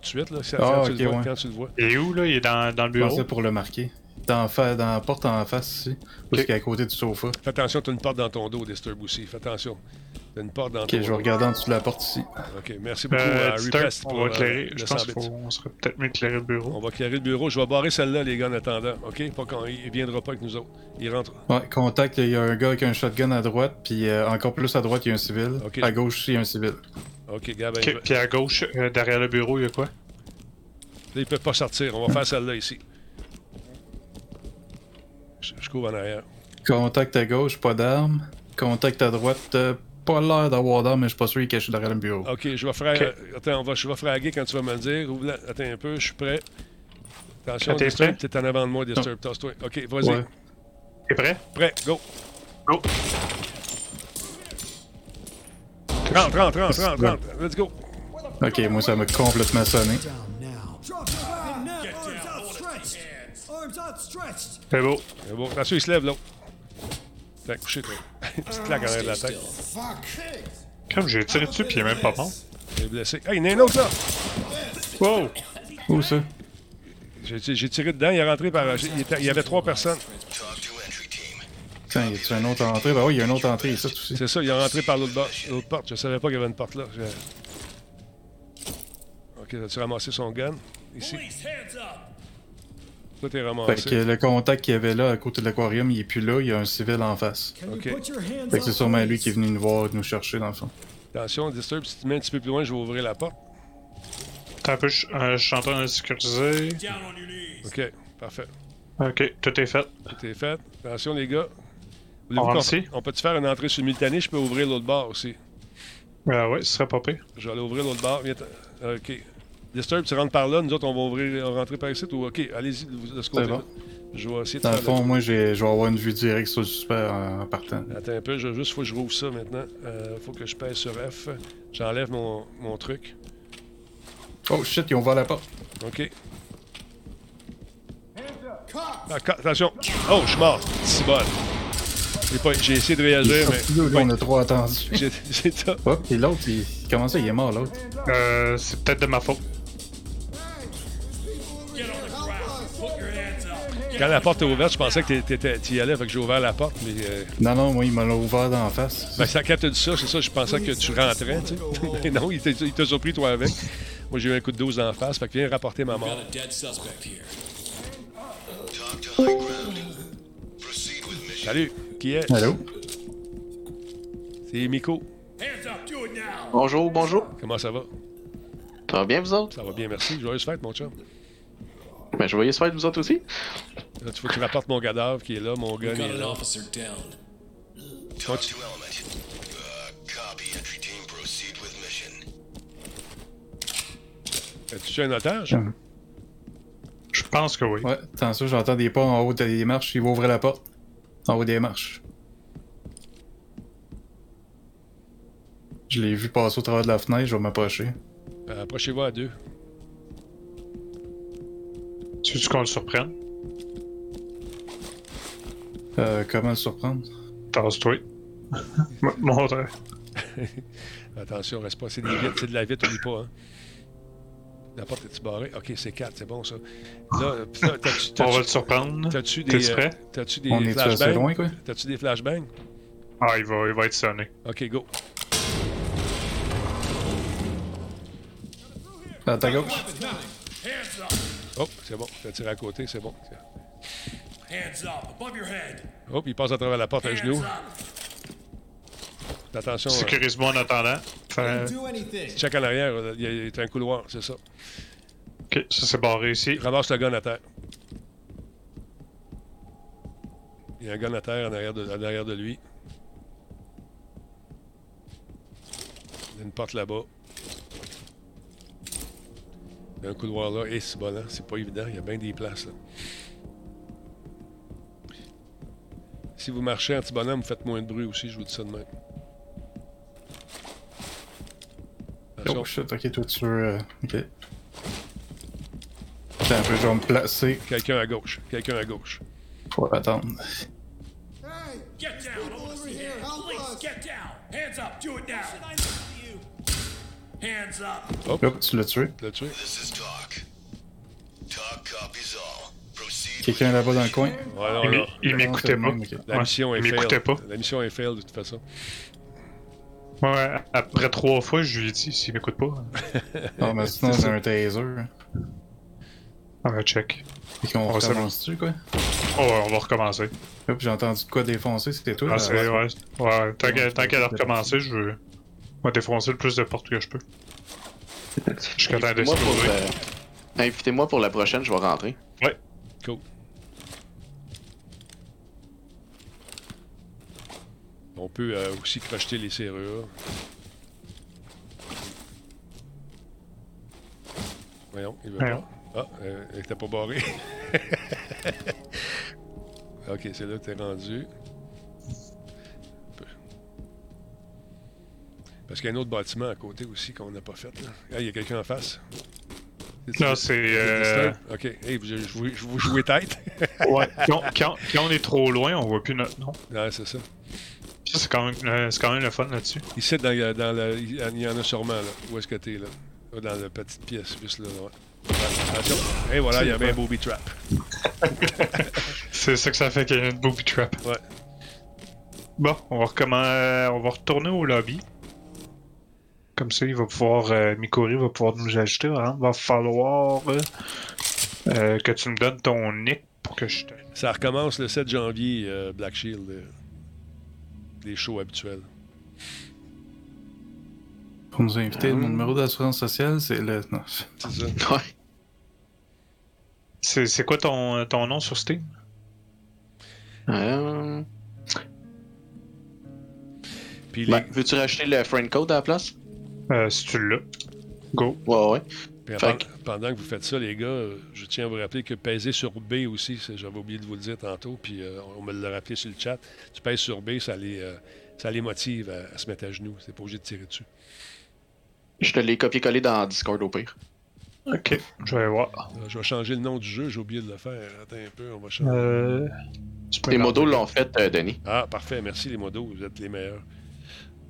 [SPEAKER 6] tout de suite, là. c'est
[SPEAKER 11] Ah,
[SPEAKER 6] quand, tu
[SPEAKER 11] ok,
[SPEAKER 6] le vois,
[SPEAKER 11] ouais.
[SPEAKER 6] quand tu le vois.
[SPEAKER 10] Il est où, là? Il est dans, dans le
[SPEAKER 11] Je
[SPEAKER 10] bureau?
[SPEAKER 11] pensais pour le marquer. Dans, fa- dans la porte en face, ici. Parce qu'il est à côté du sofa.
[SPEAKER 6] Fais attention, t'as une porte dans ton dos, Disturb aussi. Fais attention. T'as une porte dans
[SPEAKER 11] Ok,
[SPEAKER 6] ton
[SPEAKER 11] je vais
[SPEAKER 6] dos.
[SPEAKER 11] regarder en dessous de la porte ici.
[SPEAKER 6] OK, merci beaucoup,
[SPEAKER 10] Euh,
[SPEAKER 6] Harry
[SPEAKER 10] Disturb,
[SPEAKER 6] Pest,
[SPEAKER 10] on
[SPEAKER 6] pour,
[SPEAKER 10] va
[SPEAKER 6] euh,
[SPEAKER 10] éclairer. je
[SPEAKER 6] le
[SPEAKER 10] pense
[SPEAKER 6] 100 bits.
[SPEAKER 10] qu'on serait peut-être mieux éclairer le bureau.
[SPEAKER 6] On va éclairer le bureau. Je vais barrer celle-là, les gars, en attendant. OK? Pas qu'on- il viendra pas avec nous autres. Il rentre.
[SPEAKER 11] Ouais, contact, il y a un gars avec un shotgun à droite, puis euh, encore plus à droite, il y a un civil.
[SPEAKER 6] Ok.
[SPEAKER 11] À gauche, aussi, il y a un civil.
[SPEAKER 6] OK, Gab,
[SPEAKER 10] Ok,
[SPEAKER 6] il va-
[SPEAKER 10] Puis à gauche, euh, derrière le bureau, il y a quoi?
[SPEAKER 6] Là, ils peuvent pas sortir. On va faire celle-là ici. Je, je couvre en arrière.
[SPEAKER 11] Contact à gauche, pas d'arme. Contact à droite, euh, pas l'air d'avoir d'arme, mais je suis pas sûr qu'il est caché derrière le bureau.
[SPEAKER 10] Oh.
[SPEAKER 6] OK, je vais fraguer. Attends, on va, je vais fraguer quand tu vas me le dire. Ouvre la- Attends un peu, je suis prêt. Attention,
[SPEAKER 10] Quand t'es
[SPEAKER 6] Disturb,
[SPEAKER 10] prêt?
[SPEAKER 6] t'es en avant de moi, Disturb. Tasse-toi. OK, vas-y.
[SPEAKER 11] Ouais.
[SPEAKER 10] T'es prêt?
[SPEAKER 6] Prêt, go.
[SPEAKER 10] Go.
[SPEAKER 6] Rentre, rentre, rentre, rentre, rentre. Let's go.
[SPEAKER 11] Ok, moi ça m'a complètement sonné.
[SPEAKER 13] Down now. Drop your weapon now! Arms outstretched! Arms outstretched!
[SPEAKER 10] C'est beau.
[SPEAKER 6] C'est bon. Attention, il se lève, l'autre. T'as couché, toi. Petite claque en arrière de la tête.
[SPEAKER 13] Fuck!
[SPEAKER 10] Comme j'ai tiré dessus, puis il est même pas mort.
[SPEAKER 6] Il est blessé. Hey, il y en a un autre, là!
[SPEAKER 10] Wow!
[SPEAKER 11] Où ça?
[SPEAKER 6] J'ai j'ai tiré dedans, il est rentré par... j'ai- Il, était- il y avait trois personnes.
[SPEAKER 11] Tiens, y a-tu une autre entrée? Bah oui, il y a une autre entrée ici, tout aussi.
[SPEAKER 6] C'est ça, il est rentré par l'autre bord- l'autre porte. Je savais pas qu'il y avait une porte là. Je- Ok, as-tu ramassé son gun? Ici. Toi,
[SPEAKER 11] Fait
[SPEAKER 6] t'es
[SPEAKER 11] que
[SPEAKER 6] ramassé.
[SPEAKER 11] le contact qu'il y avait là à côté de l'aquarium, il est plus là, il y a un civil en face.
[SPEAKER 13] Can
[SPEAKER 6] Ok.
[SPEAKER 13] you put your hands
[SPEAKER 11] Fait que c'est
[SPEAKER 13] up,
[SPEAKER 11] sûrement lui
[SPEAKER 13] please?
[SPEAKER 11] qui est venu nous voir, nous chercher dans le fond.
[SPEAKER 6] Attention, disturb, si tu te mets un petit peu plus loin, je vais ouvrir la porte.
[SPEAKER 10] T'as un peu, je euh, je suis en train de le sécuriser.
[SPEAKER 6] Ok, parfait.
[SPEAKER 10] Ok, tout est fait.
[SPEAKER 6] Tout est fait. Attention, les gars.
[SPEAKER 10] On
[SPEAKER 6] Voulez-vous
[SPEAKER 10] rentre
[SPEAKER 6] qu'on-
[SPEAKER 10] ici?
[SPEAKER 6] on peut-tu faire une entrée simultanée? Je peux ouvrir l'autre barre aussi.
[SPEAKER 10] Ah ouais, ce serait pas pire.
[SPEAKER 6] Je vais aller ouvrir l'autre barre. Viens t'en- ok. Disturb, tu rentres par là. Nous autres, on va ouvrir, on va rentrer par ici. Ou ok, allez-y de de ce côté-là.
[SPEAKER 11] bon.
[SPEAKER 6] Je vais essayer de
[SPEAKER 11] Dans le
[SPEAKER 6] faire le-
[SPEAKER 11] fond, moi j'ai- je vais avoir une vue directe sur le suspect en, en partant.
[SPEAKER 6] Attends un peu, je, juste faut que je rouvre ça maintenant. Euh, faut que je pèse sur F. J'enlève mon, mon truc.
[SPEAKER 11] Oh shit, ils ont ouvert la porte.
[SPEAKER 6] OK. Ah, ca- attention. Oh, je suis mort. C'est bon. J'ai pas- J'ai essayé de réagir, mais.
[SPEAKER 11] Là, on a trop attendu.
[SPEAKER 6] j'ai- J'ai ça.
[SPEAKER 11] Hop, et l'autre, il... comment ça, il est mort l'autre?
[SPEAKER 10] Euh, c'est peut-être de ma faute.
[SPEAKER 6] Quand la porte est ouverte, je pensais que tu y allais, fait que j'ai ouvert la porte, mais. euh,
[SPEAKER 11] Non, non, moi, il m'a ouvert d'en face.
[SPEAKER 6] Ben, ça, quand tu dit ça, c'est ça, je pensais que tu rentrais, tu sais. Mais non, il t'a- il t'a surpris, toi, avec. Moi, j'ai eu un coup de 12 en face, fait que viens rapporter ma mort. Salut, qui est?
[SPEAKER 11] Allô?
[SPEAKER 6] C'est Miko.
[SPEAKER 14] Bonjour, bonjour.
[SPEAKER 6] Comment ça va?
[SPEAKER 14] Ça va bien, vous autres?
[SPEAKER 6] Ça va bien, merci. Joyeuse fête, mon chum.
[SPEAKER 14] Ben, je voyais ça être vous autres aussi.
[SPEAKER 6] Là, tu faut que tu rapportes mon cadavre qui est là, mon gun il est là. Toi, tu- As-tu tué un otage?
[SPEAKER 11] Je pense que oui. Ouais, tant ça, j'entends des pas en haut des marches. Il va ouvrir la porte. En haut des marches. Je l'ai vu passer au travers de la fenêtre, je vais m'approcher.
[SPEAKER 6] Ben, Approchez-vous à deux.
[SPEAKER 10] Tu veux qu'on le surprenne?
[SPEAKER 11] Euh, comment le surprendre?
[SPEAKER 10] Tasse-toi. M- Montre.
[SPEAKER 6] Attention, reste pas. C'est des vitres, c'est de la vitre, oublie pas. Hein. La porte est-tu barrée? Ok, c'est 4, c'est bon ça. Là, putain, t'as-tu- t'as-tu-
[SPEAKER 10] On va le surprendre.
[SPEAKER 6] T'as-tu
[SPEAKER 10] T'es
[SPEAKER 6] des. euh,
[SPEAKER 10] prêt?
[SPEAKER 6] T'as-tu des
[SPEAKER 10] On est-tu assez
[SPEAKER 6] flashbangs?
[SPEAKER 10] loin, quoi?
[SPEAKER 6] T'as-tu des flashbangs?
[SPEAKER 10] Ah, il va, il va être sonné.
[SPEAKER 6] Ok, go.
[SPEAKER 11] À ta gauche?
[SPEAKER 6] Oh, c'est bon. T'as tiré à côté, c'est bon.
[SPEAKER 13] Hands up, above your head.
[SPEAKER 6] Oh, il passe à travers la porte à genoux. Attention. euh,
[SPEAKER 10] Sécurise-moi en attendant. Fais-
[SPEAKER 6] Check en arrière, euh, il y a- il y a un couloir, c'est ça.
[SPEAKER 10] Ok, ça c'est barré ici.
[SPEAKER 6] Ramasse le gun à terre. Il y a un gun à terre en arrière de, en arrière de lui. Il y a une porte là-bas. Il y a un couloir là. Et c'est bon, hein? c'est pas évident. Il y a bien des places. Là. Si vous marchez en petit bonhomme, faites moins de bruit aussi, je vous dis ça de même.
[SPEAKER 11] Oh shit, ok, toi tu veux. euh, Ok. Attends un peu, je vais me placer.
[SPEAKER 6] Quelqu'un à gauche. Quelqu'un à gauche.
[SPEAKER 11] Faut attendre.
[SPEAKER 13] Get down, over here. Please, get down. Hands up, do it now. Hands up.
[SPEAKER 11] Hop, tu l'as tué.
[SPEAKER 6] Tu l'as tué.
[SPEAKER 11] Quelqu'un là-bas dans le coin.
[SPEAKER 6] Ouais, non,
[SPEAKER 11] Il m'é-
[SPEAKER 6] non.
[SPEAKER 11] il m'écoutait pas. Ok.
[SPEAKER 6] La mission
[SPEAKER 10] Ouais,
[SPEAKER 6] est
[SPEAKER 10] il m'écoutait pas.
[SPEAKER 6] fail. La mission est fail de toute façon.
[SPEAKER 10] Ouais, après trois fois, je lui ai dit s'il m'écoute pas.
[SPEAKER 11] Non, mais sinon, on a un taser.
[SPEAKER 10] On va check.
[SPEAKER 11] Et qu'on
[SPEAKER 10] On va
[SPEAKER 11] recommence-tu, quoi?
[SPEAKER 10] Oh, ouais, on va recommencer.
[SPEAKER 11] Hop, j'ai entendu de quoi défoncer, c'était toi.
[SPEAKER 10] Ah,
[SPEAKER 11] là?
[SPEAKER 10] c'est- ouais, ouais, tant qu'elle tant qu'elle a
[SPEAKER 11] Ouais.
[SPEAKER 10] recommencé, je veux. On va défoncer le plus de portes que je peux. Je suis content de
[SPEAKER 14] Moi, pour,
[SPEAKER 10] s'ouvrir.
[SPEAKER 14] euh, Invitez-moi pour la prochaine, je vais rentrer.
[SPEAKER 10] Ouais.
[SPEAKER 6] Cool. On peut euh, aussi crocheter les serrures. Voyons, il veut
[SPEAKER 10] Voyons.
[SPEAKER 6] pas. Ah, euh, il était pas barré. ok, c'est là que t'es rendu. Parce qu'il y a un autre bâtiment à côté aussi qu'on n'a pas fait. là. Ah, il y a quelqu'un en face.
[SPEAKER 10] Non, c'est, euh,
[SPEAKER 6] Ok, hey, vous- je, vous, je vous jouez tête.
[SPEAKER 10] Ouais, quand, quand- quand on est trop loin, on voit plus notre nom.
[SPEAKER 6] Ouais, c'est ça.
[SPEAKER 10] Ça, c'est quand, même, euh, c'est quand même le fun là-dessus.
[SPEAKER 6] Ici, dans, le- dans le, il y en- il y en a sûrement, là. Où est-ce que t'es, là? Ah, Dans la petite pièce, juste là, ouais. Attention. Et voilà, il y avait un booby trap.
[SPEAKER 10] C'est ça que ça fait qu'il y a une booby trap.
[SPEAKER 6] Ouais.
[SPEAKER 10] Bon, on va, recommen- euh, on va retourner au lobby. Comme ça, il va pouvoir. euh, Mikori va pouvoir nous ajouter. hein. Va falloir euh, euh, que tu me donnes ton nick pour que je te.
[SPEAKER 6] Ça recommence le 7 janvier, euh, Black Shield. euh, les shows habituels.
[SPEAKER 11] Pour nous
[SPEAKER 10] Ah.
[SPEAKER 11] inviter, mon numéro d'assurance sociale, c'est le. Non.
[SPEAKER 6] C'est ça.
[SPEAKER 10] C'est c'est quoi ton, ton nom sur Steam
[SPEAKER 14] Euh...
[SPEAKER 6] Puis
[SPEAKER 14] Ben, Veux-tu racheter le friend code à la place?
[SPEAKER 10] Euh, si tu l'as. Go.
[SPEAKER 14] Ouais, ouais.
[SPEAKER 6] Puis
[SPEAKER 14] Fait
[SPEAKER 6] pen- pendant que vous faites ça, les gars, euh, je tiens à vous rappeler que peser sur B aussi, c'est- j'avais oublié de vous le dire tantôt, puis euh, on me l'a rappelé sur le chat. Tu pèses sur B, ça les, euh, ça les motive à, à se mettre à genoux. C'est pas obligé de tirer dessus.
[SPEAKER 14] Je te l'ai copié-collé dans Discord au pire.
[SPEAKER 10] Ok, je vais voir.
[SPEAKER 6] Euh, je vais changer le nom du jeu, j'ai oublié de le faire. Attends un peu, on va changer.
[SPEAKER 10] Euh,
[SPEAKER 14] Tes modos l'ont fait, euh, Denis.
[SPEAKER 6] Ah, parfait, merci les modos, vous êtes les meilleurs.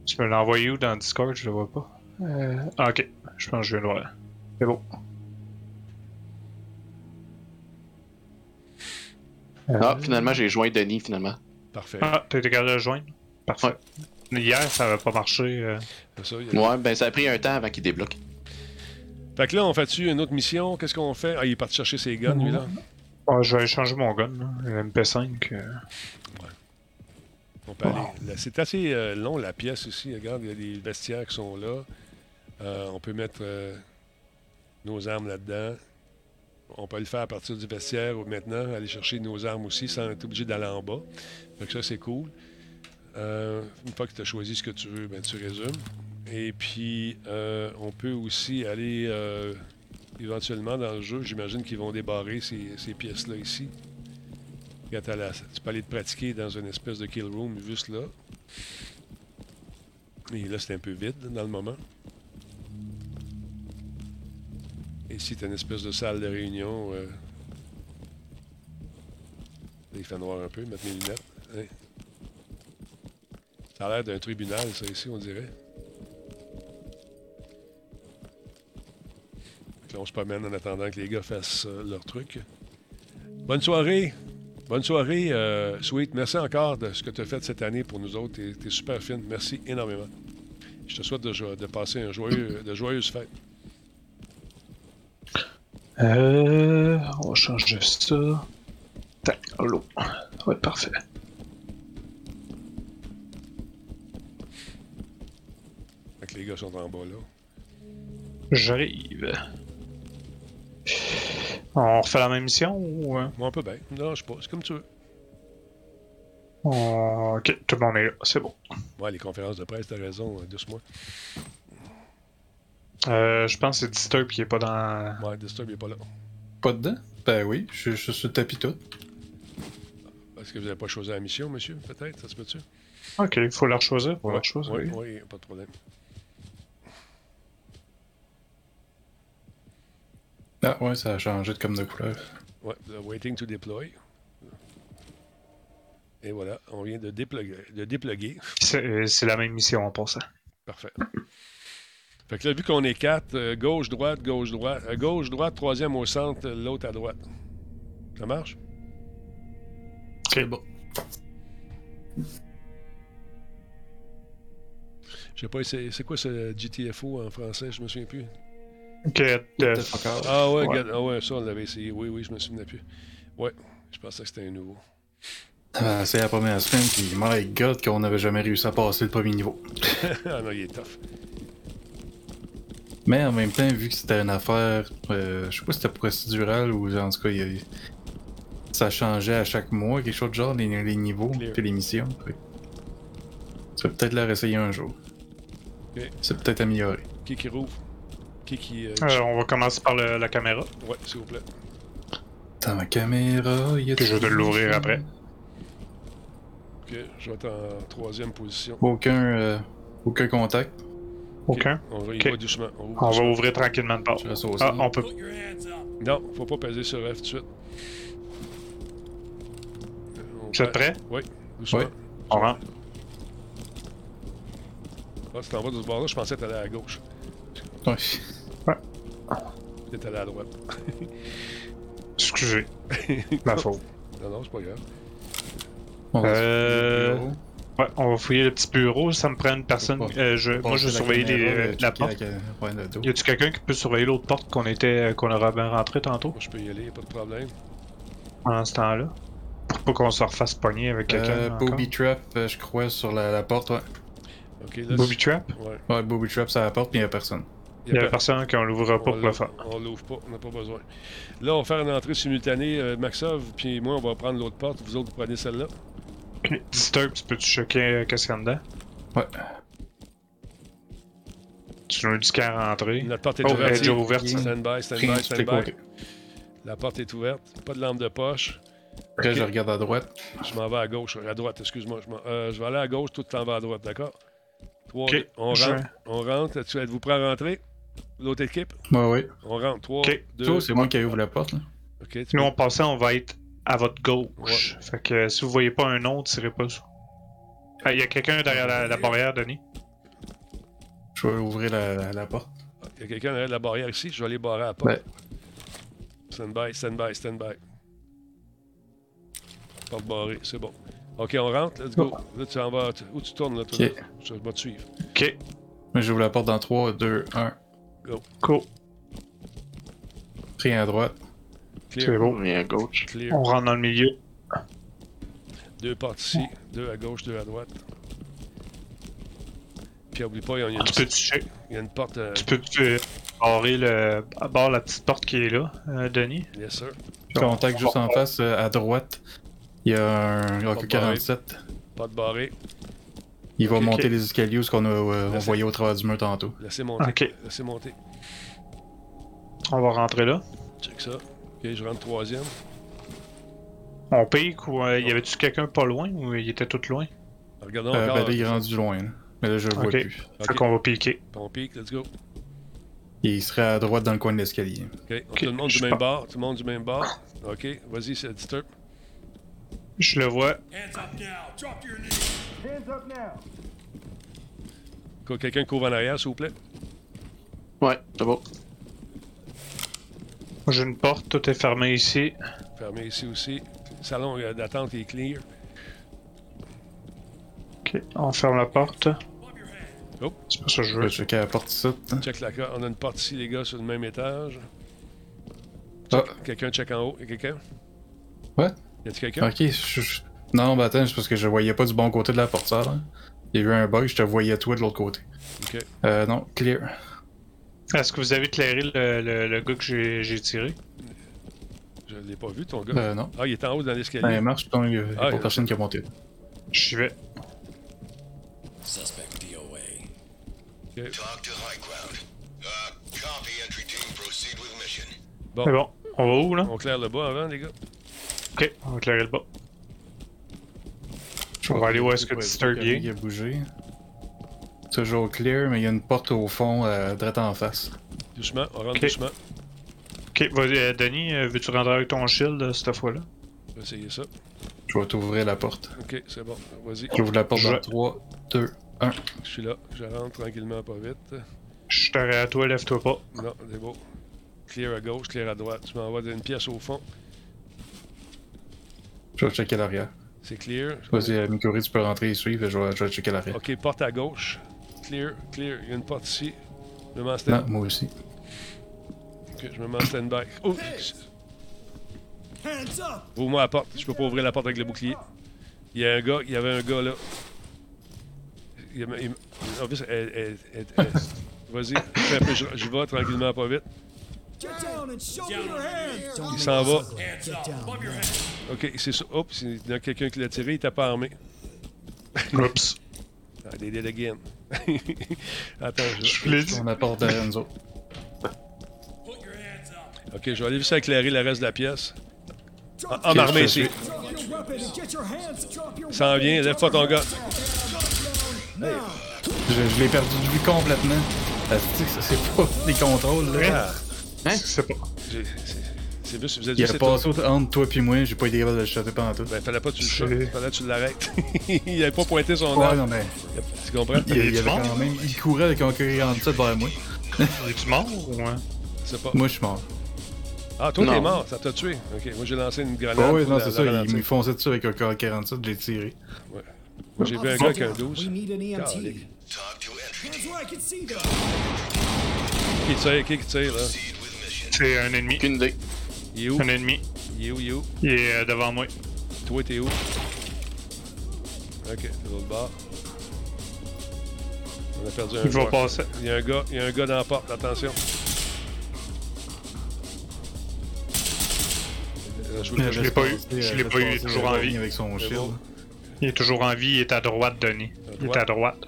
[SPEAKER 10] Tu peux l'envoyer où dans Discord Je le vois pas. Euh, ah, ok, je pense que je vais le voir. C'est bon.
[SPEAKER 14] Ah, finalement, j'ai joint Denis, finalement.
[SPEAKER 6] Parfait.
[SPEAKER 10] Ah, t'as été capable de le joindre? Parfait. Hier, ça n'avait pas marché. euh.
[SPEAKER 14] Ouais, ben ça a pris un temps avant qu'il débloque.
[SPEAKER 6] Fait que là, on fait-tu une autre mission? Qu'est-ce qu'on fait? Ah, il est parti chercher ses guns, lui, là.
[SPEAKER 11] Mhm.
[SPEAKER 10] Ah, je vais changer mon gun, là. le MP5. euh.
[SPEAKER 6] On peut aller- là, C'est assez euh, long, la pièce ici. Regarde, il y a des vestiaires qui sont là. Euh, on peut mettre euh, nos armes là-dedans. On peut le faire à partir du vestiaire ou maintenant, aller chercher nos armes aussi sans être obligé d'aller en bas. Fait que ça, c'est cool. Euh, une fois que tu as choisi ce que tu veux, ben, tu résumes. Et puis, euh, on peut aussi aller euh, éventuellement dans le jeu. J'imagine qu'ils vont débarrer ces, ces pièces-là ici. Quand t'as la- tu peux aller te pratiquer dans une espèce de kill room juste là. Et là, c'est un peu vide là, dans le moment. Et Ici, t'as une espèce de salle de réunion. euh. Là, il fait noir un peu, mettre mes lunettes. Hein. Ça a l'air d'un tribunal, ça, ici, on dirait. Fait que Là, on se promène en attendant que les gars fassent euh, leur truc. Bonne soirée. Bonne soirée, euh, Sweet. Merci encore de ce que tu as fait cette année pour nous autres. T'es t'es super fine. Merci énormément. Je te souhaite de, jo- de passer un joyeux, de joyeuses fêtes.
[SPEAKER 10] Euh, on va changer ça. Tac, l'eau. Ça va être parfait.
[SPEAKER 6] Fait que les gars sont en bas là.
[SPEAKER 10] J'arrive. On refait la même mission ou. euh,
[SPEAKER 6] Moi, un peu bien. Non, je sais pas. C'est comme tu veux.
[SPEAKER 10] on- Euh, Ok, tout le monde est là, c'est bon.
[SPEAKER 6] Ouais, les conférences de presse, t'as raison, euh, doucement.
[SPEAKER 10] Euh, je pense que c'est Disturb qui est pas dans.
[SPEAKER 6] Ouais, Disturb il est pas là.
[SPEAKER 11] Pas dedans? Ben oui, je je suis sur le tapis tout.
[SPEAKER 6] Est-ce que vous n'avez pas choisi la mission, monsieur, peut-être? Ça se peut-tu?
[SPEAKER 10] Ok, il faut la choisir pour la chose.
[SPEAKER 6] Oui, oui, pas de problème.
[SPEAKER 11] Ah ouais, ça a changé de comme de couleur.
[SPEAKER 6] Ouais, the waiting to deploy. Et voilà, on vient de dépluguer. De dépluguer.
[SPEAKER 10] C'est euh, c'est la même mission en passant.
[SPEAKER 6] Parfait. Fait que là, vu qu'on est quatre, euh, gauche, droite, gauche, droite, euh, gauche, droite, troisième au centre, euh, l'autre à droite. Ça marche?
[SPEAKER 10] C'est bon.
[SPEAKER 6] Je sais pas, c'est c'est quoi ce GTFO en français? Je me souviens plus.
[SPEAKER 10] Get the fuck out.
[SPEAKER 6] Ah ouais,
[SPEAKER 10] Ouais.
[SPEAKER 6] get- ah ouais, ça on l'avait essayé. Oui, oui, je me souvenais plus. Ouais, je pensais que c'était un nouveau.
[SPEAKER 11] Ah, c'est la première semaine, puis my god, qu'on n'avait jamais réussi à passer le premier niveau.
[SPEAKER 6] ah non, il est tough.
[SPEAKER 11] Mais en même temps, vu que c'était une affaire, euh, je sais pas si c'était procédural ou en tout cas, il y a- ça changeait à chaque mois, quelque chose de genre, les, les niveaux
[SPEAKER 6] Clear.
[SPEAKER 11] puis les missions. fait que Ça va peut-être la réessayer un jour.
[SPEAKER 6] Ok.
[SPEAKER 11] C'est peut-être amélioré.
[SPEAKER 6] Qui qui rouvre? Qui qui... euh,
[SPEAKER 10] Euh, on va commencer par le- la caméra.
[SPEAKER 6] Ouais, s'il vous plaît.
[SPEAKER 11] Dans ma caméra, il y a
[SPEAKER 10] Puis je vais l'ouvrir après.
[SPEAKER 6] Ok, je vais être en troisième position.
[SPEAKER 11] Aucun, euh, aucun contact.
[SPEAKER 10] Aucun.
[SPEAKER 6] On va y
[SPEAKER 10] Ok.
[SPEAKER 6] va doucement.
[SPEAKER 10] On va ouvrir tranquillement de part.
[SPEAKER 11] Je reste au
[SPEAKER 10] Ah,
[SPEAKER 11] centre.
[SPEAKER 10] on peut.
[SPEAKER 6] Non, faut pas peser sur F tout de suite.
[SPEAKER 10] Vous êtes prêts?
[SPEAKER 6] Oui, doucement.
[SPEAKER 10] Oui. On rentre.
[SPEAKER 6] Ah, tu t'en vas de ce bord-là, je pensais que t'allais à gauche.
[SPEAKER 11] Ouais.
[SPEAKER 6] T'es allé à droite.
[SPEAKER 10] Excusez. Ma faute.
[SPEAKER 6] Non, non, c'est pas grave.
[SPEAKER 10] Euh... Ouais, on va fouiller le petit bureau. Ça me prend une personne.
[SPEAKER 11] Faut pas-
[SPEAKER 10] euh, je...
[SPEAKER 11] faut
[SPEAKER 10] Moi, je
[SPEAKER 11] passer la
[SPEAKER 10] vais surveiller les-
[SPEAKER 11] caméra,
[SPEAKER 10] euh, la
[SPEAKER 11] checker
[SPEAKER 10] porte.
[SPEAKER 11] la ca- ouais, le dos.
[SPEAKER 10] Y a-tu quelqu'un qui peut surveiller l'autre porte qu'on était, euh, qu'on aurait bien rentré tantôt
[SPEAKER 6] Moi, je peux y aller, pas de problème.
[SPEAKER 10] pendant ce temps-là Pour pas qu'on se refasse pogner avec quelqu'un.
[SPEAKER 11] Euh,
[SPEAKER 10] encore.
[SPEAKER 11] Booby Trap, euh, je crois, sur la, la porte, ouais.
[SPEAKER 6] Ok, là,
[SPEAKER 10] Booby
[SPEAKER 6] c'est-
[SPEAKER 10] Trap?
[SPEAKER 6] Ouais.
[SPEAKER 11] Ouais, Booby Trap sur la porte, puis il a personne.
[SPEAKER 10] Il y a personne qui on l'ouvrira pas
[SPEAKER 6] On
[SPEAKER 10] pour le
[SPEAKER 6] l'ouvre-
[SPEAKER 10] faire.
[SPEAKER 6] On l'ouvre pas, on n'a pas besoin. Là, on va faire une entrée simultanée. euh, Maxov, puis moi, on va prendre l'autre porte. Vous autres, vous prenez celle-là.
[SPEAKER 10] Ok. Disturb, tu peux-tu checker euh, qu'est-ce qu'il y a dedans
[SPEAKER 11] Ouais.
[SPEAKER 10] Tu nous dis qu'à rentrer.
[SPEAKER 6] Notre porte est
[SPEAKER 10] oh,
[SPEAKER 6] ouverte.
[SPEAKER 10] elle est déjà ouverte. ça.
[SPEAKER 6] Stand by, stand by,
[SPEAKER 11] Prise
[SPEAKER 6] stand
[SPEAKER 11] des
[SPEAKER 6] by.
[SPEAKER 11] côtés.
[SPEAKER 6] La porte est ouverte. Pas de lampe de poche.
[SPEAKER 11] Après,
[SPEAKER 6] Ok.
[SPEAKER 11] je regarde à droite.
[SPEAKER 6] Je m'en vais à gauche, à droite, excuse-moi. Je, m'en- euh, je vais aller à gauche, tout t'en vas à droite, d'accord? Trois,
[SPEAKER 10] Ok,
[SPEAKER 6] deux, on rentre.
[SPEAKER 10] je-
[SPEAKER 6] On rentre. Tu êtes-vous prêt à rentrer? L'autre équipe?
[SPEAKER 11] Ouais, ouais.
[SPEAKER 6] On rentre. Trois,
[SPEAKER 10] Ok.
[SPEAKER 6] deux.
[SPEAKER 11] Toi, c'est moi qui ouvre la porte, là.
[SPEAKER 6] Ok, tu peux-
[SPEAKER 10] Nous, en passant, on va être à votre gauche. Fait que euh, si vous voyez pas un nom, tirez pas ça. Ah, Il y a quelqu'un derrière la, la barrière, Denis
[SPEAKER 11] Je vais ouvrir la, la, la porte.
[SPEAKER 6] Il y a quelqu'un derrière la barrière ici, je vais aller
[SPEAKER 11] Ben.
[SPEAKER 6] barrer à la porte.
[SPEAKER 11] Ouais.
[SPEAKER 6] Stand by, stand by, stand by. Porte barrée, c'est bon. Ok, on rentre, let's go. Là, tu en vas. tu- Où tu tournes, là, toi?
[SPEAKER 11] Ok.
[SPEAKER 6] là? Je vais te suivre.
[SPEAKER 11] Ok. Mais j'ouvre la porte dans 3, 2, 1.
[SPEAKER 6] Go.
[SPEAKER 11] Go. Rien à droite.
[SPEAKER 6] Clear. C'est beau.
[SPEAKER 11] Rien à gauche.
[SPEAKER 6] Clear.
[SPEAKER 10] On rentre dans le milieu.
[SPEAKER 6] Deux portes ici, deux à gauche, deux à droite. Puis oublie pas, il y a une,
[SPEAKER 10] Tu peux toucher.
[SPEAKER 6] il y a une porte. euh,
[SPEAKER 10] Tu peux tu barrer le. barre la petite porte qui est là, euh, Denis.
[SPEAKER 6] Yes, sir.
[SPEAKER 11] Contact juste en face, euh, à droite. Il y a un
[SPEAKER 6] Porte barrée.
[SPEAKER 11] AK-47.
[SPEAKER 6] Porte barrée.
[SPEAKER 11] Il va
[SPEAKER 6] Ok,
[SPEAKER 11] monter
[SPEAKER 6] ok.
[SPEAKER 11] les escaliers où ce qu'on a euh,
[SPEAKER 6] Laissez-
[SPEAKER 11] envoyé au travers du mur tantôt.
[SPEAKER 6] Laissez monter.
[SPEAKER 10] Ok.
[SPEAKER 6] Laissez monter.
[SPEAKER 10] On va rentrer là.
[SPEAKER 6] Check ça. Ok, je rentre troisième.
[SPEAKER 10] On pique ou euh, y avait-tu quelqu'un pas loin ou il était tout loin?
[SPEAKER 6] Regardons
[SPEAKER 11] Euh,
[SPEAKER 6] encore.
[SPEAKER 11] ben là, il est rendu loin. là. Mais là, je le vois
[SPEAKER 10] Ok.
[SPEAKER 11] plus.
[SPEAKER 10] Fait qu'on va piquer.
[SPEAKER 6] On pique, let's go.
[SPEAKER 11] Il serait à droite dans le coin de l'escalier.
[SPEAKER 6] Ok, tout le monde du
[SPEAKER 11] je
[SPEAKER 6] même
[SPEAKER 11] pars.
[SPEAKER 6] bord. Tout le monde du même bord. Ok, vas-y, c'est disturb.
[SPEAKER 10] Je le vois.
[SPEAKER 13] Hands up now. Drop your knees. Hands up now.
[SPEAKER 6] Quoi, Quelqu'un couvre en arrière, s'il vous plaît.
[SPEAKER 10] Ouais, c'est bon. J'ai une porte, tout est fermé ici.
[SPEAKER 6] Fermé ici aussi. Le salon euh, d'attente est clear.
[SPEAKER 10] Ok, on ferme la porte.
[SPEAKER 6] Oh.
[SPEAKER 10] C'est pas ça que je
[SPEAKER 11] Je vais
[SPEAKER 10] veux.
[SPEAKER 11] checker la porte ici.
[SPEAKER 6] Check la carte. On a une porte ici, les gars, sur le même étage.
[SPEAKER 11] Ah,
[SPEAKER 6] Quelqu'un check en haut. Y'a quelqu'un?
[SPEAKER 11] Ouais.
[SPEAKER 6] Y a-t-il quelqu'un?
[SPEAKER 11] ok. je- je- Non, bah attends, c'est parce que je voyais pas du bon côté de la porte, ça. là. Il y a eu un bug, je te voyais toi de l'autre côté.
[SPEAKER 6] Ok.
[SPEAKER 11] Euh, non, clear.
[SPEAKER 10] Est-ce que vous avez éclairé le, le, le gars que j'ai- j'ai tiré?
[SPEAKER 6] Je l'ai pas vu, ton gars.
[SPEAKER 11] Euh, non.
[SPEAKER 6] Ah, il est en haut dans l'escalier.
[SPEAKER 11] Ça Ben, marche, donc il y a il y a
[SPEAKER 6] Ah,
[SPEAKER 11] pas
[SPEAKER 6] il-
[SPEAKER 11] personne qui a monté.
[SPEAKER 10] J'y vais.
[SPEAKER 13] Suspect DOA.
[SPEAKER 6] Ok.
[SPEAKER 13] Talk to high ground. Uh, copy entry team. Proceed with mission.
[SPEAKER 6] Bon.
[SPEAKER 10] Mais bon, on va où là?
[SPEAKER 6] On claire le bas avant, les gars.
[SPEAKER 10] Ok, on va éclairer le bas. On va aller où est-ce que Disturb y
[SPEAKER 11] Il
[SPEAKER 10] est.
[SPEAKER 11] a bougé. Toujours clear, mais il y a une porte au fond, euh, droite en face.
[SPEAKER 6] Doucement, on rentre
[SPEAKER 10] Ok.
[SPEAKER 6] doucement.
[SPEAKER 10] Ok, vas-y, euh, Denis, euh, veux-tu rentrer avec ton shield euh, cette fois-là?
[SPEAKER 6] On va essayer ça.
[SPEAKER 11] Je vais t'ouvrir la porte.
[SPEAKER 6] Ok, c'est bon. Vas-y.
[SPEAKER 11] J'ouvre la porte
[SPEAKER 10] Je-
[SPEAKER 11] dans 3, 2, 1.
[SPEAKER 6] Je suis là. Je rentre tranquillement, pas vite.
[SPEAKER 10] Je t'arrête à toi, lève-toi pas.
[SPEAKER 6] Non, c'est beau. Clear à gauche, clear à droite. Tu m'envoies une pièce au fond.
[SPEAKER 11] Je vais checker l'arrière.
[SPEAKER 6] C'est clear.
[SPEAKER 11] Vas-y, euh, Mikori, tu peux rentrer et suivre, je vais, je vais checker l'arrière.
[SPEAKER 6] Ok, porte à gauche. Clear, clear. Il y a une porte ici. Je me mets en
[SPEAKER 11] Non,
[SPEAKER 6] stand-
[SPEAKER 11] moi aussi.
[SPEAKER 6] ok, je me mets en stand-by. Oh!
[SPEAKER 13] Hands up.
[SPEAKER 6] Ouvre-moi la porte. Je peux pas ouvrir la porte avec le bouclier. Il y a un gars, il y avait un gars là. Il, il, en plus, elle- elle- elle- elle- vas-y, fais un peu, je, je vais tranquillement, pas vite.
[SPEAKER 13] Get down and show me your hands.
[SPEAKER 6] Il s'en va.
[SPEAKER 13] Hands up. Above your head.
[SPEAKER 6] Ok, c'est ça. Oups, il y a quelqu'un qui l'a tiré, il était pas armé.
[SPEAKER 10] Oups.
[SPEAKER 6] Ah, des dead again. Attends, je...
[SPEAKER 10] Je l'ai dit.
[SPEAKER 11] On apporte derrière nous autres.
[SPEAKER 13] Put your hands up.
[SPEAKER 6] Ok, je vais aller juste éclairer le reste de la pièce. En, en
[SPEAKER 11] Ok,
[SPEAKER 6] armée
[SPEAKER 11] je
[SPEAKER 6] ici.
[SPEAKER 13] Drop your weapon and get your hands. Drop your
[SPEAKER 6] S'en vient, lève pas ton gars.
[SPEAKER 11] Je, je l'ai perdu de vue complètement. Ah, tu sais que ça, c'est pas les contrôles, là.
[SPEAKER 10] C'est pas.
[SPEAKER 6] J'ai- c'est- C'est juste, vous êtes
[SPEAKER 11] Il
[SPEAKER 6] juste.
[SPEAKER 11] a passé au- entre toi puis moi, j'ai pas été capable de le choper pendant tout.
[SPEAKER 6] Ben, fallait pas que tu le
[SPEAKER 10] C'est-
[SPEAKER 6] choques, fallait que tu l'arrêtes. il avait pas pointé son
[SPEAKER 11] Ouais,
[SPEAKER 6] arme.
[SPEAKER 11] non, mais
[SPEAKER 6] Tu comprends?
[SPEAKER 11] il, il
[SPEAKER 10] du
[SPEAKER 11] avait
[SPEAKER 10] monde?
[SPEAKER 11] quand même. Il courait avec un K47 vers moi.
[SPEAKER 10] Es-tu mort ou hein?
[SPEAKER 6] C'est pas.
[SPEAKER 11] Moi, je suis mort.
[SPEAKER 6] Ah, toi, t'es
[SPEAKER 14] Non.
[SPEAKER 6] mort, ça t'a tué. Ok, moi j'ai lancé une grenade.
[SPEAKER 11] Ouais, Ah ouais,
[SPEAKER 6] pour
[SPEAKER 11] non,
[SPEAKER 6] la-
[SPEAKER 11] c'est
[SPEAKER 6] la
[SPEAKER 11] ça, il
[SPEAKER 6] ralentir.
[SPEAKER 11] me fonçait dessus avec un K47, j'ai tiré.
[SPEAKER 6] Moi, J'ai vu un gars avec un 12.
[SPEAKER 13] We need an E
[SPEAKER 6] Calé.
[SPEAKER 13] EMT. Hands where I can see them.
[SPEAKER 6] Qui tire, qui qui tire, là?
[SPEAKER 10] C'est un ennemi.
[SPEAKER 14] Aucune idée.
[SPEAKER 6] Il est où?
[SPEAKER 10] Un ennemi.
[SPEAKER 6] Il est où, il est où?
[SPEAKER 10] Il est euh, devant moi.
[SPEAKER 6] Toi, t'es où? Ok, de l'autre bord. On a perdu un
[SPEAKER 10] Il va
[SPEAKER 6] joueur.
[SPEAKER 10] passer.
[SPEAKER 6] Il y a un gars, il y a un gars dans la porte, attention. Euh, je vous-
[SPEAKER 10] Je l'ai pas eu. Je l'ai pas eu. Il est toujours en vie.
[SPEAKER 11] Avec son
[SPEAKER 6] C'est
[SPEAKER 11] shield.
[SPEAKER 6] bon.
[SPEAKER 10] Il est toujours en vie. Il est à droite, Denis. Il est à droite.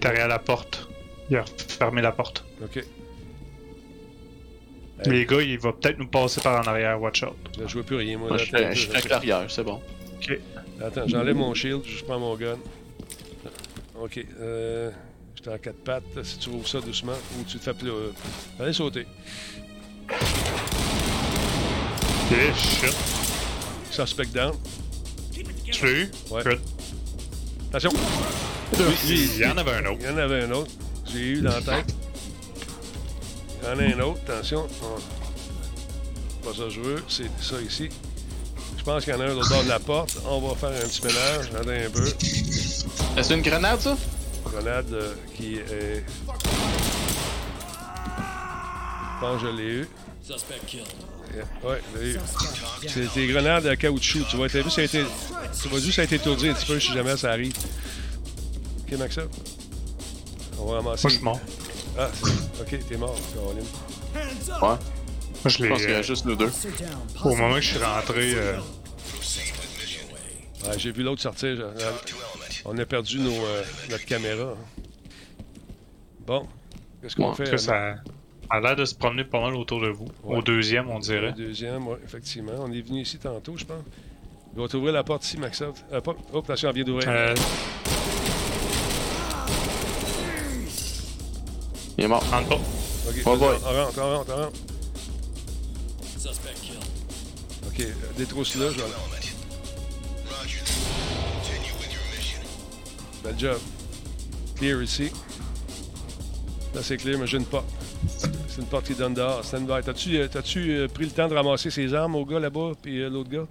[SPEAKER 10] Derrière la porte. Il a fermé la porte.
[SPEAKER 6] Ok,
[SPEAKER 10] Mais Les gars, il va peut-être nous passer par en arrière. Watch out.
[SPEAKER 6] là, je vois plus rien, moi.
[SPEAKER 14] Moi,
[SPEAKER 6] là,
[SPEAKER 14] je suis à-
[SPEAKER 6] attends,
[SPEAKER 14] je suis avec l'arrière, c'est bon.
[SPEAKER 10] Ok.
[SPEAKER 6] Attends, j'enlève mon shield, je prends mon gun. Ok, euh, j'étais en quatre pattes. Si tu ouvres ça doucement, ou tu te fais plus. euh, allez sauter.
[SPEAKER 10] Eh, shit.
[SPEAKER 6] Suspect down.
[SPEAKER 10] Tu l'as eu?
[SPEAKER 6] Ouais.
[SPEAKER 10] Good.
[SPEAKER 6] Attention,
[SPEAKER 10] Il y en avait un autre.
[SPEAKER 6] il y en avait un autre. J'ai eu dans la tête. Il y en a un autre, attention. On- Pas ça que je veux, c'est ça ici. Je Je pense qu'il y en a un au bord de la porte. On va faire un petit ménage. Attendez un peu.
[SPEAKER 14] C'est une grenade, ça?
[SPEAKER 6] Grenade euh, qui est. Je pense que je l'ai eu.
[SPEAKER 13] Suspect killed.
[SPEAKER 6] Yeah. Ouais, je l'ai eu. C'est des grenades à caoutchouc. Tu vas être vu, ça a été. Tu vas juste être étourdi un petit peu si jamais ça arrive. Ok, Maxa? On va ramasser.
[SPEAKER 10] Moi, je suis mort.
[SPEAKER 6] Ah, c'est- ok, t'es mort, Caroline.
[SPEAKER 14] Ouais. Moi, je pense qu'il y a juste nous deux.
[SPEAKER 10] euh, Au moment que je suis rentré, euh,
[SPEAKER 6] Ouais, J'ai vu l'autre sortir. je- la- On a perdu nos, euh, notre caméra. Bon, qu'est-ce qu'on
[SPEAKER 10] Ouais,
[SPEAKER 6] fait? euh,
[SPEAKER 10] parce que ça a l'air de se promener pas mal autour de vous.
[SPEAKER 6] Ouais.
[SPEAKER 10] Au deuxième, on dirait.
[SPEAKER 6] Le deuxième, ouais, effectivement. On est venu ici tantôt, je pense. Il va t'ouvrir la porte ici, Maxov. Euh, pas... Oh, attention, elle vient d'ouvrir.
[SPEAKER 10] Euh,
[SPEAKER 14] Il est mort.
[SPEAKER 10] Rentre pas.
[SPEAKER 14] Bye
[SPEAKER 6] Ok,
[SPEAKER 14] bye.
[SPEAKER 6] vas-y, on rentre, on rentre, on rentre.
[SPEAKER 13] Suspect killed.
[SPEAKER 6] Ok, euh, détrousse-le, je vais aller. Bel job. Ben, Clear ici. Là, c'est clear, mais j'ai une porte. C'est une porte qui donne dehors. Stand by. T'as-tu euh, t'as-tu, euh, pris le temps de ramasser ses armes au gars là-bas, puis euh, l'autre gars?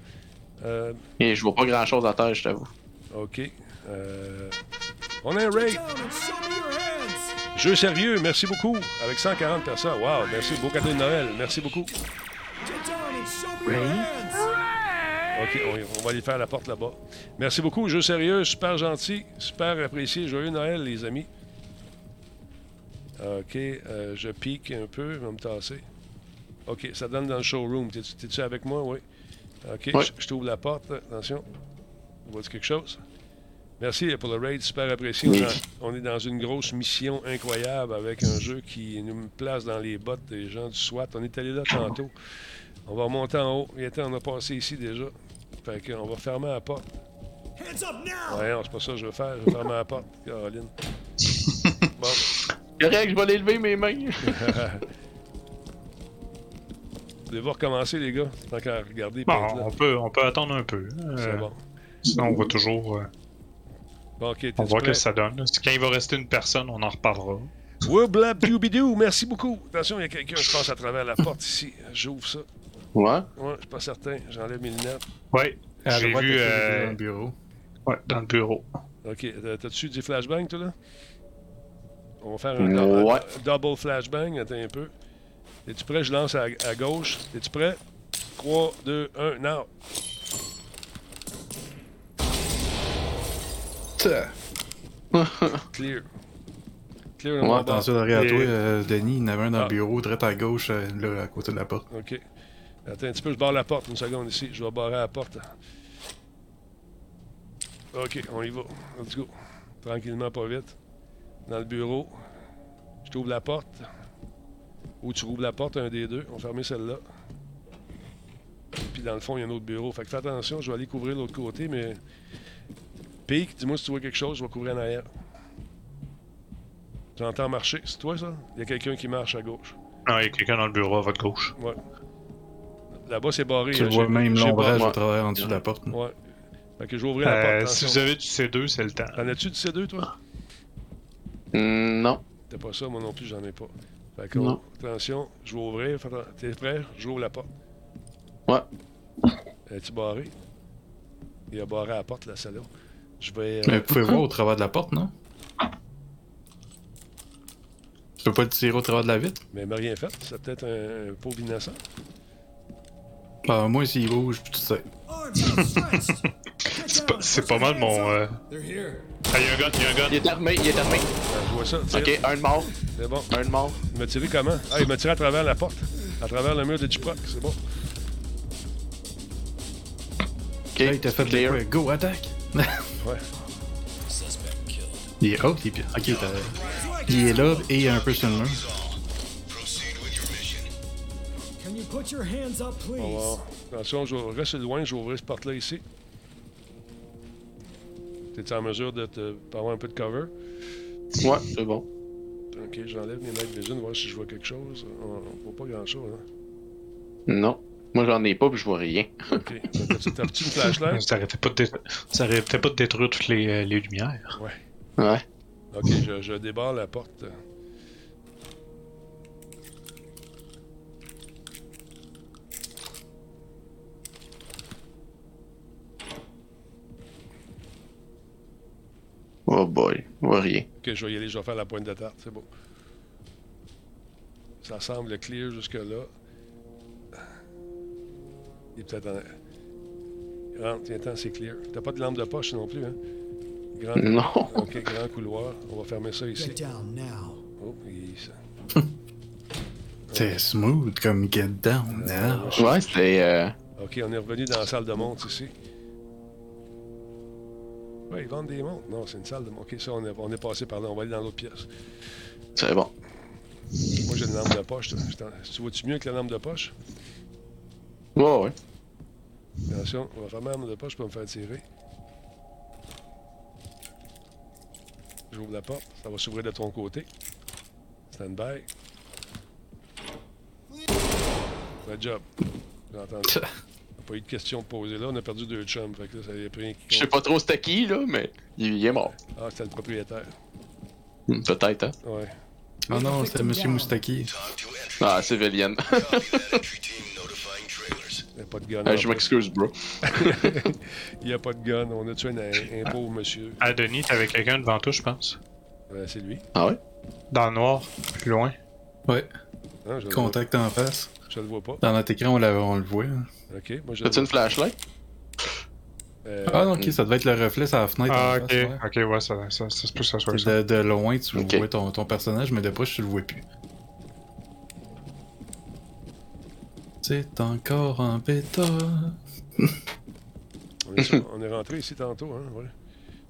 [SPEAKER 6] Euh,
[SPEAKER 14] Et je vois pas grand chose à terre, je t'avoue.
[SPEAKER 6] ok. Euh, on a un raid.
[SPEAKER 13] Down and show me your hands!
[SPEAKER 6] Jeu sérieux, merci beaucoup. Avec 140 personnes. Wow, merci. Beau cadeau de Noël. Merci beaucoup.
[SPEAKER 13] Get down and show me your hands!
[SPEAKER 6] OK, on, on va aller faire la porte là-bas. Merci beaucoup, jeu sérieux, super gentil, super apprécié. Joyeux Noël, les amis. OK, euh, je pique un peu, je vais me tasser. OK, ça donne dans le showroom. T'es-tu- T'es-tu avec moi? Oui. OK,
[SPEAKER 14] Ouais.
[SPEAKER 6] je- je t'ouvre la porte. hein. Attention. Vois-tu quelque chose? Merci pour le raid, super apprécié. On, est dans- on est dans une grosse mission incroyable avec un jeu qui nous place dans les bottes des gens du SWAT. On est allé là tantôt. On va remonter en haut. Il était, on a passé ici déjà. Fait qu'on va fermer la porte.
[SPEAKER 13] Hands up now!
[SPEAKER 6] Ouais, non, c'est pas ça que je veux faire. Je vais fermer la porte, Caroline. Bon.
[SPEAKER 14] Correct, je vais aller lever mes mains.
[SPEAKER 6] Vous devez recommencer, les gars, tant qu'à regarder. puis
[SPEAKER 10] Bon,
[SPEAKER 6] être là.
[SPEAKER 10] on peut, on peut attendre un peu. euh,
[SPEAKER 6] C'est bon.
[SPEAKER 10] Sinon, on va toujours. euh,
[SPEAKER 6] Bon, OK, t'es
[SPEAKER 10] on voit
[SPEAKER 6] prêt?
[SPEAKER 10] que ça donne. là. Quand il va rester une personne, on en reparlera.
[SPEAKER 6] Woublab doobidoo, merci beaucoup. Attention, il y a quelqu'un, je passe à travers la porte ici. J'ouvre ça.
[SPEAKER 14] Ouais.
[SPEAKER 6] Ouais, je suis pas certain. J'enlève mes lunettes.
[SPEAKER 10] Ouais,
[SPEAKER 11] À la
[SPEAKER 10] j'ai
[SPEAKER 11] droite,
[SPEAKER 10] vu.
[SPEAKER 11] t'as fait des
[SPEAKER 10] euh,
[SPEAKER 11] dans le bureau.
[SPEAKER 10] Ouais, dans le bureau.
[SPEAKER 6] OK, euh, t'as-tu des flashbangs, toi, là? On va faire un
[SPEAKER 10] Ouais.
[SPEAKER 6] dou- un double flashbang. Attends un peu. Es-tu prêt? Je lance à, à gauche. Es-tu prêt? 3, 2, 1, now. Clear. Clear
[SPEAKER 11] Ouais,
[SPEAKER 6] mon
[SPEAKER 11] attention
[SPEAKER 6] bord.
[SPEAKER 11] derrière
[SPEAKER 6] Et-
[SPEAKER 11] toi, euh, Denis, il y en avait un dans
[SPEAKER 6] Ah.
[SPEAKER 11] le bureau, droite à gauche, euh, là, à côté de la porte.
[SPEAKER 6] OK. Attends un petit peu, je barre la porte une seconde ici. Je vais barrer la porte. OK, on y va. Let's go. Tranquillement, pas vite. Dans le bureau. Je t'ouvre la porte. Ou tu rouvres la porte, un des deux. On ferme celle-là. Puis dans le fond, il y a un autre bureau. Fait que fais attention, je vais aller couvrir l'autre côté, mais. Pique, dis-moi si tu vois quelque chose, je vais couvrir en arrière. J'entends marcher. C'est toi, ça? Il y a quelqu'un qui marche à gauche.
[SPEAKER 10] Non, il y a quelqu'un dans le bureau à votre gauche.
[SPEAKER 6] Ouais. Là-bas, c'est barré.
[SPEAKER 11] Tu
[SPEAKER 6] hein,
[SPEAKER 11] le vois
[SPEAKER 6] j'ai-
[SPEAKER 11] même
[SPEAKER 6] j'ai
[SPEAKER 11] l'ombrage
[SPEAKER 6] barré.
[SPEAKER 11] au travers en dessous de la porte.
[SPEAKER 6] Ouais. Fait que je vais ouvrir la porte.
[SPEAKER 10] Euh, si
[SPEAKER 6] attention.
[SPEAKER 10] vous avez du C2, c'est le temps.
[SPEAKER 6] T'en as-tu du C2, toi
[SPEAKER 14] Hmm, non.
[SPEAKER 6] T'as pas ça, moi non plus, j'en ai pas. Fait que,
[SPEAKER 14] Non.
[SPEAKER 6] attention, je vais ouvrir. Fais atten- T'es prêt J'ouvre la porte.
[SPEAKER 14] Ouais.
[SPEAKER 6] Es-tu barré Il a barré la porte, la salaud. Je vais. euh,
[SPEAKER 11] Mais vous pouvez voir au travers de la porte, non? Tu peux pas le tirer au travers de la vitre?
[SPEAKER 6] Mais elle m'a rien fait. C'est peut-être un, un pauvre innocent.
[SPEAKER 11] Bah, moi, s'il bouge, tu sais.
[SPEAKER 10] C'est pas, c'est pas mal mon. euh, Ah, il y a un gars, il y a un gars.
[SPEAKER 14] Il est armé, il est armé.
[SPEAKER 6] Ben, Je vois ça. tire.
[SPEAKER 14] Ok, un de mort.
[SPEAKER 6] C'est bon.
[SPEAKER 14] Un de mort.
[SPEAKER 6] Il m'a tiré comment Ah, il m'a tiré à travers la porte. À travers le mur de Chiproc. C'est bon.
[SPEAKER 14] Ok,
[SPEAKER 11] Là, il t'a fait des
[SPEAKER 14] clear.
[SPEAKER 11] coups. Go, attaque!
[SPEAKER 6] Ouais.
[SPEAKER 11] il est haut, il est bien. Ok, t'as- il est là et il est un peu sur le mur.
[SPEAKER 13] Can you put your hands up,
[SPEAKER 6] On
[SPEAKER 13] please?
[SPEAKER 6] va- Attention, je reste loin, je vais ouvrir cette porte-là ici. T'es en mesure de te avoir un peu de cover?
[SPEAKER 14] Ouais, c'est bon.
[SPEAKER 6] Ok, j'enlève mes mecs vision, voir si je vois quelque chose. On, on voit pas grand-chose, hein?
[SPEAKER 14] Non. Moi, j'en ai pas, puis je vois rien.
[SPEAKER 6] Ok. T'as- T'as-tu une flashlight?
[SPEAKER 10] Vous arrêtez pas de, dé- vous arrêtez pas de détruire toutes les, euh, les lumières.
[SPEAKER 6] Ouais.
[SPEAKER 14] Ouais.
[SPEAKER 6] Ok, je, je débarre la porte.
[SPEAKER 14] Oh, boy, on va rien.
[SPEAKER 6] Ok, je vais y aller, je vais faire la pointe de tarte, c'est beau. Ça semble clear jusque-là. Il est peut-être en. Il rentre, viens c'est clear. T'as pas de lampe de poche non plus, hein? Grand...
[SPEAKER 14] Non.
[SPEAKER 6] Ok, grand couloir. On va fermer ça ici. Oh, il...
[SPEAKER 11] C'est smooth comme get down hein? now.
[SPEAKER 14] Ouais, c'était. euh,
[SPEAKER 6] Ok, on est revenu dans la salle de montre ici. Ouais, ils vendent des montres. Non, c'est une salle de montre. Ok, ça, on est, on est passé par là. On va aller dans l'autre pièce.
[SPEAKER 14] C'est bon.
[SPEAKER 6] Moi, j'ai une lampe de poche. toi. Je t'en- Tu vois-tu mieux avec la lampe de poche?
[SPEAKER 14] Ouais, ouais.
[SPEAKER 6] Attention, on va fermer la lampe de poche pour me faire tirer. J'ouvre la porte, ça va s'ouvrir de ton côté. Stand by. Good job. J'ai entendu. Pas eu de questions posées là, on a perdu deux chums, fait que là, ça y a pris un qui
[SPEAKER 14] Je sais
[SPEAKER 6] compte.
[SPEAKER 14] pas trop c'était qui, là, mais il, il est mort.
[SPEAKER 6] Ah, c'était le propriétaire.
[SPEAKER 14] Hmm, Peut-être, hein.
[SPEAKER 6] Ouais.
[SPEAKER 11] Oh non, c'était Monsieur Moustaki.
[SPEAKER 14] Ah, c'est Vélienne.
[SPEAKER 6] Il n'y a pas de gun.
[SPEAKER 14] Ah, je m'excuse, bro.
[SPEAKER 6] Il n'y a pas de gun, on a tué un, un pauvre monsieur.
[SPEAKER 10] Ah, Denis, t'avais quelqu'un devant toi, je pense.
[SPEAKER 6] Euh, c'est lui.
[SPEAKER 14] Ah ouais?
[SPEAKER 10] Dans le noir, plus loin.
[SPEAKER 11] Ouais.
[SPEAKER 6] Hein, je le
[SPEAKER 11] Contact en face.
[SPEAKER 6] Je le vois pas.
[SPEAKER 11] Dans notre écran, on, l'avait- on le voit. hein.
[SPEAKER 6] Ok, moi je le
[SPEAKER 14] T'as-tu une
[SPEAKER 6] vois.
[SPEAKER 14] flashlight?
[SPEAKER 6] Euh,
[SPEAKER 11] Ah
[SPEAKER 14] Hmm.
[SPEAKER 11] non, ok, ça devait être le reflet sur la fenêtre. en
[SPEAKER 10] Ah, ok,
[SPEAKER 11] face, ouais.
[SPEAKER 10] ok, ouais, ça, ça, ça se peut que ça soit ça.
[SPEAKER 11] De, de loin, tu
[SPEAKER 14] Ok.
[SPEAKER 11] vois ton, ton personnage, mais de proche, tu le vois plus. C'est encore en bêta.
[SPEAKER 6] on, est sur- on est rentré ici tantôt, hein, voilà.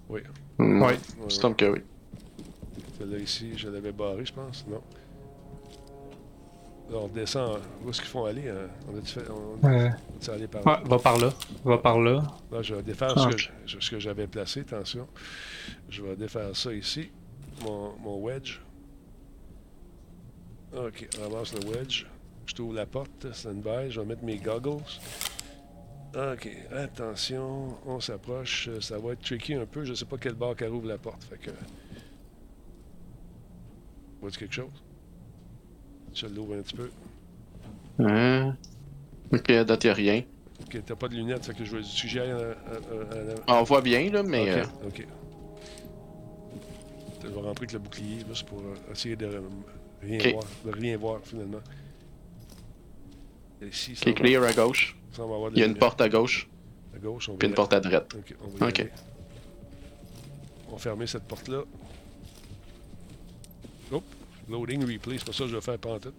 [SPEAKER 6] Oui.
[SPEAKER 14] Hmm,
[SPEAKER 10] Ouais.
[SPEAKER 6] Ouais,
[SPEAKER 14] C'est
[SPEAKER 6] ouais.
[SPEAKER 14] semble que oui.
[SPEAKER 6] Celle-là ici, je l'avais barré, je pense. Non. Là, on descend. Où est-ce qu'ils font aller hein? On a-tu fait. On
[SPEAKER 10] Euh,
[SPEAKER 6] on a allé par
[SPEAKER 10] ouais,
[SPEAKER 6] là.
[SPEAKER 10] va par là, va par là.
[SPEAKER 6] Là, je vais défaire ce que
[SPEAKER 10] Ok.
[SPEAKER 6] je- ce que, j'avais placé. Attention. Je vais défaire ça ici. Mon, mon wedge. Ok, ramasse le wedge. Je t'ouvre la porte. Stand-by. Je vais mettre mes goggles. Ok, attention. On s'approche. Ça va être tricky un peu. Je sais pas quel bar qui ouvre la porte. Fait que. Vois-tu quelque chose? Je l'ouvre un petit peu.
[SPEAKER 14] Hein? Ok, à date, y a rien.
[SPEAKER 6] Ok, t'as pas de lunettes, fait que je vais suggérer à, à- à- à-
[SPEAKER 14] Ah, on voit bien, là, mais.
[SPEAKER 6] Ok,
[SPEAKER 14] euh,
[SPEAKER 6] ok. Je vais rentrer avec le bouclier juste pour euh, essayer de euh, rien
[SPEAKER 14] Ok.
[SPEAKER 6] voir, de rien voir finalement. Et ici, ça
[SPEAKER 14] Qui est
[SPEAKER 6] va-
[SPEAKER 14] clear à gauche.
[SPEAKER 6] ça va avoir de
[SPEAKER 14] Il y a une
[SPEAKER 6] lumière.
[SPEAKER 14] porte à gauche,
[SPEAKER 6] à gauche, on va
[SPEAKER 14] puis
[SPEAKER 6] y
[SPEAKER 14] une
[SPEAKER 6] aller.
[SPEAKER 14] porte à droite.
[SPEAKER 6] Ok, on va y
[SPEAKER 14] Ok.
[SPEAKER 6] aller. On va fermer cette porte-là. Oups, loading replay, c'est pas ça que je vais faire pantoute.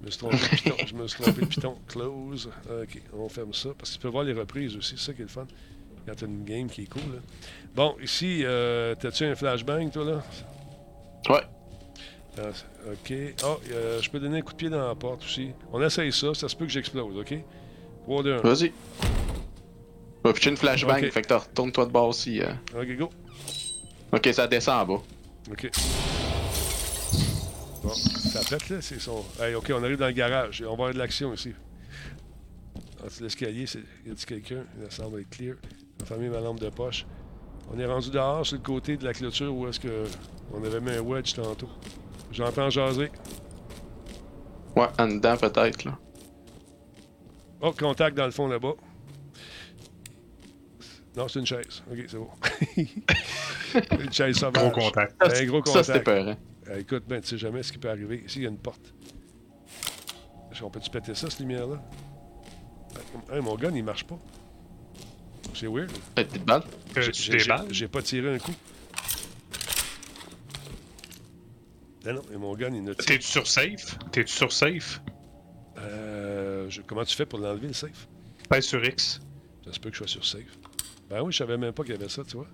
[SPEAKER 6] Je me suis trompé de piton, je me suis trompé de piton. Close. Ok, on ferme ça. Parce que tu peux voir les reprises aussi, c'est ça qui est le fun. Quand t'as une game qui est cool. là. Bon, ici, euh, t'as-tu un flashbang, toi, là?
[SPEAKER 14] Ouais.
[SPEAKER 6] Ah, c'est- ok. Ah, euh, je peux donner un coup de pied dans la porte aussi. On essaye ça, ça se peut que j'explose, ok? 3, 2, 1.
[SPEAKER 14] Vas-y. On va pitcher une flashbang,
[SPEAKER 6] Ok.
[SPEAKER 14] fait que t'en retourne-toi de bas aussi. euh.
[SPEAKER 6] Ok, go.
[SPEAKER 14] Ok, ça descend en bas.
[SPEAKER 6] Ok. Bon, ça pète là, c'est son. Hey, ok, on arrive dans le garage. On va avoir de l'action ici. En dessous de l'escalier, c'est- y a-t-il quelqu'un Il semble être clear. On va fermer ma lampe de poche. On est rendu dehors, sur le côté de la clôture où est-ce que on avait mis un wedge tantôt. J'entends jaser.
[SPEAKER 14] Ouais, en dedans peut-être, là.
[SPEAKER 6] Oh, contact dans le fond là-bas. Non, c'est une chaise. Ok, c'est bon. une chaise sauvage.
[SPEAKER 10] Gros contact.
[SPEAKER 6] Un gros
[SPEAKER 14] Ça,
[SPEAKER 6] contact.
[SPEAKER 14] c'était peur, hein.
[SPEAKER 6] Euh, écoute, ben, tu sais jamais ce qui peut arriver. Ici, il y a une porte. Est-ce qu'on peut-tu péter ça, cette lumière-là? Hey, mon gun, il marche pas. C'est weird.
[SPEAKER 14] Peut-être des balles.
[SPEAKER 10] Euh,
[SPEAKER 6] J'ai-
[SPEAKER 10] tu
[SPEAKER 6] j'ai-
[SPEAKER 10] déballes?
[SPEAKER 6] j'ai- J'ai pas tiré un coup. Ben non, et mon gun, il ne tire.
[SPEAKER 10] T'es-tu sur safe? T'es-tu sur safe?
[SPEAKER 6] Euh, je- comment tu fais pour l'enlever, le safe?
[SPEAKER 10] Pèse Ben, sur X.
[SPEAKER 6] Ça se peut que je sois sur safe. Ben oui, je savais même pas qu'il y avait ça, tu vois.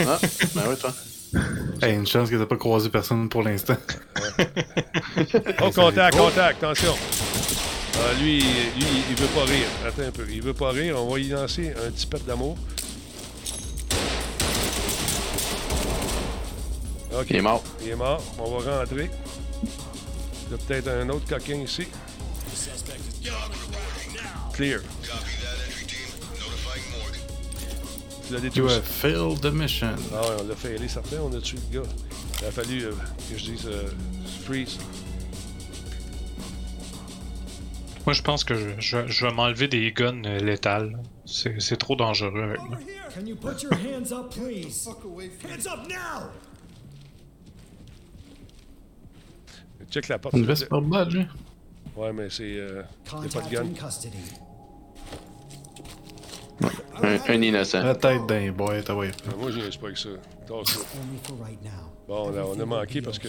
[SPEAKER 14] Ah, ben ouais, toi.
[SPEAKER 11] Hey, une chance que t'as pas croisé personne pour l'instant.
[SPEAKER 6] Oh, contact, contact, attention. Ah, lui, lui, il veut pas rire. Attends un peu. Il veut pas rire. On va y lancer un petit pet d'amour. OK.
[SPEAKER 14] Il est mort.
[SPEAKER 6] Il est mort. On va rentrer. Il y a peut-être un autre coquin ici. Clear. Tu l'as détruit.
[SPEAKER 11] You have failed the mission.
[SPEAKER 6] Ah ouais, on l'a failé certain, on a tué le gars. Il a fallu euh, que je dise euh, freeze.
[SPEAKER 10] Moi, je pense que je, je- je vais m'enlever des guns euh, létales. C'est c'est trop dangereux avec moi.
[SPEAKER 13] Can you put your hands up, please? hands up now!
[SPEAKER 6] Check la porte.
[SPEAKER 11] Une veste par balle, lui.
[SPEAKER 6] Ouais, mais c'est. Euh, y a pas de
[SPEAKER 13] Contact
[SPEAKER 6] gun.
[SPEAKER 13] in custody.
[SPEAKER 14] Un, un innocent.
[SPEAKER 11] La tête d'un boy, t'as ouais.
[SPEAKER 6] Ah, Moi, je niaise pas avec ça. Tasse ça.
[SPEAKER 13] Only for right now.
[SPEAKER 6] Bon, là, on a manqué parce que.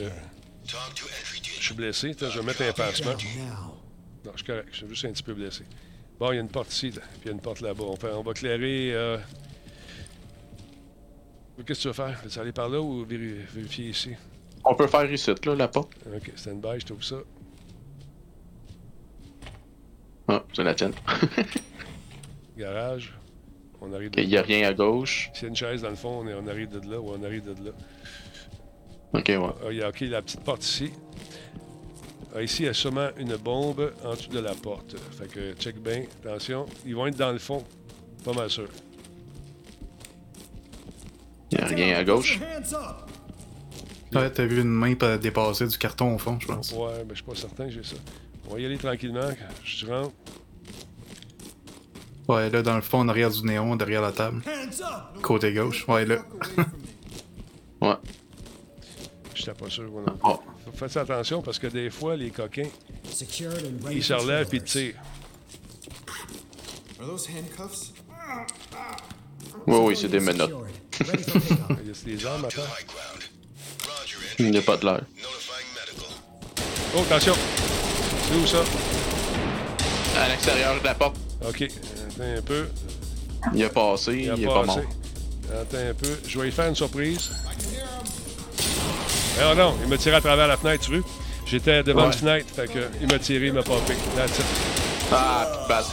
[SPEAKER 6] Je suis blessé. Attends, je vais mettre un pansement. Non, je suis correct. Je suis juste un petit peu blessé. Bon, il y a une porte ici, là, puis il y a une porte là-bas. On, fait- on va éclairer. euh, Qu'est-ce que tu veux faire? Veux-tu aller par là ou véri- vérifier ici?
[SPEAKER 14] On peut faire ici, là, la porte.
[SPEAKER 6] Ok, stand-by, je trouve ça.
[SPEAKER 14] Ah, c'est la tienne.
[SPEAKER 6] Garage. On arrive de
[SPEAKER 14] Il n'y a rien à gauche.
[SPEAKER 6] S'il y a une chaise dans le fond, on, est- on arrive de là ou on arrive de là.
[SPEAKER 14] Ok, ouais.
[SPEAKER 6] Ah, il y a ok, la petite porte ici. Ah, ici, il y a sûrement une bombe en dessous de la porte. Fait que check bien, attention. Ils vont être dans le fond. Pas mal sûr.
[SPEAKER 14] Il n'y a rien à gauche.
[SPEAKER 13] Hands up!
[SPEAKER 11] Ouais, t'as vu une main pa- dépasser du carton au fond, je pense.
[SPEAKER 6] Ouais, mais je suis pas certain que j'ai ça. On va y aller tranquillement. Je rentre.
[SPEAKER 11] Ouais, là, dans le fond, en arrière du néon, derrière la table. Côté gauche, ouais, là.
[SPEAKER 14] ouais.
[SPEAKER 6] J'étais pas sûr. moi, non plus.
[SPEAKER 14] Ah.
[SPEAKER 6] F- Faites attention parce que des fois, les coquins,
[SPEAKER 13] Secured and ready
[SPEAKER 6] ils se
[SPEAKER 13] for
[SPEAKER 6] relèvent et
[SPEAKER 13] trailers.
[SPEAKER 6] tirent.
[SPEAKER 15] Are those handcuffs?
[SPEAKER 14] Ouais, Oh oui, c'est des menottes.
[SPEAKER 6] Il y a des armes à terre.
[SPEAKER 14] Il n'y a pas de l'air.
[SPEAKER 6] Oh, attention! C'est où ça?
[SPEAKER 14] À l'extérieur de la porte.
[SPEAKER 6] Ok, attends un peu.
[SPEAKER 14] Il a passé, il, est pas
[SPEAKER 6] assez.
[SPEAKER 14] mort.
[SPEAKER 6] Attends un peu. Je vais lui faire une surprise. Ah non, il m'a tiré à travers la fenêtre, tu veux? J'étais devant
[SPEAKER 14] Ouais.
[SPEAKER 6] une fenêtre, fait que il m'a tiré, il m'a popé. That's it.
[SPEAKER 14] Ah, bah.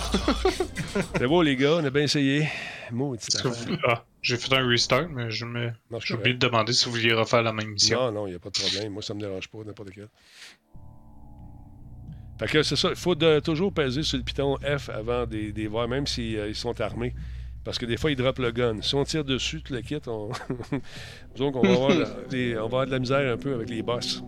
[SPEAKER 6] C'est beau, les gars, on a bien essayé. Maudit.
[SPEAKER 10] Est-ce que vous- Ah, j'ai fait un restart, mais je me...
[SPEAKER 6] Non, je
[SPEAKER 10] j'ai oublié de demander si vous vouliez refaire la même mission.
[SPEAKER 6] Non, non, il n'y a pas de problème. Moi, ça me dérange pas, n'importe quel. Fait que c'est ça, il faut de- toujours peser sur le piton F avant des, des verres, même s'ils euh, ils sont armés. Parce que des fois, ils droppent le gun. Si on tire dessus, tout le kit, on... Donc, on va, avoir la- des- on va avoir de la misère un peu avec les boss.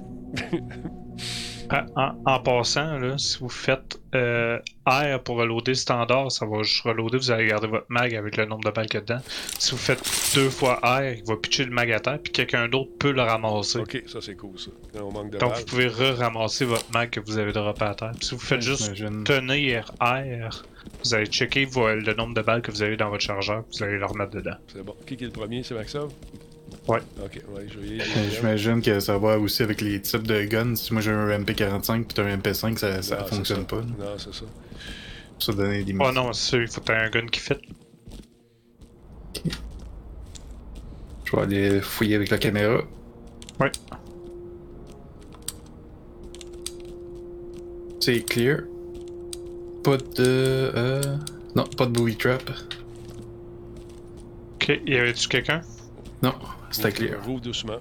[SPEAKER 10] Ah, En, en passant, là, si vous faites euh, R pour reloader standard, ça va juste reloader, vous allez garder votre mag avec le nombre de balles qu'il y a dedans. Si vous faites deux fois R, il va pitcher le mag à terre, puis quelqu'un d'autre peut le ramasser.
[SPEAKER 6] Ok, ça c'est cool ça. Là, on manque de
[SPEAKER 10] Donc
[SPEAKER 6] balles.
[SPEAKER 10] vous pouvez re-ramasser votre mag que vous avez droppé à terre. Puis si vous faites juste tenir R, vous allez checker vo- le nombre de balles que vous avez dans votre chargeur, puis vous allez le remettre dedans.
[SPEAKER 6] C'est bon. Qui qui est le premier, c'est Maxov?
[SPEAKER 10] Ouais.
[SPEAKER 6] Ok, ouais, je vais y aller.
[SPEAKER 11] Euh, J'imagine que ça va aussi avec les types de guns. Si moi j'ai un MP45 pis t'as un MP5, ça, ça
[SPEAKER 6] Non, c'est
[SPEAKER 11] fonctionne
[SPEAKER 6] ça.
[SPEAKER 11] pas. là.
[SPEAKER 6] Non, c'est ça.
[SPEAKER 11] Pour se donner des
[SPEAKER 10] Oh non, c'est sûr, il faut que t'aies un gun qui fit.
[SPEAKER 11] Je vais aller fouiller avec la caméra.
[SPEAKER 10] Ouais.
[SPEAKER 11] C'est clear. Pas de. euh, Non, pas de booby trap.
[SPEAKER 10] Ok, y avait-tu quelqu'un?
[SPEAKER 11] Non, c'était clear.
[SPEAKER 6] Rouvre doucement.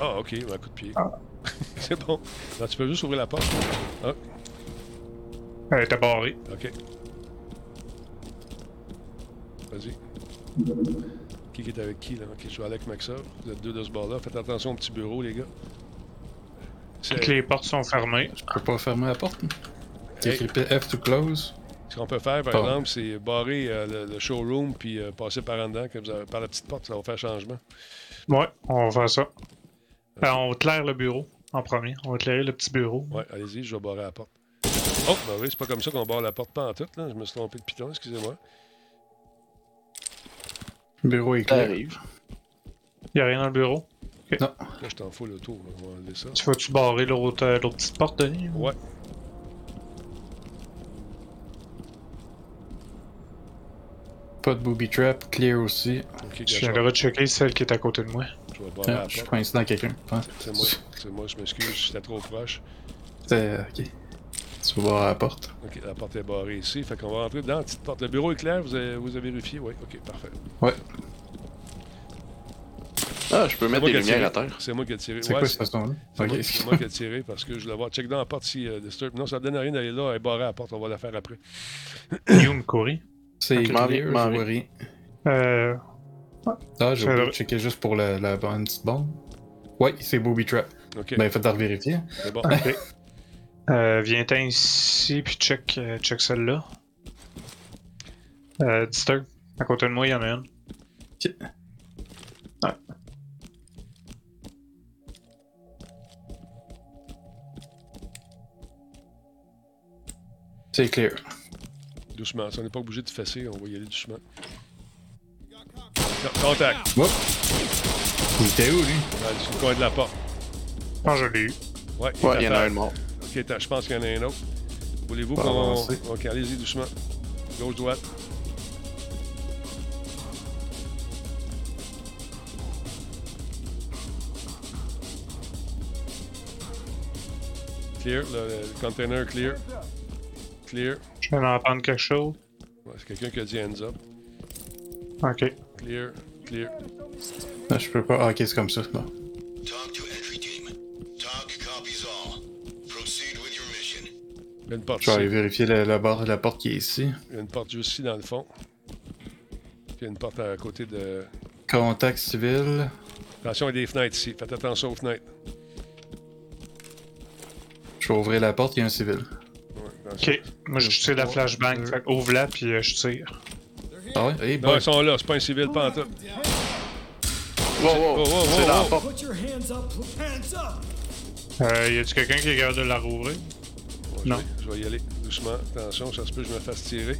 [SPEAKER 6] Ah, ok, un coup de pied. c'est bon. Non, tu peux juste ouvrir la porte. Ah,
[SPEAKER 10] Elle était barrée.
[SPEAKER 6] ok. Vas-y. Qui qui est avec qui, là? Ok, je suis aller avec Maxov. Vous êtes deux de ce bord-là. Faites attention au petit bureau, les gars.
[SPEAKER 10] Toutes les portes sont fermées.
[SPEAKER 11] Je peux pas fermer la porte. hein. C'est
[SPEAKER 6] Hey.
[SPEAKER 11] écrit F to close.
[SPEAKER 6] Ce qu'on peut faire, par
[SPEAKER 11] Bon.
[SPEAKER 6] exemple, c'est barrer euh, le, le showroom puis euh, passer par en dedans, que vous avez- par la petite porte, ça va faire changement.
[SPEAKER 10] Ouais, on va faire ça. Ben, on éclaire le bureau en premier. On va éclairer le petit bureau.
[SPEAKER 6] Ouais, allez-y, je vais barrer la porte. Oh, ben oui, c'est pas comme ça qu'on barre la porte pas en tout, là. Je me suis trompé de piton, excusez-moi.
[SPEAKER 11] Le bureau est
[SPEAKER 14] Ça
[SPEAKER 11] clear.
[SPEAKER 14] arrive.
[SPEAKER 10] Y a rien dans le bureau. Ok.
[SPEAKER 11] Non.
[SPEAKER 6] Là, je t'en fous le tour, on va enlever ça.
[SPEAKER 10] Tu vas-tu barrer l'autre euh, l'autre petite porte, Denis?
[SPEAKER 6] Ouais.
[SPEAKER 11] Pas de booby trap, clear aussi.
[SPEAKER 6] Ok,
[SPEAKER 10] Je
[SPEAKER 6] gars,
[SPEAKER 10] viens
[SPEAKER 6] je
[SPEAKER 10] de
[SPEAKER 6] vais-
[SPEAKER 10] rechecker celle qui est à côté de moi.
[SPEAKER 6] je vais barrer
[SPEAKER 11] Ah,
[SPEAKER 6] la
[SPEAKER 11] je suis
[SPEAKER 6] porte.
[SPEAKER 11] coincé dans quelqu'un. je pense.
[SPEAKER 6] C'est moi, c'est moi, je m'excuse, j'étais trop proche.
[SPEAKER 11] C'est. Ok. Tu vas voir la porte.
[SPEAKER 6] Ok, la porte est barrée ici, fait qu'on va rentrer dedans, petite porte. Le bureau est clair, vous avez, vous avez vérifié? Oui, ok, parfait.
[SPEAKER 11] Ouais.
[SPEAKER 14] Ah, je peux
[SPEAKER 6] C'est
[SPEAKER 14] mettre des
[SPEAKER 6] moi qui ai tiré.
[SPEAKER 14] lumières à terre.
[SPEAKER 6] C'est moi qui ai tiré.
[SPEAKER 11] C'est
[SPEAKER 6] Ouais,
[SPEAKER 11] quoi cette façon-là?
[SPEAKER 6] C'est
[SPEAKER 11] Ok.
[SPEAKER 6] moi- c'est moi qui ai tiré parce que je le vois. Check dans la porte si euh, Disturb. Non, ça donne rien d'aller là et barrer la porte. On va la faire après.
[SPEAKER 10] Guillaume Coury. Ah,
[SPEAKER 11] C'est
[SPEAKER 10] Ok.
[SPEAKER 11] clear, je vois rien.
[SPEAKER 10] Euh,
[SPEAKER 11] Ah, j'ai
[SPEAKER 10] Ça
[SPEAKER 11] oublié
[SPEAKER 10] devrait-
[SPEAKER 11] de checker juste pour la, la bonne petite bombe. Ouais, c'est Booby Trap.
[SPEAKER 6] Ok.
[SPEAKER 11] Ben, faites-la vérifier.
[SPEAKER 6] C'est bon.
[SPEAKER 10] ok. Euh, Viens-t'en ici, puis check, euh, check celle-là. Euh, Disturb. À côté de moi, il y en a une. Ah.
[SPEAKER 11] C'est clair.
[SPEAKER 6] Doucement, si on n'est pas obligé de fesser, on va y aller doucement. Non, Contact.
[SPEAKER 11] Il était où, lui?
[SPEAKER 6] Dans le- sur le coin de la porte.
[SPEAKER 10] Ah, je l'ai eu.
[SPEAKER 6] Ouais,
[SPEAKER 14] Ouais,
[SPEAKER 6] est
[SPEAKER 14] il y en
[SPEAKER 6] à
[SPEAKER 14] a
[SPEAKER 6] terre.
[SPEAKER 14] un de mort.
[SPEAKER 6] Ok, attends, je pense qu'il y en a un autre. Voulez-vous
[SPEAKER 14] Pas
[SPEAKER 6] qu'on.
[SPEAKER 14] avancé.
[SPEAKER 6] Ok, allez-y doucement. Gauche, droite. Clear, le, le container clear. Clear.
[SPEAKER 10] Je viens d'entendre quelque chose.
[SPEAKER 6] Ouais, c'est quelqu'un qui a dit hands up.
[SPEAKER 10] Ok.
[SPEAKER 6] Clear, clear.
[SPEAKER 11] Ah, je peux pas. Ah, ok, c'est comme ça. Bon.
[SPEAKER 6] Il y a une porte
[SPEAKER 11] Je vais aller
[SPEAKER 6] ici.
[SPEAKER 11] vérifier la, la barre de la porte qui est ici.
[SPEAKER 6] Il y a une porte juste ici dans le fond. Puis il y a une porte à côté de.
[SPEAKER 11] Contact civil.
[SPEAKER 6] Attention, il y a des fenêtres ici. Faites attention aux fenêtres.
[SPEAKER 11] Je vais ouvrir la porte, il y a un civil.
[SPEAKER 10] Ok. Moi, je tire la flashbang. Fait que ouvre-la, puis euh, je tire.
[SPEAKER 11] Ah ouais? Eh,
[SPEAKER 6] Non,
[SPEAKER 11] bon.
[SPEAKER 6] ils sont là, c'est pas un civil pantoute.
[SPEAKER 10] Wow,
[SPEAKER 6] wow,
[SPEAKER 10] c'est dans la
[SPEAKER 6] wow.
[SPEAKER 10] porte.
[SPEAKER 13] Put your hands up, hands up!
[SPEAKER 10] Euh, y a-tu quelqu'un qui est capable de la rouvrir?
[SPEAKER 6] Ouais, je
[SPEAKER 10] Non.
[SPEAKER 6] vais- Je vais y aller doucement. Attention, ça se peut que je me fasse tirer.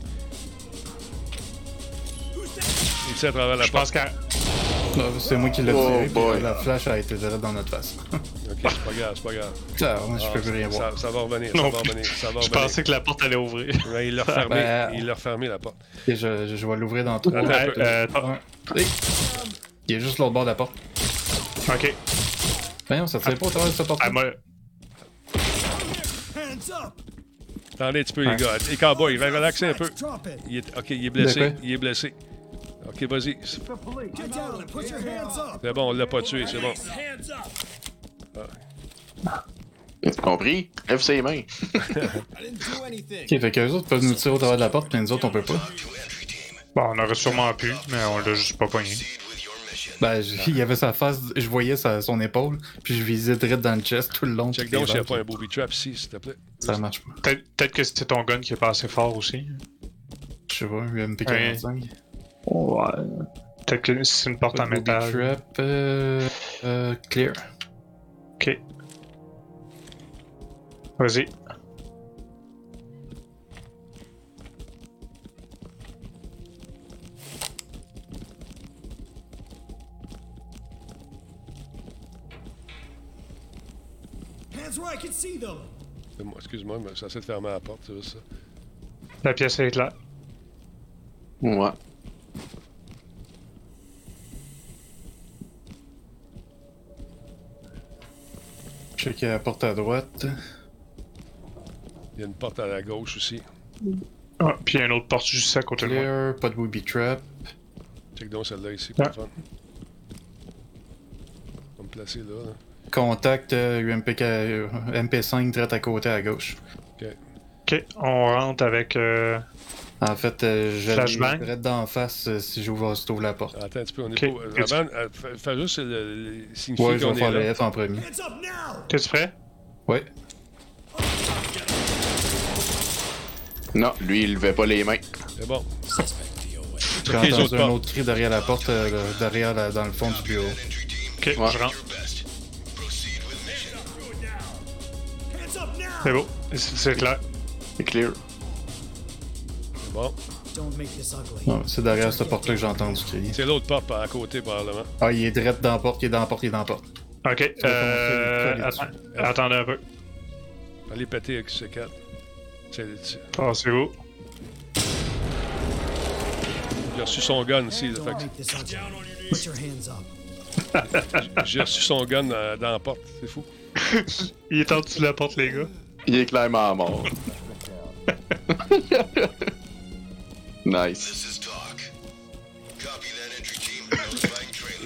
[SPEAKER 6] Il tire à travers la
[SPEAKER 10] Je pense
[SPEAKER 6] porte.
[SPEAKER 10] qu'elle.
[SPEAKER 11] Ah, c'est moi qui l'ai
[SPEAKER 14] Oh
[SPEAKER 11] tiré, puis
[SPEAKER 14] boy.
[SPEAKER 11] la flash a été direct dans notre face.
[SPEAKER 6] Ok, c'est pas grave, c'est pas grave.
[SPEAKER 11] Ah, moi, je peux plus
[SPEAKER 6] ça-
[SPEAKER 11] rien voir.
[SPEAKER 6] Ça, ça va revenir,
[SPEAKER 10] Non
[SPEAKER 6] ça va
[SPEAKER 10] plus.
[SPEAKER 6] revenir, ça va
[SPEAKER 10] Je
[SPEAKER 6] revenir.
[SPEAKER 10] pensais que la porte allait ouvrir.
[SPEAKER 6] Ouais, il l'a
[SPEAKER 11] Ah,
[SPEAKER 6] refermé,
[SPEAKER 11] ben.
[SPEAKER 6] il l'a refermé la porte.
[SPEAKER 11] Ok, je, je- je vais l'ouvrir dans tout.
[SPEAKER 6] Attends,
[SPEAKER 10] euh,
[SPEAKER 11] Il y a juste l'autre bord de la porte.
[SPEAKER 10] Ok.
[SPEAKER 11] Voyons, ça tire pas au travers de cette porte.
[SPEAKER 10] Ah, moi.
[SPEAKER 13] Hands up!
[SPEAKER 6] Attendez un petit peu,
[SPEAKER 11] Ouais.
[SPEAKER 6] les gars. Les cowboys, relaxez un peu. Il est... Ok, il est blessé,
[SPEAKER 11] D'accord.
[SPEAKER 6] il est blessé. Ok, vas-y. C'est
[SPEAKER 13] Get down and put your hands up!
[SPEAKER 6] bon, on l'a pas tué, c'est bon.
[SPEAKER 13] Hands up!
[SPEAKER 14] Compris? Lève ses mains.
[SPEAKER 11] Ok, fait qu'eux autres peuvent nous tirer au travers de la porte, mais nous autres, on peut pas.
[SPEAKER 10] Bon, on aurait sûrement pu, mais on l'a juste pas pogné.
[SPEAKER 11] Ben, je- il y avait sa face, je voyais sa- son épaule, puis je visais direct dans le chest tout le long.
[SPEAKER 6] Check
[SPEAKER 11] puis
[SPEAKER 6] donc s'il n'y a
[SPEAKER 11] les
[SPEAKER 6] pas un booby trap ici, s'il te plaît.
[SPEAKER 11] Ça marche pas.
[SPEAKER 10] Peut-être peut-être que c'était ton gun qui est pas assez fort aussi.
[SPEAKER 11] Je sais pas, un MP45.
[SPEAKER 10] Ouais. Peut-être que c'est une porte en
[SPEAKER 11] Booby
[SPEAKER 10] métal.
[SPEAKER 11] trap, euh, euh, clear.
[SPEAKER 10] Ok. Vas-y.
[SPEAKER 13] Hands where I can see them!
[SPEAKER 6] Excuse-moi, Excuse-moi, mais ça s'est fermé la porte, c'est juste ça.
[SPEAKER 10] La pièce est là.
[SPEAKER 14] Ouais.
[SPEAKER 11] Check la porte à droite.
[SPEAKER 6] Il y a une porte à la gauche aussi.
[SPEAKER 10] Ah, puis il y a une autre porte juste à côté de moi.
[SPEAKER 11] Clear, pas de booby trap.
[SPEAKER 6] Check donc celle-là ici, pour
[SPEAKER 10] Ah.
[SPEAKER 6] le fun. On va me placer là. là.
[SPEAKER 11] Contact euh, UMP, euh, MP5 direct à côté à gauche.
[SPEAKER 10] Ok, on rentre avec. euh,
[SPEAKER 11] En fait, euh, j'allais
[SPEAKER 10] Flashbang.
[SPEAKER 11] direct d'en face euh, si j'ouvre si t'ouvres la porte.
[SPEAKER 6] Attends un petit peu, on est
[SPEAKER 10] Ok.
[SPEAKER 6] pas. Avant, euh, fa- fais juste le, le- signifier
[SPEAKER 11] Ouais, je
[SPEAKER 6] qu'on
[SPEAKER 11] vais
[SPEAKER 6] est
[SPEAKER 11] faire le
[SPEAKER 6] là.
[SPEAKER 11] F en premier.
[SPEAKER 13] Hands up now!
[SPEAKER 10] T'es-tu prêt?
[SPEAKER 11] Ouais.
[SPEAKER 14] Non, lui, il levait pas les mains.
[SPEAKER 6] C'est bon.
[SPEAKER 11] J'ai
[SPEAKER 6] les autres
[SPEAKER 11] entendu un
[SPEAKER 6] portes.
[SPEAKER 11] autre cri derrière la porte, euh, le- derrière la- dans le fond du bureau.
[SPEAKER 10] Ok, je rentre.
[SPEAKER 13] Hands up now!
[SPEAKER 10] C'est beau. C'est- C'est clair.
[SPEAKER 14] C'est clear.
[SPEAKER 6] C'est bon.
[SPEAKER 13] Don't make this ugly.
[SPEAKER 11] Non, c'est derrière cette porte-là que j'ai entendu crier.
[SPEAKER 6] C'est l'autre porte par à côté, probablement.
[SPEAKER 11] Ah, il est direct dans la porte, il est dans la porte, il est dans la porte.
[SPEAKER 10] Ok,
[SPEAKER 11] Ça va
[SPEAKER 10] euh.
[SPEAKER 11] commencer à
[SPEAKER 10] atten- Attendez un peu.
[SPEAKER 6] Allez péter avec ce 4 C'est- c'est-
[SPEAKER 10] Passez-vous.
[SPEAKER 6] J'ai reçu son gun ici. là,
[SPEAKER 13] Don't
[SPEAKER 6] fait
[SPEAKER 13] make this ugly. Put your hands up.
[SPEAKER 6] que J'ai reçu son gun euh, dans la porte. C'est fou.
[SPEAKER 10] Il est en dessous de la porte, les gars.
[SPEAKER 14] Il est clairement mort. nice.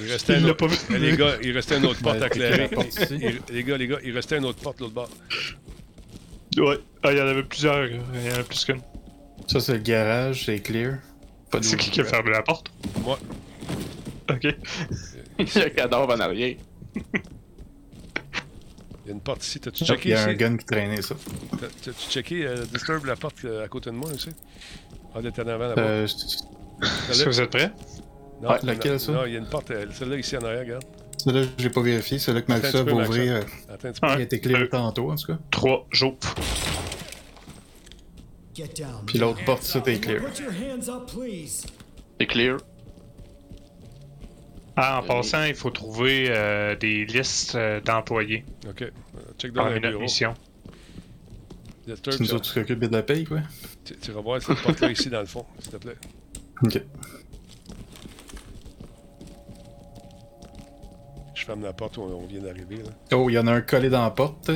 [SPEAKER 6] Il restait,
[SPEAKER 10] Il
[SPEAKER 6] un
[SPEAKER 10] l'a pas
[SPEAKER 6] autre-
[SPEAKER 10] vu.
[SPEAKER 6] Eh, les gars, il restait une autre porte
[SPEAKER 11] Ouais,
[SPEAKER 6] à clairer.
[SPEAKER 11] la porte ici.
[SPEAKER 6] Il- Les gars, les gars, il restait une autre porte l'autre bord.
[SPEAKER 10] Ouais. Ah, il y en avait plusieurs. Il y en avait plus qu'une.
[SPEAKER 11] Ça, c'est le garage, c'est clear. Pas de
[SPEAKER 10] C'est qui qui a
[SPEAKER 11] booby trap.
[SPEAKER 10] fermé la porte?
[SPEAKER 6] Moi,
[SPEAKER 10] Ok.
[SPEAKER 14] Il y a un cadavre en arrière.
[SPEAKER 6] il y a une porte ici. T'as-tu
[SPEAKER 11] Il
[SPEAKER 6] checké
[SPEAKER 11] y a un
[SPEAKER 6] ici?
[SPEAKER 11] gun qui traînait, ça.
[SPEAKER 6] T'as- T'as-tu checké euh, Disturb la porte euh, à côté de moi ici? Ah, d'être en avant là-bas.
[SPEAKER 11] Euh,
[SPEAKER 10] Est-ce que vous êtes prêts?
[SPEAKER 6] Non,
[SPEAKER 11] Ouais,
[SPEAKER 6] non,
[SPEAKER 11] laquelle, ça?
[SPEAKER 6] Non, il y a une porte. elle- Celle-là, ici en arrière, regarde.
[SPEAKER 11] Celle-là, j'ai pas vérifié. Celle-là que
[SPEAKER 6] Attends un
[SPEAKER 11] Maxwell
[SPEAKER 6] petit peu,
[SPEAKER 11] va ouvrir. euh,
[SPEAKER 6] Maxwell. Attends un petit peu.
[SPEAKER 11] Il a été
[SPEAKER 14] Euh,
[SPEAKER 11] clé tantôt, en tout cas.
[SPEAKER 10] Trois jours.
[SPEAKER 12] Get down.
[SPEAKER 11] Puis l'autre porte, ça, t'es
[SPEAKER 12] Now
[SPEAKER 11] clear.
[SPEAKER 12] Put your hands up, please.
[SPEAKER 11] T'es clear.
[SPEAKER 10] Ah, en passant, il faut trouver euh, des listes euh, d'employés.
[SPEAKER 6] Ok. Euh, Check dans
[SPEAKER 10] Dans
[SPEAKER 6] le
[SPEAKER 10] notre
[SPEAKER 6] bureau.
[SPEAKER 10] mission.
[SPEAKER 6] Disturb,
[SPEAKER 11] C'est nous
[SPEAKER 6] ça.
[SPEAKER 11] autres qui s'occupent de la paye, quoi.
[SPEAKER 6] Tu, tu vas voir cette porte-là ici dans le fond, s'il te plaît.
[SPEAKER 11] Ok.
[SPEAKER 6] Je ferme la porte où on vient d'arriver. là.
[SPEAKER 11] Oh, il y en a un collé dans la porte.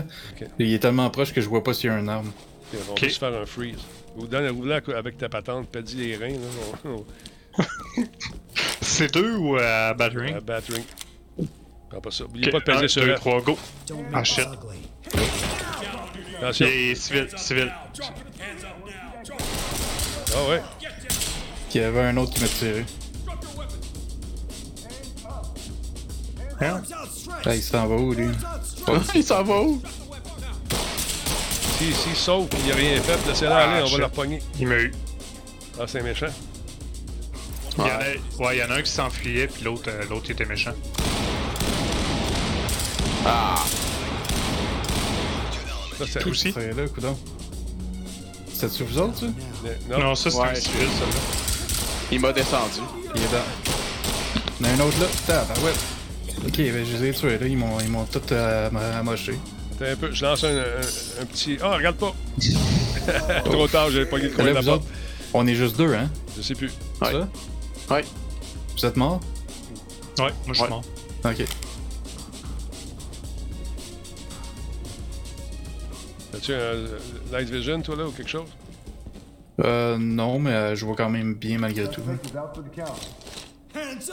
[SPEAKER 11] Il est tellement proche que je vois pas s'il y a un arme.
[SPEAKER 6] Et On va se faire un freeze. Ou dans le roulant avec ta patente, pédis les reins. Là, on- on-
[SPEAKER 10] C'est deux ou euh, battering?
[SPEAKER 6] un battering. Prends pas ça. N'oubliez
[SPEAKER 10] Ok,
[SPEAKER 6] pas de peser
[SPEAKER 10] un,
[SPEAKER 6] sur
[SPEAKER 10] deux,
[SPEAKER 6] F.
[SPEAKER 10] trois, go. Ah, shit.
[SPEAKER 6] Attention.
[SPEAKER 10] Et civil, civil.
[SPEAKER 6] Ah ouais.
[SPEAKER 11] Puis il y avait un autre qui m'a tiré.
[SPEAKER 10] Hein?
[SPEAKER 11] Là, il s'en va où, lui?
[SPEAKER 16] il s'en va où?
[SPEAKER 6] Si, si, sauf qu'il n'y a rien fait, laissez-la
[SPEAKER 10] Ah,
[SPEAKER 6] aller, on va
[SPEAKER 10] shit.
[SPEAKER 6] leur pogner.
[SPEAKER 10] Il m'a eu.
[SPEAKER 6] Ah, c'est méchant.
[SPEAKER 10] Il y en a, ouais, il y en a un qui s'enfuyait, puis l'autre, euh, l'autre il était méchant.
[SPEAKER 11] Ah!
[SPEAKER 6] Ça, c'est
[SPEAKER 11] Qui tirait là, coudonc? C'est-tu vous autres, ça?
[SPEAKER 6] Non,
[SPEAKER 10] ça, c'est un civil, ça.
[SPEAKER 16] Il m'a descendu.
[SPEAKER 11] Il est dans. Il y en a un autre là. Putain, ben ouais. Ok, ben je les ai tués, là. Ils m'ont, ils m'ont tout euh, am- amoché.
[SPEAKER 6] Attends un peu, je lance un, un- un petit. Ah, regarde pas! Trop tard, j'avais pogné le
[SPEAKER 11] Mais
[SPEAKER 6] coin de
[SPEAKER 11] là,
[SPEAKER 6] la
[SPEAKER 11] vous
[SPEAKER 6] porte.
[SPEAKER 11] autres, on est juste deux, hein?
[SPEAKER 6] Je sais plus.
[SPEAKER 11] Ouais.
[SPEAKER 16] Ouais.
[SPEAKER 11] Vous êtes morts?
[SPEAKER 10] Ouais, moi je suis mort.
[SPEAKER 11] Ok.
[SPEAKER 6] As-tu un euh, Light Vision, toi, là, ou quelque chose?
[SPEAKER 11] Euh, non, mais euh, je vois quand même bien malgré tout.
[SPEAKER 12] Hands up. Hands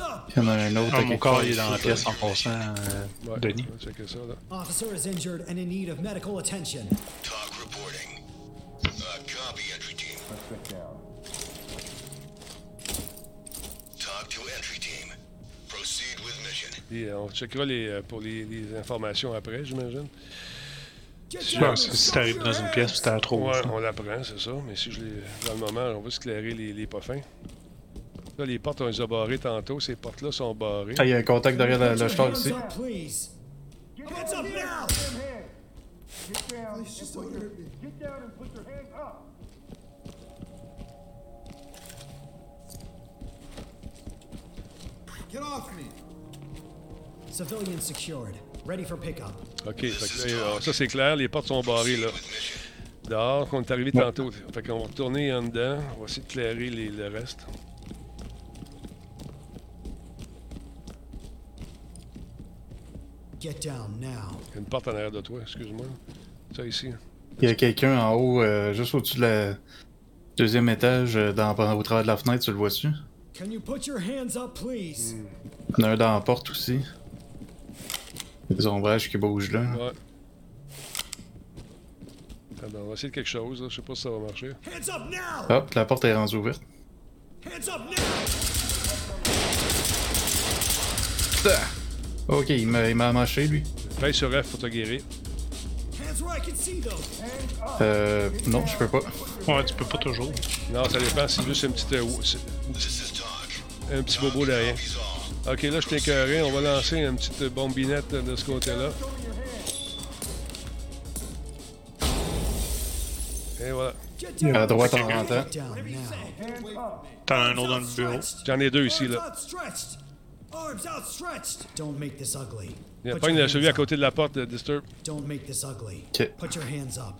[SPEAKER 12] up.
[SPEAKER 11] Il y en a un autre.
[SPEAKER 10] Ah,
[SPEAKER 11] à
[SPEAKER 10] mon
[SPEAKER 11] quelque
[SPEAKER 10] corps
[SPEAKER 11] part
[SPEAKER 10] il est dans la
[SPEAKER 11] ici,
[SPEAKER 10] pièce en
[SPEAKER 11] là.
[SPEAKER 10] passant, euh, Denis.
[SPEAKER 6] Checker ça, là.
[SPEAKER 12] Officer is injured and in need of medical attention.
[SPEAKER 1] Talk reporting. Uh, copy entry team. Let's get down. Talk to entry team. Proceed with mission.
[SPEAKER 6] Puis, euh, on checkera les, euh, pour les, les informations après, j'imagine.
[SPEAKER 10] Je pense que si t'arrives dans une pièce, t'as trop.
[SPEAKER 6] Ouais, on l'apprend, c'est ça. Mais si je les. Dans le moment, on va éclairer les, les pas fins. Là, les portes, on les a barrées tantôt. Ces portes-là sont barrées.
[SPEAKER 11] Ah, il y a un contact derrière le, le char
[SPEAKER 12] Hands
[SPEAKER 11] ici.
[SPEAKER 12] up, please. Hands up now.
[SPEAKER 1] Get down.
[SPEAKER 12] Please just don't hurt me.
[SPEAKER 1] Get down and put your hands up.
[SPEAKER 12] Get off me. Civilian secured. Ready for pickup.
[SPEAKER 6] OK, fait que là, euh, ça c'est clair, les portes sont barrées là. Dehors, on est arrivé tantôt. Fait qu'on va retourner en dedans, on va essayer de clairer les- le reste.
[SPEAKER 12] Get down now.
[SPEAKER 6] Il y a une porte en arrière de toi, excuse-moi. Ça ici.
[SPEAKER 11] Il y a quelqu'un en haut, euh, juste au-dessus de la. Deuxième étage, euh, dans, au travers de la fenêtre, tu le vois-tu?
[SPEAKER 12] Can you put your hands up, please?
[SPEAKER 11] Il y en a un dans la porte aussi. Il y a des ombrages qui bougent là.
[SPEAKER 6] Ouais. Attends, on va essayer de quelque chose, là. je sais pas si ça va marcher.
[SPEAKER 12] Hands up now.
[SPEAKER 11] Hop, la porte est rendue ouverte.
[SPEAKER 12] Hands up now.
[SPEAKER 11] Putain! Ok, il m'a il m'a amoché lui.
[SPEAKER 6] Paye sur F pour te guérir.
[SPEAKER 12] Hands where I can see them.
[SPEAKER 11] Euh. Non, je peux pas.
[SPEAKER 10] Ouais, tu peux pas toujours.
[SPEAKER 6] Non, ça dépend, c'est juste un petit. euh, c'est- un petit bobo derrière. Ok, là je t'ai écœuré, on va lancer une petite bombinette de ce côté-là. Et voilà.
[SPEAKER 12] Get
[SPEAKER 11] À
[SPEAKER 12] down.
[SPEAKER 11] la droite en rentrant.
[SPEAKER 12] Get down now.
[SPEAKER 10] T'en as un autre dans le bureau.
[SPEAKER 6] J'en ai deux ici,
[SPEAKER 12] Arms
[SPEAKER 6] là.
[SPEAKER 12] outstretched. Arms outstretched. Don't make this ugly.
[SPEAKER 6] Il y a
[SPEAKER 12] Put
[SPEAKER 6] pas
[SPEAKER 12] your
[SPEAKER 6] une
[SPEAKER 12] hands
[SPEAKER 6] celui à
[SPEAKER 12] up.
[SPEAKER 6] côté de la porte de Disturb.
[SPEAKER 12] Don't make this ugly.
[SPEAKER 6] Ok.
[SPEAKER 12] Put your hands up.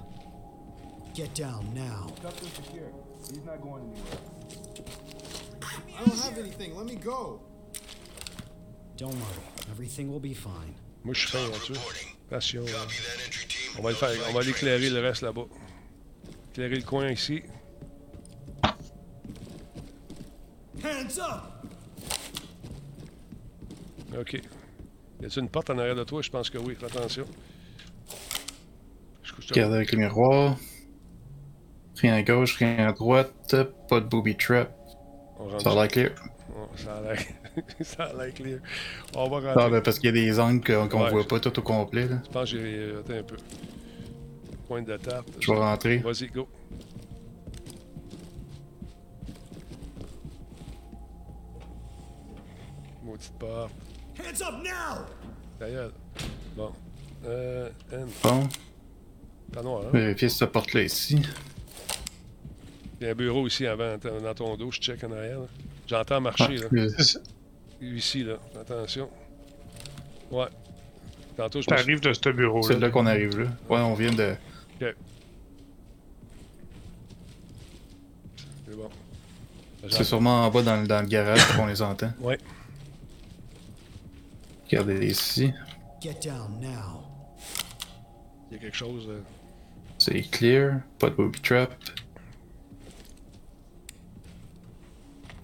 [SPEAKER 12] Get down now.
[SPEAKER 1] He's not going anywhere.
[SPEAKER 17] I don't have anything. Let me go.
[SPEAKER 12] Don't worry. Everything will be fine.
[SPEAKER 6] Moi, je suis fin hein, là-dessus. Attention. hein. On va, le faire, on va aller éclairer le reste là-bas. Éclairer le coin ici.
[SPEAKER 12] Hands up.
[SPEAKER 6] OK. Y a-t-il une porte en arrière de toi? Je pense que oui. Fais attention. Je couche
[SPEAKER 11] Je Regarde avec le miroir. Rien à gauche, rien à droite. Pas de booby trap.
[SPEAKER 6] On rentre.
[SPEAKER 11] Ça a l'air clear.
[SPEAKER 6] Oh, ça a l'air... ça a l'air clear. On va rentrer.
[SPEAKER 11] Ah, ben parce qu'il y a des angles qu'on qu'on
[SPEAKER 6] Ouais.
[SPEAKER 11] voit pas tout au complet. Là.
[SPEAKER 6] Je pense que euh, j'ai... Attends un peu. Point de tarte.
[SPEAKER 11] Je vais rentrer.
[SPEAKER 6] Vas-y, go. petite porte.
[SPEAKER 13] Hands up now!
[SPEAKER 6] D'ailleurs, bon. Euh, N.
[SPEAKER 11] Bon. Euh,
[SPEAKER 6] T'as noir, hein?
[SPEAKER 11] Vérifier cette porte-là ici.
[SPEAKER 6] Il y a un bureau ici avant, dans dans ton dos, je check en arrière. là. J'entends marcher,
[SPEAKER 11] Ah,
[SPEAKER 6] là.
[SPEAKER 11] euh,
[SPEAKER 6] Ici, là. Attention. Ouais. Tantôt, je me suis-
[SPEAKER 10] T'arrives de ce bureau-là.
[SPEAKER 11] C'est là qu'on arrive là. Ouais, on vient de.
[SPEAKER 6] Ok. C'est bon.
[SPEAKER 11] C'est sûrement en bas dans, le- dans le garage qu'on les entend.
[SPEAKER 6] Ouais.
[SPEAKER 11] Regardez ici.
[SPEAKER 13] Get down now.
[SPEAKER 6] Il y a quelque chose. euh,
[SPEAKER 11] C'est clear. Pas de booby trap.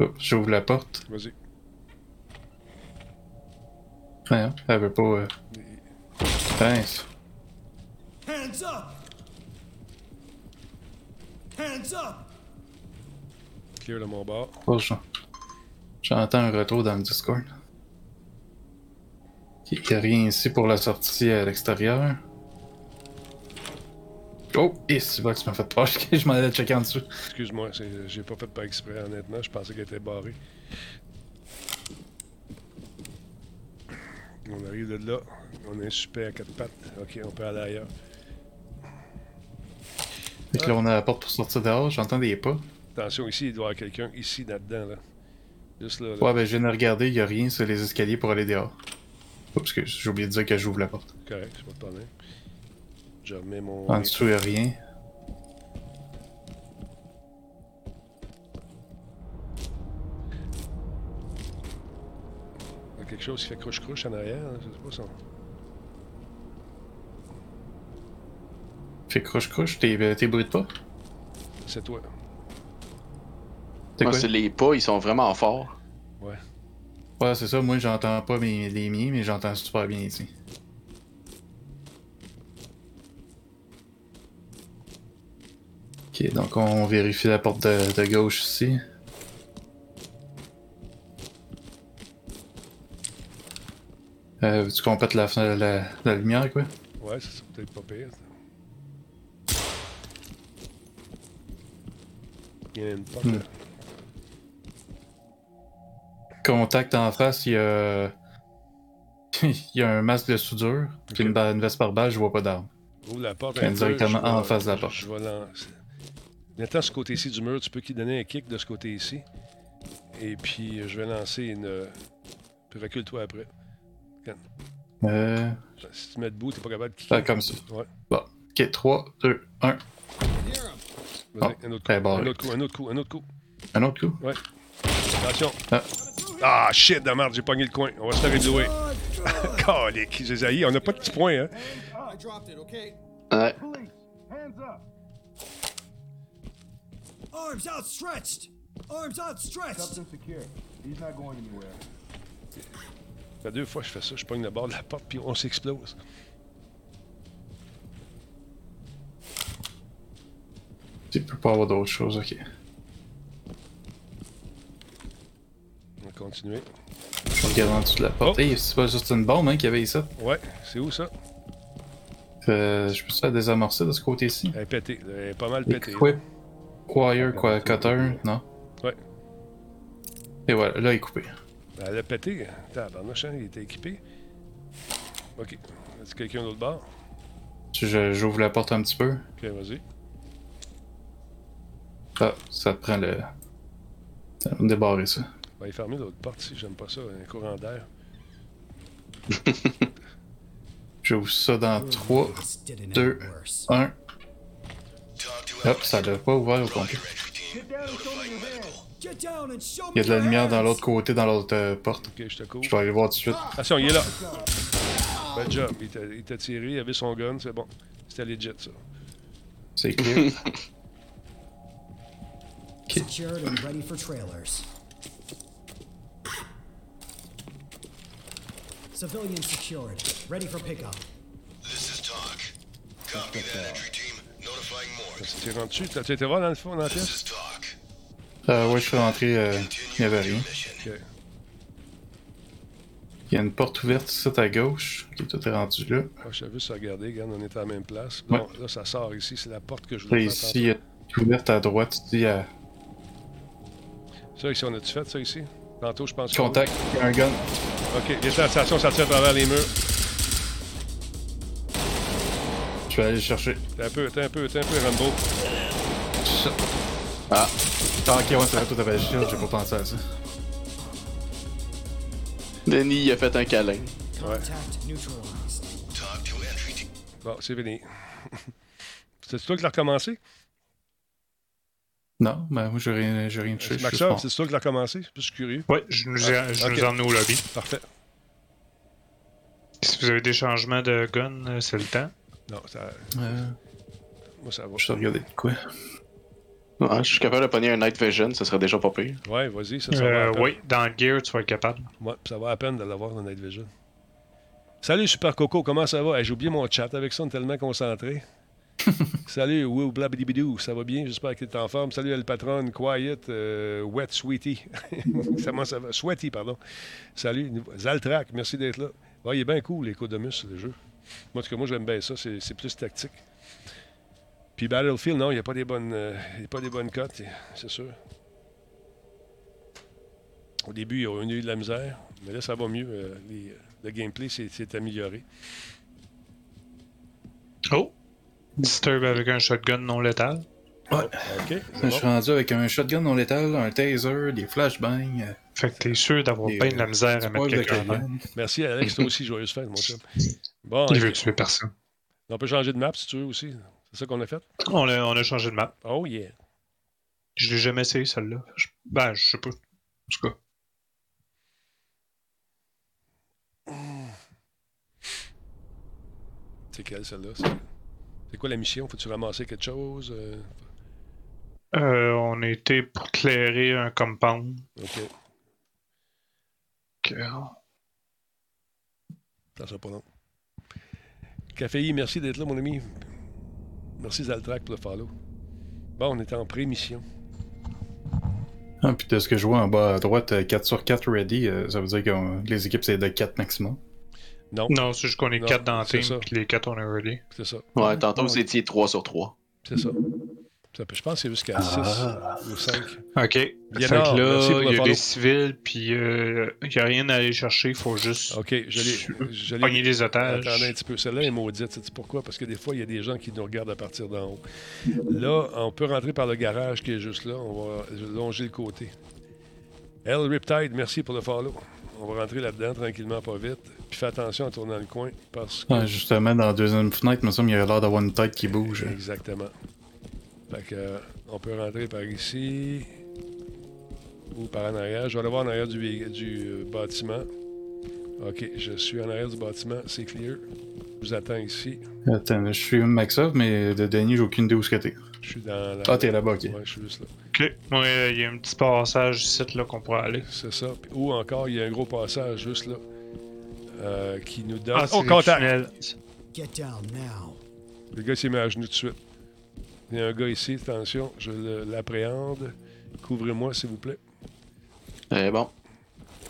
[SPEAKER 11] Oh, J'ouvre la porte.
[SPEAKER 6] Vas-y.
[SPEAKER 11] Rien. Elle veut pas. euh, Pince.
[SPEAKER 13] Hands up! Hands up!
[SPEAKER 6] Clear de mon bord.
[SPEAKER 11] Oh, j'en- J'entends un retour dans le Discord. Il n'y a rien ici pour la sortie à l'extérieur. Oh, et c'est vrai que tu m'as fait peur. Je m'en allais checker en dessous.
[SPEAKER 6] Excuse-moi, c'est- j'ai pas fait par exprès, honnêtement. Je pensais qu'elle était barrée. On arrive de là. On est un super à quatre pattes. Ok, on peut aller ailleurs.
[SPEAKER 11] Fait que là, on a la porte pour sortir dehors. J'entends des pas.
[SPEAKER 6] Attention, ici, il doit y avoir quelqu'un. Ici, là-dedans, là. Juste là. là.
[SPEAKER 11] Ouais, ben, je viens de regarder. Il n'y a rien sur les escaliers pour aller dehors. Oups, excuse. J'ai oublié de dire que j'ouvre la porte.
[SPEAKER 6] Correct, c'est pas de problème. Je remets mon.
[SPEAKER 11] En dessous, il n'y a rien.
[SPEAKER 6] Il y a quelque chose qui fait crouche-crouche en arrière. hein, Je sais pas si on-
[SPEAKER 11] Fait croche-croche, tes, tes bruits de pas.
[SPEAKER 6] C'est toi.
[SPEAKER 11] C'est
[SPEAKER 14] Moi,
[SPEAKER 11] quoi?
[SPEAKER 14] c'est les pas, ils sont vraiment forts.
[SPEAKER 6] Ouais.
[SPEAKER 11] Ouais, c'est ça. Moi, j'entends pas mes, les miens, mais j'entends super bien ici. Ok, donc on vérifie la porte de, de gauche ici. Euh, veux-tu qu'on pète la, fe- la, la lumière, quoi?
[SPEAKER 6] Ouais, ça, c'est peut-être pas pire. ça. Il y a une porte.
[SPEAKER 11] Hmm.
[SPEAKER 6] là.
[SPEAKER 11] Contact en face, il y a. il y a un masque de soudure, puis une, ba- une veste par balle, je vois pas d'arme.
[SPEAKER 6] Ouvre la porte. euh,
[SPEAKER 11] Viens
[SPEAKER 6] un peu,
[SPEAKER 11] directement
[SPEAKER 6] je vais-
[SPEAKER 11] en face de la porte.
[SPEAKER 6] Je vais lancer. Maintenant, ce côté-ci du mur, tu peux qui donner un kick de ce côté-ci. Et puis, euh, je vais lancer une. euh, Puis recule-toi après.
[SPEAKER 11] Euh.
[SPEAKER 6] Si tu te mets debout, t'es pas capable de kicker.
[SPEAKER 11] Ah, comme ça.
[SPEAKER 6] Ouais.
[SPEAKER 11] Bon. Ok, 3, 2, 1. Oh,
[SPEAKER 6] Vas-y, un autre coup.
[SPEAKER 11] très Ah, ben, barré.
[SPEAKER 6] un autre coup, un autre coup, un autre coup.
[SPEAKER 11] Un autre coup?
[SPEAKER 6] Ouais. Attention.
[SPEAKER 11] Ah.
[SPEAKER 6] Ah, shit, de merde, j'ai pogné le coin. On va se faire édouer. Calique, j'ai zaï, on n'a pas de petits points, hein.
[SPEAKER 15] Oh, I dropped it, okay?
[SPEAKER 14] Ouais.
[SPEAKER 13] Hands up! Arms outstretched! Arms outstretched!
[SPEAKER 18] secure. He's not going anywhere.
[SPEAKER 6] Ça fait deux fois que je fais ça, je pogne le bord de la porte, puis on s'explose.
[SPEAKER 11] Tu peux pas avoir d'autre chose, ok.
[SPEAKER 6] On va continuer.
[SPEAKER 11] Je regarde en dessous de la porte.
[SPEAKER 6] Oh.
[SPEAKER 11] Hey, c'est pas juste une bombe hein, qu'il y avait ici.
[SPEAKER 6] Ouais, c'est où ça?
[SPEAKER 11] Euh, je peux ça désamorcer de ce côté-ci.
[SPEAKER 6] Elle est pétée, là, elle est pas mal
[SPEAKER 11] Les
[SPEAKER 6] pétée. là.
[SPEAKER 11] Quip, wire, quoi, cutter, non?
[SPEAKER 6] Ouais.
[SPEAKER 11] Et voilà, là il est coupé.
[SPEAKER 6] Elle a pété. Tabarnouche, hein, il était équipé. Ok. Est-ce quelqu'un d'autre bord?
[SPEAKER 11] Je- J'ouvre la porte un petit peu.
[SPEAKER 6] Ok, vas-y.
[SPEAKER 11] Ah, ça te prend le. Ça va me débarrer ça.
[SPEAKER 6] On va y fermer l'autre porte si j'aime pas ça, un courant d'air.
[SPEAKER 11] J'ouvre ça dans 3, 2, 1. Hop, ça l'a pas ouvert au complet.
[SPEAKER 13] Get down and show me your hands! Get down and show me
[SPEAKER 11] Il y a de la
[SPEAKER 13] your
[SPEAKER 11] lumière dans
[SPEAKER 13] hands!
[SPEAKER 11] l'autre côté, dans l'autre euh, porte.
[SPEAKER 6] Ok, je te couvre.
[SPEAKER 11] Je vais aller voir tout de suite.
[SPEAKER 6] Attention, il est là. Bad job, il t'a- il t'a tiré, il avait son gun, c'est bon. C'était legit ça.
[SPEAKER 11] C'est clear.
[SPEAKER 13] Secured and ready for trailers.
[SPEAKER 12] Civilian secured. Ready for pickup.
[SPEAKER 18] Copy that entry team. Notifying more.
[SPEAKER 6] Tu t'es rendu dessus, t'as été voir dans le fond, dans la pièce?
[SPEAKER 11] Euh, ouais, je suis rentré, euh, il n'y avait rien.
[SPEAKER 6] Ok.
[SPEAKER 11] Il y a une porte ouverte ici à gauche, qui est tout est rendu là.
[SPEAKER 6] Ah, je t'ai vu ça regarder, regarde, on est à la même place.
[SPEAKER 11] Ouais.
[SPEAKER 6] Bon, là, ça sort ici, c'est la porte que je
[SPEAKER 11] Là,
[SPEAKER 6] voulais faire.
[SPEAKER 11] ici, il y a une porte ouverte à droite, ici à...
[SPEAKER 6] tantôt. Ça, ici, on a-tu fait ça ici? Tantôt, je pense. que-
[SPEAKER 11] Contact, un gun.
[SPEAKER 6] Ok, j'étais en station, ça tire à travers les murs.
[SPEAKER 11] Je vais aller le chercher.
[SPEAKER 6] T'es un peu, t'es un peu, t'es un peu, Rambo.
[SPEAKER 11] Ah. Ah, ok, ouais, c'est vrai, toi t'avais le shield, j'ai pas pensé à ça.
[SPEAKER 14] Denis, il a fait un câlin.
[SPEAKER 12] Contact neutralized.
[SPEAKER 6] Bon, c'est fini. C'est toi qui l'as recommencé?
[SPEAKER 11] Non, ben moi j'ai rien, j'ai rien touché. je suis juste
[SPEAKER 6] Maxov,
[SPEAKER 11] mort.
[SPEAKER 6] c'est toi qui l'as recommencé? Je suis curieux.
[SPEAKER 10] Oui, je nous, ai-
[SPEAKER 6] Ah,
[SPEAKER 10] je
[SPEAKER 6] ok.
[SPEAKER 10] nous emmène au lobby.
[SPEAKER 6] Parfait.
[SPEAKER 10] Si vous avez des changements de gun, euh, c'est le temps.
[SPEAKER 6] Non, ça.
[SPEAKER 11] Euh,
[SPEAKER 6] Moi, ça va.
[SPEAKER 11] Je te regardais de quoi.
[SPEAKER 14] Ouais, je suis capable de pogner un Night Vision, ça serait déjà pas pire.
[SPEAKER 6] Ouais, vas-y, ça, ça va à
[SPEAKER 10] Euh,
[SPEAKER 6] peine.
[SPEAKER 10] oui, dans le Gear, tu vas être capable.
[SPEAKER 6] Ouais, ça va à peine de l'avoir dans Night Vision. Salut Super Coco, comment ça va? Hey, J'ai oublié mon chat avec ça, on est tellement concentré. Salut Will Blabidibidou, ça va bien? J'espère que tu es en forme. Salut El Patron, Quiet, euh, Wet Sweetie. Comment ça va? Sweaty, pardon. Salut nou- Zaltrak, merci d'être là. Ouais, il est bien cool, les Codomus, le jeu. Moi, en tout cas, moi, j'aime bien ça, c'est c'est plus tactique. Puis Battlefield, non, il n'y a pas des bonnes, euh, il y a pas des bonnes cotes, c'est sûr. Au début, ils ont eu de la misère, mais là, ça va mieux. euh, les- le gameplay s'est s'est amélioré.
[SPEAKER 10] Oh! Disturb avec un shotgun non létal.
[SPEAKER 11] Ouais.
[SPEAKER 6] Ok,
[SPEAKER 11] Je suis rendu avec un shotgun non létal, un taser, des flashbangs. euh,
[SPEAKER 10] Fait que t'es sûr d'avoir
[SPEAKER 11] des,
[SPEAKER 10] bien de la
[SPEAKER 11] euh,
[SPEAKER 10] misère à
[SPEAKER 11] du
[SPEAKER 10] mettre
[SPEAKER 11] poivre de
[SPEAKER 10] quelqu'un en
[SPEAKER 11] cayenne.
[SPEAKER 6] Merci, Alex. Toi aussi, joyeuse fête, mon chum. Bon,
[SPEAKER 10] Il
[SPEAKER 6] ok.
[SPEAKER 10] veut tuer personne.
[SPEAKER 6] on peut changer de map si tu veux aussi. C'est ça qu'on a fait?
[SPEAKER 10] On a, on a changé de map.
[SPEAKER 6] Oh yeah.
[SPEAKER 10] Je l'ai jamais essayé, celle-là. Je- Ben, je sais pas. En tout cas.
[SPEAKER 6] C'est quelle celle-là? C'est- C'est quoi la mission? Faut-tu ramasser quelque chose? Euh,
[SPEAKER 10] Euh, on était pour clairer un compound.
[SPEAKER 6] Ok.
[SPEAKER 10] Ok.
[SPEAKER 6] Ça sera pas long. Caféi, merci d'être là, mon ami. Merci Zaltrac pour le follow. Bon, on est en pré-mission.
[SPEAKER 11] Ah, puis de ce que je vois en bas à droite, euh, 4 sur 4 ready, euh, ça veut dire que euh, les équipes c'est de 4 maximum.
[SPEAKER 6] Non.
[SPEAKER 10] Non, c'est juste qu'on est
[SPEAKER 6] Non,
[SPEAKER 10] quatre dans le
[SPEAKER 6] c'est
[SPEAKER 10] team,
[SPEAKER 6] ça.
[SPEAKER 10] puis les quatre, on est ready.
[SPEAKER 6] C'est ça.
[SPEAKER 14] Ouais, tantôt,
[SPEAKER 6] Ouais.
[SPEAKER 14] vous étiez 3 sur 3.
[SPEAKER 6] C'est ça. Ça peut- Je pense que c'est jusqu'à 6 ou 5.
[SPEAKER 10] Ah. Ok. Fait que là,
[SPEAKER 6] Léonard, merci pour
[SPEAKER 10] il
[SPEAKER 6] le
[SPEAKER 10] y a
[SPEAKER 6] follow.
[SPEAKER 10] des civils, puis euh, il n'y a rien à aller chercher, il faut juste.
[SPEAKER 6] Ok, je l'ai- je l'ai.
[SPEAKER 10] Pogner les otages.
[SPEAKER 6] Attendez un petit peu. Celle-là est maudite. Sais-tu pourquoi? Parce que des fois, il y a des gens qui nous regardent à partir d'en haut. Là, on peut rentrer par le garage qui est juste là. On va longer le côté. L. Riptide, merci pour le follow. On va rentrer là-dedans tranquillement, pas vite. Puis fais attention en tournant le coin parce que.
[SPEAKER 11] Ah, justement, dans la deuxième fenêtre, me semble, il y a l'air d'avoir une tête qui bouge.
[SPEAKER 6] Exactement. Fait que, euh, on peut rentrer par ici ou par en arrière. Je vais aller voir en arrière du, véhi- du euh, bâtiment. Ok, je suis en arrière du bâtiment, c'est clear. Je vous attends ici.
[SPEAKER 11] Attends, je suis Maxov, mais de Denis, j'ai aucune idée où ce que t'es.
[SPEAKER 6] Je suis dans la.
[SPEAKER 11] Ah, t'es là-bas, ok.
[SPEAKER 6] Ouais, je suis juste là.
[SPEAKER 10] Ok. Ouais, il y a un petit passage ici là qu'on pourrait aller.
[SPEAKER 6] C'est ça. Puis- Ou encore, il y a un gros passage juste là euh, qui nous donne.
[SPEAKER 10] Ah, c'est
[SPEAKER 6] oh,
[SPEAKER 10] le
[SPEAKER 6] contact!
[SPEAKER 10] tunnel.
[SPEAKER 12] Get down now.
[SPEAKER 6] Le gars s'est mis à genoux tout de suite. Il y a un gars ici, attention, je le- l'appréhende. Couvrez-moi, s'il vous plaît.
[SPEAKER 14] Eh bon.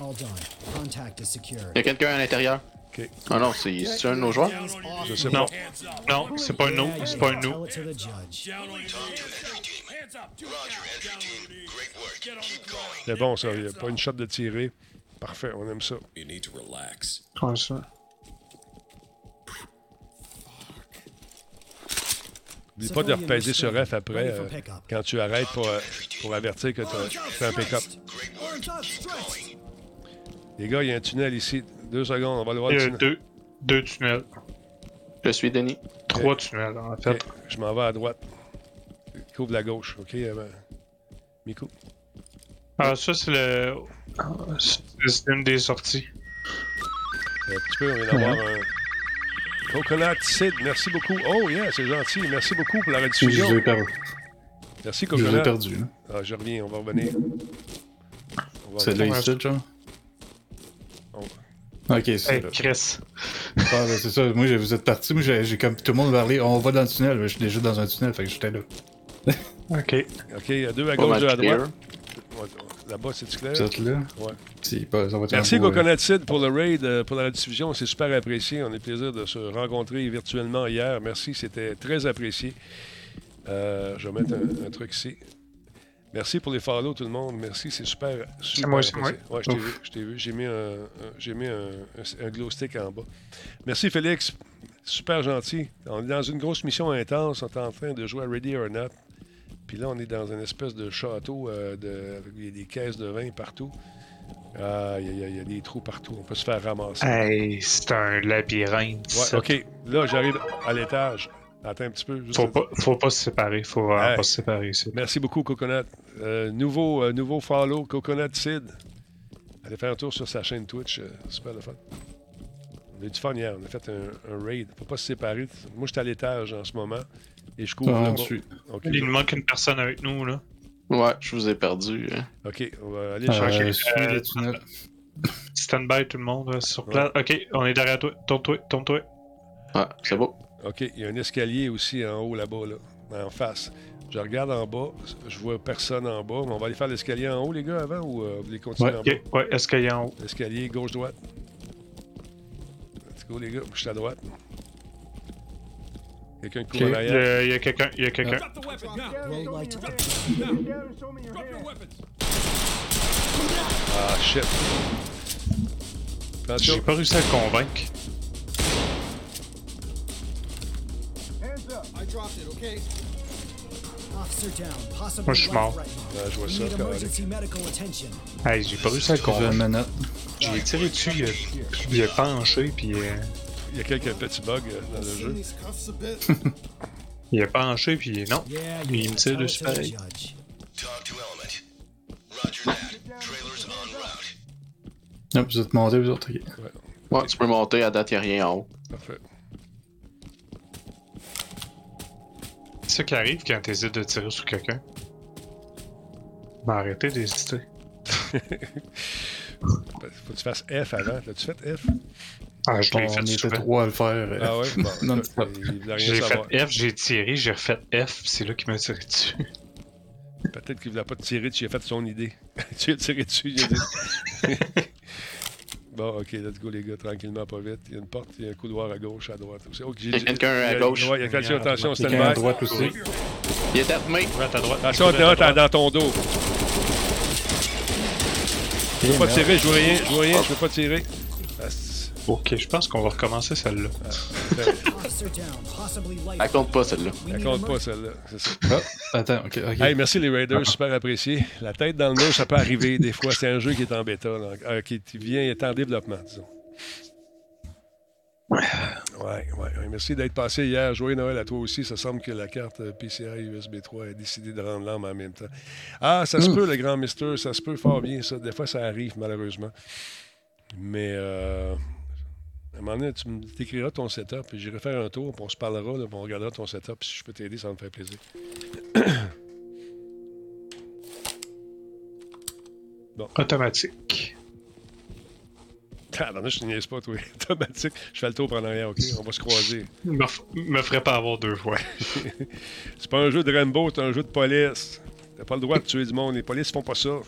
[SPEAKER 12] All done. Contact is secured.
[SPEAKER 14] Il y a quelqu'un à l'intérieur.
[SPEAKER 6] Ok.
[SPEAKER 14] Ah non, c'est c'est un de nos joueurs.
[SPEAKER 6] Je sais
[SPEAKER 10] Non.
[SPEAKER 6] pas.
[SPEAKER 10] Non, c'est pas un nous, c'est pas un
[SPEAKER 12] Tell
[SPEAKER 10] nous.
[SPEAKER 12] it to the judge.
[SPEAKER 6] C'est bon, ça. Il n'y a pas une shot de tirer. Parfait, on aime ça.
[SPEAKER 10] Ouais, ça.
[SPEAKER 6] N'oublie pas de repaiser sur F après, euh, quand tu arrêtes pour, euh, pour avertir que tu fais un pick-up. Les gars, il y a un tunnel ici. Deux secondes, on va le voir.
[SPEAKER 10] Il
[SPEAKER 6] le
[SPEAKER 10] y a
[SPEAKER 6] tunnel.
[SPEAKER 10] Euh, deux, deux tunnels.
[SPEAKER 14] Je suis Denis.
[SPEAKER 10] Trois tunnels, en fait.
[SPEAKER 6] Ok, Je m'en vais à droite. Couvre la gauche, OK? avant. Miku. Euh,
[SPEAKER 10] Ah, ça, c'est le. C'est une des sorties.
[SPEAKER 6] Un petit peu, on vient d'avoir un... Coconut Sid, merci beaucoup. Oh yeah, c'est gentil. Merci beaucoup pour la
[SPEAKER 11] Je
[SPEAKER 6] rediffusion.
[SPEAKER 11] les ai perdus.
[SPEAKER 6] Merci,
[SPEAKER 11] Je les
[SPEAKER 6] Coconut.
[SPEAKER 11] ai perdus. là.
[SPEAKER 6] Ah, je reviens, on va revenir. On va
[SPEAKER 11] C'est là
[SPEAKER 6] revenir.
[SPEAKER 11] ici, genre.
[SPEAKER 6] On va-
[SPEAKER 11] Ok, c'est
[SPEAKER 10] Hey,
[SPEAKER 11] là.
[SPEAKER 10] Chris.
[SPEAKER 11] Ah, ben, c'est ça, moi j'ai- vous êtes parti, moi j'ai j'ai comme tout le monde parlé, on va dans le tunnel, mais je suis déjà dans un tunnel, fait que j'étais là.
[SPEAKER 10] Ok.
[SPEAKER 6] OK, il y a deux à
[SPEAKER 14] Pas
[SPEAKER 6] gauche,
[SPEAKER 14] mal
[SPEAKER 6] deux à
[SPEAKER 14] clear.
[SPEAKER 6] droite. Ouais, Là-bas, c'est clair?
[SPEAKER 11] Vous êtes là?
[SPEAKER 6] Eh. Ouais.
[SPEAKER 11] Si, pas- ça va être un
[SPEAKER 6] Merci
[SPEAKER 11] beau, euh,
[SPEAKER 6] Coconut Sid pour le raid, euh, pour la diffusion, c'est super apprécié. On a eu plaisir de se rencontrer virtuellement hier. Merci, c'était très apprécié. Euh, je vais mettre un, un truc ici. Merci pour les follow, tout le monde. Merci, c'est super. super
[SPEAKER 10] moi aussi,
[SPEAKER 6] apprécié.
[SPEAKER 10] ouais.
[SPEAKER 6] Ouais, je t'ai
[SPEAKER 10] Ouf.
[SPEAKER 6] vu, je t'ai vu. J'ai mis, un, un- j'ai mis un, un- un glow stick en bas. Merci, Félix. Super gentil. On est dans une grosse mission intense. On est en train de jouer à Ready or Not. Puis là, on est dans une espèce de château euh, de, avec des- des caisses de vin partout. Ah, il y, a- il y a- il y a des trous partout. On peut se faire ramasser.
[SPEAKER 10] Hey, c'est un labyrinthe.
[SPEAKER 6] Ouais,
[SPEAKER 10] ça.
[SPEAKER 6] OK. Là, j'arrive à l'étage. Attends un petit peu. juste-
[SPEAKER 10] Faut pas, faut pas se séparer. Faut vraiment pas se séparer ici.
[SPEAKER 6] Merci beaucoup, Coconut. Euh, nouveau, euh, nouveau follow, Coconut Sid. Allez faire un tour sur sa chaîne Twitch. euh, super le fun. On a eu du fun hier. On a fait un, un raid. Faut pas se séparer. Moi, je suis à l'étage en ce moment. Et je couvre.
[SPEAKER 10] Ah,
[SPEAKER 6] le
[SPEAKER 10] on
[SPEAKER 6] bas.
[SPEAKER 10] suit.
[SPEAKER 6] OK.
[SPEAKER 10] Il nous manque une personne avec nous, là.
[SPEAKER 14] Ouais, je vous ai perdu. hein.
[SPEAKER 6] OK, on va aller
[SPEAKER 10] Euh,
[SPEAKER 6] chercher.
[SPEAKER 10] je suis le tunnel. Stand by tout le monde euh, sur place. Ok, on est derrière toi. Tourne-toi, tourne-toi.
[SPEAKER 14] Ouais, c'est beau.
[SPEAKER 6] OK, il y a un escalier aussi en haut là-bas, là, en face. Je regarde en bas, je vois personne en bas, mais on va aller faire l'escalier en haut, les gars, avant, ou euh, vous voulez continuer
[SPEAKER 10] Ouais,
[SPEAKER 6] en
[SPEAKER 10] ok,
[SPEAKER 6] bas?
[SPEAKER 10] ouais, escalier en haut.
[SPEAKER 6] Escalier gauche-droite. Let's go, les gars, je suis à droite. Quelqu'un qui
[SPEAKER 10] Ok,
[SPEAKER 6] court en arrière.
[SPEAKER 10] le- Il y a quelqu'un, il y a quelqu'un.
[SPEAKER 13] Drop the weapon now. Drop your weapons.
[SPEAKER 6] Ah, shit. Attention.
[SPEAKER 10] J'ai pas réussi à le convaincre.
[SPEAKER 15] Hands up. I dropped it, okay?
[SPEAKER 12] Officer down.
[SPEAKER 10] Moi,
[SPEAKER 12] Possibly
[SPEAKER 10] je suis
[SPEAKER 12] left,
[SPEAKER 10] mort.
[SPEAKER 12] right.
[SPEAKER 6] je
[SPEAKER 12] We need emergency medical attention.
[SPEAKER 10] Hey, j'ai pas réussi à le convaincre. Je l'ai tiré dessus, il a, il a penché, puis euh,
[SPEAKER 6] Il y a quelques petits bugs euh, dans le jeu.
[SPEAKER 15] Cuffs a bit.
[SPEAKER 10] il a penché, puis non. Il me tire dessus pareil.
[SPEAKER 11] Hop, vous êtes montés, vous autres. ok.
[SPEAKER 14] Ouais, tu peux monter, à date, il a rien en haut.
[SPEAKER 6] Parfait.
[SPEAKER 10] C'est ça qui arrive quand t'hésites de tirer sur quelqu'un. Mais arrêtez d'hésiter.
[SPEAKER 6] Faut que tu fasses F avant. L'as-tu fait F?
[SPEAKER 10] Ah, je l'ai
[SPEAKER 11] On
[SPEAKER 10] fait
[SPEAKER 11] était
[SPEAKER 10] souvent.
[SPEAKER 11] trois à le faire. euh,
[SPEAKER 6] Ah ouais? Bon,
[SPEAKER 11] non-stop.
[SPEAKER 6] il voulait rien
[SPEAKER 10] J'ai
[SPEAKER 6] savoir.
[SPEAKER 10] fait F, j'ai tiré, j'ai refait F, c'est là qu'il m'a tiré dessus.
[SPEAKER 6] Peut-être qu'il voulait pas te tirer, tu lui as fait son idée. tu lui as tiré dessus, il a dit. bon, ok, let's go les gars, tranquillement, pas vite. Il y a une porte, il y a un couloir à gauche, à droite aussi. Ok, j'ai-
[SPEAKER 14] Il y a quelqu'un à
[SPEAKER 6] il y a-
[SPEAKER 14] gauche.
[SPEAKER 6] Ouais, il y a quelqu'un, attention, stand
[SPEAKER 11] Quelqu'un à
[SPEAKER 6] by.
[SPEAKER 11] droite aussi.
[SPEAKER 14] Il est armé.
[SPEAKER 6] Attention, t'es t'es dans ton dos. Je
[SPEAKER 10] Eh,
[SPEAKER 6] veux pas
[SPEAKER 10] merde.
[SPEAKER 6] tirer, je veux rien, je veux rien, je veux pas tirer. Ah, c'est- Ah,
[SPEAKER 10] Ok, je pense qu'on va recommencer celle-là.
[SPEAKER 12] Officer down. Possibly life.
[SPEAKER 14] Elle compte pas, celle-là.
[SPEAKER 6] Elle compte pas celle-là, c'est ça. Ah.
[SPEAKER 11] Attends, ok, ok. Ah,
[SPEAKER 6] Hey, merci les Raiders, super apprécié. La tête dans le mur, ça peut arriver des fois. C'est un jeu qui est en bêta, là, euh, qui est- vient, est en développement, disons. Ouais, ouais, ouais. Merci d'être passé hier. Joyeux Noël à toi aussi. Ça semble que la carte euh, PCI USB 3 a décidé de rendre l'âme en même temps. Ah, ça se
[SPEAKER 11] Ouf.
[SPEAKER 6] peut, le grand Mister. Ça se peut fort bien, ça. Des fois, ça arrive, malheureusement. Mais euh, à un moment donné, tu me t'écriras ton setup. Puis j'irai faire un tour. Puis on se parlera. là, puis on regardera ton setup. puis si je peux t'aider, ça me fait plaisir. bon.
[SPEAKER 10] Automatique.
[SPEAKER 6] Ah, ben là, je te niaise pas, toi. Automatique. Je fais le tour pendant rien, OK? On va se croiser.
[SPEAKER 10] Il me, f- me ferait pas avoir deux fois.
[SPEAKER 6] c'est pas un jeu de Rainbow, c'est un jeu de police. T'as pas le droit de tuer du monde. Les polices font pas ça.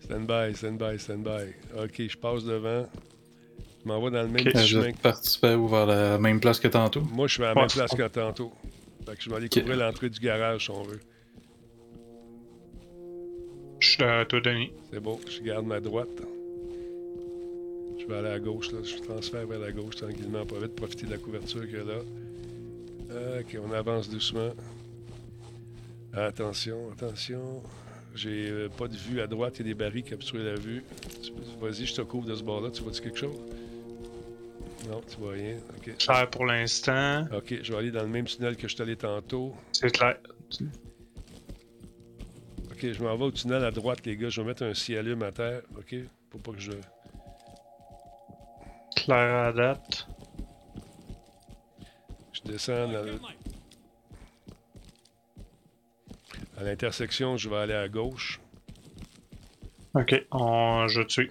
[SPEAKER 6] stand by, stand by, stand by. OK, je passe devant. Je m'en vais dans le même
[SPEAKER 11] Ok,
[SPEAKER 6] petit
[SPEAKER 11] je
[SPEAKER 6] chemin.
[SPEAKER 11] vais participer ou vers la même place que tantôt.
[SPEAKER 6] Moi, je suis à la même place que tantôt. Fait que je vais aller couvrir l'entrée du garage si on veut.
[SPEAKER 10] Je suis à toi, Denis.
[SPEAKER 6] C'est beau, je garde ma droite. Je vais aller à gauche, là. je transfère vers la gauche tranquillement, pas vite, profiter de la couverture qu'il y a là. Ok, on avance doucement. Attention, attention. J'ai euh, pas de vue à droite, il y a des barils qui obstruent la vue. Tu- Vas-y, je te couvre de ce bord-là, tu vois-tu quelque chose? Non, tu vois rien. Ok.
[SPEAKER 10] Cher pour l'instant.
[SPEAKER 6] Ok, je vais aller dans le même tunnel que je suis allé tantôt.
[SPEAKER 10] C'est clair.
[SPEAKER 6] Ok, je m'en vais au tunnel à droite, les gars. Je vais mettre un cialume à terre, ok? Pour pas que je.
[SPEAKER 10] Clair à date.
[SPEAKER 6] Je descends dans le- à l'intersection, je vais aller à gauche.
[SPEAKER 10] Ok, on... je te suis.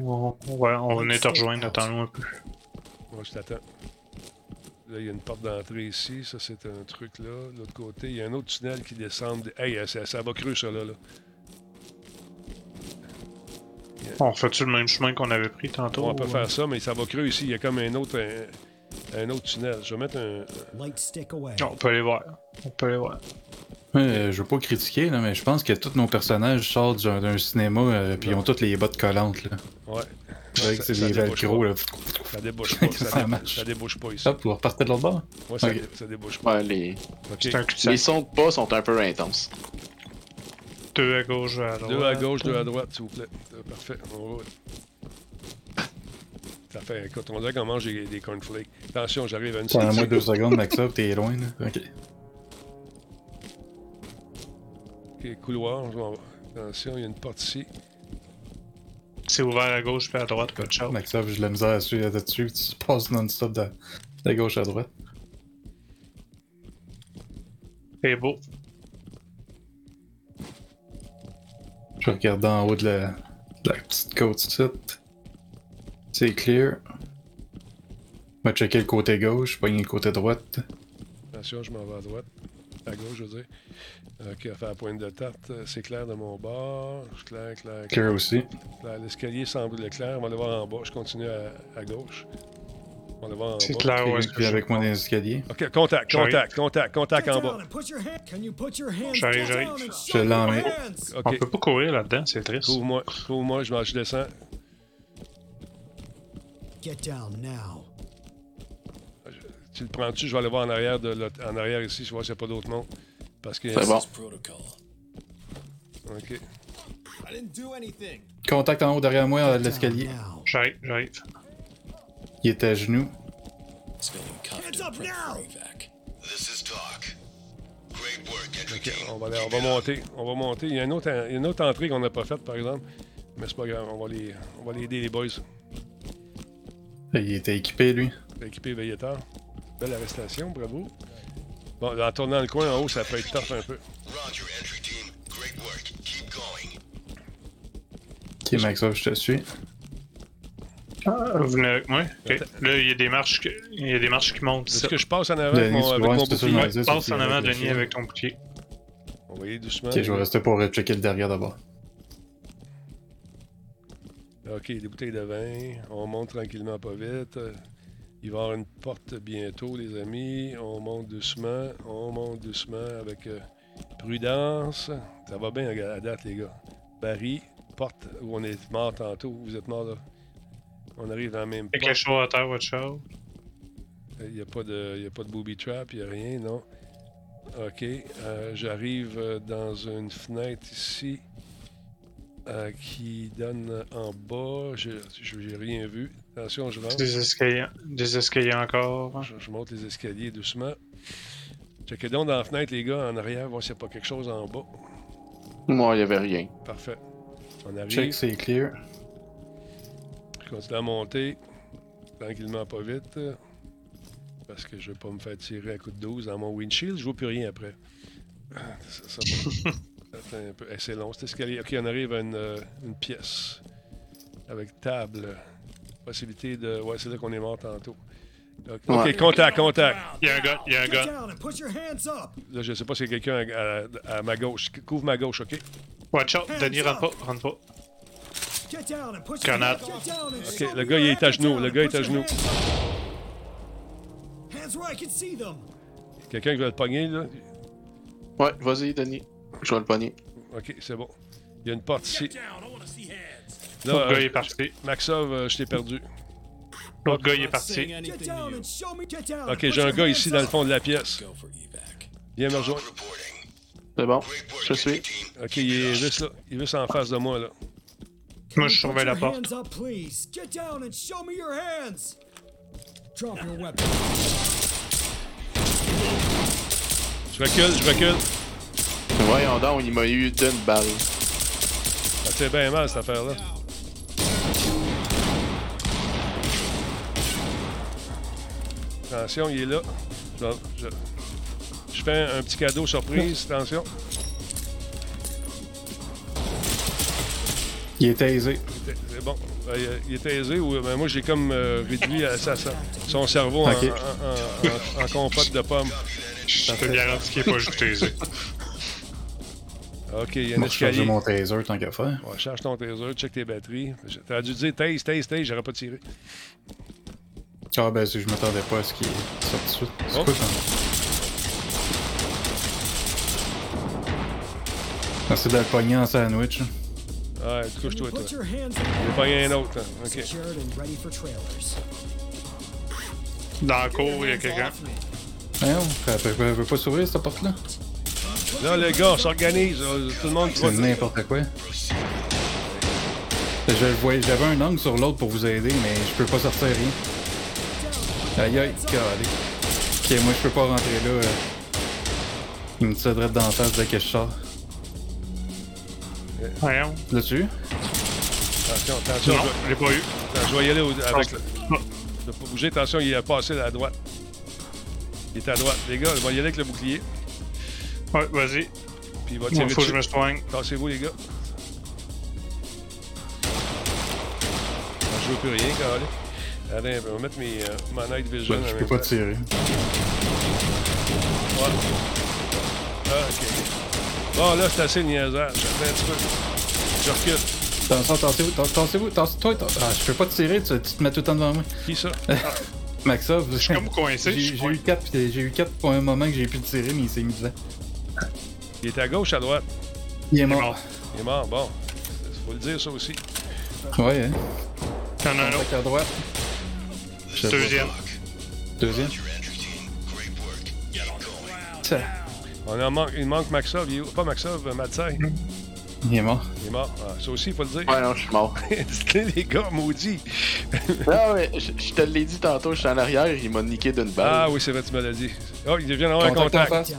[SPEAKER 10] On... Ouais, on venait te rejoindre, attends-nous un peu.
[SPEAKER 6] Moi, je t'attends. Là, il y a une porte d'entrée ici. Ça, c'est un truc là. De l'autre côté, il y a un autre tunnel qui descend. Hey, euh, ça, ça va creux, ça là. là.
[SPEAKER 10] On fait-tu le même chemin qu'on avait pris tantôt?
[SPEAKER 6] On peut
[SPEAKER 10] ou-
[SPEAKER 6] faire ça, mais ça va creux ici. Il y a comme un autre, un, un autre tunnel. Je vais mettre un.
[SPEAKER 12] Light stick away.
[SPEAKER 10] On peut aller voir. On peut aller voir.
[SPEAKER 11] Euh, je veux pas critiquer, là, mais je pense que tous nos personnages sortent d'un d'un cinéma euh, puis ils ont toutes les bottes collantes. Là.
[SPEAKER 6] Ouais.
[SPEAKER 11] C'est vrai que c'est
[SPEAKER 6] Ça- ça
[SPEAKER 11] des
[SPEAKER 6] débouche
[SPEAKER 11] velcro.
[SPEAKER 6] pas.
[SPEAKER 11] Là.
[SPEAKER 6] Ça débouche pas. ça,
[SPEAKER 11] Ça
[SPEAKER 6] dé-
[SPEAKER 11] marche.
[SPEAKER 6] ça débouche pas ici.
[SPEAKER 11] Hop, vous repartez de l'autre bord?
[SPEAKER 6] Ouais, ça,
[SPEAKER 11] Ok.
[SPEAKER 6] dé- ça débouche pas.
[SPEAKER 14] Ouais, les...
[SPEAKER 6] Ok.
[SPEAKER 14] les sons de pas sont un peu intenses.
[SPEAKER 10] Deux à gauche, deux à droite.
[SPEAKER 6] Deux à gauche, deux à droite, s'il vous plaît. Euh, Parfait. On roule. Ça fait, écoute, on dirait qu'on mange des, des cornflakes. Attention, j'arrive à une
[SPEAKER 11] Pendant
[SPEAKER 6] sortie.
[SPEAKER 11] moi deux secondes, avec ça, t'es loin. Là. Ok.
[SPEAKER 6] Ok, couloir, je m'en vais. Attention, il y a une porte ici.
[SPEAKER 10] C'est ouvert à gauche puis à droite, pas de chance.
[SPEAKER 11] Maxov, j'ai de la misère à suivre là-dessus. Tu passes non-stop de, de gauche à droite.
[SPEAKER 10] C'est beau.
[SPEAKER 11] Je regarde en haut de la, de la petite côte ici. C'est clear. On va checker le côté gauche, pogner le côté droite.
[SPEAKER 6] Attention, je m'en vais à droite. À gauche, je veux dire. Ok, à faire la pointe de tarte. Euh, C'est clair de mon bord. Clair, clair, clair.
[SPEAKER 11] Clair aussi.
[SPEAKER 6] Clair. L'escalier semble clair. On va le voir en bas. Je continue à, à gauche. On va le voir en bas.
[SPEAKER 11] C'est clair, ouais. Puis avec moi dans l'escalier.
[SPEAKER 6] Ok, contact,
[SPEAKER 11] J'arrive.
[SPEAKER 6] contact, contact, contact en bas.
[SPEAKER 12] Down and put your hand. Can you put your hands
[SPEAKER 10] J'arrive,
[SPEAKER 12] down
[SPEAKER 10] j'arrive.
[SPEAKER 12] and
[SPEAKER 11] Je l'emmène.
[SPEAKER 6] Ok.
[SPEAKER 10] On peut pas courir là-dedans, c'est triste.
[SPEAKER 6] Couvre-moi, couvre-moi, je, m'en- je descends.
[SPEAKER 12] Get down now.
[SPEAKER 6] Tu le prends-tu? Je vais aller voir en arrière, de l'autre- en arrière ici, je vois s'il n'y a pas d'autres monde. Parce que.
[SPEAKER 11] C'est bon.
[SPEAKER 6] Ok.
[SPEAKER 15] I didn't do anything.
[SPEAKER 11] Contact en haut derrière moi euh, de l'escalier.
[SPEAKER 10] J'arrive, j'arrive.
[SPEAKER 11] Il était à genoux.
[SPEAKER 12] Hands up now.
[SPEAKER 6] Ok, on va, aller- on va monter. On va monter. Il y a une autre, il y a une autre entrée qu'on n'a pas faite, par exemple. Mais c'est pas grave, on va les, on va les aider, les boys.
[SPEAKER 11] Il était équipé, lui.
[SPEAKER 6] Équipé veilleteur. Belle arrestation, bravo. Bon, en tournant le coin en haut, ça peut être tough un peu.
[SPEAKER 11] Ok, Maxov, je te suis.
[SPEAKER 10] Ah, vous venez avec moi? Ok. Là, il y a des marches, que- il y a des marches qui montent.
[SPEAKER 6] Est-ce
[SPEAKER 10] ça.
[SPEAKER 6] que je passe en avant avec
[SPEAKER 11] Denis,
[SPEAKER 6] mon,
[SPEAKER 11] tu
[SPEAKER 6] avec
[SPEAKER 11] vois,
[SPEAKER 6] mon
[SPEAKER 11] c'est ça,
[SPEAKER 6] bouclier?
[SPEAKER 11] je me disais,
[SPEAKER 10] Passe
[SPEAKER 11] c'est
[SPEAKER 10] en
[SPEAKER 11] qu'il y
[SPEAKER 10] avant,
[SPEAKER 11] avait quelque
[SPEAKER 10] Denis,
[SPEAKER 11] chose.
[SPEAKER 10] avec ton bouclier.
[SPEAKER 6] On va y aller doucement.
[SPEAKER 11] Ok, je vais rester pour euh, checker le derrière d'abord.
[SPEAKER 6] Ok, des bouteilles de vin. On monte tranquillement, pas vite. Euh, Il va y avoir une porte bientôt, les amis. On monte doucement. On monte doucement avec euh, prudence. Ça va bien à à date, les gars. Barry, porte où on est mort tantôt. Vous êtes mort là. On arrive dans la même
[SPEAKER 10] Fait que le show à terre, watch out.
[SPEAKER 6] il n'y a, pas de- y a pas de booby trap, il n'y a rien, non. Ok, euh, j'arrive euh, dans une fenêtre ici euh, qui donne en bas. Je n'ai rien vu. Attention, je rentre.
[SPEAKER 10] Des escaliers, des escaliers encore.
[SPEAKER 6] Je, je monte les escaliers doucement. Checkez donc dans la fenêtre, les gars, en arrière, voir s'il n'y a pas quelque chose en bas.
[SPEAKER 14] Moi, il y avait rien.
[SPEAKER 6] Parfait. On arrive.
[SPEAKER 11] Check, c'est clear.
[SPEAKER 6] Je continue à monter. Tranquillement, pas vite. euh, Parce que je veux pas me faire tirer à coup de 12 dans mon windshield. Je vois plus rien après. Ah, Ça, ça va. Attends un peu. Eh, c'est long cet escalier. Ok, on arrive à une, euh, une pièce. Avec table. Possibilité de. Ouais, c'est là qu'on est mort tantôt. Ok, ok,
[SPEAKER 10] Ouais.
[SPEAKER 6] contact, contact.
[SPEAKER 10] Il y a un gars, il y a un
[SPEAKER 12] Get
[SPEAKER 10] gars.
[SPEAKER 12] down and put your hands up.
[SPEAKER 6] Là, je sais pas s'il y a quelqu'un à, à- à ma gauche. Couvre ma gauche, ok?
[SPEAKER 10] Watch out, Denis, rentre pas, rentre pas.
[SPEAKER 12] Get down and put your
[SPEAKER 10] Grenade.
[SPEAKER 12] Get down and
[SPEAKER 6] Ok, le gars, il est à genoux. Le gars est à genoux.
[SPEAKER 12] hands where I can see them.
[SPEAKER 6] Quelqu'un qui veut le pogner, là?
[SPEAKER 14] Ouais, vas-y, Denis. Je vais le pogner.
[SPEAKER 6] Ok, c'est bon. Il y a une porte ici.
[SPEAKER 10] L'autre gars,
[SPEAKER 6] euh,
[SPEAKER 10] il est parti.
[SPEAKER 6] Maxov, euh, je t'ai perdu.
[SPEAKER 10] L'autre gars, il est parti.
[SPEAKER 12] Get down and show me. Get down.
[SPEAKER 6] Ok, j'ai un gars ici dans le fond de la pièce. Viens me rejoindre.
[SPEAKER 14] C'est bon, je suis.
[SPEAKER 6] Ok, il est juste là. Il est juste en face de moi, là.
[SPEAKER 10] Moi, je surveille
[SPEAKER 12] Put your
[SPEAKER 10] la porte.
[SPEAKER 12] hands up, please. Get down and show me your hands. Drop your weapon.
[SPEAKER 6] Je recule, je recule.
[SPEAKER 14] Voyons donc, il m'a eu d'une balle.
[SPEAKER 6] Ça fait bien mal, cette affaire-là. Attention, il est là. Je, je- je fais un, un petit cadeau surprise. Attention.
[SPEAKER 11] Il était aisé.
[SPEAKER 6] C'est bon. Euh, il est- il est aisé ou ben, moi j'ai comme euh, réduit à sa- sa- son cerveau en-
[SPEAKER 11] Ok.
[SPEAKER 6] en, en- en- en compote de pommes.
[SPEAKER 10] Je te garantis qu'il est pas juste aisé.
[SPEAKER 6] Ok, il y a un
[SPEAKER 11] Moi, je chargeais
[SPEAKER 6] escalier.
[SPEAKER 11] mon taser tant qu'à faire.
[SPEAKER 6] Ouais, charge ton taser, check tes batteries. J- T'aurais dû dire taser, taser, taser, j'aurais pas tiré.
[SPEAKER 11] Ah, ben, si je m'attendais pas à Oh. ce qu'il sorte tout de suite. C'est
[SPEAKER 6] Oh.
[SPEAKER 11] quoi ça? Merci de le pogner en sandwich.
[SPEAKER 6] Ouais, couche-toi, toi.
[SPEAKER 12] Put
[SPEAKER 6] Je
[SPEAKER 12] your hands
[SPEAKER 6] vais pogner un autre. hein. Ok.
[SPEAKER 12] secured and ready for trailers.
[SPEAKER 10] Dans la cour, il y a quelqu'un.
[SPEAKER 11] Hein, elle peut- elle veut pas s'ouvrir cette porte-là?
[SPEAKER 6] Là, les gars, on s'organise. euh, Tout le monde
[SPEAKER 11] C'est n'importe quoi. Je le voyais, j'avais un angle sur l'autre pour vous aider, mais je peux pas sortir rien. Aïe aïe, calé. Ok, moi je peux pas rentrer là. euh. Il me tirerait dans la face dès que je sors.
[SPEAKER 10] Voyons.
[SPEAKER 11] Là-dessus?
[SPEAKER 6] Attention, attention.
[SPEAKER 10] Non,
[SPEAKER 6] je-
[SPEAKER 10] je l'ai pas eu.
[SPEAKER 6] Attends, je vais y aller au- avec le.
[SPEAKER 10] Ah.
[SPEAKER 6] Je vais pas bouger, attention, il a passé à droite. Il est à droite. Les gars, je vais y aller avec le bouclier.
[SPEAKER 10] Ouais, vas-y.
[SPEAKER 6] Puis il
[SPEAKER 10] Moi,
[SPEAKER 6] va tirer.
[SPEAKER 10] faut que
[SPEAKER 6] dessus.
[SPEAKER 10] je me soigne.
[SPEAKER 6] Tassez-vous, les gars. Je veux plus rien, Carole. Attends, je vais mettre mes, euh, mon night vision.
[SPEAKER 11] Je
[SPEAKER 6] en
[SPEAKER 11] peux
[SPEAKER 6] même
[SPEAKER 11] pas
[SPEAKER 6] temps.
[SPEAKER 11] tirer.
[SPEAKER 6] Ouais. Ah, ok. Bon, là, c'est assez niaisage. Attends un petit peu. Je recule.
[SPEAKER 11] Attention, tassez-vous, tassez- tassez-vous, tassez-toi. tassez- Ah, je peux pas te tirer, tu, tu te mets tout le temps devant moi.
[SPEAKER 6] Qui ça?
[SPEAKER 11] Maxov. Je suis
[SPEAKER 10] comme coincé, je
[SPEAKER 11] J'ai
[SPEAKER 10] suis
[SPEAKER 11] j'ai eu 4 j'ai eu quatre pour un moment que j'ai pu tirer, mais il s'est mis devant.
[SPEAKER 6] Il est à gauche, à droite.
[SPEAKER 11] Il est mort.
[SPEAKER 6] Il est mort, bon. Faut le dire, ça aussi.
[SPEAKER 11] Ouais, hein.
[SPEAKER 10] T'en as un autre.
[SPEAKER 11] à droite. Je sais
[SPEAKER 10] Deuxième.
[SPEAKER 11] pas. Deuxième. Ça,
[SPEAKER 6] On en manque, il manque Maxov. Il est où? Pas Maxov, euh, Matsai.
[SPEAKER 11] Il est mort.
[SPEAKER 6] Il est mort. Ah, ça aussi, il faut le dire.
[SPEAKER 14] Ouais, non, je suis mort.
[SPEAKER 6] C'était les gars maudits.
[SPEAKER 14] non, mais je, je te l'ai dit tantôt, je suis en arrière, il m'a niqué d'une
[SPEAKER 6] Ah
[SPEAKER 14] balle.
[SPEAKER 6] oui, c'est vrai, tu me l'as dit. Oh, il vient d'avoir un contact.
[SPEAKER 11] en face.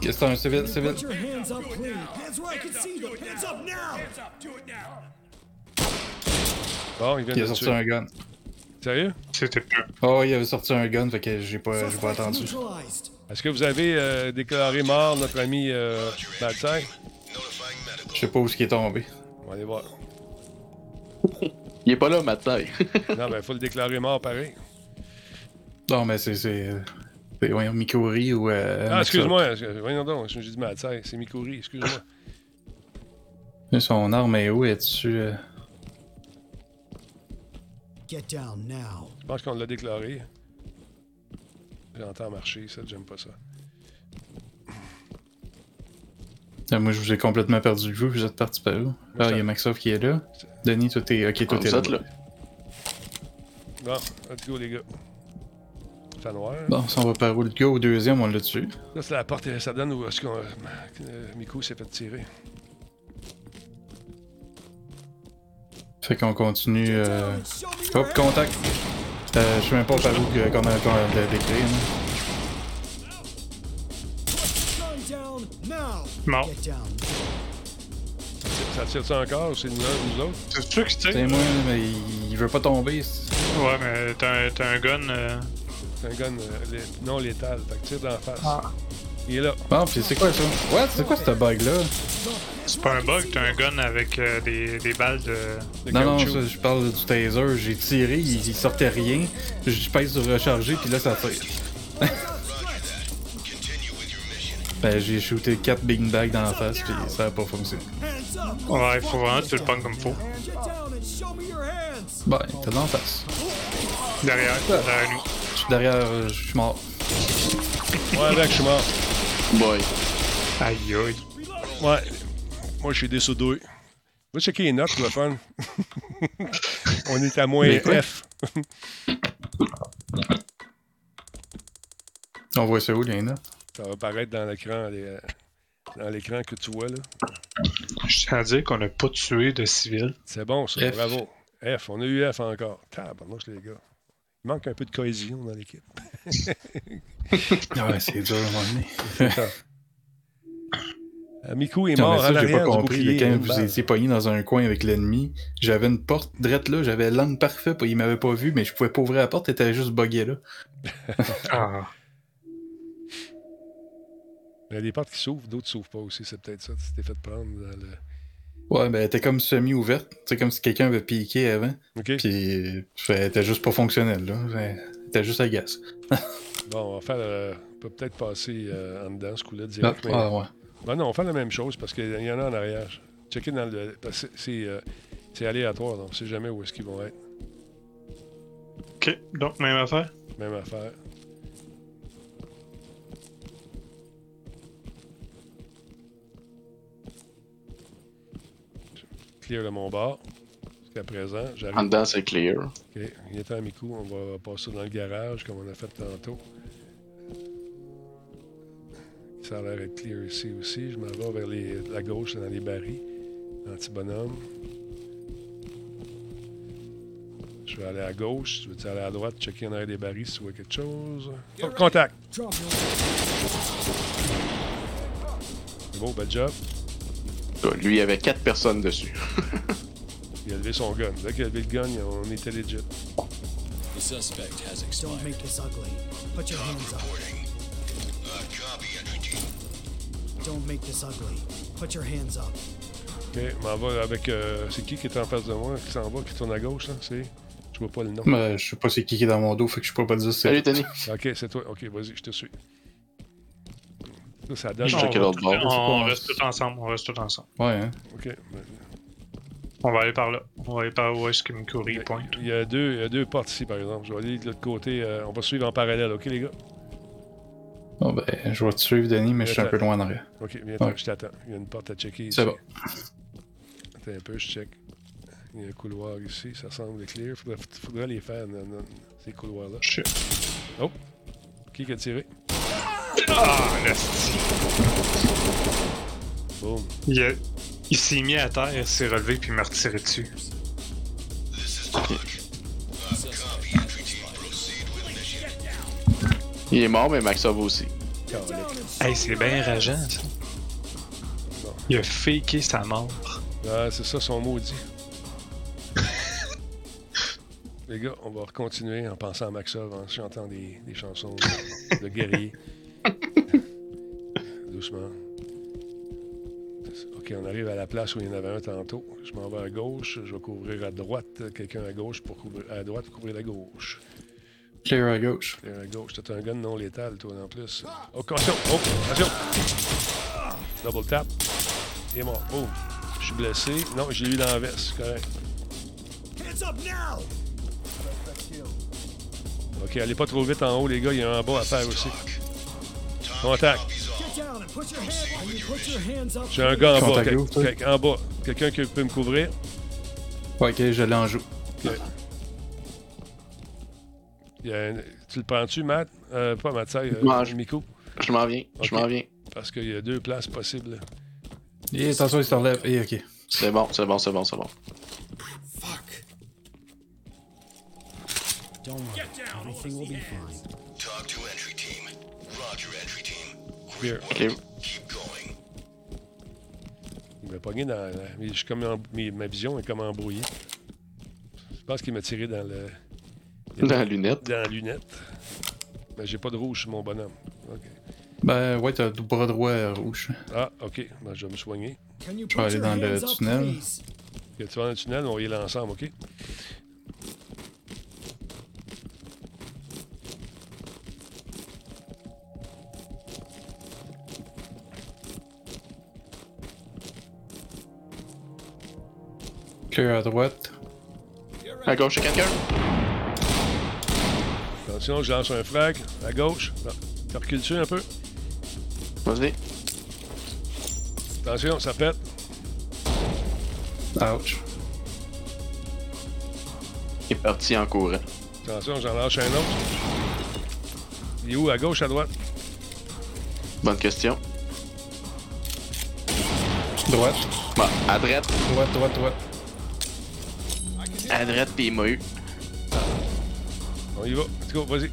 [SPEAKER 11] Qu'est-ce que c'est un civil, civil?
[SPEAKER 12] Put your hands up, please. Hands where I can see them. Hands up now. Hands up. Do it now.
[SPEAKER 6] Bon, il vient
[SPEAKER 11] Il a
[SPEAKER 6] de le
[SPEAKER 11] sorti
[SPEAKER 6] tuer.
[SPEAKER 11] un gun.
[SPEAKER 6] Sérieux?
[SPEAKER 10] C'était plus.
[SPEAKER 11] Oh, il avait sorti un gun, fait que j'ai pas, j'ai pas attendu.
[SPEAKER 12] Neutralized.
[SPEAKER 6] Est-ce que vous avez euh, déclaré mort notre ami euh, Matsai?
[SPEAKER 11] Je sais pas où ce qui est tombé.
[SPEAKER 6] On va aller voir.
[SPEAKER 14] Il est pas là, ma taille.
[SPEAKER 6] non, ben, faut le déclarer mort pareil.
[SPEAKER 11] Non, mais c'est. C'est. c'est- Voyons, Mikori ou. euh,
[SPEAKER 6] Ah,
[SPEAKER 11] Maxov.
[SPEAKER 6] excuse-moi. excuse- Voyons donc, j'ai dit Matsai. C'est Mikuri, excuse-moi.
[SPEAKER 11] Son arme est où? Est-tu. euh,
[SPEAKER 12] Get down now.
[SPEAKER 6] Je pense qu'on l'a déclaré. J'entends marcher, ça, j'aime pas ça.
[SPEAKER 11] Ah, Moi, je vous ai complètement perdu le jeu, vous êtes parti par où? Ah, il y a Maxov qui est là. Denis, toi, t'es. Ok,
[SPEAKER 14] Ah,
[SPEAKER 11] toi, t'es
[SPEAKER 14] vous
[SPEAKER 11] là.
[SPEAKER 14] êtes là.
[SPEAKER 6] Bon, let's go, les gars. C'est noir.
[SPEAKER 11] Bon, ça, on va par où le gars au deuxième, on l'a dessus.
[SPEAKER 6] Là, c'est la porte, euh, ça donne où est-ce qu'on. euh, Miku s'est fait tirer.
[SPEAKER 11] Fait qu'on continue. Euh... Hop, contact! Euh, je sais même pas par où que- comment on l'a décrit. hein.
[SPEAKER 12] Gun down now.
[SPEAKER 10] Mort.
[SPEAKER 12] Get down.
[SPEAKER 6] Ça tire ça encore ou c'est nous, nous autres?
[SPEAKER 10] C'est sûr que c'était.
[SPEAKER 11] C'est moi, mais il il veut pas tomber. c'est-
[SPEAKER 10] Ouais, mais t'as un, t'as un gun. euh,
[SPEAKER 6] C'est un gun euh, lé- non létal. Fait que tire d'en face. Il est là.
[SPEAKER 11] Bon, pis c'est quoi ça? Ouais, c'est quoi cette bug-là?
[SPEAKER 10] C'est pas un bug, t'as un gun avec euh, des, des balles de. de
[SPEAKER 11] Non, non,
[SPEAKER 10] caoutchouc.
[SPEAKER 11] ça, je parle du taser. J'ai tiré, il, il sortait rien. Je- Je pèse sur recharger, puis là, ça tire. ben, j'ai shooté 4 big bags dans la face, puis ça a pas fonctionné.
[SPEAKER 12] Hands up.
[SPEAKER 10] Ouais, faut vraiment que tu le pognes comme faut.
[SPEAKER 12] Get down and show me your hands.
[SPEAKER 11] Ben, t'es dans la face.
[SPEAKER 10] Derrière, derrière nous.
[SPEAKER 11] Je suis derrière, euh, je suis mort.
[SPEAKER 6] Ouais, avec, je suis mort.
[SPEAKER 14] Boy.
[SPEAKER 10] Aïe aïe.
[SPEAKER 6] Ouais. Moi, je suis dessoudoué. Va checker les notes, le fun. On est à moins
[SPEAKER 11] Mais quoi?
[SPEAKER 6] F.
[SPEAKER 11] On voit ça où, les notes?
[SPEAKER 6] Ça va apparaître dans l'écran, les, euh, dans l'écran que tu vois, là.
[SPEAKER 10] Je tiens à dire qu'on a pas tué de civils.
[SPEAKER 6] C'est bon, ça.
[SPEAKER 11] F.
[SPEAKER 6] Bravo. F. On a eu F encore. Tabarnouche, les gars. Il manque un peu de cohésion dans l'équipe.
[SPEAKER 11] Ah Ouais, c'est dur, à un moment donné.
[SPEAKER 6] Euh, Miku est
[SPEAKER 11] Non, mais
[SPEAKER 6] mort à
[SPEAKER 11] ça, j'ai pas
[SPEAKER 6] l'arrière du
[SPEAKER 11] compris.
[SPEAKER 6] bouclier.
[SPEAKER 11] Quand
[SPEAKER 6] une
[SPEAKER 11] vous
[SPEAKER 6] balle.
[SPEAKER 11] étiez pogné dans un coin avec l'ennemi, j'avais une porte drette là, j'avais l'angle parfait, puis il m'avait pas vu, mais je pouvais pas ouvrir la porte, elle était juste buggée là.
[SPEAKER 10] Ah.
[SPEAKER 6] Il y a des portes qui s'ouvrent, d'autres ne s'ouvrent pas aussi. C'est peut-être ça. Tu t'es fait prendre dans le.
[SPEAKER 11] Ouais, ben, elle était comme semi-ouverte, tu sais, comme si quelqu'un avait piqué avant,
[SPEAKER 6] OK.
[SPEAKER 11] puis fait, elle était juste pas fonctionnelle là. Fait, Elle était juste agace.
[SPEAKER 6] Bon, on va faire. euh, on peut peut-être passer euh, en dedans, ce coup-là,
[SPEAKER 11] Ah,
[SPEAKER 6] direct. mais-
[SPEAKER 11] ah, ouais.
[SPEAKER 6] Ben non, on fait la même chose parce qu'il y en a en arrière. Checker dans le. parce que c'est, euh, c'est aléatoire, donc on ne sait jamais où est-ce qu'ils vont être.
[SPEAKER 10] Ok, donc même affaire.
[SPEAKER 6] Même affaire. clear de mon bord. Jusqu'à présent, j'arrive.
[SPEAKER 14] En dedans, c'est clear.
[SPEAKER 6] Ok, il est temps, mes coups. On va passer dans le garage comme on a fait tantôt. Ça a l'air d'être clear ici aussi. Je m'en vais vers les- la gauche dans les barils. Anti-bonhomme. Je vais aller à gauche. Tu veux aller à droite, checker en arrière des barils si tu vois quelque chose. Oh, contact!
[SPEAKER 12] Drop your
[SPEAKER 6] C'est beau, bel job.
[SPEAKER 14] Là, Lui, il y avait 4 personnes dessus.
[SPEAKER 6] Il a levé son gun. Dès qu'il a levé le gun, on était legit.
[SPEAKER 18] The suspect has expired.
[SPEAKER 12] Don't make this ugly. Put your hands up.
[SPEAKER 18] Uh, copy, entry team.
[SPEAKER 12] Don't make this ugly. Put your hands up.
[SPEAKER 6] Ok, je m'en vais avec. euh, c'est qui qui est en face de moi, qui s'en va, qui tourne à gauche, là? C'est. Je vois pas le nom.
[SPEAKER 11] Mais Ben, je sais pas c'est qui qui est dans mon dos, fait que je peux pas dire c'est.
[SPEAKER 6] Ok, c'est toi. Ok, vas-y, je te suis. Ça, ça donne.
[SPEAKER 10] on,
[SPEAKER 6] Ok,
[SPEAKER 10] reste- on reste tous ensemble, on reste tous ensemble.
[SPEAKER 11] Ouais, hein.
[SPEAKER 6] ben,
[SPEAKER 10] On va aller par là. On va aller par où est-ce que Mikori pointe.
[SPEAKER 6] Il y, a deux, il y a deux portes ici, par exemple. Je vais aller de l'autre côté. euh, on va suivre en parallèle, ok, les gars?
[SPEAKER 11] Bon, ben, je vais te suivre, Denis, mais je suis un peu
[SPEAKER 6] Attends.
[SPEAKER 11] loin en arrière.
[SPEAKER 6] Ok, viens, attends,
[SPEAKER 11] Ouais.
[SPEAKER 6] je t'attends. Il y a une porte à checker ici.
[SPEAKER 11] C'est bon.
[SPEAKER 6] Attends un peu, je check. Il y a un couloir ici, ça semble clear. Faudrait, faudrait les faire, non, non, ces couloirs-là. Oh! Qui qui a tiré?
[SPEAKER 10] Ah, l'asti.
[SPEAKER 6] Boum.
[SPEAKER 10] Il, a- il s'est mis à terre, il s'est relevé, puis il m'a retiré dessus.
[SPEAKER 18] Uh,
[SPEAKER 14] Il est mort, mais Maxov aussi.
[SPEAKER 10] Hey, c'est bien rageant, ça. Il a faké sa mort.
[SPEAKER 6] Ah, c'est ça, son maudit. Les gars, on va continuer en pensant à Maxov, en chantant des, des chansons de- de guerrier. Doucement. Ok, on arrive à la place où il y en avait un tantôt. Je m'en vais à gauche, je vais couvrir à droite, quelqu'un à gauche pour couvrir à droite pour couvrir la gauche.
[SPEAKER 11] Clear à gauche.
[SPEAKER 6] Quelqu'un à gauche, t'as un gun non létal, toi en plus. Oh, attention! Oh, attention! Double tap. Il est mort. Boum. Je suis blessé. Non, j'ai lui dans la veste, c'est correct.
[SPEAKER 12] Hands up now!
[SPEAKER 6] Ok, allez pas trop vite en haut, les gars, il y a un en bas à faire aussi. Contact.
[SPEAKER 12] Get down and put your hands up. When you put your hands up.
[SPEAKER 6] J'ai un gars en bas.
[SPEAKER 11] Contact
[SPEAKER 6] quel-
[SPEAKER 11] où, toi?
[SPEAKER 6] quel- en bas. Quelqu'un qui peut me couvrir.
[SPEAKER 11] Ouais, ok, je l'ai en joue.
[SPEAKER 6] Il y a un- Tu le prends-tu, Matt? Euh, pas Matt, ça, euh,
[SPEAKER 14] Mange.
[SPEAKER 6] Miko.
[SPEAKER 14] Je m'en viens,
[SPEAKER 6] Ok.
[SPEAKER 14] je m'en viens.
[SPEAKER 6] Parce qu'il y a deux places possibles.
[SPEAKER 11] Et attention, il se relève. Et ok.
[SPEAKER 14] C'est bon, c'est bon, c'est bon, c'est bon.
[SPEAKER 12] Don't worry. Everything will be fine.
[SPEAKER 18] Talk to entry team. Roger, entry team.
[SPEAKER 6] Clear.
[SPEAKER 14] Clear.
[SPEAKER 18] Keep going.
[SPEAKER 6] Il m'a pogné dans. la- mais je suis comme en- mais ma vision est comme embrouillée. Je pense qu'il m'a tiré dans le.
[SPEAKER 14] Dans la lunette.
[SPEAKER 6] Dans la lunette. Mais j'ai pas de rouge sur mon bonhomme. Ok.
[SPEAKER 11] Ben, ouais, t'as le bras droit euh, rouge.
[SPEAKER 6] Ah, ok. Ben, je vais me soigner.
[SPEAKER 12] Can you
[SPEAKER 11] Je vais
[SPEAKER 12] put
[SPEAKER 11] aller
[SPEAKER 12] your
[SPEAKER 11] dans le
[SPEAKER 12] hands up,
[SPEAKER 11] tunnel.
[SPEAKER 12] please?
[SPEAKER 6] Que tu vas dans le tunnel, on y est là ensemble, ok?
[SPEAKER 11] Clear à droite.
[SPEAKER 14] À gauche, il y a quelqu'un.
[SPEAKER 6] Attention, je lance un frag à gauche. Non. Tu recules dessus un peu.
[SPEAKER 14] Vas-y.
[SPEAKER 6] Attention, ça pète.
[SPEAKER 11] Ouch.
[SPEAKER 14] Il est parti en courant.
[SPEAKER 6] Attention, j'en lâche un autre. Il est où? À gauche, à droite?
[SPEAKER 14] Bonne question.
[SPEAKER 11] Droite.
[SPEAKER 14] Bon, à droite.
[SPEAKER 11] Droite, droite, droite.
[SPEAKER 14] À droite, pis il m'a eu.
[SPEAKER 6] On y va. Let's go, vas-y.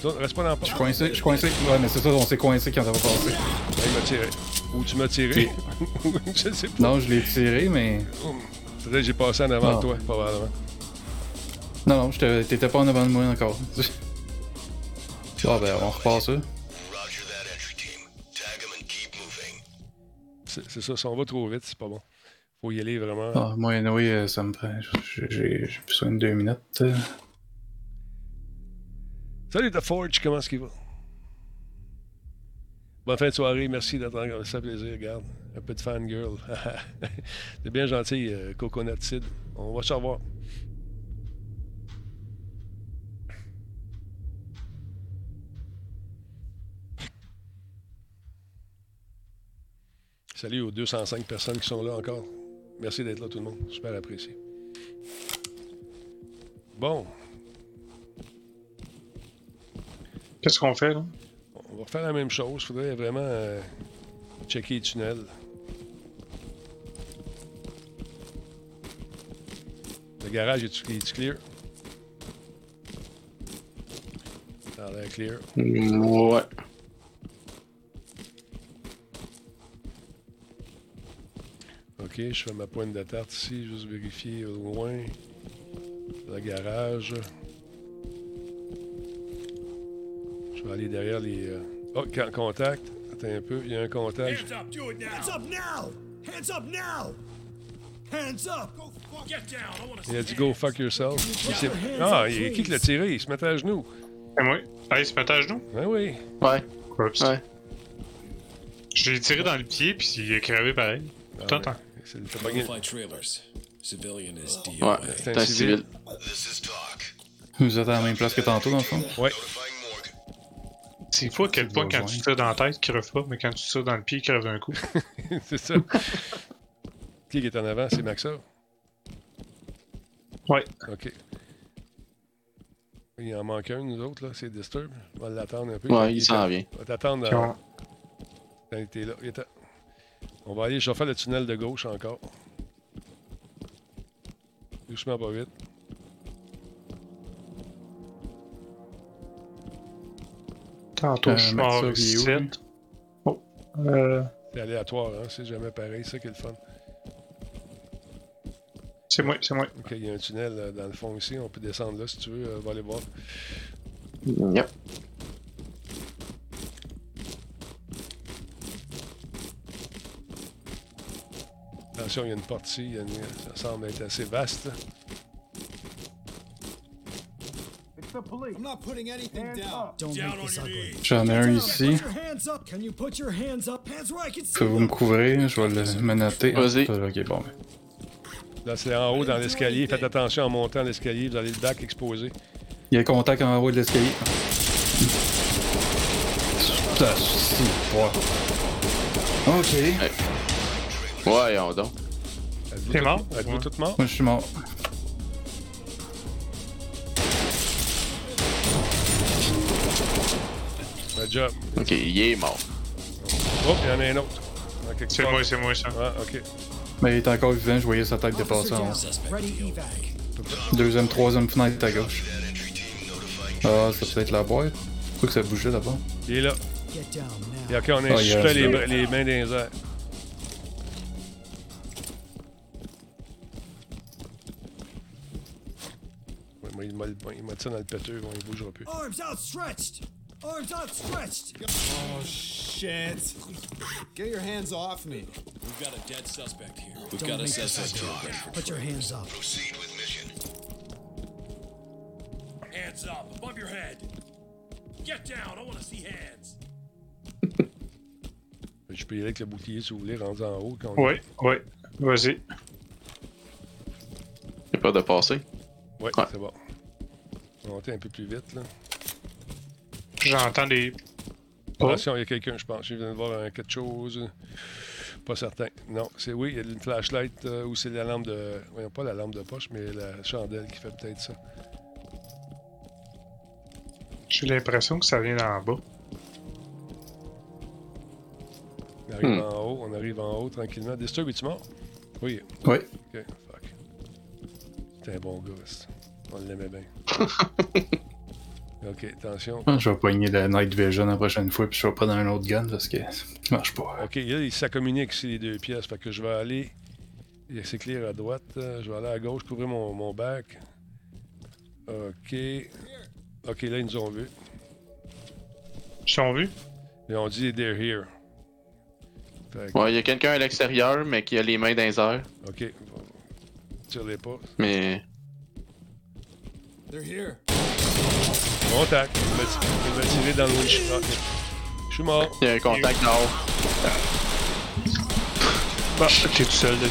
[SPEAKER 6] Tourne, Reste pas dans la porte.
[SPEAKER 11] Je suis coincé, je suis coincé. Ouais, mais c'est ça, on s'est coincé quand ça va passer.
[SPEAKER 6] Ah, il m'a tiré. Ou tu m'as tiré. je sais pas.
[SPEAKER 11] Non, je l'ai tiré, mais.
[SPEAKER 6] Peut-être que j'ai passé en avant
[SPEAKER 14] Ah.
[SPEAKER 11] Non.
[SPEAKER 6] de toi, probablement.
[SPEAKER 11] Non, non, je te- t'étais pas en avant de moi encore. Ah, ben, on repart ça.
[SPEAKER 18] Roger that, entry team. Tag him and keep moving.
[SPEAKER 6] C'est c'est ça, si on va trop vite, c'est pas bon. Faut y aller vraiment.
[SPEAKER 11] Ah, moi, anyway, euh, ça me prend. J'ai j'ai- j'ai besoin de deux minutes. euh.
[SPEAKER 6] Salut The Forge, comment est-ce qu'il va? Bonne fin de soirée, merci d'être Ça fait plaisir, regarde. Un peu de fangirl. C'est bien gentil, euh, Coconut Seed. On va se revoir. Salut aux 205 personnes qui sont là encore. Merci d'être là, tout le monde. Super apprécié. Bon,
[SPEAKER 10] Qu'est-ce qu'on fait, là?
[SPEAKER 6] on va refaire la même chose. Faudrait vraiment euh, checker les tunnels. Le garage est-tu est-tu clear? Ça a l'air clear.
[SPEAKER 14] Ouais.
[SPEAKER 6] Ok, je fais ma pointe de tarte ici, juste vérifier au loin. Le garage. Je vais aller derrière les. euh, Oh, ca- contact. Attends un peu, il y a un contact.
[SPEAKER 13] Hands up, do it now. Hands up now. Hands up now. Hands up. Go fuck. Get down. I want to
[SPEAKER 6] Il a dit go fuck yourself. Il s'est- Ah, il est qui qui l'a tiré? Il se mettait à genoux.
[SPEAKER 10] Ah oui. Ah, il se mettait à genoux?
[SPEAKER 6] Ben oui.
[SPEAKER 14] Ouais.
[SPEAKER 10] Ouais. Je l'ai tiré dans le pied, puis il est crevé pareil.
[SPEAKER 12] Ah
[SPEAKER 10] T'entends?
[SPEAKER 19] Fly trailers. Civilian is DOA.
[SPEAKER 11] Ouais, c'est un civil. Vous êtes à la même place que tantôt, dans le fond?
[SPEAKER 6] Ouais.
[SPEAKER 10] C'est fou à quel point quand tu tires dans la tête, il crève pas, mais quand tu tires dans le pied, il crève d'un coup.
[SPEAKER 6] c'est ça. qui est en avant? C'est Maxa?
[SPEAKER 10] Ouais.
[SPEAKER 6] OK. Il en manque un, nous autres, là. C'est Disturb. On va l'attendre un peu.
[SPEAKER 14] Ouais, il s'en
[SPEAKER 6] est-
[SPEAKER 14] vient.
[SPEAKER 6] On va t'attendre.
[SPEAKER 14] Puis
[SPEAKER 6] euh, Attends, t'es là. Il est à- On va aller, je vais faire le tunnel de gauche encore. Doucement, pas vite.
[SPEAKER 10] Tantôt,
[SPEAKER 11] Euh,
[SPEAKER 10] je suis mort
[SPEAKER 11] Maxov, il est où,
[SPEAKER 10] ici.
[SPEAKER 11] lui?
[SPEAKER 10] Oh. Euh,
[SPEAKER 6] C'est aléatoire, hein. C'est jamais pareil. C'est ça qui est le fun.
[SPEAKER 10] c'est moi, c'est moi.
[SPEAKER 6] OK, il y a un tunnel euh, dans le fond ici. On peut descendre là si tu veux. euh, on va aller voir.
[SPEAKER 14] Yep.
[SPEAKER 6] Attention, il y a une porte ici. il y a une- Ça semble être assez vaste.
[SPEAKER 12] It's the police. I'm not putting anything down. Don't
[SPEAKER 13] Down
[SPEAKER 12] make this
[SPEAKER 13] on
[SPEAKER 12] ugly.
[SPEAKER 11] J'en ai un ici.
[SPEAKER 12] Put your hands up. Can you put your hands up? Hands where I can
[SPEAKER 11] Que
[SPEAKER 12] see.
[SPEAKER 11] vous me couvrez, je vais le menotter.
[SPEAKER 14] Vas-y.
[SPEAKER 11] Ah, Ok, bon. ben.
[SPEAKER 6] Là, c'est en haut dans l'escalier. Faites attention en montant l'escalier. Vous allez le bac exposé.
[SPEAKER 11] Il y a contact en haut de l'escalier. Putain, si, ouais. Ok.
[SPEAKER 14] Ouais, on donc.
[SPEAKER 6] Êtes-vous
[SPEAKER 14] T'es
[SPEAKER 6] tout-
[SPEAKER 14] mort?
[SPEAKER 6] Êtes-vous
[SPEAKER 14] Ouais.
[SPEAKER 6] tout mort?
[SPEAKER 11] Moi, je suis mort.
[SPEAKER 6] Good job.
[SPEAKER 14] Ok, il est mort.
[SPEAKER 6] Oh, il y en a un autre. C'est moi,
[SPEAKER 10] c'est moi, ça.
[SPEAKER 6] Ah, ok.
[SPEAKER 11] Mais Ben, il est encore vivant, je voyais sa tête dépasser en haut.
[SPEAKER 12] Ready evac.
[SPEAKER 11] Deuxième, troisième fenêtre à gauche. Ah, c'est peut-être la boîte. Faut que ça bougeait d'abord.
[SPEAKER 6] Il est là. Et ok, on
[SPEAKER 11] Oh,
[SPEAKER 6] a
[SPEAKER 11] il
[SPEAKER 6] insulté
[SPEAKER 11] reste
[SPEAKER 6] les,
[SPEAKER 11] là.
[SPEAKER 6] bra- les mains dans les airs. Ouais, moi, il m'a- il m'a tiré dans le péteux, bon, il bougera plus.
[SPEAKER 12] Arms outstretched. Arms outstretched.
[SPEAKER 15] Oh shit! Get your hands off me!
[SPEAKER 18] We've got a dead suspect here.
[SPEAKER 15] Don't
[SPEAKER 18] We've got a
[SPEAKER 15] make us
[SPEAKER 18] suspect
[SPEAKER 15] talk.
[SPEAKER 18] here.
[SPEAKER 12] Put your hands up.
[SPEAKER 18] Proceed with mission.
[SPEAKER 13] see. Hands up, above your head. Get down. I want to see hands.
[SPEAKER 6] Je peux y aller avec le bouclier si vous voulez, rendu en haut. Quand on-
[SPEAKER 10] Ouais, ouais. Vas-y.
[SPEAKER 14] J'ai peur de passer.
[SPEAKER 6] Ouais, c'est bon. On va monter un peu plus vite, là.
[SPEAKER 10] J'entends des.
[SPEAKER 6] Attention, il y a quelqu'un, je pense. Je viens de voir un- quelque chose. Pas certain. Non, c'est oui, il y a une flashlight euh, ou c'est la lampe de. Voyons pas la lampe de poche, mais la chandelle qui fait peut-être ça.
[SPEAKER 10] J'ai l'impression que ça vient d'en bas.
[SPEAKER 6] On arrive
[SPEAKER 10] Hmm.
[SPEAKER 6] en haut, on arrive en haut tranquillement. Disturb, es-tu mort? Oui.
[SPEAKER 11] Oui.
[SPEAKER 6] Ok, fuck. C'était un bon gars, c'est- on l'aimait bien. ok, attention.
[SPEAKER 11] Ah, je vais pogner la Night Vision la prochaine fois, puis je vais prendre un autre gun parce que ça marche pas.
[SPEAKER 6] Ok, là, ça communique ici les deux pièces. Fait que je vais aller. Il y a s'éclaire à droite. euh, Je vais aller à gauche, couvrir mon, mon bac. Ok. Ok, là, ils nous ont vus.
[SPEAKER 10] Ils sont vus?
[SPEAKER 6] Ils ont dit they're here. Fait que,
[SPEAKER 14] Ouais, il y a quelqu'un à l'extérieur, mais qui a les mains dans les airs.
[SPEAKER 6] ok. Tire-les pas.
[SPEAKER 14] Mais.
[SPEAKER 15] They're here.
[SPEAKER 6] Contact. Il m'a ti- il m'a tiré dans le windshield. Ok. Je suis mort.
[SPEAKER 14] Il y a un contact là
[SPEAKER 10] Bah, t'es tout seul, Denis.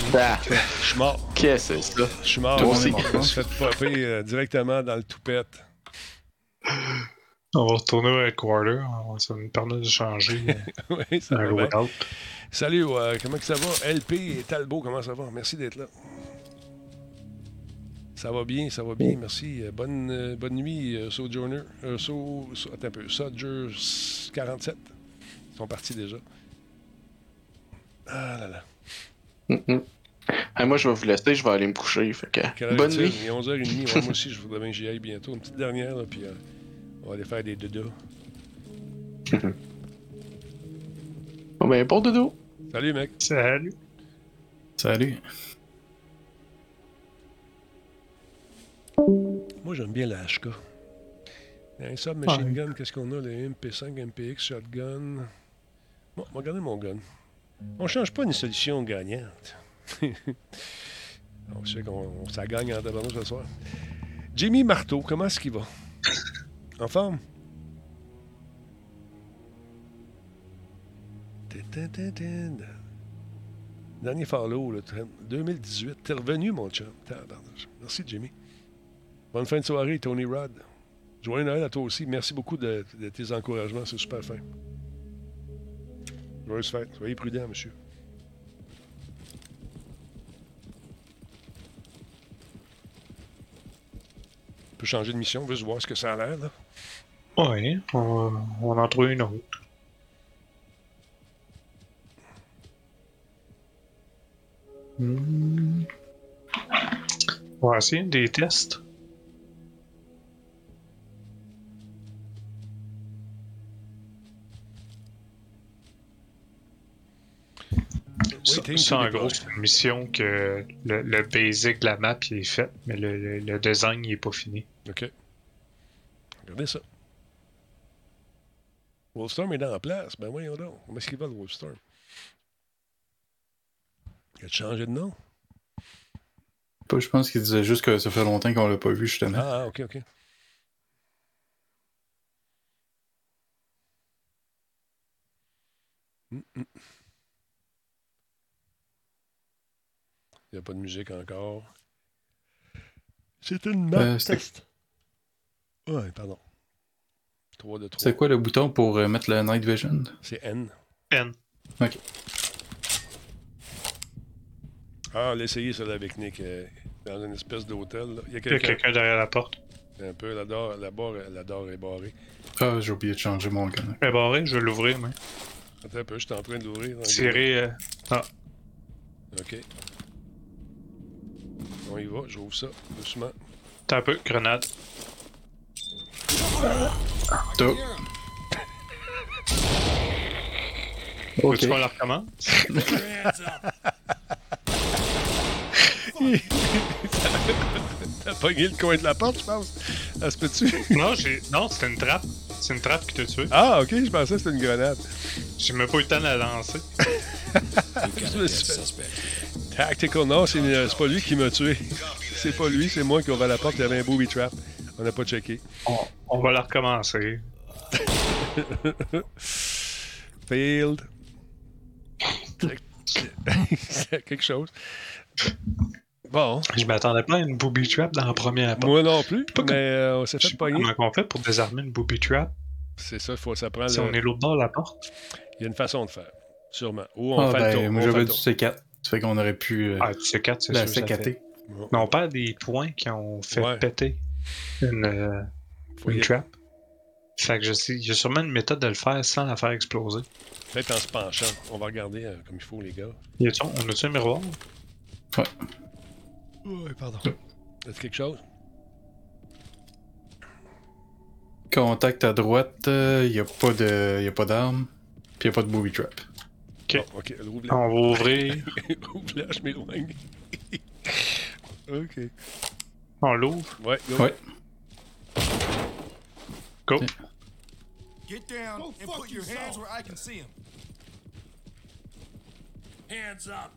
[SPEAKER 6] Je suis mort.
[SPEAKER 14] Bah. Qu'est-ce que c'est ça?
[SPEAKER 6] Je suis mort.
[SPEAKER 14] Toi aussi.
[SPEAKER 6] Je me suis fait popper euh, directement dans le toupette.
[SPEAKER 10] On va retourner au headquarter. On va se permettre de changer.
[SPEAKER 6] oui, ça
[SPEAKER 10] un
[SPEAKER 6] va bien.
[SPEAKER 10] loadout.
[SPEAKER 6] Salut, euh, comment que ça va? LP et Talbot, comment ça va? Merci d'être là. Ça va bien, ça va bien, merci. Euh, Bonne, euh, bonne nuit, euh, Sojourner. Euh, so, so- attends un peu, Sojourner 47. Ils sont partis déjà. Ah là là.
[SPEAKER 14] Mhm. Ah, moi, je vais vous laisser, je vais aller me coucher. Fait que,
[SPEAKER 6] Quelle heure
[SPEAKER 14] bonne
[SPEAKER 6] est-il?
[SPEAKER 14] nuit.
[SPEAKER 6] Il est 11h30. Ouais, moi aussi, je voudrais bien que j'y aille bientôt. Une petite dernière, là, puis euh, on va aller faire des dodos.
[SPEAKER 14] Bon, ben, bon dodo.
[SPEAKER 6] Salut, mec.
[SPEAKER 10] Salut.
[SPEAKER 11] Salut.
[SPEAKER 6] Moi, j'aime bien la HK. Un Hein, submachine gun, qu'est-ce qu'on a? Le MP5, MPX, shotgun. Bon, on va garder mon gun. On change pas une solution gagnante. on sait qu'on on- ça gagne en tabarnouche ce soir. Jimmy Marteau, comment est-ce qu'il va? En forme? Tin-tin-tin-tin. Dernier farlow, le 2018. T'es revenu, mon chum. Tabarnouche. Merci, Jimmy. Bonne fin de soirée, Tony Rod. Joyeux Noël à toi aussi. Merci beaucoup de, de tes encouragements. C'est super fin. Joyeuse fête. Soyez prudent, monsieur. On peut changer de mission. On veut se voir ce que ça a l'air, là.
[SPEAKER 10] Oui, on, on en trouve une autre. Hmm. On va essayer des tests. Ça,
[SPEAKER 6] Waiting
[SPEAKER 10] ça,
[SPEAKER 6] to
[SPEAKER 10] en
[SPEAKER 6] deploy.
[SPEAKER 10] gros, c'est une mission que le, le basic de la map il est fait, mais le, le- le design il est pas fini.
[SPEAKER 6] OK. Regardez ça. Wolfstorm est dans la place. Ben voyons donc. Comment est-ce qu'il va, le Wolfstorm? Il a changé de nom?
[SPEAKER 11] Pas, je pense qu'il disait juste que ça fait longtemps qu'on l'a pas vu, justement.
[SPEAKER 6] Ah, ah, OK, OK. Mm, mm. Il n'y a pas de musique encore. C'est une map
[SPEAKER 11] Euh, c'est-
[SPEAKER 6] test. Ouais, Ah, pardon. 3 de 3.
[SPEAKER 11] C'est quoi le bouton pour euh, mettre le Night Vision?
[SPEAKER 6] C'est N.
[SPEAKER 10] N.
[SPEAKER 11] Ok.
[SPEAKER 6] Ah, l'essayer, celle avec Nick. euh, dans une espèce d'hôtel. là. Il y a
[SPEAKER 10] Il y a
[SPEAKER 6] quelqu'un.
[SPEAKER 10] quelqu'un derrière la porte.
[SPEAKER 6] Un peu, la barre, la barre, la barre est barrée.
[SPEAKER 11] Ah, j'ai oublié de changer mon gun.
[SPEAKER 10] Elle est barrée, Eh ben, je vais l'ouvrir, mais.
[SPEAKER 6] Attends un peu, je suis en train de l'ouvrir.
[SPEAKER 10] Tirer. euh, Ah,
[SPEAKER 6] Ok. On y va, j'ouvre ça, doucement.
[SPEAKER 10] t'as un peu, grenade.
[SPEAKER 11] Top.
[SPEAKER 10] Veux-tu qu'on la recommence?
[SPEAKER 6] T'as pogné le coin de la porte, je pense. Ça se peut-tu?
[SPEAKER 10] Non, j'ai. Non, c'est une trappe. C'est une trappe qui t'a tué.
[SPEAKER 6] Ah, ok, je pensais que c'était une grenade.
[SPEAKER 10] J'ai même pas eu le temps de la lancer.
[SPEAKER 6] Je me suis fait- Tactical, non, c'est euh, c'est pas lui qui m'a tué. C'est pas lui, c'est moi qui ouvre la porte, il y avait un booby trap. On n'a pas checké.
[SPEAKER 10] On, on va la recommencer.
[SPEAKER 6] Failed. C'est quelque chose. Bon.
[SPEAKER 10] Je m'attendais pas à une booby trap dans la première porte.
[SPEAKER 6] Moi non plus,
[SPEAKER 10] Pas
[SPEAKER 6] mais euh, on s'est fait pogner.
[SPEAKER 10] Comment on fait pour désarmer une booby trap
[SPEAKER 6] C'est ça, faut, ça prend
[SPEAKER 10] si
[SPEAKER 6] le-
[SPEAKER 10] on est l'autre bord de la porte?
[SPEAKER 6] Il y a une façon de faire, sûrement. Ou on
[SPEAKER 11] Ah,
[SPEAKER 6] fait le
[SPEAKER 11] ben,
[SPEAKER 6] tour.
[SPEAKER 11] moi
[SPEAKER 6] on fait
[SPEAKER 11] j'avais
[SPEAKER 6] le
[SPEAKER 11] du
[SPEAKER 6] tour.
[SPEAKER 11] C4. Ça fait qu'on aurait pu euh,
[SPEAKER 10] Ah, du C4, c'est
[SPEAKER 11] la
[SPEAKER 10] sûr, ça
[SPEAKER 11] C4er.
[SPEAKER 10] fait. Mais on perd des points qui ont fait
[SPEAKER 6] Ouais.
[SPEAKER 10] péter une, euh,
[SPEAKER 6] Faut y
[SPEAKER 10] une
[SPEAKER 6] aller.
[SPEAKER 10] trap. Fait que je sais, il y a sûrement une méthode de le faire sans la faire exploser.
[SPEAKER 6] Peut-être en se penchant. On va regarder euh, comme il faut, les gars.
[SPEAKER 10] Y a-t-on- on a-tu un miroir?
[SPEAKER 11] Ouais.
[SPEAKER 6] Ouais, pardon. Est-ce quelque chose?
[SPEAKER 11] Contact à droite, euh, y a pas de. Y a pas d'arme. Puis y a pas de booby trap.
[SPEAKER 10] Ok.
[SPEAKER 6] Bon, Ah, ok, rouvre
[SPEAKER 10] On va ouvrir.
[SPEAKER 6] Ouvre-la, je m'éloigne. ok.
[SPEAKER 10] on l'ouvre.
[SPEAKER 6] Ouais, go.
[SPEAKER 11] Ouais.
[SPEAKER 10] Go.
[SPEAKER 13] Get down and put your hands where I can see them. Hands up.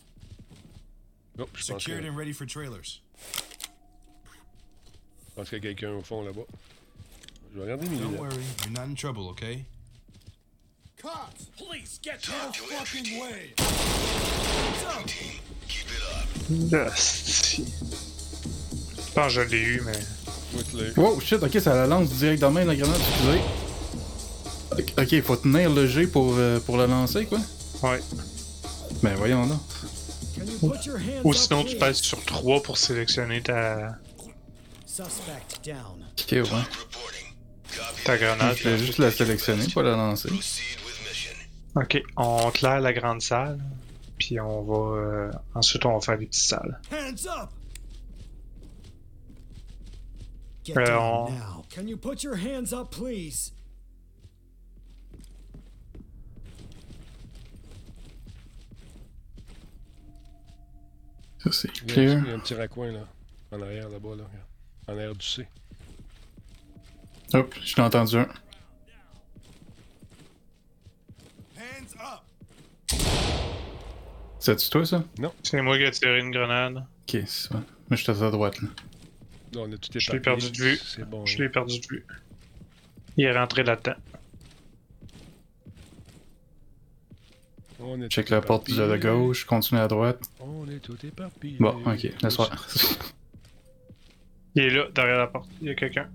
[SPEAKER 6] Oh, je pense que-
[SPEAKER 15] Secured and ready for trailers.
[SPEAKER 6] je pense qu'il y a quelqu'un au fond là-bas. Je vais regarder mes
[SPEAKER 15] Don't
[SPEAKER 6] lunettes.
[SPEAKER 15] worry, you're not in trouble, okay?
[SPEAKER 13] Cops, please get no
[SPEAKER 18] Talk to entry
[SPEAKER 13] fucking
[SPEAKER 18] team.
[SPEAKER 13] way.
[SPEAKER 18] Entry team, keep it up.
[SPEAKER 10] Asti. Je pense que je l'ai eu, mais.
[SPEAKER 6] Moi, tu l'as eu.
[SPEAKER 11] Wow, shit, ok, ça la lance direct dans la main, la grenade, excusez. Ok, faut tenir le G pour, euh, pour la lancer, quoi.
[SPEAKER 10] Ouais.
[SPEAKER 11] Ben voyons donc.
[SPEAKER 12] Can you put your hands
[SPEAKER 10] Ou
[SPEAKER 12] up,
[SPEAKER 10] sinon, tu
[SPEAKER 12] please?
[SPEAKER 10] passes sur 3 pour sélectionner ta,
[SPEAKER 12] Suspect down.
[SPEAKER 11] Ok, ouais.
[SPEAKER 10] ta grenade.
[SPEAKER 11] Je vais juste la sélectionner, pas la lancer.
[SPEAKER 10] Ok, on claire la grande salle, puis on va. euh, ensuite, on va faire les petites salles.
[SPEAKER 12] Hands up! Get
[SPEAKER 10] Euh,
[SPEAKER 12] down
[SPEAKER 10] on-
[SPEAKER 12] now. Can you put your hands up, please?
[SPEAKER 11] Ça, c'est
[SPEAKER 6] Il y, a un,
[SPEAKER 11] clear.
[SPEAKER 6] il y a un petit raccoin, là, en arrière, là-bas, là, regarde. en arrière du C.
[SPEAKER 11] Hop, je l'ai entendu un. C'est-tu toi, ça?
[SPEAKER 6] Non.
[SPEAKER 10] C'est moi qui ai tiré une grenade.
[SPEAKER 11] Ok, c'est bon. Moi, je suis à droite, là.
[SPEAKER 6] Là, on a tout
[SPEAKER 10] Je l'ai
[SPEAKER 6] éparpillé.
[SPEAKER 10] perdu de vue.
[SPEAKER 6] C'est bon.
[SPEAKER 10] Je
[SPEAKER 6] là.
[SPEAKER 10] l'ai perdu de vue. Il est rentré là-dedans.
[SPEAKER 6] On est
[SPEAKER 11] Check
[SPEAKER 6] tout
[SPEAKER 11] la porte du de
[SPEAKER 6] éparpillé.
[SPEAKER 11] gauche, continue à droite.
[SPEAKER 6] On est tout éparpillé.
[SPEAKER 11] Bon, ok, laisse-moi.
[SPEAKER 10] Il est là, derrière la porte. Il y a quelqu'un.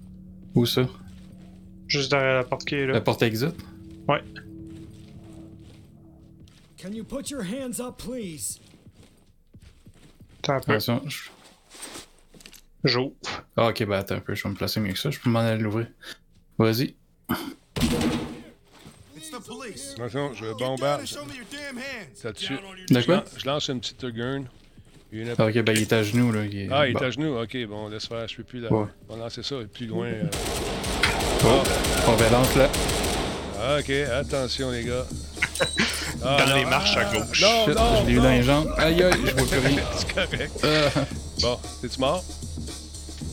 [SPEAKER 11] Où ça?
[SPEAKER 10] Juste derrière la porte qui est là.
[SPEAKER 11] La porte exit?
[SPEAKER 10] Ouais.
[SPEAKER 12] Can you put your hands up, please?
[SPEAKER 10] Attends un peu.
[SPEAKER 11] Attention, je-
[SPEAKER 10] J'ouvre.
[SPEAKER 11] Ah, ok, bah attends un peu, je vais me placer mieux que ça, je peux m'en aller l'ouvrir. Vas-y.
[SPEAKER 18] It's the police.
[SPEAKER 6] Attention, je
[SPEAKER 18] Gotta
[SPEAKER 6] bombarde.
[SPEAKER 18] show me your damn hands.
[SPEAKER 6] Là-dessus.
[SPEAKER 11] De quoi?
[SPEAKER 6] Je lance une petite gun. Une...
[SPEAKER 11] Ah, ok, bah il est à genoux, là. Il est...
[SPEAKER 6] Ah, il est
[SPEAKER 11] bon.
[SPEAKER 6] à genoux. Ok, bon, laisse faire. Je peux plus là.
[SPEAKER 11] Ouais.
[SPEAKER 6] On va lancer ça plus loin. euh.
[SPEAKER 11] Oh, on balance là.
[SPEAKER 6] Ah, Ok, attention, les gars. Ah,
[SPEAKER 10] Dans les marches à gauche.
[SPEAKER 6] Non,
[SPEAKER 11] Shit,
[SPEAKER 6] non,
[SPEAKER 11] je l'ai eu
[SPEAKER 6] non.
[SPEAKER 11] dans les jambes. Aïe, aïe, je vois plus rien.
[SPEAKER 6] C'est correct.
[SPEAKER 11] Euh,
[SPEAKER 6] Bon, t'es-tu mort?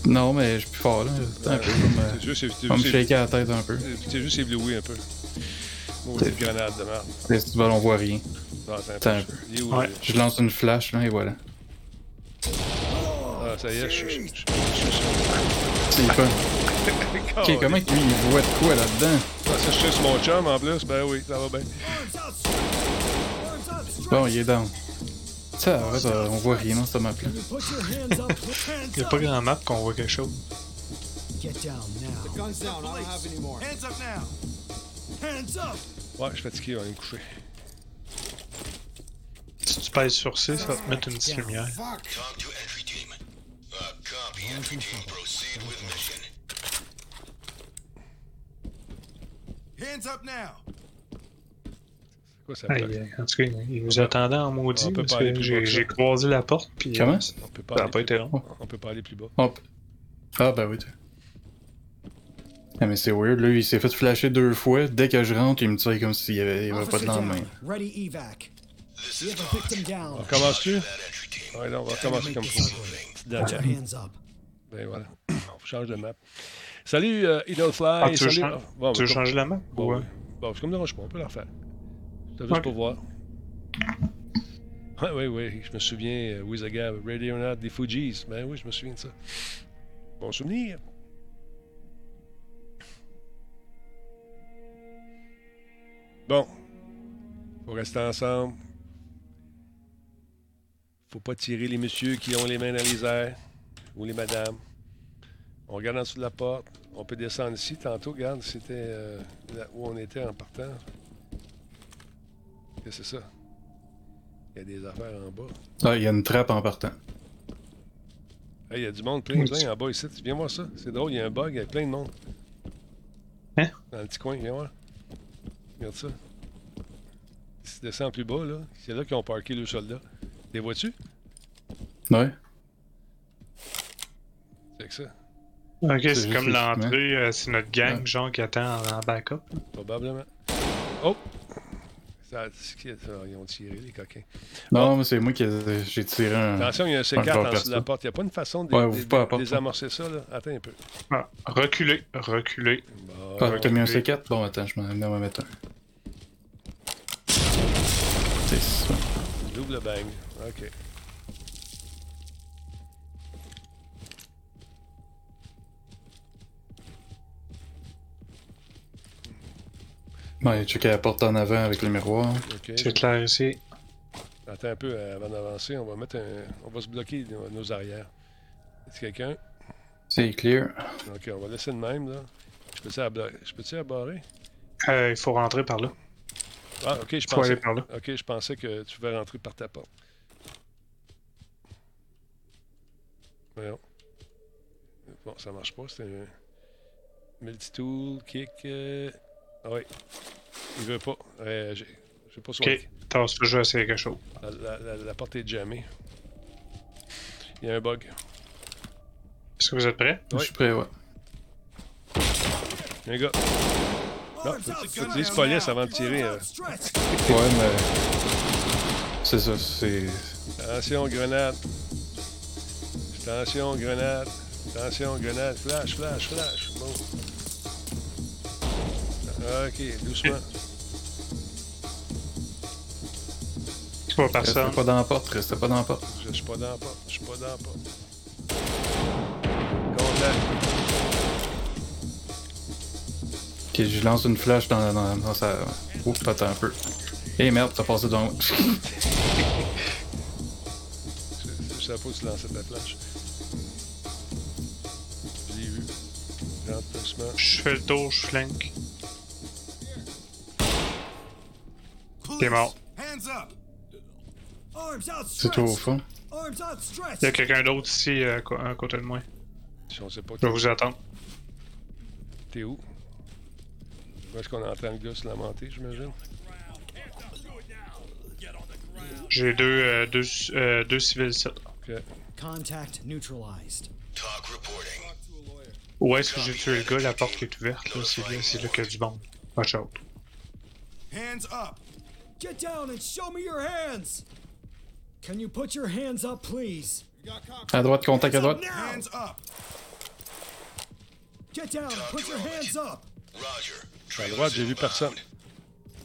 [SPEAKER 11] non, mais je suis plus fort, là. Attends un peu,
[SPEAKER 6] C'est
[SPEAKER 11] je
[SPEAKER 6] juste-
[SPEAKER 11] vais me-
[SPEAKER 6] c'est-
[SPEAKER 11] je vais me
[SPEAKER 6] c'est-
[SPEAKER 11] shaker la tête un peu.
[SPEAKER 6] Euh, T'es juste ébloui un peu. Maudite grenade de merde.
[SPEAKER 11] Laisse tout ballon, on voit rien.
[SPEAKER 6] Non, attends un
[SPEAKER 11] Attends
[SPEAKER 6] peu.
[SPEAKER 11] un peu.
[SPEAKER 6] Il est où, Ouais. lui?
[SPEAKER 11] Je lance une flash, là, et voilà.
[SPEAKER 6] Ah, ça y est, je suis.
[SPEAKER 11] C'est fun.
[SPEAKER 6] Calais.
[SPEAKER 11] Ok, comment que lui, il voit de quoi là-dedans?
[SPEAKER 6] Ah, ça, je suis mon chum en plus. Ben oui, ça va bien.
[SPEAKER 11] Bon, il est down. Ça, arrête, euh, on voit rien dans cette map-là.
[SPEAKER 12] Put your hands up, please.
[SPEAKER 10] Il n'y a pas grand map qu'on voit quelque chose.
[SPEAKER 12] Get down now. The gun's down. I don't have any more. Hands up now. Hands up.
[SPEAKER 6] Ouais, je suis fatigué, on va aller me coucher.
[SPEAKER 10] Si tu pèses sur C, ça va te mettre une petite lumière.
[SPEAKER 18] Hands up now.
[SPEAKER 6] Quoi, ça
[SPEAKER 10] Aïe,
[SPEAKER 6] plaît?
[SPEAKER 10] aïe. en tout cas, Ah, il nous attendait en maudit.
[SPEAKER 6] on peut
[SPEAKER 10] parce
[SPEAKER 6] pas aller
[SPEAKER 10] que
[SPEAKER 6] plus loin
[SPEAKER 10] J'ai
[SPEAKER 6] que ça.
[SPEAKER 10] j'ai croisé la porte. Puis,
[SPEAKER 11] Comment?
[SPEAKER 10] euh,
[SPEAKER 6] On peut pas
[SPEAKER 10] Ça n'a
[SPEAKER 6] aller
[SPEAKER 10] pas été long.
[SPEAKER 6] On peut pas aller plus bas.
[SPEAKER 11] Hop. Ah, bah oui, toi. Ah, mais c'est weird, là, il s'est fait flasher deux fois. Dès que je rentre, il me tire comme s'il y avait, il y avait pas de
[SPEAKER 12] Officer
[SPEAKER 11] lendemain.
[SPEAKER 12] down. Ready evac. We have a victim down.
[SPEAKER 6] On recommence-tu? Ouais, non, on va recommencer comme ça. Petite
[SPEAKER 12] Put your
[SPEAKER 6] dernière.
[SPEAKER 12] hands up.
[SPEAKER 6] Ben voilà. On change de map. Salut, euh, Eaglefly.
[SPEAKER 10] Ah, tu veux,
[SPEAKER 6] Salut.
[SPEAKER 10] chan-
[SPEAKER 6] Ah, bon,
[SPEAKER 10] tu veux
[SPEAKER 6] ben, comme-
[SPEAKER 10] changer la map?
[SPEAKER 6] Bon,
[SPEAKER 10] ouais.
[SPEAKER 6] oui. Bon, c'est comme dérange pas, on peut la refaire. C'est juste
[SPEAKER 10] Ok.
[SPEAKER 6] pour voir. Oui, oui, oui, je me souviens, euh, Wizaga, Ready or Not, des Fujis. Ben oui, je me souviens de ça. Bon souvenir. Bon. Faut rester ensemble. Faut pas tirer les messieurs qui ont les mains dans les airs. Ou les madames. On regarde en dessous de la porte. On peut descendre ici. Tantôt, regarde, c'était euh, là où on était en partant. Qu'est-ce que c'est ça? Il y a des affaires en bas.
[SPEAKER 11] Ah, il y a une trappe en partant.
[SPEAKER 6] Hey, il y a du monde plein,
[SPEAKER 11] Oui.
[SPEAKER 6] plein en bas ici. Viens voir ça. C'est drôle, il y a un bug, il y a plein de monde.
[SPEAKER 10] Hein?
[SPEAKER 6] Dans le petit coin, viens voir. Regarde ça. Si tu descends plus bas, là, c'est là qu'ils ont parké le soldat. Les vois-tu?
[SPEAKER 11] Ouais.
[SPEAKER 6] C'est que ça.
[SPEAKER 10] Ok,
[SPEAKER 11] C'est
[SPEAKER 10] c'est
[SPEAKER 11] juste
[SPEAKER 10] comme
[SPEAKER 11] le
[SPEAKER 10] l'entrée, euh, c'est notre gang,
[SPEAKER 11] Ouais.
[SPEAKER 10] genre, qui attend en, en backup.
[SPEAKER 6] Probablement. Oh! Ça, c'est qui, ça? ils ont tiré, les coquins.
[SPEAKER 11] Non, mais c'est moi qui ai- j'ai tiré un.
[SPEAKER 6] Ah. Attention, il y a un C4 en dessous de la porte. Il n'y a pas une façon de
[SPEAKER 11] Ouais,
[SPEAKER 6] de-
[SPEAKER 11] ouvre pas la porte,
[SPEAKER 6] désamorcer ça, là. Attends un peu.
[SPEAKER 10] Ah, reculez, reculez.
[SPEAKER 6] Bon,
[SPEAKER 11] Ah, t'as mis un
[SPEAKER 10] reculez.
[SPEAKER 11] C4? Bon, attends, je m'en viens m'en mettre un. C'est ça.
[SPEAKER 6] double bang. OK.
[SPEAKER 11] Ouais, checker la porte en avant avec le miroir.
[SPEAKER 6] OK.
[SPEAKER 10] C'est clair ici.
[SPEAKER 6] Attends un peu euh, avant d'avancer. On va mettre un... On va se bloquer nos, nos arrières. Est-ce quelqu'un?
[SPEAKER 11] C'est clear.
[SPEAKER 6] OK, on va laisser de même, là. Je peux-tu abla- je peux-tu abarrer?
[SPEAKER 10] Euh, il faut rentrer par là.
[SPEAKER 6] Ah, ok, je
[SPEAKER 10] Faut aller
[SPEAKER 6] pensais,
[SPEAKER 10] par là.
[SPEAKER 6] ok, je pensais que tu pouvais rentrer par ta porte. Voyons. Bon, ça marche pas. C'est un multitool, kick. euh, Ah oui. Il veut pas. Euh, j'ai j'ai pas son
[SPEAKER 10] Ok, attends, je vais essayer quelque chose.
[SPEAKER 6] la, la- la- la porte est jammée. Il y a un bug.
[SPEAKER 10] Est-ce que vous êtes prêts?
[SPEAKER 6] Oui.
[SPEAKER 11] Je suis prêt, ouais.
[SPEAKER 6] Il y a un gars. Non, faut faut que tu dises police avant de tirer. euh.
[SPEAKER 11] Ouais, mais. C'est ça, c'est.
[SPEAKER 6] Attention, grenade. Attention, grenade. Attention, grenade. Flash, flash, flash. Bon. Ah, Ok, doucement.
[SPEAKER 10] C'est pas personne.
[SPEAKER 11] Restez pas dans la porte, restez pas dans la porte.
[SPEAKER 6] Je suis pas dans la porte. Je suis pas dans la porte. Contact.
[SPEAKER 11] Ok, je lance une flash dans, dans, dans sa. Oups, attends un peu. Eh merde, t'as passé dans.
[SPEAKER 6] Je savais pas où tu lançais ta planche. Je l'ai vu. Rentre doucement.
[SPEAKER 10] Je fais le tour, je flingue. T'es mort.
[SPEAKER 13] Hands up. Arms
[SPEAKER 11] C'est toi au fond.
[SPEAKER 13] Arms outstretched.
[SPEAKER 10] Il y a quelqu'un d'autre ici euh, à co- à côté de moi.
[SPEAKER 6] Si on sait pas
[SPEAKER 10] Je vais vous attendre.
[SPEAKER 6] T'es où? Où est-ce qu'on est en train de se lamenter, j'imagine?
[SPEAKER 10] J'ai deux, euh, deux, euh, deux civils ici.
[SPEAKER 12] Contact neutralized.
[SPEAKER 18] Talk reporting.
[SPEAKER 10] Où est-ce que j'ai tué le gars? La porte qui est ouverte, là, c'est là, c'est là qu'il y a du monde. Watch out.
[SPEAKER 13] Hands up. Get down and show me your hands.
[SPEAKER 12] Can you put your hands up, please?
[SPEAKER 11] À droite, contact à droite.
[SPEAKER 13] Hands up.
[SPEAKER 12] Get down. and Put your hands up.
[SPEAKER 6] À droite, j'ai vu personne.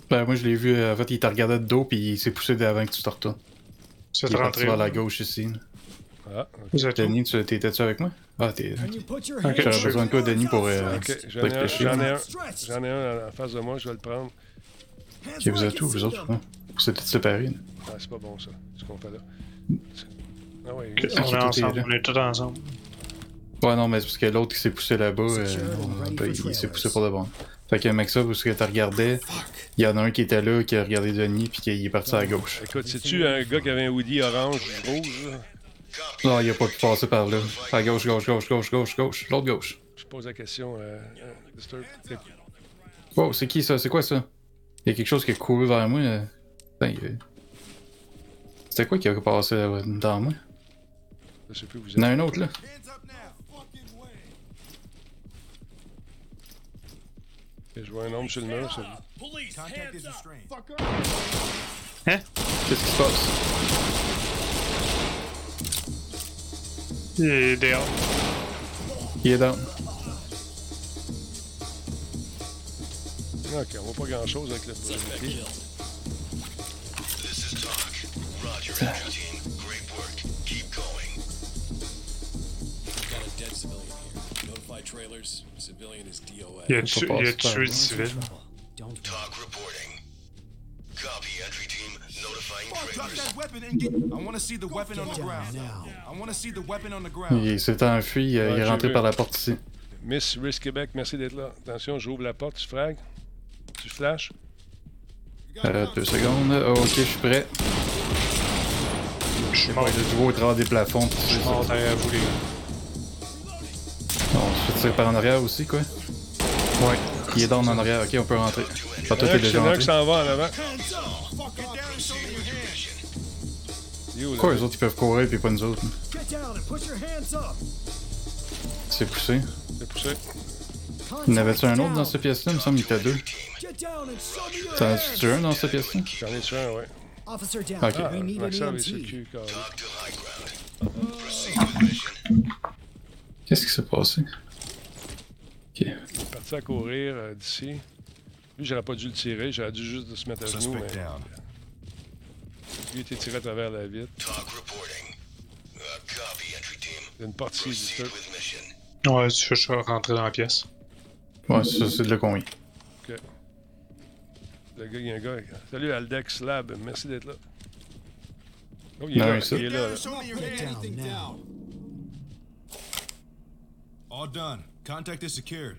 [SPEAKER 11] Ben, moi, je l'ai vu, euh, en fait, il t'a regardé de dos, puis il s'est poussé d'avant que tu te retournes.
[SPEAKER 10] Tu
[SPEAKER 11] Il est parti
[SPEAKER 10] rentré
[SPEAKER 11] vers
[SPEAKER 10] où?
[SPEAKER 11] la gauche ici.
[SPEAKER 6] Ah,
[SPEAKER 10] Vous êtes
[SPEAKER 11] Denis, tu t'étais-tu avec moi? Ah, t'es.
[SPEAKER 12] Can you put your
[SPEAKER 11] J'aurais
[SPEAKER 12] hands up?
[SPEAKER 11] besoin de quoi, Denis, pour. Euh,
[SPEAKER 6] Ok,
[SPEAKER 11] pour
[SPEAKER 6] j'en ai un,
[SPEAKER 11] réfléchir?
[SPEAKER 6] j'en ai un, j'en ai un en face de moi, je vais le prendre.
[SPEAKER 11] Ok, vous êtes où, vous autres? hein? Vous êtes tous séparés. là.
[SPEAKER 6] Ah, c'est pas bon ça, ce qu'on fait là. Ah ouais,
[SPEAKER 10] Ok, On
[SPEAKER 6] oui.
[SPEAKER 10] est
[SPEAKER 11] tout est
[SPEAKER 10] ensemble,
[SPEAKER 11] là.
[SPEAKER 10] on est tous ensemble.
[SPEAKER 11] Ouais, non, mais c'est parce que l'autre qui s'est poussé là-bas, euh, ben, il s'est poussé pour de bon. Fait que Maxa, parce que t'as regardé, il y en a un qui était là, qui a regardé Denis, puis qui est parti à gauche.
[SPEAKER 6] Écoute, c'est-tu un gars qui avait un hoodie orange, rouge là?
[SPEAKER 11] Non, il a pas pu passer par là. À gauche, gauche, gauche, gauche, gauche, gauche. L'autre gauche.
[SPEAKER 6] Je pose la question, euh, euh, Disturb. T'es-
[SPEAKER 11] Wow, c'est qui ça? C'est quoi ça? Il y a quelque chose qui a couru vers moi. euh. Putain, il y a- C'était quoi qui a passé euh, dans moi?
[SPEAKER 6] Je sais plus où vous
[SPEAKER 11] Il y en a un autre là.
[SPEAKER 6] êtes. Je vois un homme sur le mur, ça.
[SPEAKER 13] Police, hands up. Fucker.
[SPEAKER 10] Hein?
[SPEAKER 11] Qu'est-ce qui se passe?
[SPEAKER 10] Il est dehors.
[SPEAKER 11] Il est down.
[SPEAKER 6] Ok, on voit pas grand-chose avec le hoodie.
[SPEAKER 18] Roger, entry team. Great work. Keep going.
[SPEAKER 19] We've got a dead civilian here. Notify trailers. Civilian is DOA.
[SPEAKER 10] Il a tué, il a tué le civil.
[SPEAKER 18] Talk reporting. Copy, entry team. Notifying
[SPEAKER 13] Drop
[SPEAKER 18] trailers.
[SPEAKER 13] that weapon and get. I want to see the weapon on the ground. I want to see the weapon on the ground.
[SPEAKER 11] Il s'est enfui, euh,
[SPEAKER 6] Ouais,
[SPEAKER 11] il est
[SPEAKER 6] j'ai
[SPEAKER 11] rentré
[SPEAKER 6] vu.
[SPEAKER 11] par la porte ici.
[SPEAKER 6] Miss Risk Québec, merci d'être là. Attention, j'ouvre la porte, tu frags. Tu flashes.
[SPEAKER 11] Euh, deux secondes. Ah, ok, je suis prêt.
[SPEAKER 10] Je suis
[SPEAKER 11] mort. Il a du haut au travers des plafonds. puis
[SPEAKER 10] Je
[SPEAKER 11] c'est
[SPEAKER 10] suis
[SPEAKER 11] ça.
[SPEAKER 10] mort derrière vous, les gars.
[SPEAKER 11] On se fait tirer par en arrière aussi, quoi. Ouais. Il est down en arrière. Ok, on peut rentrer. Pas tout
[SPEAKER 6] Il
[SPEAKER 11] est
[SPEAKER 6] y en a un qui- il y
[SPEAKER 11] Ah, déjà
[SPEAKER 6] en a un qui
[SPEAKER 11] rentré.
[SPEAKER 6] s'en va en avant. Il est où, là?
[SPEAKER 11] Pourquoi les autres ils peuvent courir puis pas nous autres?
[SPEAKER 12] Get down and put your hands up.
[SPEAKER 11] C'est poussé.
[SPEAKER 6] C'est poussé.
[SPEAKER 11] Il y en avait-tu un autre dans cette pièce-là? Il me semble qu'il était deux.
[SPEAKER 12] Get down and show me your
[SPEAKER 11] T'en as-tu
[SPEAKER 12] hands.
[SPEAKER 11] tué un dans cette pièce-là?
[SPEAKER 6] J'en ai tué un, ouais. Ah.
[SPEAKER 12] Officer down.
[SPEAKER 11] Ok.
[SPEAKER 12] We need an
[SPEAKER 6] Maxime est sur le
[SPEAKER 12] EMT.
[SPEAKER 6] cul, carré.
[SPEAKER 11] Qu'est-ce qui s'est passé?
[SPEAKER 6] Il est parti à courir euh, d'ici. Lui, j'aurais pas dû le tirer, j'aurais dû juste se mettre à genoux.
[SPEAKER 18] Suspect
[SPEAKER 6] Mais... Lui, il était tiré à travers la vitre.
[SPEAKER 18] Talk reporting. Uh, copy, entry team.
[SPEAKER 6] Il y a une partie du
[SPEAKER 18] Proceed
[SPEAKER 6] truc.
[SPEAKER 18] with mission.
[SPEAKER 10] Ouais, je suis rentré dans la pièce.
[SPEAKER 11] Ouais, ça, c'est de le con. oui.
[SPEAKER 6] Ok. Le gars, il y a un gars. Salut Aldex Lab, merci d'être là. Oh, il est
[SPEAKER 11] Non,
[SPEAKER 6] là,
[SPEAKER 11] il est ça.
[SPEAKER 6] il est là. là.
[SPEAKER 13] Show me your hand. Anything down. All done. Contact is secured.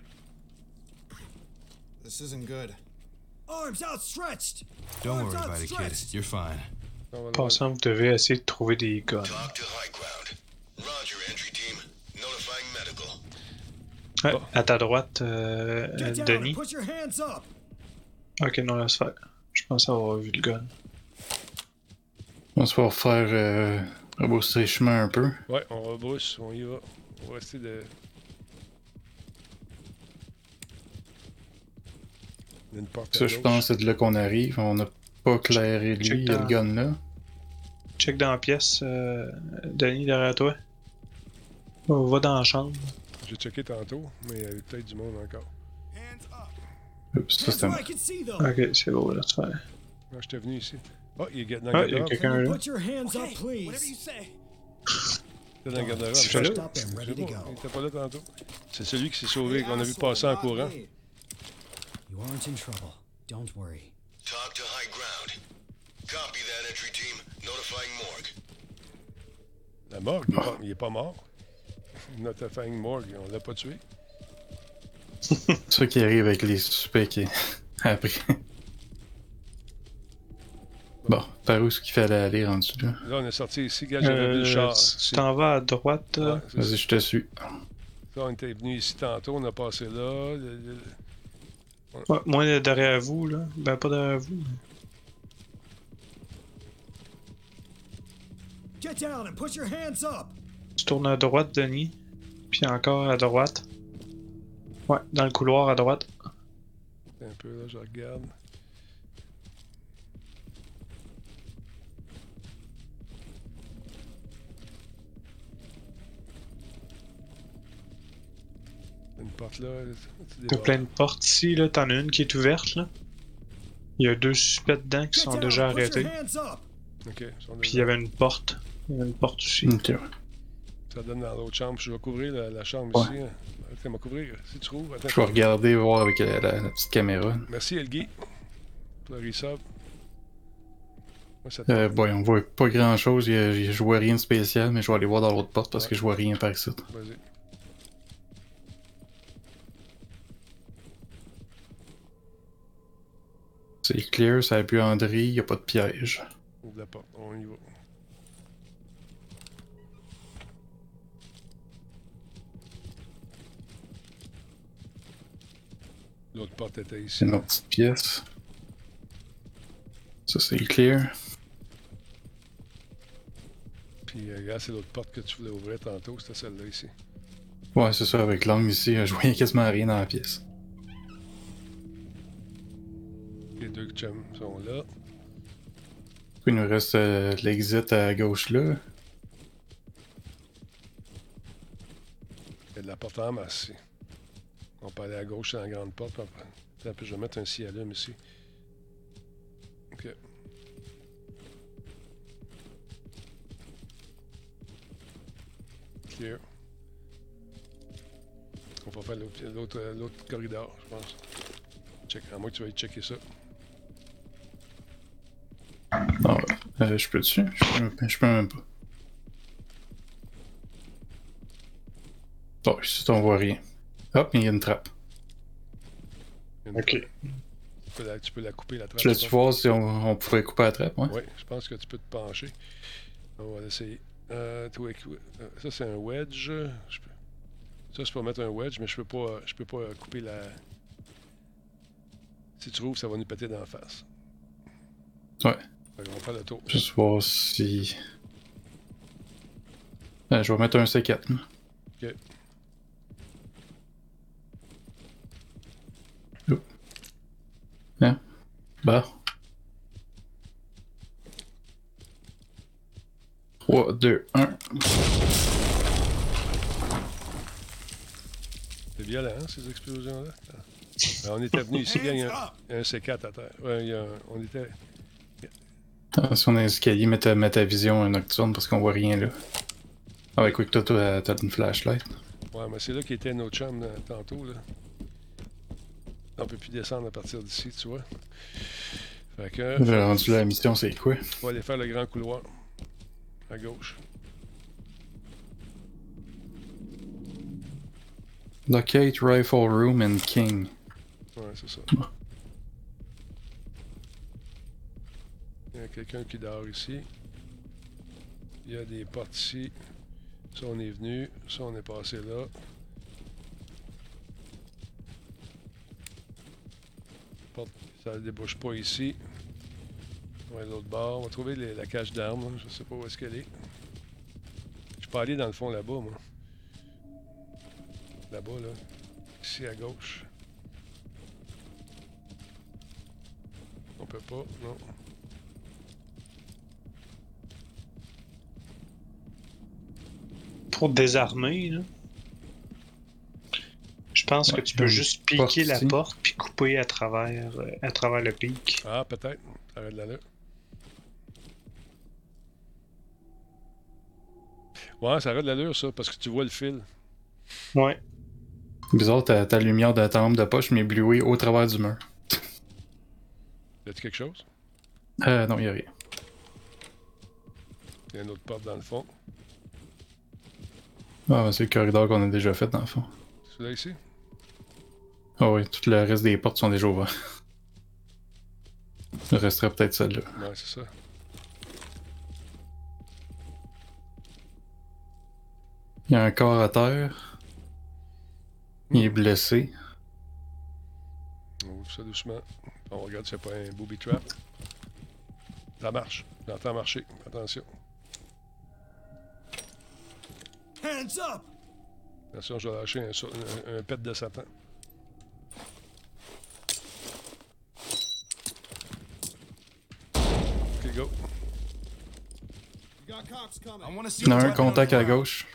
[SPEAKER 15] This isn't good.
[SPEAKER 12] Arms outstretched!
[SPEAKER 20] Don't
[SPEAKER 12] Arms
[SPEAKER 20] worry about it, kid.
[SPEAKER 12] outstretched!
[SPEAKER 20] You're fine.
[SPEAKER 10] Pensant que vous devez essayer de trouver des guns. Ouais, à ta droite, euh, euh,
[SPEAKER 12] Get down and
[SPEAKER 10] Denis.
[SPEAKER 12] put your hands up!
[SPEAKER 10] Ok, non, laisse faire. Je pense avoir vu le gun.
[SPEAKER 11] On se va refaire euh, rebousser les chemins un peu.
[SPEAKER 6] Ouais, on rebrousse, on y va. On va essayer de. Il y a Une porte à
[SPEAKER 11] Ça, je
[SPEAKER 6] gauche.
[SPEAKER 11] pense que c'est de là qu'on arrive. On n'a pas clairé
[SPEAKER 10] check
[SPEAKER 11] lui, il y a
[SPEAKER 10] dans-
[SPEAKER 11] le gun là.
[SPEAKER 10] Check dans la pièce, euh, Denis, derrière toi. On va dans la chambre.
[SPEAKER 6] J'ai checké tantôt, mais il y avait peut-être du monde encore.
[SPEAKER 11] Oups, ça c'est un.
[SPEAKER 10] Ok, c'est beau, laisse faire.
[SPEAKER 6] Moi, j'étais Ah, venu ici. Oh, il est dans le
[SPEAKER 10] Ah, il y a
[SPEAKER 6] garde-robe.
[SPEAKER 10] quelqu'un là.
[SPEAKER 12] Put your hands up, please! Whatever you say!
[SPEAKER 6] Il est dans le garde-robe.
[SPEAKER 10] C'est
[SPEAKER 6] Je
[SPEAKER 10] là.
[SPEAKER 6] sais pas, Il était pas là tantôt. C'est celui qui s'est sauvé, qu'on a vu passer en courant.
[SPEAKER 12] You aren't in trouble. Don't worry.
[SPEAKER 18] Talk to high ground. Copy that entry team. Notifying morgue.
[SPEAKER 6] La morgue, il est pas- il est pas mort. Notre fang morgue, on l'a pas tué.
[SPEAKER 11] Ça qui arrive avec les suspects qui. Après. Bon, par où est-ce qu'il fallait aller rendu là?
[SPEAKER 6] Là, on est sorti ici, gars, j'avais vu le
[SPEAKER 10] Euh,
[SPEAKER 6] char.
[SPEAKER 10] tu t'en vas à droite. euh,
[SPEAKER 11] Vas-y, je te suis.
[SPEAKER 6] Là, on était venu ici tantôt, on a passé là. le- le-
[SPEAKER 10] ouais, moi, derrière vous, là. Ben, pas derrière vous.
[SPEAKER 12] Get down and put your hands up!
[SPEAKER 10] Tu tournes à droite, Denis. Puis encore à droite. Ouais, dans le couloir à droite.
[SPEAKER 6] Un peu là, je regarde. Une porte là. c'est des
[SPEAKER 10] T'as
[SPEAKER 6] barres.
[SPEAKER 10] plein de portes ici, là. T'en as une qui est ouverte, là. Il y a deux suspects dedans qui
[SPEAKER 12] Get
[SPEAKER 10] sont
[SPEAKER 12] down
[SPEAKER 10] déjà
[SPEAKER 12] and put
[SPEAKER 10] arrêtés.
[SPEAKER 12] your hands up!
[SPEAKER 6] Ok, ils sont
[SPEAKER 10] Puis il y
[SPEAKER 6] déjà-
[SPEAKER 10] avait une porte. Il y avait une porte aussi.
[SPEAKER 6] Ça donne dans l'autre chambre. Je vais couvrir la, la chambre
[SPEAKER 11] Ouais.
[SPEAKER 6] ici. hein. Attends, elle m'a couvrir. Si tu trouves, attends.
[SPEAKER 11] Je vais regarder, voir avec la, la- la petite caméra.
[SPEAKER 6] Merci, Elgui. Pour le resub. Moi, ça
[SPEAKER 11] Euh, boy, on voit pas grand chose, je vois rien de spécial, mais je vais aller voir dans l'autre porte parce que je vois rien par ici.
[SPEAKER 6] Vas-y.
[SPEAKER 11] C'est clear, ça a pu André, y a pas de piège.
[SPEAKER 6] Ouvre la porte. On y va. L'autre porte était ici.
[SPEAKER 11] C'est une autre petite pièce. Ça c'est clear.
[SPEAKER 6] Puis, euh, regarde, c'est l'autre porte que tu voulais ouvrir tantôt. C'était celle-là ici.
[SPEAKER 11] Ouais, c'est ça, avec l'angle ici, euh, je voyais quasiment rien dans la pièce.
[SPEAKER 6] Les deux chums sont là.
[SPEAKER 11] Il nous reste euh, l'exit à gauche là.
[SPEAKER 6] Il y a de la porte en masse ici. On peut aller à gauche dans la grande porte. puis après- Attends, puis je vais mettre un scie-allume ici. Ok. Clear. On va faire l'autre- l'autre euh, l'autre corridor, je pense. Check. À moins que tu vas aller checker ça.
[SPEAKER 11] Non, euh, je peux dessus? Je peux, je peux même pas. Bon, ici on voit rien. Hop, il y a une trappe.
[SPEAKER 6] Une
[SPEAKER 11] Ok.
[SPEAKER 6] trappe. Tu peux, la, tu peux la couper, la trappe.
[SPEAKER 11] Tu l'as-tu
[SPEAKER 6] je pense.
[SPEAKER 11] voir si on, on pouvait couper la trappe, ouais?
[SPEAKER 6] Oui, je pense que tu peux te pencher. On va l'essayer. Euh, tout est cou- euh, ça, c'est un wedge. Je peux- Ça, c'est pour mettre un wedge, mais je peux pas, je peux pas couper la. Si tu rouvres, ça va nous péter d'en face.
[SPEAKER 11] Ouais.
[SPEAKER 6] Fait qu'on va faire le tour.
[SPEAKER 11] Juste voir si. Euh, je vais mettre un C4. moi.
[SPEAKER 6] Ok.
[SPEAKER 11] Hein? Bah. 3, 2, 1.
[SPEAKER 6] C'est violent, hein, ces explosions-là. Ah. Alors, on était venu ici, il y a un, il y a un C4 à terre. Ouais, il y a un- on était.
[SPEAKER 11] Attention dans l'escalier, mets ta, mets ta vision nocturne parce qu'on voit rien là. Ah bah écoute, toi, toi, t'as une flashlight.
[SPEAKER 6] Ouais, mais c'est là qu'était notre chum là, euh, tantôt, là. On peut plus descendre à partir d'ici, tu vois. Fait que.
[SPEAKER 11] J'ai rendu la mission, c'est quoi?
[SPEAKER 6] On va aller faire le grand couloir. À gauche.
[SPEAKER 11] Locate Rifle Room and King.
[SPEAKER 6] Ouais, c'est ça. Il y a quelqu'un qui dort ici. Il y a des portes ici. Ça, on est venu. Ça, on est passé là. Porte, ça ne débouche pas ici. On va aller de l'autre bord. On va trouver les- la cage d'armes. hein. Je sais pas où est-ce qu'elle est. Je peux aller dans le fond là-bas, moi. Là-bas, là. Ici, à gauche. On peut pas, non.
[SPEAKER 10] Pour désarmer, là. Je pense que tu peux juste piquer la porte puis couper à travers, euh, à travers le pic.
[SPEAKER 6] Ah, peut-être. Ça aurait de l'allure. Ouais, ça aurait de l'allure, ça, parce que tu vois le fil.
[SPEAKER 10] Ouais.
[SPEAKER 11] Bizarre, ta, ta lumière de ta lampe de poche m'éblouit au travers du mur.
[SPEAKER 6] Y a-tu quelque chose?
[SPEAKER 11] Euh, non, y'a rien.
[SPEAKER 6] Y a une autre porte dans le fond.
[SPEAKER 11] Ah, c'est le corridor qu'on a déjà fait dans le fond.
[SPEAKER 6] Celui-là ici?
[SPEAKER 11] Ah oui, tout le reste des portes sont déjà ouvertes. Il resterait peut-être celle-là.
[SPEAKER 6] Ouais, c'est ça.
[SPEAKER 11] Il y a un corps à terre. Il est blessé.
[SPEAKER 6] On ouvre ça doucement. On regarde s'il n'y a pas un booby trap. Ça marche. J'entends marcher. Attention.
[SPEAKER 12] Hands up!
[SPEAKER 6] Attention, je vais lâcher un, sa- un- un pet de Satan. Ok, go.
[SPEAKER 15] You got cops coming.
[SPEAKER 12] I want to see
[SPEAKER 11] Il y en
[SPEAKER 12] what's
[SPEAKER 11] a un
[SPEAKER 12] happening on
[SPEAKER 11] contact
[SPEAKER 12] the
[SPEAKER 11] à
[SPEAKER 12] ground.
[SPEAKER 11] gauche.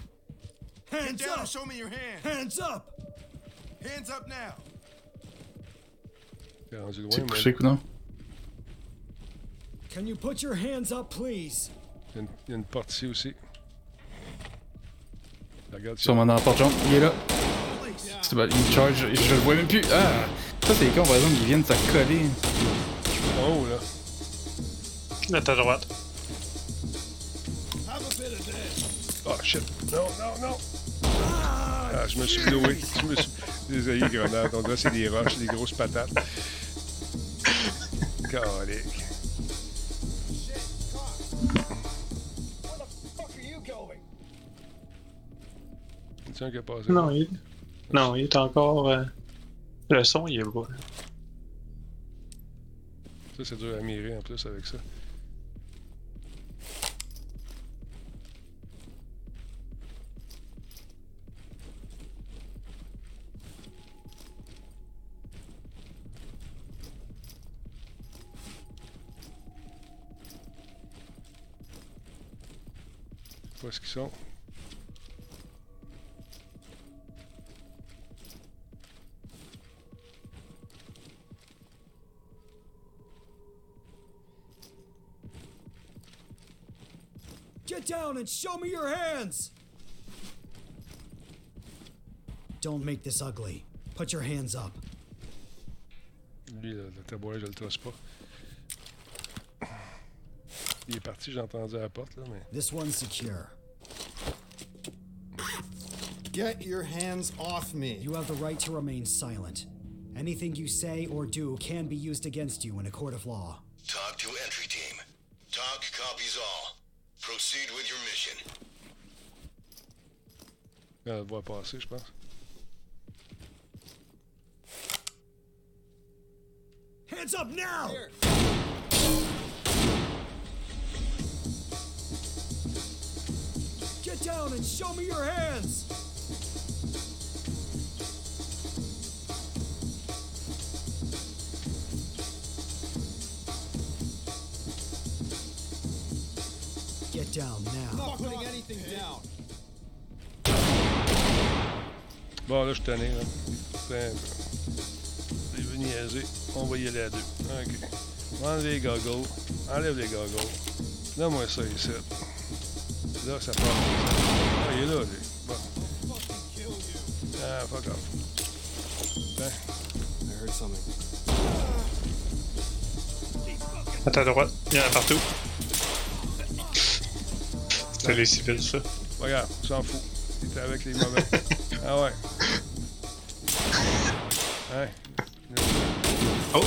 [SPEAKER 12] Hands down. Show me your hands. Hands up. Hands up now.
[SPEAKER 6] T'es rendu loin,
[SPEAKER 11] C'est
[SPEAKER 6] moi.
[SPEAKER 11] poussé, non?
[SPEAKER 12] Can you put your hands up, please?
[SPEAKER 6] Il y a une- il y a une porte ici aussi. Je Regarde si-
[SPEAKER 11] Sûrement dans la porte jaune. Il est là. C'est bon, il charge, je, je le vois même plus. Ah! Ça, c'est con, par exemple, ils viennent de se coller.
[SPEAKER 6] Oh là.
[SPEAKER 10] À ta droite.
[SPEAKER 12] Have a bit of this.
[SPEAKER 6] Oh shit. Non, non, non. Ah, je me suis loué. Je me suis... Désolé, grenade. On dirait que c'est des roches, des grosses patates. Calique. C'est un qui a passé.
[SPEAKER 10] Non, il... non, il est encore. euh, Le son, il est bas.
[SPEAKER 6] Ça, c'est dur à mirer en plus avec ça. Je sais pas ce qu'ils sont.
[SPEAKER 12] Get down and show me your hands. Don't make this ugly. Put your hands up.
[SPEAKER 6] Lui, le, le tabouret, je le trace pas. Il est parti, j'ai entendu à la porte, là, mais...
[SPEAKER 12] This one's secure.
[SPEAKER 15] Get your hands off me.
[SPEAKER 12] You have the right to remain silent. Anything you say or do can be used against you in a court of law.
[SPEAKER 18] Talk to entry team. Talk copies all. Proceed with your mission.
[SPEAKER 6] On le voit euh, passer, je pense.
[SPEAKER 12] Hands up now! Get down and show me your hands! Get down now.
[SPEAKER 15] I'm not putting anything down.
[SPEAKER 6] Bon, là, je suis tanné, hein. là. Putain, je vais niaiser. On va y aller à deux. OK. Enlève les goggles. Enlève les goggles. Donne-moi ça ici. Là, ça part. Ah, il est là, lui. Bon. Ah, fuck off. Putain.
[SPEAKER 15] I heard something.
[SPEAKER 10] À ta droite, il y en a partout. C'était les civils, ça.
[SPEAKER 6] Regarde, on s'en fout. Il était avec les mauvais. ah ouais. Ouais.
[SPEAKER 10] Oh!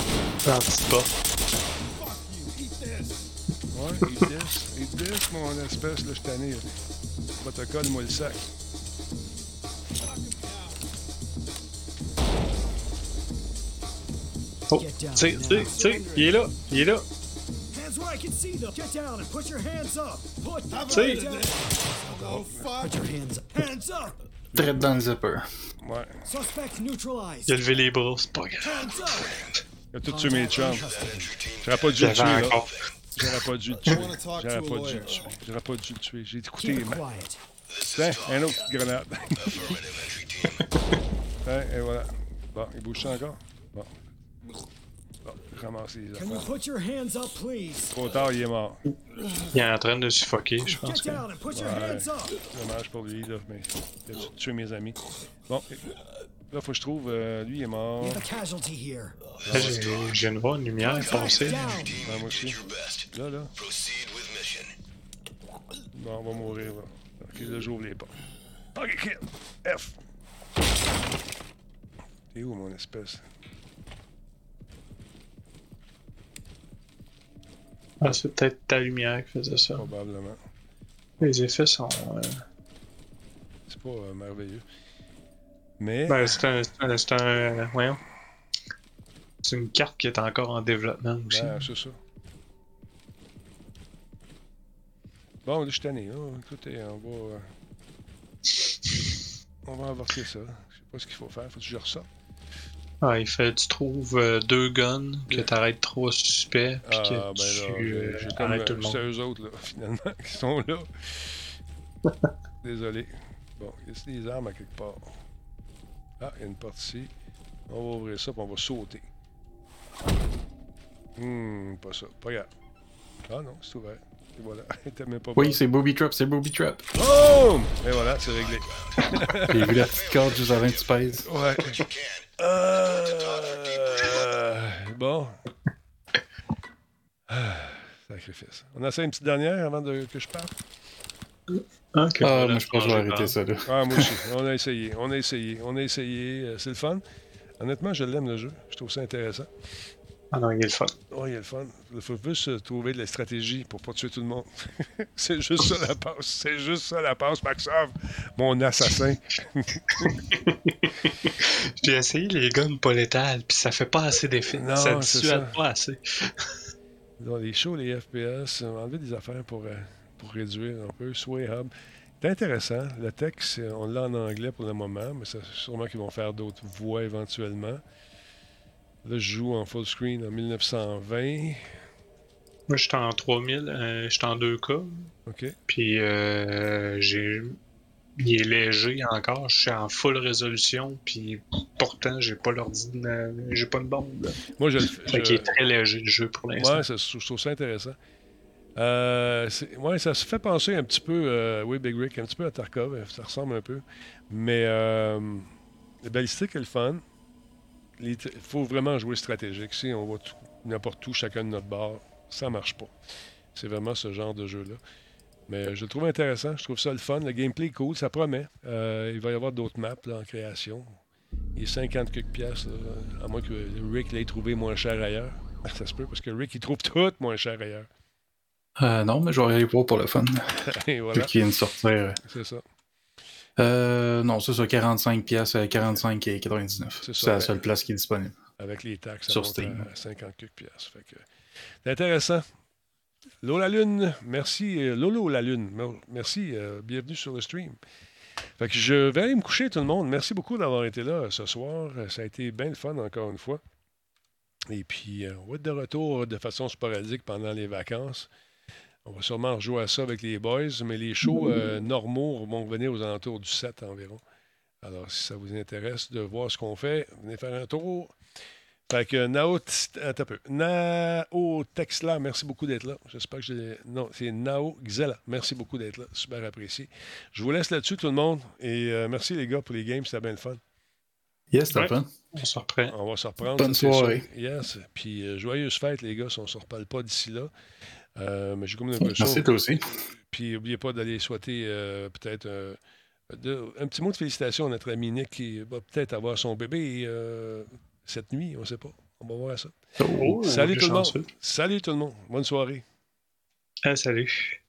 [SPEAKER 10] Dans la petite porte.
[SPEAKER 6] Il teste, il teste mon espèce, là, je suis tanné. là. Protocole, moi le sac.
[SPEAKER 10] Oh, tu sais, tu sais, il est là, il est là.
[SPEAKER 12] Hands where I can see them. Get down and put your hands up. Put them
[SPEAKER 10] See ya.
[SPEAKER 12] down. Oh, fuck. Put your hands up. Hands up.
[SPEAKER 11] Drette dans le zipper.
[SPEAKER 6] Ouais.
[SPEAKER 12] Suspect neutralized.
[SPEAKER 10] Il a levé les bras, c'est pas grave.
[SPEAKER 12] Hands up.
[SPEAKER 6] Il a tout tué mes chums. J'aurais pas dû le tuer,
[SPEAKER 10] J'avais
[SPEAKER 6] là.
[SPEAKER 10] encore.
[SPEAKER 6] J'aurais pas dû le tuer.
[SPEAKER 15] wanna talk
[SPEAKER 6] J'aurais
[SPEAKER 15] to a
[SPEAKER 6] pas dû le
[SPEAKER 15] lawyer.
[SPEAKER 6] tuer. J'aurais pas dû le tuer. J'ai écouté les
[SPEAKER 12] Keep
[SPEAKER 6] mains.
[SPEAKER 12] quiet.
[SPEAKER 6] Tiens, un autre petite grenade. Tiens, et voilà. Bon, il bouge ça encore? Bon. Bon, je ramasse les
[SPEAKER 12] Can you
[SPEAKER 6] affaires.
[SPEAKER 12] put your hands up, please?
[SPEAKER 6] Trop tard, il est mort.
[SPEAKER 10] Il est en train de suffoquer, je pense
[SPEAKER 12] Get
[SPEAKER 10] que.
[SPEAKER 12] down and put your
[SPEAKER 6] Ouais.
[SPEAKER 12] hands up.
[SPEAKER 6] Dommage pour lui, là, mais il a tu- tué mes amis. Bon, là, faut que je trouve. euh, lui, il est mort.
[SPEAKER 12] You have a casualty here.
[SPEAKER 10] Là, j'ai- j'ai une voir une lumière
[SPEAKER 12] Get
[SPEAKER 10] passer.
[SPEAKER 12] down.
[SPEAKER 6] Ouais, moi aussi. Là, là. Bon, on va mourir, là. Ok, là, j'ouvre les portes. Ok, ok. F. T'es où, mon espèce?
[SPEAKER 10] Ah, c'est peut-être ta lumière qui faisait ça.
[SPEAKER 6] Probablement.
[SPEAKER 10] Les effets sont. euh,
[SPEAKER 6] C'est pas euh, merveilleux. Mais.
[SPEAKER 10] Ben, c'est un. C'est un. C'est un, euh, voyons. C'est une carte qui est encore en développement aussi.
[SPEAKER 6] Ben, c'est ça. Bon, là, je suis tanné. là. Écoutez, on va. euh, On va embarquer ça. Je sais pas ce qu'il faut faire. Faut que je ressors.
[SPEAKER 10] Ah, il fait, tu trouves euh, deux guns, que t'arrêtes trois suspects, puis
[SPEAKER 6] Ah, ben
[SPEAKER 10] que
[SPEAKER 6] là,
[SPEAKER 10] tu
[SPEAKER 6] j'ai-
[SPEAKER 10] euh,
[SPEAKER 6] j'ai comme
[SPEAKER 10] arrêtes tout
[SPEAKER 6] euh,
[SPEAKER 10] le
[SPEAKER 6] c'est
[SPEAKER 10] monde.
[SPEAKER 6] eux autres, là, finalement, qui sont là. Désolé. Bon, il y a des armes à quelque part. Ah, il y a une porte ici. On va ouvrir ça, puis on va sauter. Hum, pas ça. Pas grave. Ah non, c'est ouvert. Et voilà. T'as même pas
[SPEAKER 11] Oui, c'est Booby Trap, c'est Booby Trap.
[SPEAKER 6] Boom! Et voilà, c'est réglé.
[SPEAKER 11] J'ai vu la petite corde juste avant que tu pèses.
[SPEAKER 6] Ouais. Euh, Bon. Ah, Sacrifice. On essaie une petite dernière avant de, que je parte.
[SPEAKER 10] Ah, ok.
[SPEAKER 11] Ah, moi je pense que je vais
[SPEAKER 10] hein.
[SPEAKER 11] arrêter ça là.
[SPEAKER 6] Ah, moi aussi. On a essayé. On a essayé. On a essayé. Euh, C'est le fun. Honnêtement, je l'aime le jeu. Je trouve ça intéressant.
[SPEAKER 10] Ah non, il est le fun.
[SPEAKER 6] Oh, il y a le fun. Il faut juste euh, trouver de la stratégie pour pas tuer tout le monde. C'est juste ça la passe. C'est juste ça la passe, Maxov. Mon assassin.
[SPEAKER 10] J'ai essayé les guns pas létales, puis ça fait pas assez d'effet.
[SPEAKER 6] Non,
[SPEAKER 10] Ça
[SPEAKER 6] c'est
[SPEAKER 10] dissuade
[SPEAKER 6] ça.
[SPEAKER 10] pas assez.
[SPEAKER 6] Dans les shows, les FPS, euh, enlever des affaires pour, euh, pour réduire un peu. Sway Hub. C'est intéressant. Le texte, euh, on l'a en anglais pour le moment, mais ça, sûrement qu'ils vont faire d'autres voix éventuellement. Là, je joue en full screen en 1920.
[SPEAKER 10] Moi, j'étais en 3000, euh, j'étais en 2K,
[SPEAKER 6] OK.
[SPEAKER 10] puis euh, j'ai. Il est léger encore, je suis en full résolution, puis pourtant, j'ai pas l'ordinateur, j'ai pas une bombe. là.
[SPEAKER 6] Moi, je le fais.
[SPEAKER 10] Fait
[SPEAKER 6] je-
[SPEAKER 10] qu'il est très léger le jeu pour l'instant.
[SPEAKER 6] Ouais, ça, je trouve ça intéressant. Euh, c'est- ouais, ça se fait penser un petit peu, euh, oui, Big Rick, un petit peu à Tarkov, euh, ça ressemble un peu. Mais euh, la balistique est le fun. Il faut vraiment jouer stratégique. Si on va tout- n'importe où, chacun de notre bord, ça marche pas. C'est vraiment ce genre de jeu-là. Mais euh, je le trouve intéressant, je trouve ça le fun. Le gameplay est cool, ça promet. Euh, il va y avoir d'autres maps là, en création. Il est 50 quelques piastres, là, à moins que Rick l'ait trouvé moins cher ailleurs. Ça se peut, parce que Rick, il trouve tout moins cher ailleurs.
[SPEAKER 11] Euh, non, mais je vais aller voir pour le fun.
[SPEAKER 6] Et
[SPEAKER 11] Vu
[SPEAKER 6] voilà,
[SPEAKER 11] qu'il vient de sortir.
[SPEAKER 6] c'est ça.
[SPEAKER 11] Euh, non, c'est ça, 45 pièces, 45 et 99.
[SPEAKER 6] C'est ça,
[SPEAKER 11] C'est la
[SPEAKER 6] ouais.
[SPEAKER 11] seule place qui est disponible.
[SPEAKER 6] Avec les taxes, ça
[SPEAKER 11] Sur
[SPEAKER 6] monte euh,
[SPEAKER 11] Steam.
[SPEAKER 6] à 50 quelques piastres. Fait que, c'est intéressant. L'eau la lune, merci. euh, Lolo la lune, mer- merci. euh, bienvenue sur le stream. Fait que je vais aller me coucher, tout le monde. Merci beaucoup d'avoir été là euh, ce soir. Euh, Ça a été bien le fun, encore une fois. Et puis, euh, on va être de retour de façon sporadique pendant les vacances. On va sûrement rejouer à ça avec les boys, mais les shows euh, normaux vont revenir aux alentours du 7 environ. Alors, si ça vous intéresse de voir ce qu'on fait, venez faire un tour. Fait que Nao, Tst- attends un peu. Nao Texla, merci beaucoup d'être là. J'espère que j'ai. Non, c'est Nao Xela. Merci beaucoup d'être là. Super apprécié. Je vous laisse là-dessus, tout le monde. Et euh, merci, les gars, pour les games. C'était bien le fun.
[SPEAKER 11] Yes, t'as
[SPEAKER 10] Ouais.
[SPEAKER 11] pas.
[SPEAKER 10] On se reprend.
[SPEAKER 6] On va se reprendre.
[SPEAKER 11] Bonne
[SPEAKER 6] ça, c'est
[SPEAKER 11] soirée.
[SPEAKER 6] sûr. Yes. Puis, euh, joyeuse fête, les gars, si on ne se reparle pas d'ici là. Euh, mais j'ai comme l'impression.
[SPEAKER 11] Merci, toi aussi.
[SPEAKER 6] Puis n'oubliez pas d'aller souhaiter euh, peut-être euh, de- un petit mot de félicitations à notre ami Nick qui va peut-être avoir son bébé euh, cette nuit, on ne sait pas. On va voir ça.
[SPEAKER 11] Oh,
[SPEAKER 6] Salut
[SPEAKER 10] le
[SPEAKER 6] tout le monde.
[SPEAKER 10] chanceux.
[SPEAKER 6] Salut tout le monde. Bonne soirée.
[SPEAKER 10] Ah, salut.